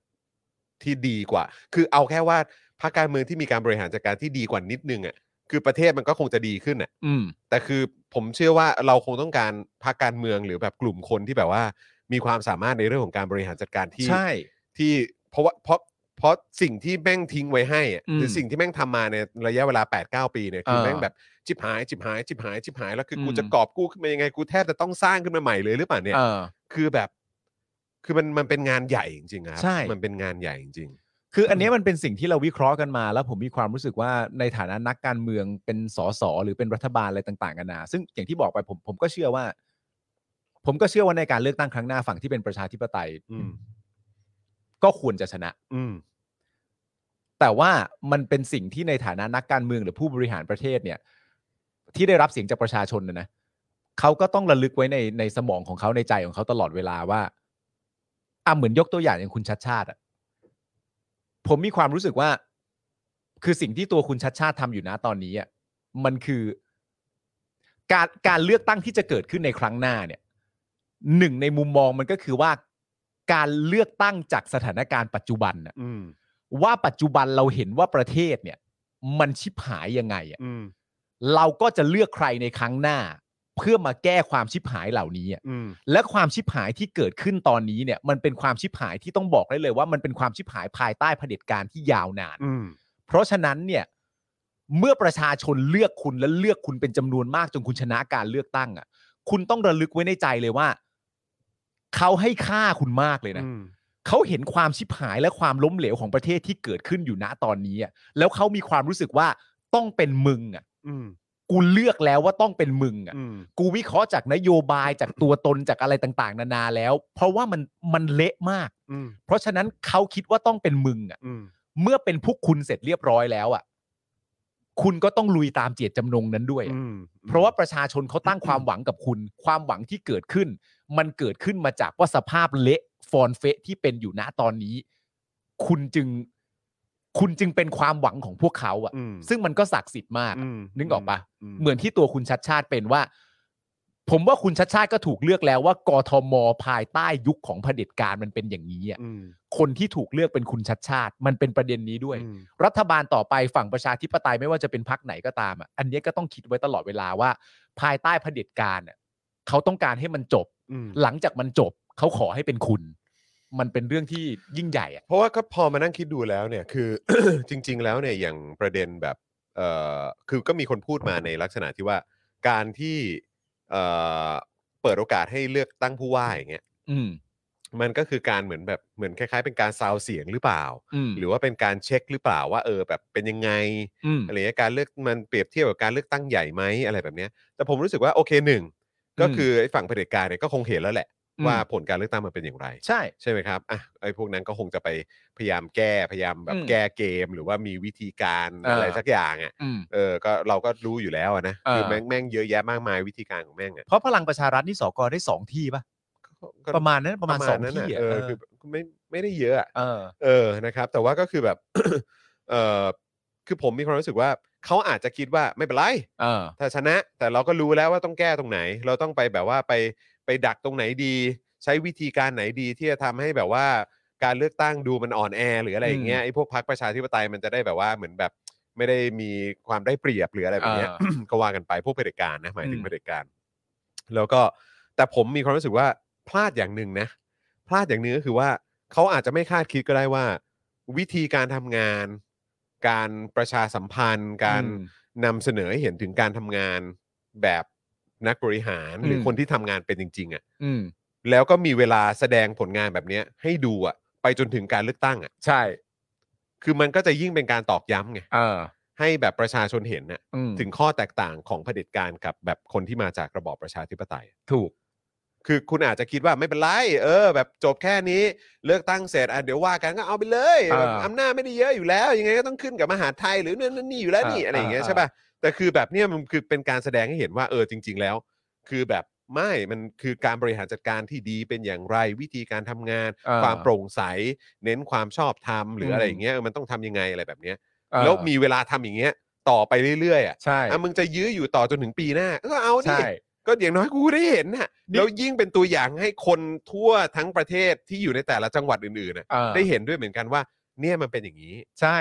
S2: ที่ดีกว่า คือเอาแค่ว่าพรรคการเมืองที่มีการบริหารจัดการที่ดีกว่านิดนึงอะ่ะคือประเทศมันก็คงจะดีขึ้นอ่ะ
S3: อืม
S2: แต่คือผมเชื่อว่าเราคงต้องการพรรคการเมืองหรือแบบกลุ่มคนที่แบบว่า มีความสามารถในเรื่องของการบริหารจัดการที่
S3: ใช่
S2: ที่เพราะว่าเพราะเพราะสิ่งที่แม่งทิ้งไว้ให้อะ
S3: อื
S2: ห
S3: ม
S2: รือสิ่งที่แม่งทำมาในระยะเวลา8ปดเปีเนี่ยคือ
S3: เออ
S2: แม่งแบบจิบหายจิบหายจิบหายจิบหายแล้วคืออ
S3: ม
S2: กูจะกอบกู้ขึ้นมายังไงกูแทบจะต้องสร้างขึ้นมาใหม่เลยหรือเปล่าเนี่ย
S3: เออ
S2: คือแบบ คือมันมันเป็นงานใหญ่จริงๆอะครับ
S3: ใช่
S2: มันเป็นงานใหญ่จริง
S3: คืออันเนี้ยมันเป็นสิ่งที่เราวิเคราะห์กันมา แล้วผมมีความรู้สึกว่าในฐานะนักการเมืองเป็นสสหรือเป็นรัฐบาลอะไรต่างๆกันานาซึ่งอย่างที่บอกไปผมผมก็เชื่อว่า ผมก็เชื่อว่าในการเลือกตั้งครั้งหน้าฝั่งที่เป็นประชาธิปไตย
S2: อืม
S3: ก็ควรจะชนะ
S2: ๆ อืม
S3: แต่ว่ามันเป็นสิ่งที่ในฐานะนักการเมืองหรือผู้บริหารประเทศเนี่ย ที่ได้รับเสียงจากประชาชนนะนะเขาก็ต้องระลึกไว้ในในสมองของเขาในใจของเขาตลอดเวลาว่าอ่ะเหมือนยกตัวอย่างอย่างคุณชัดชาติอะผมมีความรู้สึกว่า คือสิ่งที่ตัวคุณชัดชาติทำอยู่นะตอนนี้อ่ะมันคือการการเลือกตั้งที่จะเกิดขึ้นในครั้งหน้าเนี่ยหนึ่งในมุมมองมันก็คือว่าการเลือกตั้งจากสถานการณ์ปัจจุบันน่ะ
S2: อืม
S3: ว่าปัจจุบันเราเห็นว่าประเทศเนี่ย มันชิบหายยังไงอะ
S2: อืม
S3: เราก็จะเลือกใครในครั้งหน้า เพื่อมาแก้ความชิบหายเหล่านี้อะ
S2: อืม
S3: และความชิบหายที่เกิดขึ้นตอนนี้เนี่ย มันเป็นความชิบหายที่ต้องบอกได้เลยว่ามันเป็นความชิบหายภายใต้เผด็จการที่ยาวนาน
S2: อืม
S3: เพราะฉะนั้นเนี่ย เมื่อประชาชนเลือกคุณและเลือกคุณเป็นจำนวนมากจนคุณชนะการเลือกตั้งอะ่ะ คุณต้องระลึกไว้ในใจเลยว่าเขาให้ค่าคุณมากเลยนะ
S2: อืม
S3: เขาเห็นความชิบหายและความล้มเหลวของประเทศที่เกิดขึ้นอยู่ณตอนนี้อะแล้วเขามีความรู้สึกว่าต้องเป็นมึงอ่ะ
S2: อืม
S3: กูเลือกแล้วว่าต้องเป็นมึงอ่ะ
S2: อืม
S3: กูวิเคราะห์จากนโยบายจากตัวตนจากอะไรต่าง ๆ นานาแล้ว เพราะว่ามันมันเละมาก
S2: อืม
S3: เพราะฉะนั้นเขาคิดว่าต้องเป็นมึงอ่ะ
S2: อืม
S3: เมื่อเป็นพวกคุณเสร็จเรียบร้อยแล้วอ่ะ คุณก็ต้องลุยตามเจตจำนงนั้นด้วยอะ
S2: อืม
S3: เพราะว่าประชาชนเขาตั้งความหวังกับคุณ ความหวังที่เกิดขึ้น มันเกิดขึ้นมาจากว่าสภาพเละฟอนเฟะที่เป็นอยู่ณตอนนี้ คุณจึง คุณจึงเป็นความหวังของพวกเขาอะ
S2: อืม
S3: ซึ่งมันก็ศักดิ์สิทธิ์มากอะ
S2: ม
S3: นึกออกปะ
S2: ม
S3: เหมือนที่ตัวคุณชัดชาติเป็นว่า ผมว่าคุณชัดชาติก็ถูกเลือกแล้วว่ากทมภายใต้ยุคของเผด็จการมันเป็นอย่างนี้อะ
S2: อืม
S3: คนที่ถูกเลือกเป็นคุณชัดชาติ มันเป็นประเด็นนี้ด้วย
S2: อืม
S3: รัฐบาลต่อไปฝั่งประชาธิปไตยไม่ว่าจะเป็นพักไหนก็ตามอ่ะอันเนี้ยก็ต้องคิดไว้ตลอดเวลาว่า ภายใต้เผด็จการอ่ะเขาต้องการให้มันจบ
S2: อืม
S3: หลังจากมันจบเขาขอให้เป็นคุณ มันเป็นเรื่องที่ยิ่งใหญ่อ่ะ
S2: เพราะว่าก็พอมานั่งคิดดูแล้วเนี่ยคือ จริง ๆ แล้วเนี่ยอย่างประเด็นแบบเอ่อคือก็มีคนพูดมาในลักษณะที่ว่าการที่เอ่อเปิดโอกาสให้เลือกตั้งผู้ว่าอย่างเงี้ย
S3: อืม
S2: มันก็คือการเหมือนแบบเหมือนคล้ายๆ เป็นการซาวเสียงหรือเปล่า
S3: อืม
S2: หรือว่าเป็นการเช็คหรือเปล่าว่าเออแบบเป็นยังไง
S3: อืม
S2: อะไรเงี้ยการเลือกมันเปรียบเทียบกับการเลือกตั้งใหญ่ไหมอะไรแบบเนี้ยแต่ผมรู้สึกว่าโอเคหนึ่งก็
S3: อืม
S2: คือไอ้ฝั่งเผด็จการเนี่ยก็คงเห็นแล้วแหละ
S3: อืม
S2: ว่าผลการเลือกตั้งมันเป็นอย่างไร
S3: ใช่
S2: ใช่ไหมครับอ่ะไอ้พวกนั้นก็คงจะไปพยายามแก้ พยายามแบ
S3: อื
S2: บ
S3: ม
S2: แก้เกม หรือว่ามีวิธีการ
S3: เอออ
S2: อะไรสักอย่างอ่ะ
S3: อืม
S2: เออ ก็เราก็รู้อยู่แล้วอะนะ
S3: เออ
S2: คือแม่งแม่งเยอะแยะมากมายวิธีการของแม่งอ่ะ
S3: เพราะพลังประชารัฐนี่สกได้สองที่ป่ะ
S2: ก็
S3: ประมาณนั้นประมาณสองที่
S2: ะ
S3: อะ
S2: เออ คือไม่ไม่ได้เยอะอะ
S3: เออ
S2: เออ นะครับ แต่ว่าก็คือแบบ เออคือผมมีความรู้สึกว่าเขาอาจจะคิดว่าไม่เป็นไร
S3: เออ
S2: ถ้าชนะแต่เราก็รู้แล้วว่าต้องแก้ตรงไหน เราต้องไปแบบว่าไปไปดักตรงไหนดี ใช้วิธีการไหนดีที่จะทำให้แบบว่าการเลือกตั้งดูมันอ่อนแอ หรืออะไรอย่างเงี้ยไอ้พวกพรรคประชาธิปไตยมันจะได้แบบว่าเหมือนแบบไม่ได้มีความได้เปรียบหรืออะไรแบบเนี้ย
S3: อ่า
S2: ก็ว่ากันไปพวกเผด็จการนะหมายถึง
S3: อืม
S2: เผด็จการ แล้วก็แต่ผมมีความรู้สึกว่าพลาดอย่างหนึ่งนะ พลาดอย่างหนึงก็คือว่าเขาอาจจะไม่คาดคิดก็ได้ว่า วิธีการทำงาน การประชาสัมพันธ์ การ
S3: อืม
S2: นำเสนอให้เห็นถึงการทำงานแบบนักบริหาร
S3: อืม
S2: หรือคนที่ทำงานเป็นจริง ๆอะ่ะ
S3: อืม
S2: แล้วก็มีเวลาแสดงผลงานแบบเนี้ยให้ดูอะ่ะ ไปจนถึงการเลือกตั้งอะ่ะ
S3: ใช่
S2: คือมันก็จะยิ่งเป็นการตอกย้ำไง
S3: เออ
S2: ให้แบบประชาชนเห็นน่ะ
S3: อืม
S2: ถึงข้อแตกต่างของเผด็จการกับแบบคนที่มาจากระบอบประชาธิปไตย
S3: ถูก
S2: คือคุณอาจจะคิดว่าไม่เป็นไรเออ แบบจบแค่นี้เลือกตั้งเสร็จอ่ะเดี๋ยวว่ากันก็เอาไปเลย
S3: อ่า
S2: แบบอำนาจไม่ได้เยอะอยู่แล้ว ยังไงก็ต้องขึ้นกับมหาดไทยหรือนั่นนนี่อยู่แล้วนี่
S3: อ่า
S2: อะไรอย่างเงี้ย
S3: อ่า
S2: ใช่ป่ะแต่คือแบบเนี้ยมันคือเป็นการแสดงให้เห็นว่าเออจริง ๆ แล้ว คือแบบ ไม่มันคือการบริหารจัดการที่ดีเป็นอย่างไรวิธีการทำงาน
S3: เออ
S2: ความโปร่งใส เน้นความชอบธรรมหรือ
S3: ม
S2: อะไรอย่างเงี้ยเออมันต้องทำยังไงอะไรแบบเนี้ย
S3: เอ่อ
S2: แล้วมีเวลาทำอย่างเงี้ยต่อไปเรื่อยๆอ่ะ
S3: ใช่
S2: อ่ะมึงจะยื้ออยู่ต่อจนถึงปีหน้าก็เอาดิ
S3: ใช่
S2: ก็อย่างน้อยกูได้เห็นน่ะ
S3: นี่
S2: แล้วยิ่งเป็นตัวอย่างให้คนทั่วทั้งประเทศที่อยู่ในแต่ละจังหวัดอื่นๆน่ะ
S3: เอ่อ
S2: ได้เห็นด้วยเหมือนกันว่า เนี่ยมันเป็นอย่างนี้
S3: ใช่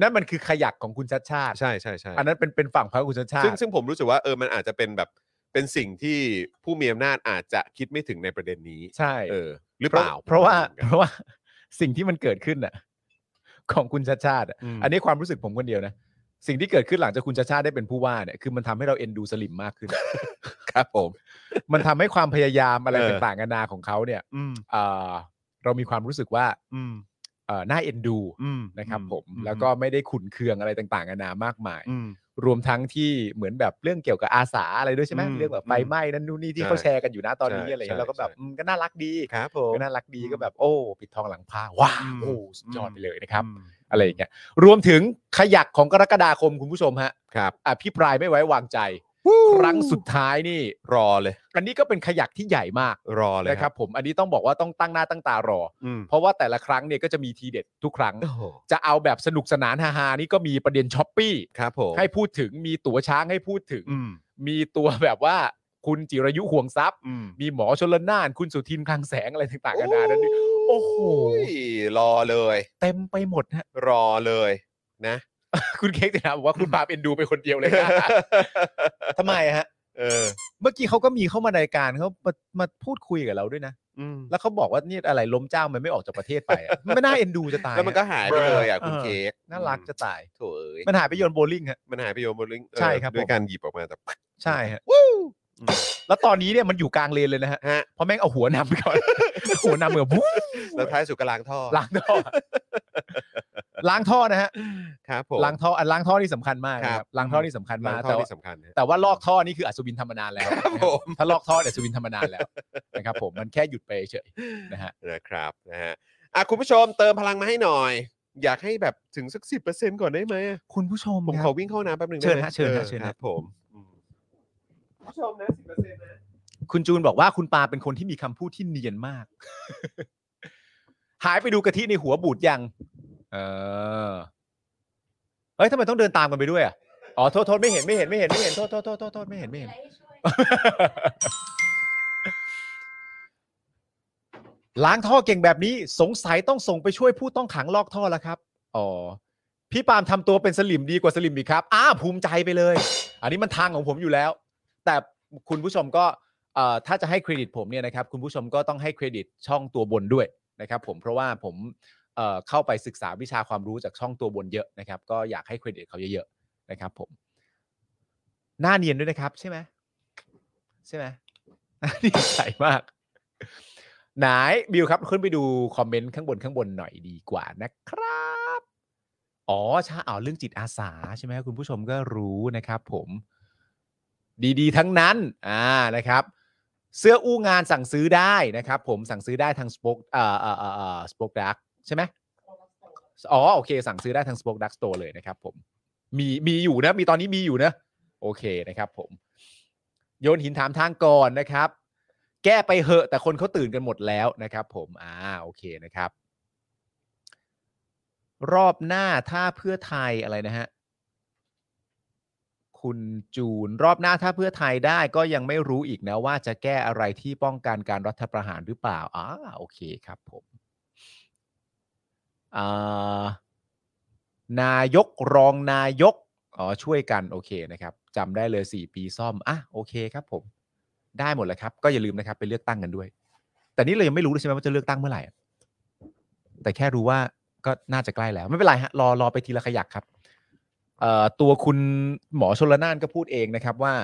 S3: นั่นมันคือขยักของคุณชัดชาติ
S2: ใช่ใช่ใช่
S3: อันนั้นเป็นเป็นฝั่งพรรคคุณชัดชาติ
S2: ซึ่งซึ่งผมรู้สึกว่าเออมันอาจจะเป็นแบบเป็นสิ่งที่ผู้มีอำนาจอาจจะคิดไม่ถึงในประเด็นนี้
S3: ใช่
S2: เออ หรือ
S3: เพ
S2: เป
S3: ราะ
S2: ล่า
S3: เพราะว่า
S2: ผมไม่รู้เหมือนกัน
S3: เพราะว่าสิ่งที่มันเกิดขึ้นน่ะ ของคุณชัดชาติอะ
S2: ม
S3: อันนี้ความรู้สึกผมคนเดียวนะ สิ่งที่เกิดขึ้นหลังจากคุณชัดชาติได้เป็นผู้ว่าเนี่ยคือมันทำให้เราเอ็นดูสลิมมากขึ้น
S2: ครับผม
S3: มันทำให้ความพยายามอะไร
S2: เออ
S3: ต่างๆนานาของเขาเนี่ย
S2: อืม
S3: เอ่อเรามีความรู้สึกว่า
S2: อืม
S3: เอ่อน่าเอ็นดู
S2: อืม
S3: นะครับผม
S2: อื
S3: แล้วก็ไม่ได้ขุนเคืองอะไรต่างๆนานามากมาย
S2: อืม
S3: รวมทั้งที่เหมือนแบบเรื่องเกี่ยวกับอาสาอะไรด้วยใช่ไหม
S2: อืม
S3: เรื่องแบบไฟไหม้นั่นนู่นนี่ที่
S2: ใช่
S3: เขาแชร์กันอยู่นะตอนนี้
S2: ใช่
S3: อะไรอย่างเงี้ย
S2: ใช่
S3: เราก็แบบ
S2: ใช่
S3: อืมก็น่ารักดี
S2: ครับผม
S3: ก็น่ารักดี
S2: อืม
S3: ก็แบบโอ้ปิดทองหลังผ้าว้า
S2: อื
S3: ว
S2: ม
S3: โอ้สุดยอด
S2: อืม
S3: ไปเลยนะครับ
S2: อืม
S3: อะไรอย่างเงี้ยรวมถึงขยักของกรกฎาคมคุณผู้ชมฮะ
S2: ครับ
S3: อภิปรายไม่ไว้วางใจ ครั้งสุดท้ายนี่
S2: รอเลย
S3: อันนี้ก็เป็นขยักที่ใหญ่มาก
S2: รอเลย
S3: นะครับ ผมอันนี้ต้องบอกว่าต้องตั้งหน้าตั้งตารอ
S2: อืม
S3: เพราะว่าแต่ละครั้งเนี่ยก็จะมีทีเด็ดทุกครั้ง
S2: โอ้โห
S3: จะเอาแบบสนุกสนานฮาๆนี่ก็มีประเด็นช้อปปี้
S2: ครับผม
S3: ให้พูดถึงมีตั๋วช้างให้พูดถึง
S2: อืม
S3: มีตัวแบบว่าคุณจิรายุห่วงทรัพย์
S2: อืม
S3: มีหมอชนละนาน คุณสุทินคลังแสงอะไรต่างๆกันานานั่นนี่ โอ้โห
S2: รอเลย
S3: เต็มไปหมดฮะ
S2: รอเลยนะ
S3: คุณเค้กจะนะ บอกว่าคุณปาล์มเอ็นดูไปคนเดียวเลยค่ะ ทำไมฮะ
S2: เออ
S3: เมื่อกี้เขาก็มีเข้ามาในรายการเขามามาพูดคุยกับเราด้วยนะ
S2: อืม
S3: แล้วเขาบอกว่านี่อะไรล้มเจ้ามันไม่ออกจากประเทศไปอะ มันไม่น่าเอ็นดูจะตาย
S2: แล้วมันก็
S3: ฮะ
S2: หายไปเลยอ่ะ
S3: เออ
S2: คุณเค้ก
S3: น่ารักจะตาย
S2: โถ่เอ้ย
S3: มันหายไปโยนโบลิ่งฮะ
S2: มันหายไปโยนบนลิงก์เออ
S3: ใช่ครับ
S2: ด้วย
S3: ผม
S2: การหยิบออกมาแต่
S3: ใช่ฮะ
S2: วู้อืม
S3: แล้วตอนนี้เนี่ยมันอยู่กลางเลนเลยนะฮะ
S2: ฮะ
S3: เพราะแม่งเอาหัวนำไปก่อน หัวนำเหมือน บู๊
S2: แล้วท้ายสุดก็ล้างท่อ
S3: ล้างท่อ ล้างท่อนะฮะ
S2: ครับผม
S3: ล้างท่ออันล้างท่อนี่สำคัญมากนะค
S2: ครั
S3: รับบ ล้างท่อนี่สำคัญมา
S2: ล้าง
S3: ก
S2: ท่อ
S3: แต่ว่า
S2: ที่สำคัญนะ
S3: แต่ว่าลอกท่อนี่คืออัศวินทำมานานแล้ว
S2: ครับ
S3: นะ
S2: ผ
S3: ค
S2: ม
S3: รับถ้าลอกท่อเนี่ยอัศวินทำมานานแล้วนะครับผมมันแค่หยุดไปเฉยนะฮะ
S2: นะครับนะฮะอ่ะคุณผู้ชมเติมพลังมาให้หน่อย อยากให้แบบถึงสักสิบเปอร์เซ็นต์ก่อนได้ไหมอะ
S3: คุณผู้ชม
S2: ผม
S3: ค
S2: ขอ
S3: รับ
S2: วิ่งเข้าน้ำแป๊บหนึ่ง
S3: เชิญฮะ
S2: ได้ไหม
S3: เชิญฮะ
S2: ออ
S3: เชิญฮะ
S2: ครับผมอืมคุณผู้ชมนะสิบเปอร์เซ็นต์นะ
S3: คุณจูนบอกว่าคุณปาเป็นคนที่มีคำพูดที่เนียนมาก หายไปดูกะทิในหัวบูดยัง เออเฮ้ยทำไมต้องเดินตามกันไปด้วยอ่ะอ๋อโทษโทษไม่เห็นไม่เห็นไม่เห็นไม่เห็นโทษโทษโทษโทษโทษไม่เห็นไม่เห็น ล้างท่อเก่งแบบนี้สงสัยต้องส่งไปช่วยผู้ต้องขังลอกท่อแล้วครับ อ๋อ พี่ปาล์มทำตัวเป็นสลิมดีกว่าสลิมอีกครับ อ้าภูมิใจไปเลย อันนี้มันทางของผมอยู่แล้ว แต่คุณผู้ชมก็เอ่อถ้าจะให้เครดิตผมเนี่ยนะครับ คุณผู้ชมก็ต้องให้เครดิตช่องตัวบนด้วยนะครับผมเพราะว่าผมเอ่อเข้าไปศึกษาวิชาความรู้จากช่องตัวบนเยอะนะครับ ก็อยากให้เครดิตเขาเยอะๆนะครับ ผม หน้าเนียนด้วยนะครับใช่ไหมใช่ไหม หน้าเนียนใสมาก ไหนบิวครับขึ้นไปดูคอมเมนต์ข้างบนข้างบนหน่อยดีกว่านะครับ อ๋อใช่อ๋อเรื่องจิตอาสาใช่ไหมครับคุณผู้ชมก็รู้นะครับผม ดีๆ ทั้งนั้นอ่านะครับ เสื้ออู้งานสั่งซื้อได้นะครับ ผมสั่งซื้อได้ทางสป็อกเอ่อเอ่อเอ่อเอ่อสป็อกดักใช่ไหม อ๋อโอเค สั่งซื้อได้ทาง Spoke Dark Store เลยนะครับผมมีมีอยู่นะ มีตอนนี้มีอยู่นะ โอเคนะครับผม โยนหินถามทางก่อนนะครับ แก้ไปเหอะแต่คนเขาตื่นกันหมดแล้วนะครับผมอ่าโอเคนะครับ รอบหน้าถ้าเพื่อไทยอะไรนะฮะ คุณจูนรอบหน้าถ้าเพื่อไทยได้ก็ยังไม่รู้อีกนะว่าจะแก้อะไรที่ป้องกันการรัฐประหารหรือเปล่าอ่าโอเคครับผม อ่านายกรองนายกอ๋อช่วยกันโอเคนะครับจำได้เลย 4 ปีซ่อมอ่ะโอเคครับผม ได้หมดแล้วครับ ก็อย่าลืมนะครับไปเลือกตั้งกันด้วย แต่นี่เรายังไม่รู้เลยใช่ไหมว่าจะเลือกตั้งเมื่อไหร่อะแต่แค่รู้ว่าก็น่าจะใกล้แล้ว ไม่เป็นไรฮะรอรอไปทีละขยักครับเอ่อตัวคุณหมอชนละนานก็พูดเองนะครับว่า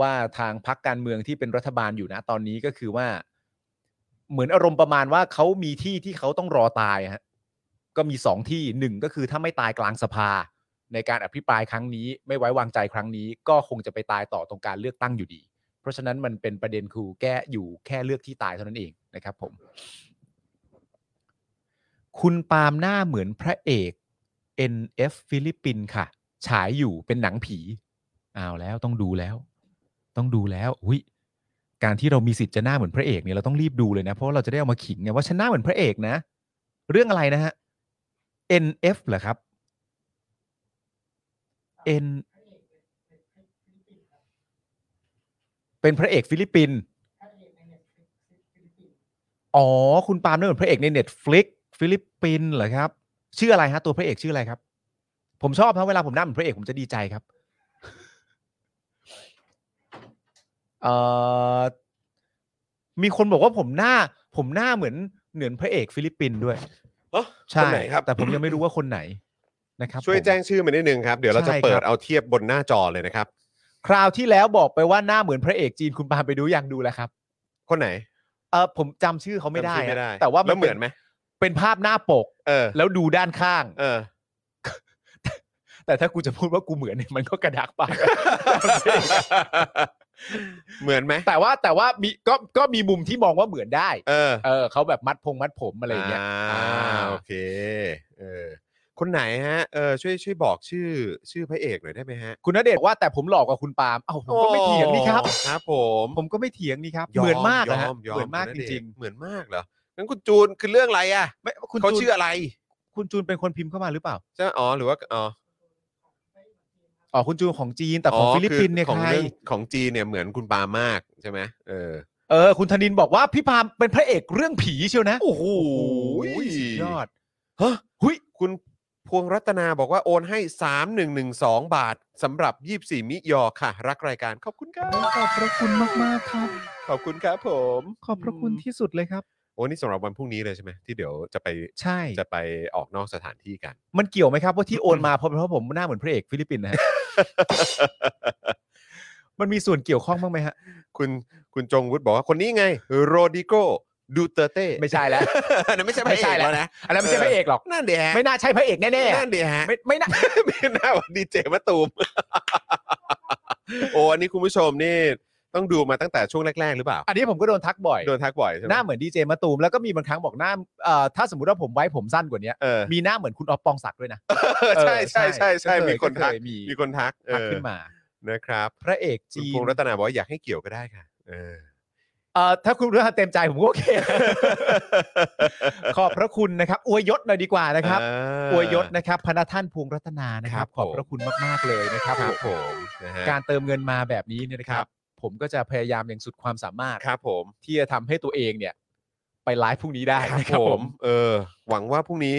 S3: ว่าทางพักการเมืองที่เป็นรัฐบาลอยู่นะตอนนี้ก็คือว่า เหมือนอารมณ์ประมาณว่าเขามีที่ที่เขาต้องรอตายฮะก็มีสองที่หนึ่งก็คือถ้าไม่ตายกลางสภา ในการอภิปรายครั้งนี้ ไม่ไว้วางใจครั้งนี้ ก็คงจะไปตายต่อตรงการเลือกตั้งอยู่ดี เพราะฉะนั้นมันเป็นประเด็นคือแก้อยู่แค่เลือกที่ตายเท่านั้นเองนะครับผม คุณปาล์มหน้าเหมือนพระเอก NF ฟิลิปปินส์ค่ะ ฉายอยู่เป็นหนังผี อ้าวแล้วต้องดูแล้ว ต้องดูแล้ว อุ้ย การที่เรามีสิทธิ์จะหน้าเหมือนพระเอกเนี่ยเราต้องรีบดูเลยนะ เพราะว่าเราจะได้เอามาขิงไงว่าฉันหน้าเหมือนพระเอกนะ เรื่องอะไรนะฮะ NF เหรอครับ N เป็นพระเอกฟิลิปปินส์อ๋อ คุณปาล์มนี่เหมือนพระเอกใน Netflix ฟิลิปปินส์เหรอครับ ชื่ออะไรฮะ ตัวพระเอกชื่ออะไรครับ ผมชอบนะเวลาผมหนั่งพระเอกผมจะดีใจครับ เอ่อมีคนบอกว่าผมหน้า ผมหน้าเหมือนเหมือนพระเอกฟิลิปปินส์ด้วย
S2: เอ้อ
S3: ใช่
S2: คนไหนครับ
S3: แต่ผมยังไม่รู้ว่าคนไหนนะครับ
S2: ช่วย
S3: ผม
S2: แจ้งชื่อมานิดนึงครับ เดี๋ยวเราจะ
S3: ใช่ครับ
S2: เปิดเอาเทียบบนหน้าจอเลยนะครับ
S3: คราวที่แล้วบอกไปว่าหน้าเหมือนพระเอกจีนคุณปาล์มไปดูยังดูแล้วครับ
S2: คนไหน
S3: เออผมจำชื่อเขาไม่ได้
S2: จำชื่อ
S3: นะแต่ว่า
S2: แล้วเห
S3: ป็
S2: มือนไหม
S3: เป็นภาพหน้าปก
S2: เออ
S3: แล้วดูด้านข้าง
S2: เออ
S3: แต่ถ้ากูจะพูดว่ากูเหมือนเนี่ยมันก็กระดักปาก
S2: เหมือนไหม
S3: แต่ว่าแต่ว่ามีก็ก็มีมุมที่มองว่าเหมือนได้
S2: เออ
S3: เออเขาแบบมัดพงมัดผมอะไรอย่างเงี้ย
S2: อ่าโอเคเออคนไหนฮะเออช่วยช่วยบอกชื่อชื่อพระเอกหน่อยได้ไหมฮะ
S3: คุณณเดชน์ว่าแต่ผมหลอกกว่าคุณปาล์มเอ้าผมก็ไม่เถียงนี่ครับ
S2: โอ้ครับผม
S3: ผมก็ไม่เถียงนี่ครับ
S2: ย
S3: เหมือนมาก
S2: ย
S3: นะฮะ
S2: ย
S3: เหมือนมาก
S2: คุณ
S3: จ
S2: ณเด
S3: ริง
S2: ชเหมือนมากเหรองั้นคุณจูนคือเรื่องอะไรอ่ะ
S3: ๆไม่คุณ
S2: เขา
S3: จูน
S2: ชื่ออะไร
S3: คุณจูนเป็นคนพิมพ์เข้ามาหรือเปล่า
S2: ใช่อ๋อหรือว่าอ๋อ
S3: อ๋อคุณจูนของจีนแต่ของ
S2: อ
S3: ฟิลิปปินส์เนี่ย
S2: คือของ
S3: ใคร
S2: เรื่องของจีนเนี่ยเหมือนคุณปามากใช่ไหมเออ
S3: เออคุณธนินบอกว่าพี่ปาล์มเป็นพระเอกเรื่องผีเชียวนะ
S2: โอ้โห
S3: สุดยอด
S2: ฮะหุยคุณพวงรัตนาบอกว่าโอนให้ 3112 บาทสำหรับ 24 มิยอค่ะ รักรายการขอบคุณครับ
S3: ขอบพระคุณมากมากครับ
S2: ขอบคุณครับผม
S3: ขอบพระคุณที่สุดเลยครับ
S2: โอ้นี่สำหรับวันพรุ่งนี้เลยใช่ไหมที่เดี๋ยวจะไป
S3: ใช่
S2: จะไปออกนอกสถานที่กัน
S3: มันเกี่ยวไหมครับว่าที่โอนมาเพราะเพราะผมหน้าเหมือนพระเอกฟิลิปปินส์ นะฮะ มันมีส่วนเกี่ยวข้องบ้างไหมฮะ
S2: คุณคุณจงวุฒิบอกว่าคนนี้ไงโรดิโกดูเตอร์เต้
S3: ไม่ใช่แล้ว
S2: อันนั้นไม่ใช่พระ
S3: ไม่
S2: เอ
S3: ใช่
S2: ก
S3: แล้
S2: แล้ว
S3: ว
S2: นะ
S3: อันนั้นไม่ใช่พระเอกหรอก
S2: นั่นเดียฮะ
S3: ไม่น่าใช่พระเอกแน่
S2: นั่นเดียฮะ
S3: ๆไม่ไม่น่า
S2: ไม่น่าว่าดีเจมะตูม โอ้อันนี้คุณผู้ชมนี่ต้องดูมาตั้งแต่ช่วงแรก ๆ หรือเปล่า
S3: อันนี้ผมก็โดนทักบ่อย
S2: โดนทักบ่อยใช่ไหม
S3: หน้าเหมือนดีเจมะตูมแล้วก็มีบางครั้งบอกหน้าเอ่อถ้าสมมติว่าผมไว้ผมสั้นกว่านี้
S2: เออ
S3: มีหน้าเหมือนคุณออฟปองศักดิ์ด้วยนะ
S2: เออใช่ใช่ใช่ใช่
S3: เออ
S2: มีคนทัก
S3: เยมี
S2: มีคนทักเอ
S3: ทัก
S2: อ
S3: ขึ้นมา
S2: นะครับ
S3: พระเอก
S2: คุณ
S3: จี
S2: พ
S3: น
S2: งษ์รัตนาบอกว่าอยากให้เกี่ยวก็ได้ค่ะ เออ
S3: เอ่อถ้าคุณรู้ทางเต็มใจผมก็โอ เค ขอบพระคุณนะครับอวยยศหน่อยดีกว่า นะครับอวยยศนะครับพระท่านพวงรัตนานะค
S2: ครั
S3: รับ
S2: บผม
S3: ขอบพระคุณมาก ๆ เลยนะครับ
S2: ครับ
S3: ผ
S2: ผ
S3: ม
S2: มนะฮะ
S3: การเติมเงินมาแบบนี้เนี่ยนะค
S2: ค
S3: รั
S2: รับ บ
S3: ผมก็จะพยายามอย่างสุดความสามารถ
S2: ครับผม
S3: ที่จะทำให้ตัวเองเนี่ย ไปไลฟ์พรุ่งนี้ได้
S2: ครับ
S3: นะครั
S2: ผ
S3: บผม ม
S2: เออ หวังว่าพรุ่งนี้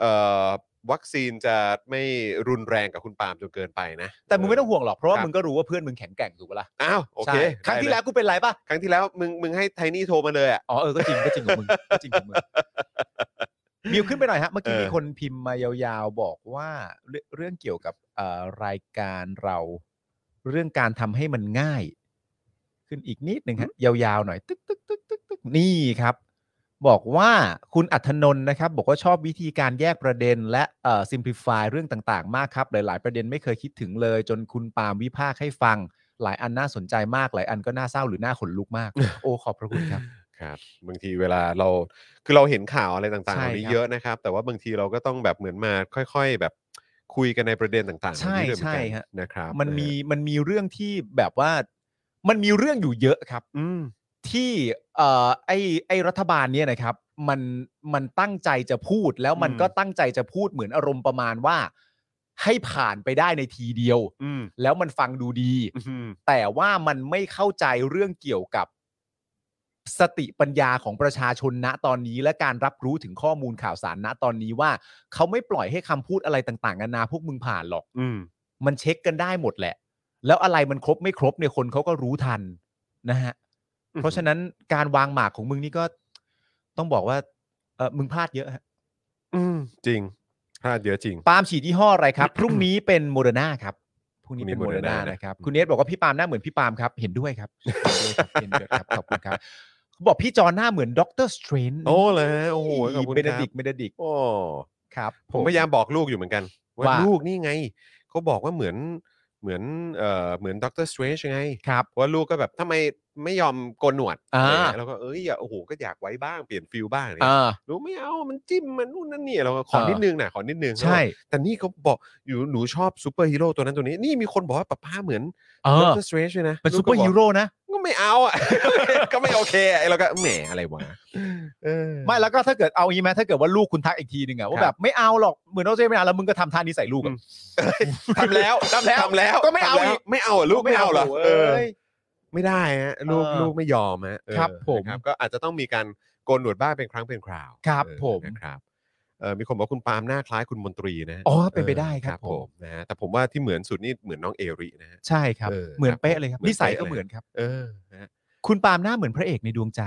S2: เอ่อวัคซีนจะไม่รุนแรงกับคุณปาล์มจนเกินไปนะ
S3: แต่มึงไม่ต้องห่วงหรอกเพราะว่า
S2: ครับ
S3: มึงก็รู้ว่าเพื่อนมึงแข็งแกร่งถูกปะล่ะ
S2: อ้าว โอเค
S3: ใช่ครั้งที่
S2: ได้เย
S3: แล้วกูเป็นไรปะ
S2: ครั้งที่แล้วมึงมึงให้ไทนี่โทรมาเลยอ่ะ
S3: อ๋อเออก็จริงก็จริงของมึงก็จริงของมึงมิวขึ้นไปหน่อยฮะเมื่อกี้
S2: เออ
S3: มีคนพิมพ์มายาวๆบอกว่าเรื่องเรื่องเกี่ยวกับเอ่อรายการเรา เรื่องการทำให้มันง่าย ขึ้นอีกนิดหนึ่งฮะยาวๆหน่อยตึ๊กตึ๊กตึ๊กตึ๊กตึ๊กนี่ครับ บอกว่าคุณอัธนนท์นะครับ บอกว่าชอบวิธีการแยกประเด็น และเอ่อ simplify เรื่องต่างๆ มากครับ หลายๆ ประเด็นไม่เคยคิดถึงเลย จนคุณปาล์มวิพากษ์ให้ฟัง หลายอันน่าสนใจมากหลายอันก็น่าเศร้าหรือน่าขนลุกมาก โอ้ขอบพระคุณครับ
S2: ครับ บางทีเวลาเรา คือเราเห็นข่าวอะไรต่างๆ
S3: ใช่
S2: เห
S3: ค
S2: ล่า
S3: รับ
S2: นี้เยอะนะครับ แต่ว่าบางทีเราก็ต้องแบบเหมือนมาค่อยๆ แบบคุยกันในประเด็นต่างๆเหล่า
S3: ใช่
S2: นี้ด้วยเหมือน
S3: ใช่
S2: กัน
S3: ฮะ
S2: นะครับ
S3: มันมี
S2: ะฮะ
S3: มันมีเรื่องที่แบบว่า มันมีเรื่องอยู่เยอะครับ
S2: อืม
S3: ที่เอ่อไอไอรัฐบาลเนี่ยนะครับ มันมันตั้งใจจะพูดแล้วมัน
S2: อืม
S3: ก็ตั้งใจจะพูดเหมือนอารมณ์ประมาณว่า ให้ผ่านไปได้ในทีเดียว
S2: อืม
S3: แล้วมันฟังดูดี
S2: อืม
S3: แต่ว่ามันไม่เข้าใจเรื่องเกี่ยวกับ สติปัญญาของประชาชนณตอนนี้ และการรับรู้ถึงข้อมูลข่าวสารณตอนนี้ว่า เขาไม่ปล่อยให้คำพูดอะไรต่างๆนานาพวกมึงผ่านหรอก
S2: อืม
S3: มันเช็คกันได้หมดแหละ แล้วอะไรมันครบไม่ครบเนี่ยคนเขาก็รู้ทันนะฮะ เพราะฉะนั้นการวางหมากของมึงนี่ก็ต้องบอกว่าเออมึงพลาดเยอะฮะ
S2: อืมจริงพลาดเยอะจริง
S3: ปาล์มฉีดยี่ห้ออะไรครับ พรุ่งนี้เป็นโมเดอร์นาครับพรุ่งนี้เป็น
S2: พรุ่
S3: โม
S2: งนี้
S3: เดอร์นา
S2: Moderna
S3: นะครับ
S2: นะ
S3: คุณเนสบอกว่าพี่ปาล์มหน้าเหมือนพี่ปาล์มครับเห็นด้วยครับเห็นด้วยครับเห็นด้วยครับขอบคุณครับเขาบอกพี่จอหน้าเหมือนด็อกเตอร์สเตรน
S2: โอ้เลยฮะโอ้โหขอบคุณ
S3: เบ
S2: ค
S3: เน
S2: รับ
S3: ดิกเบเนดิก
S2: โอ้
S3: ครับ
S2: ผมพยายามบอกลูกอยู่เหมือนกัน ว่า
S3: ว่า
S2: ลูกนี่ไงเขาบอกว่าเหมือนเหมือนเอ่อเหมือนด็อกเตอร์สเตรนจ์ไง
S3: ครับ
S2: ว่าลูกก็แบบทำไมไม่ยอมโกนหนวด
S3: อ่า
S2: อะไรเงี้ยแล้วก็เอ้ยอย่าโอ้โหก็อยากไว้บ้างเปลี่ยนฟิลบ้างเนี่ย
S3: อ่า
S2: รู้ไม่เอามันจิ้มมันนู่นนั่นนี่เราก็ขอ
S3: เออ
S2: นิดนึงนะขอนิดนึง
S3: ใช่
S2: แต่นี่เขาบอกอยู่หนูชอบซูเปอร์ฮีโร่ตัวนั้นตัวนี้นี่มีคนบอกว่าป้าป้าเหมือน
S3: เอ
S2: ด็อก
S3: อ
S2: เตอร์สเตรนจ์เลยนะ
S3: เป็น
S2: ลู
S3: ซู
S2: ก
S3: เปอ
S2: ก็
S3: ร์
S2: บก
S3: ฮีโร่นะ
S2: ก็ไม่ ไม่เอาอ่ะ ก็ไม่โอเคไอ้เราก็แหมอะไรวะเออ
S3: ไม่แล้วก็ถ้าเกิดเอางี้ไหมถ้าเกิดว่าลูกคุณทักอีกทีหนึ่งอะว่า
S2: ค
S3: แบ
S2: รับบ
S3: ไม่เอาหรอกเหมือนเราเจไม่เอาแล้วมึงก็ทำท่านี้ใส่ลูกอะ
S2: อืม ทำแล้วทำแล้วทำแล้ว
S3: ก็ไม่เอา
S2: ทำแล้ว
S3: อีก
S2: ไม่เอาอะลูกไม่เอาเหรอ
S3: โ
S2: เออ
S3: ย
S2: ไม่ได้ฮะลูก
S3: เออ
S2: ลูกไม่ยอมฮะเออ
S3: ครับผม
S2: นะครับก็อาจจะต้องมีการโกนหนวดบ้างเป็นครั้งเป็นคราว
S3: ครับ
S2: เออ
S3: ผม
S2: นะครับเออมีคนบอกว่าคุณปาล์มหน้าคล้ายคุณมนตรีนะฮะ
S3: อ๋อเป็นไปได้ครับผม
S2: นะฮะแต่ผมว่าที่เหมือนสุดนี่เหมือนน้องเอรินะฮะ
S3: ใช่ครับ
S2: เออ
S3: เหมือ
S2: ค
S3: น
S2: รับ
S3: เป๊ะเลยครับ
S2: เหมือน
S3: นิสัย
S2: เป๊ะ
S3: ก็
S2: เลย
S3: เหมือนครับ
S2: เออนะฮะ
S3: คุณปาล์มหน้าเหมือนพระเอกในดวงใจ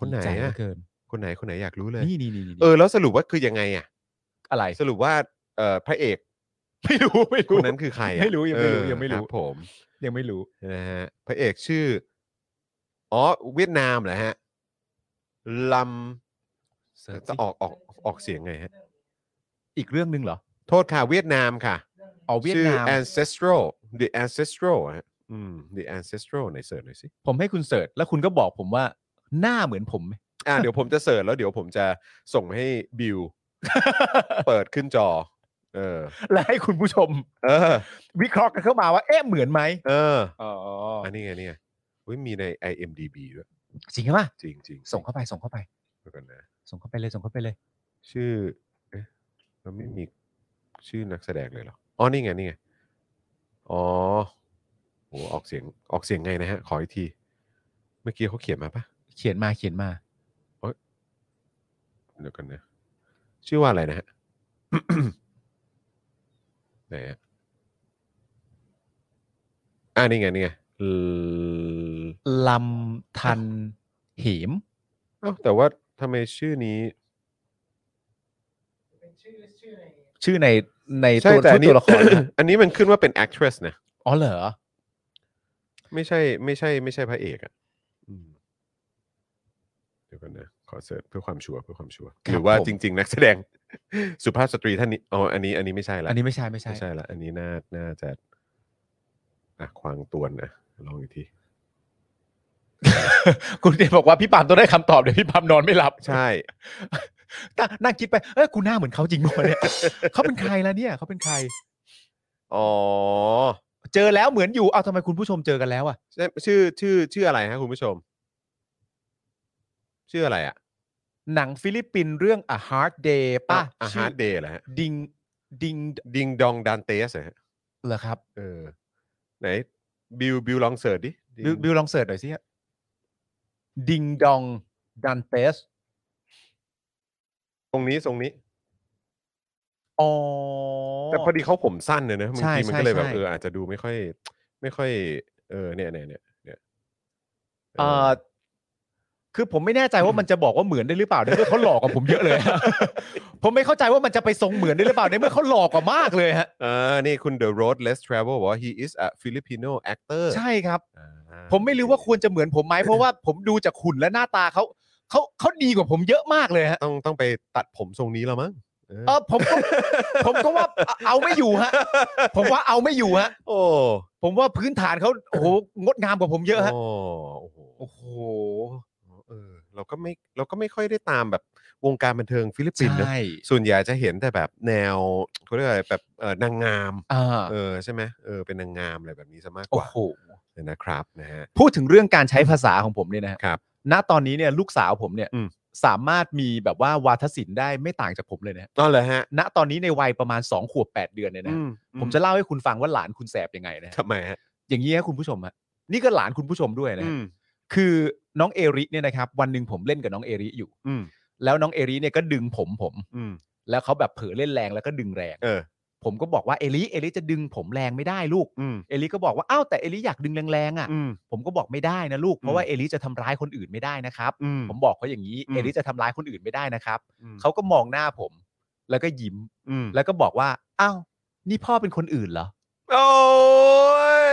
S2: คนไหนอะ
S3: ใจเหลือเกิน
S2: คนไหนคนไหนอยากรู้เลย
S3: นี่นี่นี่นี่
S2: เออแล้วสรุปว่าคือยังไงอ่ะ
S3: อะไร
S2: สรุปว่าเออพระเอก
S3: ไม่รู้ไม่
S2: ค
S3: รู้
S2: นนั้นคือใครอะ
S3: ไม่รู้ยังไม่รู้
S2: เออ
S3: ยังไม่
S2: ค
S3: รู้
S2: รับผม
S3: ยังไม่รู้
S2: นะฮะพระเอกชื่ออ๋อเวียดนามเหรอฮะลำจะออกออกออกเสียงไงฮะ
S3: อีกเรื่องหนึ่งเหรอ
S2: โทษค่ะ เวียดนามค่ะ
S3: อ๋อเวียด
S2: ชื่อ
S3: นาม
S2: ancestral the ancestral ฮะอืม the ancestral ไหนเสิร์ชหน่อยสิ
S3: ผมให้คุณเสิร์ชแล้วคุณก็บอกผมว่าหน้าเหมือนผมไหม
S2: อ่าเดี๋ยวผมจะเสิร์ชแล้วเดี๋ยวผมจะส่งให้บิว เปิดขึ้นจอ เออ
S3: และให้คุณผู้ชม
S2: เออ
S3: วิเคราะห์กันเข้ามาว่าเอ๊ะเหมือนไหม
S2: เออ
S3: อ๋อ
S2: อันนี้ไงเนี่ยอุ้ยมีใน IMDB ด้วย
S3: จริงไหม
S2: จริงจริง
S3: ส่งเข้าไปส่งเข้าไป
S2: เดี๋ยวกันนะ
S3: ส่งเข้าไปเลยส่งเข้าไปเลย
S2: ชื่อเอ๊ะเราไม่มีชื่อนักแสดงเลยเหรอ อ๋อ นี่ไง นี่ไง อ๋อโหออกเสียงออกเสียงไงนะฮะ ขออีกที เมื่อกี้เขาเขียนมาปะ
S3: เขียนมาเขียนมา
S2: เดี๋ยวกันนะ ชื่อว่าอะไรนะฮ ะ ไหนฮะอ่านี่ไงนี่ไงอืม
S3: ลำทันเหม
S2: เอ้าแต่ว่าทำไมชื่อนี้
S6: เป็นชื่อชื่อใน
S3: ชื่อในใน
S2: ใช่
S3: ตัว
S2: แต่
S3: ชุ
S2: อั
S3: ด
S2: นนี้
S3: ตัวละครนะ
S2: อันนี้มันขึ้นว่าเป็น actress นะ
S3: อ๋อเหรอ
S2: ไม่ใช่ ไม่ใช่ ไม่ใช่พระเอกอะอืมเดี๋ยวกันนะ ขอเสิร์ชเพื่อความชัวร์เพื่อความชัวร์
S3: ครับ
S2: หรือว่า
S3: ผม
S2: จริง ๆ นักแสดง สุภาพสตรีท่านนี้อ๋ออันนี้ อันนี้ไม่ใช่ละ
S3: อันนี้ไม่ใช่ไม่ใช่
S2: ไม่ใช่ละอันนี้น่า น่าจะ อ่ะ ควางตวนนะ ลองอีกที
S3: คุณเดนบอกว่าพี่ปามต้องได้คำตอบเดี๋ยวพี่ปามนอนไม่หลับ
S2: ใช่
S3: นั่งนั่งคิดไปเอ้ยกูหน้าเหมือนเขาจริงป่ะวะเนี่ย เขาเป็นใครล่ะเนี่ยเขาเป็นใคร
S2: อ๋อ
S3: เจอแล้วเหมือนอยู่เอาทำไมคุณผู้ชมเจอกันแล้วอ่ะ
S2: ใช่ชื่อ ชื่อ ชื่ออะไรฮะคุณผู้ชม ชื่ออะไรอ่ะ
S3: หนังฟิลิปปินส์เรื่อง A Hard Day ป่ะ
S2: อา
S3: ชื่
S2: ฮาร์ดเดย์เหรอฮะ
S3: ดิงดิง
S2: ดิงดองดันเตสเหรอฮะ
S3: เหรอครับ
S2: เออ ไหน บิว บิวลองเสิร์ชดิ
S3: บิวบิวลองเสิร์ชหน่อยสิดิงดองดันเตส
S2: ตรงนี้ ตรงนี้
S3: อ๋อ
S2: แต่พอดีเขาผมสั้นเนอะนะบาง
S3: ใช่
S2: ทีมัน
S3: ใช่
S2: ก็เลยแบบ
S3: ใช่
S2: เอออาจจะดูไม่ค่อย ไม่ค่อย เออ เนี่ยเนี่ยเนี่ยเนี่ย
S3: เอ่อคือผมไม่แน่ใจว่ามันจะบอกว่าเหมือนได้หรือเปล่าในเมื่อเขาหลอกกว่าผมเยอะ เลยฮะ ผมไม่เข้าใจว่ามันจะไปทรงเหมือนได้หรือเปล่าในเมื่อเขาหลอกกว่ามากเลยฮะ
S2: เออนี่คุณ The Road Less Travel บอกว่า he is a Filipino actor
S3: ใช่ครับ
S2: อ่า
S3: ผมไม่รู้ว่าควรจะเหมือนผมไหมเพราะว่าผมดูจากหุ่นและหน้าตาเขาเขาเขาดีกว่าผมเยอะมากเลยฮะ
S2: ต้องต้องไปตัดผมทรงนี้แล้วมั้งเออ
S3: เออผมก็ผมก็ว่าเอาเอาไม่อยู่ฮะ ผมว่าเอาไม่อยู่ฮะ
S2: โอ้
S3: ผมว่าพื้นฐานเขาโอ้โหงดงามกว่าผมเยอะฮะ
S2: โอ้โห
S3: โอ้โห
S2: เออเราก็ไม่เราก็ไม่ค่อยได้ตามแบบวงการบันเทิงฟิลิป
S3: ใช
S2: ปินส์นะ
S3: ่
S2: ส่วนใหญ่จะเห็นแต่แบบแนวเขาเรียกอะไรแบบเออนางงาม
S3: อ่า
S2: เออใช่ไหมเออเป็นนางงามอะไรแบบนี้ซะมากก
S3: โอ้
S2: ว่า
S3: โห
S2: นะครับนะฮะ
S3: พูดถึงเรื่องการใช้ภาษาของผมเนี่ยนะฮะ
S2: ครับ
S3: ณตอนนี้เนี่ยลูกสาวผมเนี่ย
S2: อืม
S3: สามารถมีแบบว่าวาทศิลป์ได้ไม่ต่างจากผมเลยนะฮะ
S2: นั่นแหละฮะ
S3: ณตอนนี้ในวัยประมาณ2ขวบ8 เดือนเนี่ยนะ
S2: อื
S3: ฮะ
S2: ม
S3: ผมจะเล่าให้คุณฟังว่าหลานคุณแสบยังไงนะฮะ
S2: ทำไมฮะ
S3: อย่างนี้ครับคุณผู้ชมฮะนี่ก็หลานคุณผู้ชมด้วยนะ
S2: อื
S3: ฮะ
S2: ม
S3: คือน้องเอริเนี่ยนะครับวันหนึ่งผมเล่นกับน้องเอริอยู่
S2: อืม
S3: แล้วน้องเอริเนี่ยก็ดึงผมผม
S2: อืม
S3: แล้วเขาแบบเผลอเล่นแรงแล้วก็ดึงแรง
S2: เออ
S3: ผมก็บอกว่าเอริเอริจะดึงผมแรงไม่ได้ลูก
S2: อืม
S3: เอริก็บอกว่าอ้าวแต่เอริอยากดึงแรงๆอ่ะ
S2: อืม
S3: ผมก็บอกไม่ได้นะลูกเพ
S2: อื
S3: ราะ
S2: ม
S3: ว่าเอลิจะทำร้ายคนอื่นไม่ได้นะครับ
S2: อืม
S3: ผมบอกเขาอย่างนี้
S2: อืม
S3: เอลิจะทำร้ายคนอื่นไม่ได้นะครับ
S2: อืม
S3: เขาก็มองหน้าผม แล้วก็ยิ้ม
S2: อืม
S3: แล้วก็บอกว่าอ้าวนี่พ่อเป็นคนอื่นเหรอ
S2: โอ้ย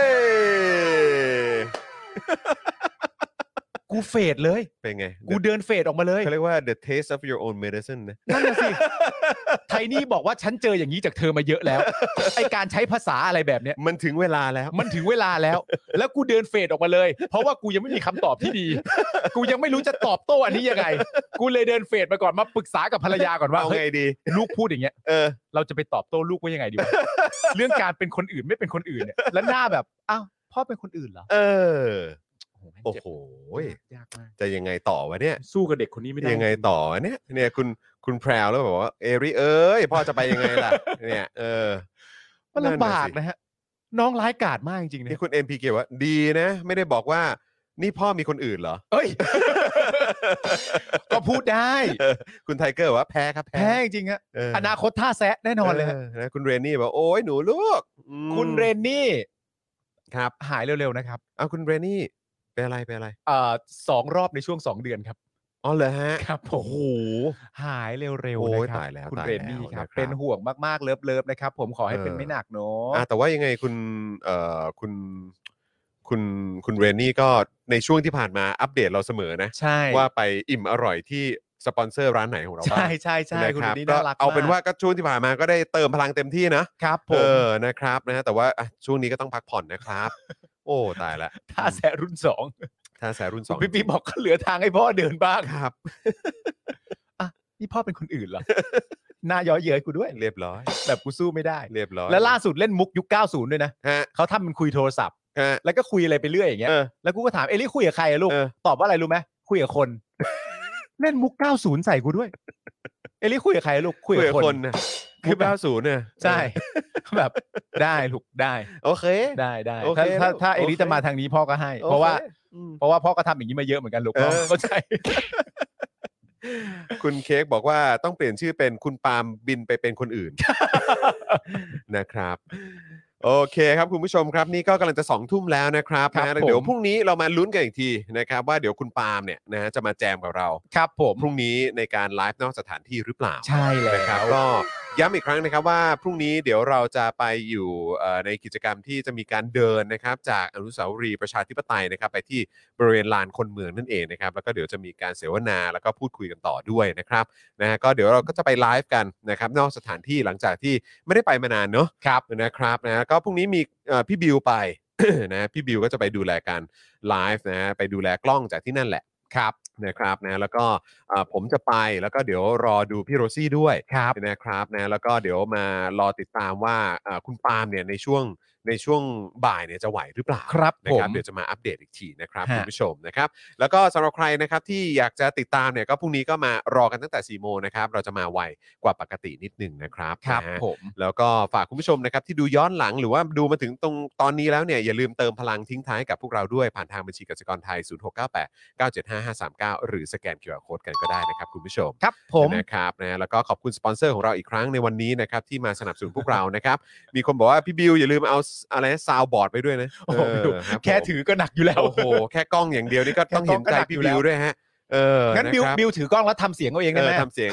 S3: กูเฟดเลย
S2: เป็นไง
S3: กูเดินเฟดออกมาเลย
S2: เขาเรียกว่า the taste of your own medicine นะ
S3: นั่นน่ะสิไทนี่บอกว่าฉันเจออย่างนี้จากเธอมาเยอะแล้วไอการใช้ภาษาอะไรแบบเนี้ย
S2: มันถึงเวลาแล้ว
S3: มันถึงเวลาแล้ว แล้วกูเดินเฟดออกมาเลย เพราะว่ากูยังไม่มีคำตอบที่ดี กูยังไม่รู้จะตอบโต้อันนี้ยังไง กูเลยเดินเฟดมาก่อนมาปรึกษากับภรรยาก่อนว่า
S2: เอา
S3: เฮ้
S2: ไง
S3: ย
S2: ดี
S3: ลูกพูดอย่างเงี้ย
S2: เออ
S3: เราจะไปตอบโต้ลูกว่ายังไงดี วะ เรื่องการเป็นคนอื่นไม่เป็นคนอื่นเนี่ย แล้วหน้าแบบ อ้าว พ่อเป็นคนอื่นเหรอ
S2: เออ โอ้โหย
S3: ยากมาก
S2: จะยังไงต่อวะเนี่ย
S3: สู้กับเด็กคนนี้ไม่ได้
S2: ยังไงต่อวะเนี่ยเนี่ยคุณคุณแพรวแล้วบอกว่าเอริเอ้ยพ่อจะไปยังไงล่ะ เนี่ยเออ
S3: มันลำบากนะฮะ น้องร้ายกาจมากจริงๆนะ
S2: นี่คุณ MPK ว่าดีนะ ไม่ได้บอกว่า นี่พ่อมีคนอื่นเหร อ
S3: เอ้ย ก็พูด ได้
S2: เออคุณไทเกอร์บอกว่าแพ้ครับ
S3: แพ้จริงๆฮะ
S2: เออ
S3: อนาคตท่าแซะแน่นอนเลยฮะ
S2: อนะคุณเรนนี่บอกโอ้ยหนูลูกอืม
S3: คุณเรนนี่
S2: ครับ
S3: หายเร็วๆนะครับ
S2: เอาคุณเรนนี่เป็นอะไรเป็นอะไร
S3: เอ่อสองรอบในช่วงสองเดือนครับ
S2: อ๋อเหรอฮะ
S3: ครับผมหายเร็ว
S2: โอ้
S3: ๆ
S2: ย
S3: นะครับ
S2: ตายแล้ว
S3: คุณ
S2: ตาย
S3: เรนนี่
S2: แล้ว
S3: ครับ
S2: นะครับ
S3: เป็นห่วงมากๆเลิฟๆนะครับ ผมขอให้เป็น
S2: เออ
S3: ไม่หนักเนาะ
S2: อ่ะแต่ว่ายังไงคุณเอ่อคุณคุณคุณเรนนี่ก็ในช่วงที่ผ่านมาอัปเดตเราเสมอนะ
S3: ใช่
S2: ว่าไปอิ่มอร่อยที่สปอนเซอร์ร้านไหนของเราบ้าง
S3: ใช่ใช่ใช่
S2: นะ
S3: คุณ
S2: ค
S3: เร
S2: รับ
S3: นนี่
S2: ก็
S3: น่ารักมก
S2: เอาเป็นว่าก็ช่วงที่ผ่านมาก็ได้เติมพลังเต็มที่นะครับ
S3: ผ
S2: เอ
S3: ม
S2: อนะครับนะฮะแต่ว่าอ่ะช่วงนี้ก็ต้องพักผ่อนนะครับ โอ้ตายละ
S3: ท่าแซะรุ่นสอง
S2: ถ้าแสรุ่นสอง
S3: พี่ปีบอกก็เหลือทางให้พ่อเดินบ้าง
S2: ครับ
S3: นี่พ่อเป็นคนอื่นเหรอ หน้าย้อยเย้ยกูด้วย
S2: เรียบร้อย
S3: แบบกูสู้ไม่ได้
S2: เรียบร้อย
S3: และล่าสุดเล่นมุกยุค 90 ด้วยนะ
S2: ฮะ
S3: เขาทำเป็นคุยโทรศัพท์
S2: ฮะ
S3: แล้วก็คุยอะไรไปเรื่อยอย่างเงี้ย
S2: เออ
S3: แล้วกูก็ถามเอลี่คุยกับใครอะลูก
S2: เออ
S3: ตอบว่าอะไรรู้ไหมคุยกับคน เล่นมุก 90 ใส่กูด้วย เอลี่คุยกับใครอะลูกคุย
S2: คุย
S3: กับ
S2: กับ
S3: ค
S2: คน นนะ
S3: คื
S2: คือ อ
S3: แบบ
S2: เก้าศูนย์เนี่ย
S3: ใช่ แบบได้ลูกได้
S2: โอเค
S3: ได้ได้
S2: โอเค
S3: ถ้า
S2: ลูก
S3: ถ้าถ้าเอลิ
S2: โอเค
S3: จะมาทางนี้พ่อก็ให้ เพราะว่า เพราะว่าพ่อก็ทำอย่างนี้มาเยอะเหมือนกันลูก
S2: เออ
S3: พ่อเข้าใจ
S2: คุณเค้กบอกว่าต้องเปลี่ยนชื่อเป็นคุณปาล์มบินไปเป็นคนอื่น นะครับ โอเคครับคุณผู้ชมครับ นี่ก็กำลังจะสองทุ่มแล้วนะครับ
S3: ครับ
S2: นะฮะ
S3: ผม
S2: เดี๋ยวพรุ่งนี้เรามาลุ้นกันอีกทีนะครับ ว่าเดี๋ยวคุณปาล์มเนี่ยนะฮะจะมาแจมกับเรา
S3: ครับผม
S2: พรุ่งนี้ในการไลฟ์นอกสถานที่หรือเปล่า
S3: ใช่แล้
S2: นะครับ
S3: ว
S2: ก็ย้ำอีกครั้งนะครับว่าพรุ่งนี้เดี๋ยวเราจะไปอยู่เอ่อในกิจกรรมที่จะมีการเดินนะครับ จากอนุสาวรีย์ประชาธิปไตยนะครับ ไปที่บริเวณลานคนเมืองนั่นเองนะครับ แล้วก็เดี๋ยวจะมีการเสวนาแล้วก็พูดคุยกันต่อด้วยนะครับนะฮะก็เดี๋ยวเราก็จะไปไลฟ์กันนะครับ นอกสถานที่หลังจากที่ไม่ได้ไปมานานเนอะ
S3: ครับ
S2: นะครับนะฮะก็พรุ่งนี้มีเอ่อพี่บิวไป นะพี่บิวก็จะไปดูแลการไลฟ์นะไปดูแลกล้องจากที่นั่นแหละครับนะครับนะแล้วก็เอ่อผมจะไปแล้วก็เดี๋ยวรอดูพี่โรซี่ด้วย
S3: ครับ
S2: นะครับนะแล้วก็เดี๋ยวมารอติดตามว่าเอ่อคุณปาล์มเนี่ยในช่วงในช่วงบ่ายเนี่ยจะไหวหรือเปล่า
S3: ครับ
S2: นะ
S3: ผม
S2: เดี๋ยวจะมาอัปเดตอีกทีนะครับ
S3: ฮะ
S2: คุณผู้ชมนะครับ แล้วก็สำหรับใครนะครับที่อยากจะติดตามเนี่ยก็พรุ่งนี้ก็มารอกันตั้งแต่4ี่โมงนะครับ เราจะมาไวกว่าปกตินิดหนึ่งนะครับ
S3: ครับ
S2: นะฮะ
S3: ผม
S2: แล้วก็ฝากคุณผู้ชมนะครับที่ดูย้อนหลังหรือว่าดูมาถึงตรงตอนนี้แล้วเนี่ยอย่าลืมเติมพลังทิ้งท้ายกับพวกเราด้วย ผ่านทางบัญชีกสิกรไทย 0698 975539 หรือสแกน QR Code กันก็ได้นะครับคุณผู้ชม
S3: ครับผม
S2: นะครับนะแล้วก็ขอบคุณสปอนเซอร์ของเราอีกครั้งในวันนี้นะครับที่มาสนับสนุนพวกเรานะครับ มีคนบอกว่าพี่บิวอย่าลืมเอาอะไรซาวบอร์ดไปด้วยนะ
S3: โอ้โห
S2: เออรับ
S3: แค่
S2: ผม
S3: ถือก็หนักอยู่แล้ว
S2: โอ้โหแค่กล้องอย่างเดียวนี่ก็
S3: แค่
S2: ต้อง
S3: ก
S2: เห็
S3: ล้อน ง
S2: ใจ
S3: ก็หนัก
S2: พี่
S3: อยู่
S2: บิว
S3: แล้ว
S2: ด้วยฮะเออ
S3: งั้นบิว
S2: ะครับ
S3: บิวถือกล้องแล้วทำเสียงเอาเอง
S2: เอ
S3: ได้ไห
S2: อ
S3: ม
S2: ทำเสียง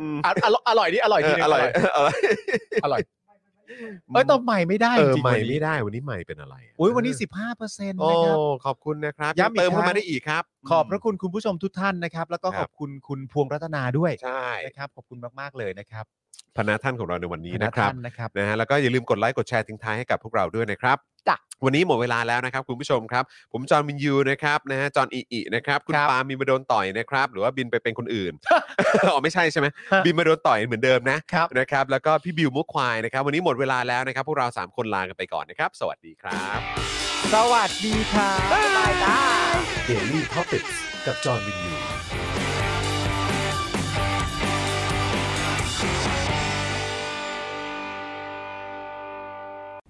S2: อืม
S3: อ่ะอร่อยอร่อยดิอร่อย
S2: เอ
S3: ที
S2: อ
S3: นึง
S2: อร่อยอร่อย
S3: อร่อยเอ้ยแต้องใหม่ไม่ได้
S2: เอ
S3: จ
S2: อ
S3: ริง
S2: ใหม่
S3: วันนี้
S2: ไม่ได้วันนี้ใหม่เป็นอะไระ
S3: อุ้ยวันนี้สิบห้าเปอร์เซ็นต์
S2: โอ้
S3: นะครับ
S2: ขอบคุณนะครับ
S3: ย้ำอีก
S2: เติมเข้า
S3: ครั้
S2: มาง ได้อีกครับ
S3: ขอบพระคุณคุณผู้ชมทุกท่านนะครับ แล้วก็
S2: ค
S3: ข
S2: รับ
S3: อบคุณคุณพวงรัตนาด้วย
S2: ใช่
S3: นะครับขอบคุณมากๆเลยนะครับ
S2: พนักท่านของเราในวันนี้นะครับ
S3: ท่านนะครับ
S2: นะฮะแล้วก็อย่าลืมกดไลค์กดแชร์ทิ้งท้ายให้กับพวกเราด้วยนะครับ
S3: จ้ะ
S2: วันนี้หมดเวลาแล้วนะครับ คุณผู้ชมครับ ผมจอห์นวินยูนะครับนะฮะจอห์นอิอินะครับคุณ
S3: ครับ
S2: ปาล์มมีมาโดนต่อยนะครับ หรือว่าบินไปเป็นคนอื่น อ๋อไม่ใช่ใช่ไหมบินมาโดนต่อยเหมือนเดิมนะครับ นะครับ แล้วก็พี่บิวมุกควายนะครับ วันนี้หมดเวลาแล้วนะครับ พวกเราสามคนลากันไปก่อนนะครับ สวัสดีครับ
S3: สวัสดีครับบ๊ายบายจ้า
S1: เดลี่ท็อปิกกับจอห์นวินยู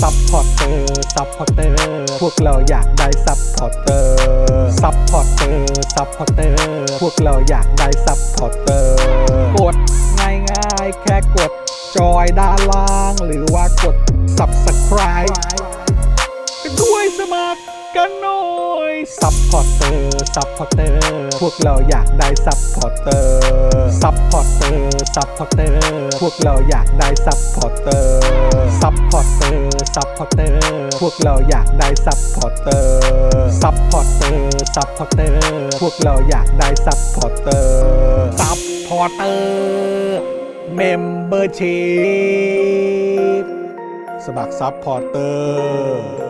S1: ซัพพอร์เตอร์ซัพพอร์เตอร์พวกเราอยากได้ซัพพอร์เตอร์ซัพพอร์เตอร์ซัพพอร์เตอร์พวกเราอยากได้ซัพพอร์เตอร์กดง่ายง่ายๆ แค่กด จอยด้านล่าง หรือว่ากด subscribe ไปด้วยสมัครกันหน่อยซัพพอร์เตอร์ซัพพอร์เตอร์พวกเราอยากได้ซัพพอร์เตอร์ซัพพอร์เตอร์ซัพพอร์เตอร์พวกเราอยากได้ซัพพอร์เตอร์ซัพพอร์เตอร์ซัพพอร์เตอร์พวกเราอยากได้ซัพพอร์เตอร์ซัพพอร์เตอร์ซัพพอร์เตอร์พวกเราอยากได้ซัพพอร์เตอร์ซัพพอร์เตอร์เมมเบอร์ชีพสมัครซัพพอร์เตอร์